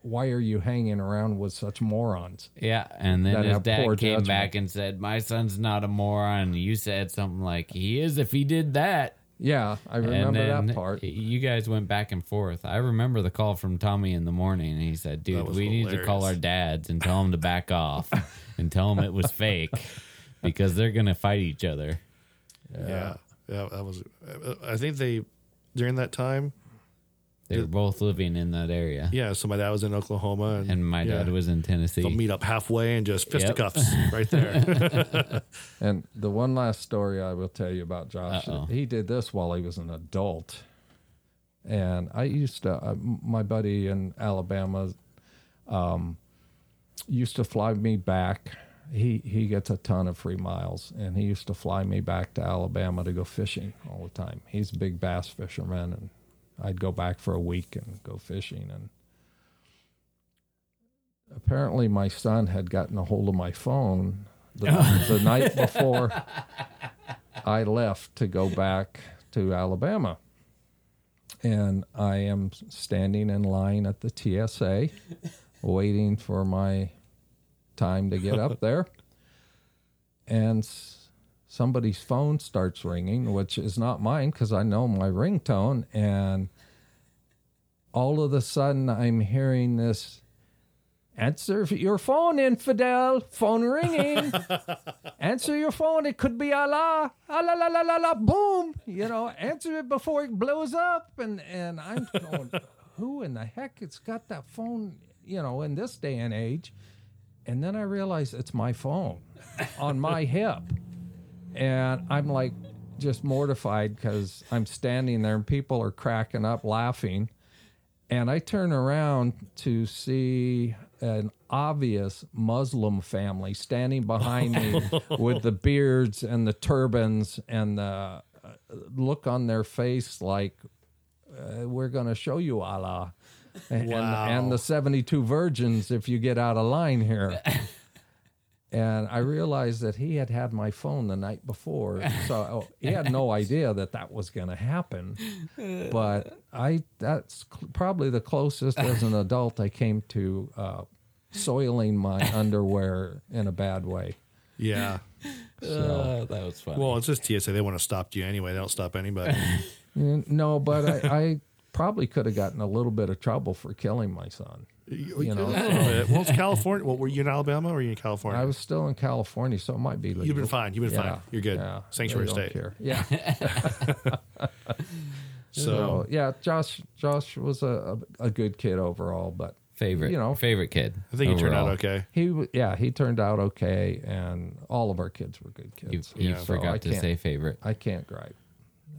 [SPEAKER 5] why are you hanging around with such morons?
[SPEAKER 3] yeah. And then
[SPEAKER 5] That
[SPEAKER 3] his
[SPEAKER 5] had
[SPEAKER 3] dad
[SPEAKER 5] poor
[SPEAKER 3] came
[SPEAKER 5] judgment.
[SPEAKER 3] back and said, My son's not a moron. You said something like, He is if he did that.
[SPEAKER 5] Yeah, I
[SPEAKER 3] And
[SPEAKER 5] remember
[SPEAKER 3] then
[SPEAKER 5] that part.
[SPEAKER 3] you guys went back and forth. I remember the call from Tommy in the morning, and he said, "Dude,
[SPEAKER 2] was
[SPEAKER 3] we need to call our
[SPEAKER 2] hilarious.
[SPEAKER 3] dads and tell them to back off, and tell them it was fake because they're gonna fight each other."
[SPEAKER 2] Yeah. yeah, that was. I think they during that time.
[SPEAKER 3] They were both living in that area,
[SPEAKER 2] Yeah, so my dad was in Oklahoma, and,
[SPEAKER 3] and my
[SPEAKER 2] yeah,
[SPEAKER 3] dad was in Tennessee.
[SPEAKER 2] They'll meet up halfway and just fisticuffs right there.
[SPEAKER 5] And the one last story I will tell you about Josh,
[SPEAKER 3] Uh-oh.
[SPEAKER 5] he did this while he was an adult. And I used to, uh, my buddy in Alabama um, used to fly me back. He, he gets a ton of free miles, and he used to fly me back to Alabama to go fishing all the time. He's a big bass fisherman, and I'd go back for a week and go fishing. And apparently, my son had gotten a hold of my phone the, the night before I left to go back to Alabama. And I am standing in line at the TSA waiting for my time to get up there. And s- somebody's phone starts ringing, which is not mine because I know my ringtone. And all of a sudden, I'm hearing this answer your phone, infidel, phone ringing. answer your phone. It could be Allah. Allah, la, la, la, la, boom. You know, answer it before it blows up. And and I'm going, who in the heck has got that phone? You know, in this day and age. And then I realize it's my phone on my hip, and I'm like just mortified because I'm standing there and people are cracking up laughing. And I turn around to see an obvious Muslim family standing behind me with the beards and the turbans and the uh, look on their face like, uh, we're going to show you Allah. And, and the 72 virgins if you get out of line here. And I realized that he had had my phone the night before. So oh, he had no idea that that was going to happen but I that's cl- probably the closest as an adult I came to uh, soiling my underwear in a bad way.
[SPEAKER 2] yeah.
[SPEAKER 3] Uh, that was funny.
[SPEAKER 2] Well, it's just TSA. They want to stop you anyway. They don't stop anybody.
[SPEAKER 5] Mm, No, but I, I probably could have gotten a little bit of trouble for killing my son.
[SPEAKER 2] you uh,
[SPEAKER 5] know,
[SPEAKER 2] well, it's California. Well, were you in Alabama or were you in California?
[SPEAKER 5] I was still in California, so it might be legal.
[SPEAKER 2] You've been fine. You've been
[SPEAKER 5] Yeah,
[SPEAKER 2] fine. You're good.
[SPEAKER 5] yeah.
[SPEAKER 2] Sanctuary
[SPEAKER 5] They don't
[SPEAKER 2] state.
[SPEAKER 5] care. Yeah.
[SPEAKER 2] So,
[SPEAKER 5] So, yeah, Josh Josh was a, a, a good kid overall, but
[SPEAKER 3] favorite,
[SPEAKER 5] you know.
[SPEAKER 3] favorite kid.
[SPEAKER 2] I think you turned out
[SPEAKER 3] overall.
[SPEAKER 2] okay.
[SPEAKER 5] he w- yeah, he turned out okay and all of our kids were good
[SPEAKER 3] You,
[SPEAKER 5] kids.
[SPEAKER 3] you
[SPEAKER 5] So I
[SPEAKER 3] forgot to
[SPEAKER 5] can't-
[SPEAKER 3] say favorite.
[SPEAKER 5] I can't gripe.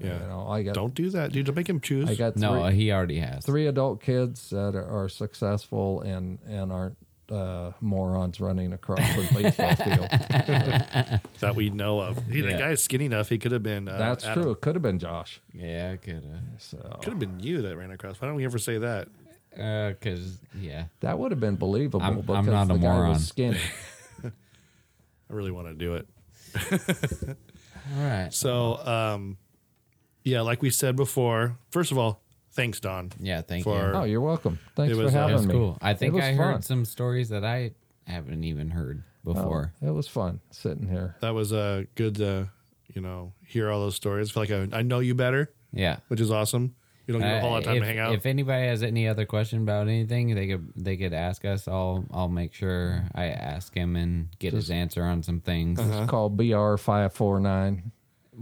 [SPEAKER 2] Yeah.
[SPEAKER 5] You know, I got
[SPEAKER 2] Don't do that, dude. Don't make him choose.
[SPEAKER 5] I got three,
[SPEAKER 3] No, he already has.
[SPEAKER 5] three adult kids that are, are successful and and aren't uh, morons running across the baseball field.
[SPEAKER 2] that we know of. He, The
[SPEAKER 3] Yeah.
[SPEAKER 2] guy's skinny enough. He could have been. Uh,
[SPEAKER 5] That's
[SPEAKER 2] Adam.
[SPEAKER 5] true. It could have been Josh.
[SPEAKER 3] Yeah, I could have.
[SPEAKER 5] So
[SPEAKER 2] Could have been you that ran across. Why don't we ever say that?
[SPEAKER 3] Because Uh, yeah,
[SPEAKER 5] that would have been believable.
[SPEAKER 3] I'm- I'm
[SPEAKER 5] because
[SPEAKER 3] not a
[SPEAKER 5] the guy
[SPEAKER 3] moron.
[SPEAKER 5] was skinny.
[SPEAKER 2] I really want to do it.
[SPEAKER 3] all right.
[SPEAKER 2] So, um, yeah, like we said before, first of all, thanks, Don.
[SPEAKER 3] Yeah, thank you.
[SPEAKER 2] for,
[SPEAKER 5] Oh, you're welcome. Thanks
[SPEAKER 2] It was,
[SPEAKER 5] for
[SPEAKER 2] uh,
[SPEAKER 5] having
[SPEAKER 3] That was
[SPEAKER 5] me.
[SPEAKER 3] cool. I
[SPEAKER 5] It
[SPEAKER 3] think
[SPEAKER 5] was
[SPEAKER 3] I
[SPEAKER 5] fun. Oh.
[SPEAKER 3] heard some stories that I haven't even heard before.
[SPEAKER 5] It was fun sitting here.
[SPEAKER 2] That was uh, good to, you know, hear all those stories. I feel like I, I know you better,
[SPEAKER 3] yeah.
[SPEAKER 2] which is awesome. You don't get a whole lot of
[SPEAKER 3] Uh,
[SPEAKER 2] time
[SPEAKER 3] if,
[SPEAKER 2] to hang out.
[SPEAKER 3] If anybody has any other question about anything, they could they could ask us. I'll I'll make sure I ask him and get his answer on some things.
[SPEAKER 5] It's called BR five four nine.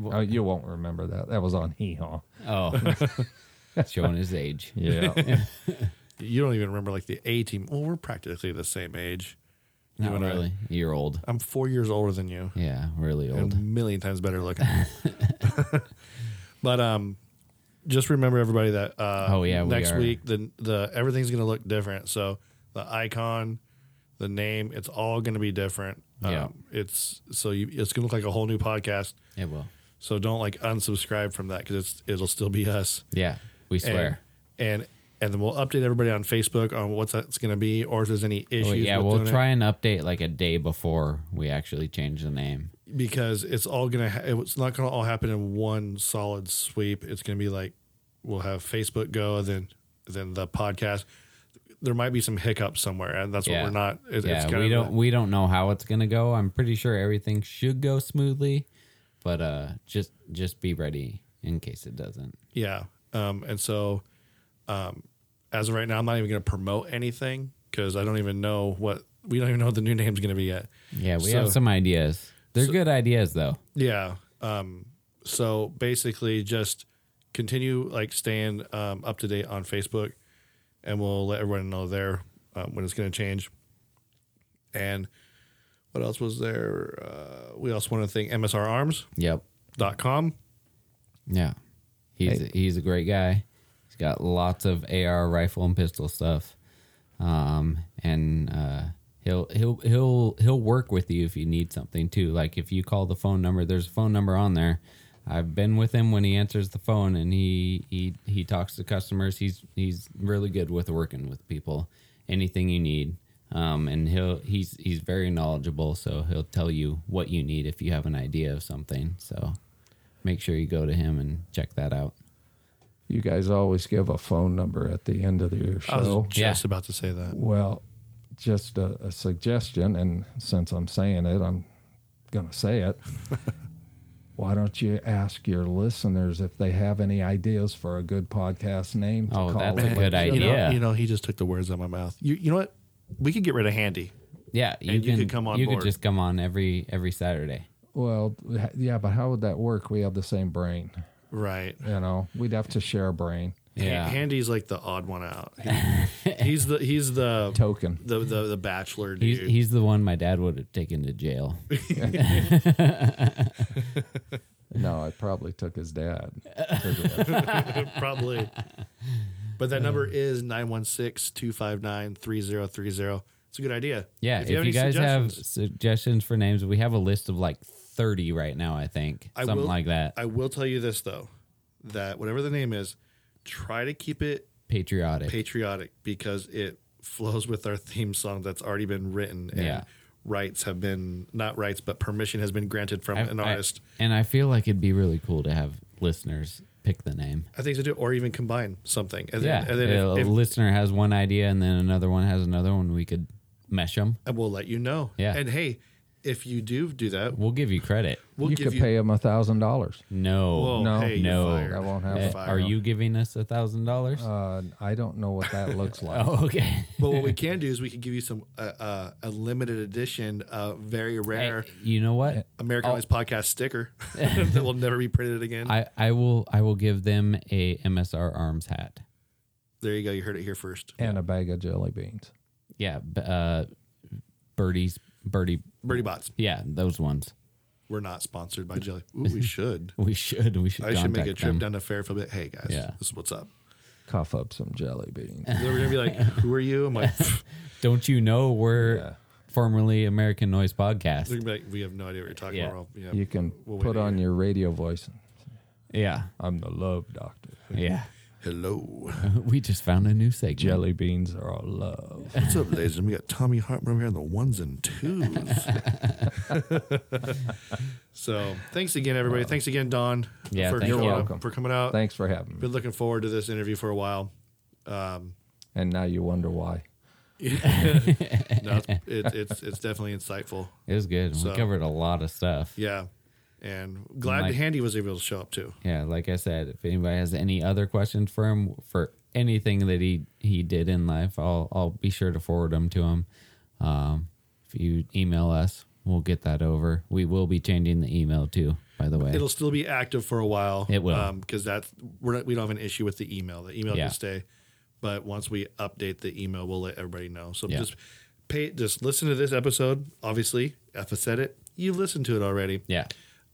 [SPEAKER 5] Oh, you won't remember that. That was on Hee Haw.
[SPEAKER 3] Oh, showing his age.
[SPEAKER 5] Yeah.
[SPEAKER 2] you don't even remember like the A team. Well, we're practically the same age.
[SPEAKER 3] Not
[SPEAKER 2] and I-
[SPEAKER 3] really. You're old.
[SPEAKER 2] I'm four years older than you.
[SPEAKER 3] Yeah, really
[SPEAKER 2] and
[SPEAKER 3] old.
[SPEAKER 2] a million times better looking. but um, just remember everybody that uh,
[SPEAKER 3] Oh, yeah, we
[SPEAKER 2] next
[SPEAKER 3] are.
[SPEAKER 2] week the the everything's gonna look different. So the icon, the name, it's all gonna be different. Um,
[SPEAKER 3] Yeah.
[SPEAKER 2] it's so you it's gonna look like a whole new podcast.
[SPEAKER 3] Yeah, well,
[SPEAKER 2] So don't like unsubscribe from that because it's it'll still be us.
[SPEAKER 3] yeah, we
[SPEAKER 2] And-
[SPEAKER 3] swear.
[SPEAKER 2] And, and then we'll update everybody on Facebook on what's that's gonna be or if there's any issues.
[SPEAKER 3] Well, Oh, yeah,
[SPEAKER 2] with
[SPEAKER 3] we'll
[SPEAKER 2] doing it.
[SPEAKER 3] try and update like a day before we actually change the name.
[SPEAKER 2] because it's all gonna ha- it's not gonna all happen in one solid sweep. It's gonna be like we'll have Facebook go, then then the podcast. There might be some hiccups somewhere, and that's
[SPEAKER 3] Yeah.
[SPEAKER 2] what we're not. It,
[SPEAKER 3] yeah,
[SPEAKER 2] it's kind
[SPEAKER 3] we
[SPEAKER 2] of
[SPEAKER 3] don't we don't know how it's gonna go. I'm pretty sure everything should go smoothly, but uh, just just be ready in case it doesn't.
[SPEAKER 2] Yeah. Um, and so, um, as of right now, I'm not even going to promote anything because I don't even know what we don't even know what the new name's going to be yet.
[SPEAKER 3] Yeah, we
[SPEAKER 2] So-
[SPEAKER 3] have some ideas. They're good ideas though.
[SPEAKER 2] Yeah. Um, so basically, just continue like staying um, up to date on Facebook, and we'll let everyone know there um, when it's going to change. And what else was there? Uh, we also want to thank MSRArms.com.
[SPEAKER 3] Yep. Yeah. He's he's a great guy. He's got lots of AR rifle and pistol stuff. Um and uh he'll he'll he'll he'll work with you if you need something too. Like if you call the phone number, there's a phone number on there. I've been with him when he answers the phone and he he he talks to customers. He's he's really good with working with people. Anything you need. Um and he'll he's he's very knowledgeable, so he'll tell you what you need if you have an idea of something. So make sure you go to him and check that out.
[SPEAKER 5] You guys always give a phone number at the end of your
[SPEAKER 2] I was
[SPEAKER 3] Oh,
[SPEAKER 5] show.
[SPEAKER 2] just about to say that.
[SPEAKER 5] Well, just a, a suggestion, and since I'm saying it, I'm going to say it. Why don't you ask your listeners if they have any ideas for a good podcast name? To
[SPEAKER 3] Oh,
[SPEAKER 5] call
[SPEAKER 3] that's
[SPEAKER 5] it?
[SPEAKER 3] a good
[SPEAKER 2] You know,
[SPEAKER 3] idea.
[SPEAKER 2] you know, he just took the words out of my mouth. You, you know what? We could get rid of Handy.
[SPEAKER 3] yeah, you,
[SPEAKER 2] And you
[SPEAKER 3] can,
[SPEAKER 2] could come on
[SPEAKER 3] You
[SPEAKER 2] board.
[SPEAKER 3] could just come on every every Saturday.
[SPEAKER 5] Well, h- yeah, but how would that work? We have the same brain.
[SPEAKER 2] Right.
[SPEAKER 5] You know, we'd have to share a brain
[SPEAKER 3] Yeah.
[SPEAKER 2] Ha- Handy's like the odd one out. He- he's the he's the
[SPEAKER 5] token.
[SPEAKER 2] the the, the bachelor
[SPEAKER 3] He's,
[SPEAKER 2] dude.
[SPEAKER 3] he's the one my dad would have taken to jail.
[SPEAKER 5] No, I probably took his dad.
[SPEAKER 2] probably. But that number is 916-259-3030. It's a good idea.
[SPEAKER 3] Yeah, if you,
[SPEAKER 2] have any
[SPEAKER 3] guys have
[SPEAKER 2] suggestions,
[SPEAKER 3] suggestions for names, we have a list of like 30 right now, I think.
[SPEAKER 2] I
[SPEAKER 3] Something
[SPEAKER 2] will-
[SPEAKER 3] like that.
[SPEAKER 2] I will tell you this though, that whatever the name is, try to keep it
[SPEAKER 3] Patriotic.
[SPEAKER 2] patriotic because it flows with our theme song that's already been written and
[SPEAKER 3] Yeah.
[SPEAKER 2] rights have been not rights but permission has been granted from
[SPEAKER 3] I-
[SPEAKER 2] an
[SPEAKER 3] I-
[SPEAKER 2] artist.
[SPEAKER 3] and I feel like it'd be really cool to have listeners pick the name.
[SPEAKER 2] I think to do, or even combine something. And
[SPEAKER 3] Yeah.
[SPEAKER 2] then, and then if-
[SPEAKER 3] a
[SPEAKER 2] if-
[SPEAKER 3] listener has one idea and then another one has another one. We could mesh them.
[SPEAKER 2] and we'll let you know.
[SPEAKER 3] Yeah.
[SPEAKER 2] And hey, if you do do that,
[SPEAKER 3] We'll give you credit.
[SPEAKER 2] we'll
[SPEAKER 5] you
[SPEAKER 2] give
[SPEAKER 5] could
[SPEAKER 2] you.
[SPEAKER 5] pay him a thousand dollars.
[SPEAKER 3] No.
[SPEAKER 2] Whoa,
[SPEAKER 5] No,
[SPEAKER 2] hey, you're
[SPEAKER 3] no,
[SPEAKER 2] fired.
[SPEAKER 5] that won't
[SPEAKER 2] You're
[SPEAKER 5] happen.
[SPEAKER 3] Uh,
[SPEAKER 2] fired.
[SPEAKER 3] Are you giving us a thousand dollars?
[SPEAKER 5] Uh, I don't know what that looks like.
[SPEAKER 3] Oh, okay.
[SPEAKER 2] But what we can do is we could give you some uh, uh, a limited edition, uh, very rare
[SPEAKER 3] you know
[SPEAKER 5] Eh.
[SPEAKER 3] what?
[SPEAKER 2] American Lights podcast sticker that will never be printed again.
[SPEAKER 3] Oh. I, I will I will give them a MSR Arms hat.
[SPEAKER 2] there you go. You heard it here first.
[SPEAKER 5] and a bag of jelly beans.
[SPEAKER 3] Yeah, b- uh, birdies, birdie.
[SPEAKER 2] Birdie Bots.
[SPEAKER 3] Yeah, those ones.
[SPEAKER 2] We're not sponsored by Jelly. Ooh, we should.
[SPEAKER 3] We should we should.
[SPEAKER 2] I should make a
[SPEAKER 3] contact
[SPEAKER 2] trip
[SPEAKER 3] them.
[SPEAKER 2] down to Fairfield. but Hey guys,
[SPEAKER 3] Yeah.
[SPEAKER 2] this is what's up.
[SPEAKER 5] Cough up some jelly beans.
[SPEAKER 2] They're gonna be like, "Who are you?" I'm like,
[SPEAKER 3] Don't you know we're
[SPEAKER 5] Yeah.
[SPEAKER 3] formerly American Noise
[SPEAKER 2] they're
[SPEAKER 3] Podcast?
[SPEAKER 2] gonna be like, "We have no idea what you're talking
[SPEAKER 3] Yeah.
[SPEAKER 2] about." Yeah.
[SPEAKER 5] You can
[SPEAKER 2] We'll wait
[SPEAKER 5] put
[SPEAKER 2] to
[SPEAKER 5] on
[SPEAKER 2] hear.
[SPEAKER 5] your radio voice.
[SPEAKER 3] Yeah,
[SPEAKER 5] I'm the love doctor.
[SPEAKER 3] yeah.
[SPEAKER 2] Hello.
[SPEAKER 3] we just found a new segment.
[SPEAKER 5] Jelly beans are all love.
[SPEAKER 2] What's up, ladies? And we got Tommy Hartman over here on the ones and twos. so thanks again, everybody. Thanks again, Don.
[SPEAKER 3] Yeah,
[SPEAKER 2] for,
[SPEAKER 3] thank
[SPEAKER 2] coming
[SPEAKER 3] you.
[SPEAKER 2] out-
[SPEAKER 5] welcome.
[SPEAKER 2] for coming out.
[SPEAKER 5] Thanks for having me.
[SPEAKER 2] Been looking forward to this interview for a while. Um,
[SPEAKER 5] And now you wonder why.
[SPEAKER 2] no, it's, it, it's it's definitely insightful.
[SPEAKER 3] It was good.
[SPEAKER 2] So-
[SPEAKER 3] we covered a lot of stuff.
[SPEAKER 2] Yeah, and glad
[SPEAKER 3] Mike-
[SPEAKER 2] Handy was able to show up too.
[SPEAKER 3] Yeah, like I said, if anybody has any other questions for him for anything that he he did in life, I'll I'll be sure to forward them to him. Um, if you email us, we'll get that over. We will be changing the email too, by the way.
[SPEAKER 2] It'll still be active for a while.
[SPEAKER 3] It will.
[SPEAKER 2] because that's we're not, we don't have an issue with the email. The email
[SPEAKER 3] Yeah.
[SPEAKER 2] can stay, but once we update the email, we'll let everybody know. So
[SPEAKER 3] Yeah.
[SPEAKER 2] just pay, just listen to this episode. Obviously, Effa said it. You've listened to it already.
[SPEAKER 3] yeah,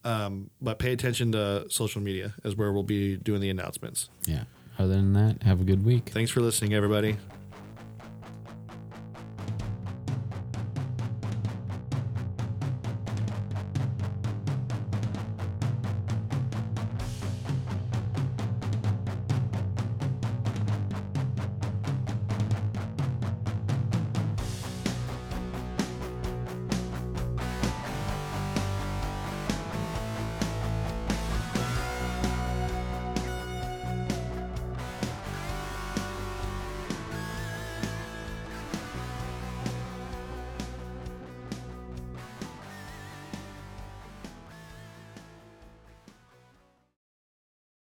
[SPEAKER 2] Um, but pay attention to social media, as where we'll be doing the announcements.
[SPEAKER 3] yeah. Other than that, have a good week.
[SPEAKER 2] Thanks for listening, everybody.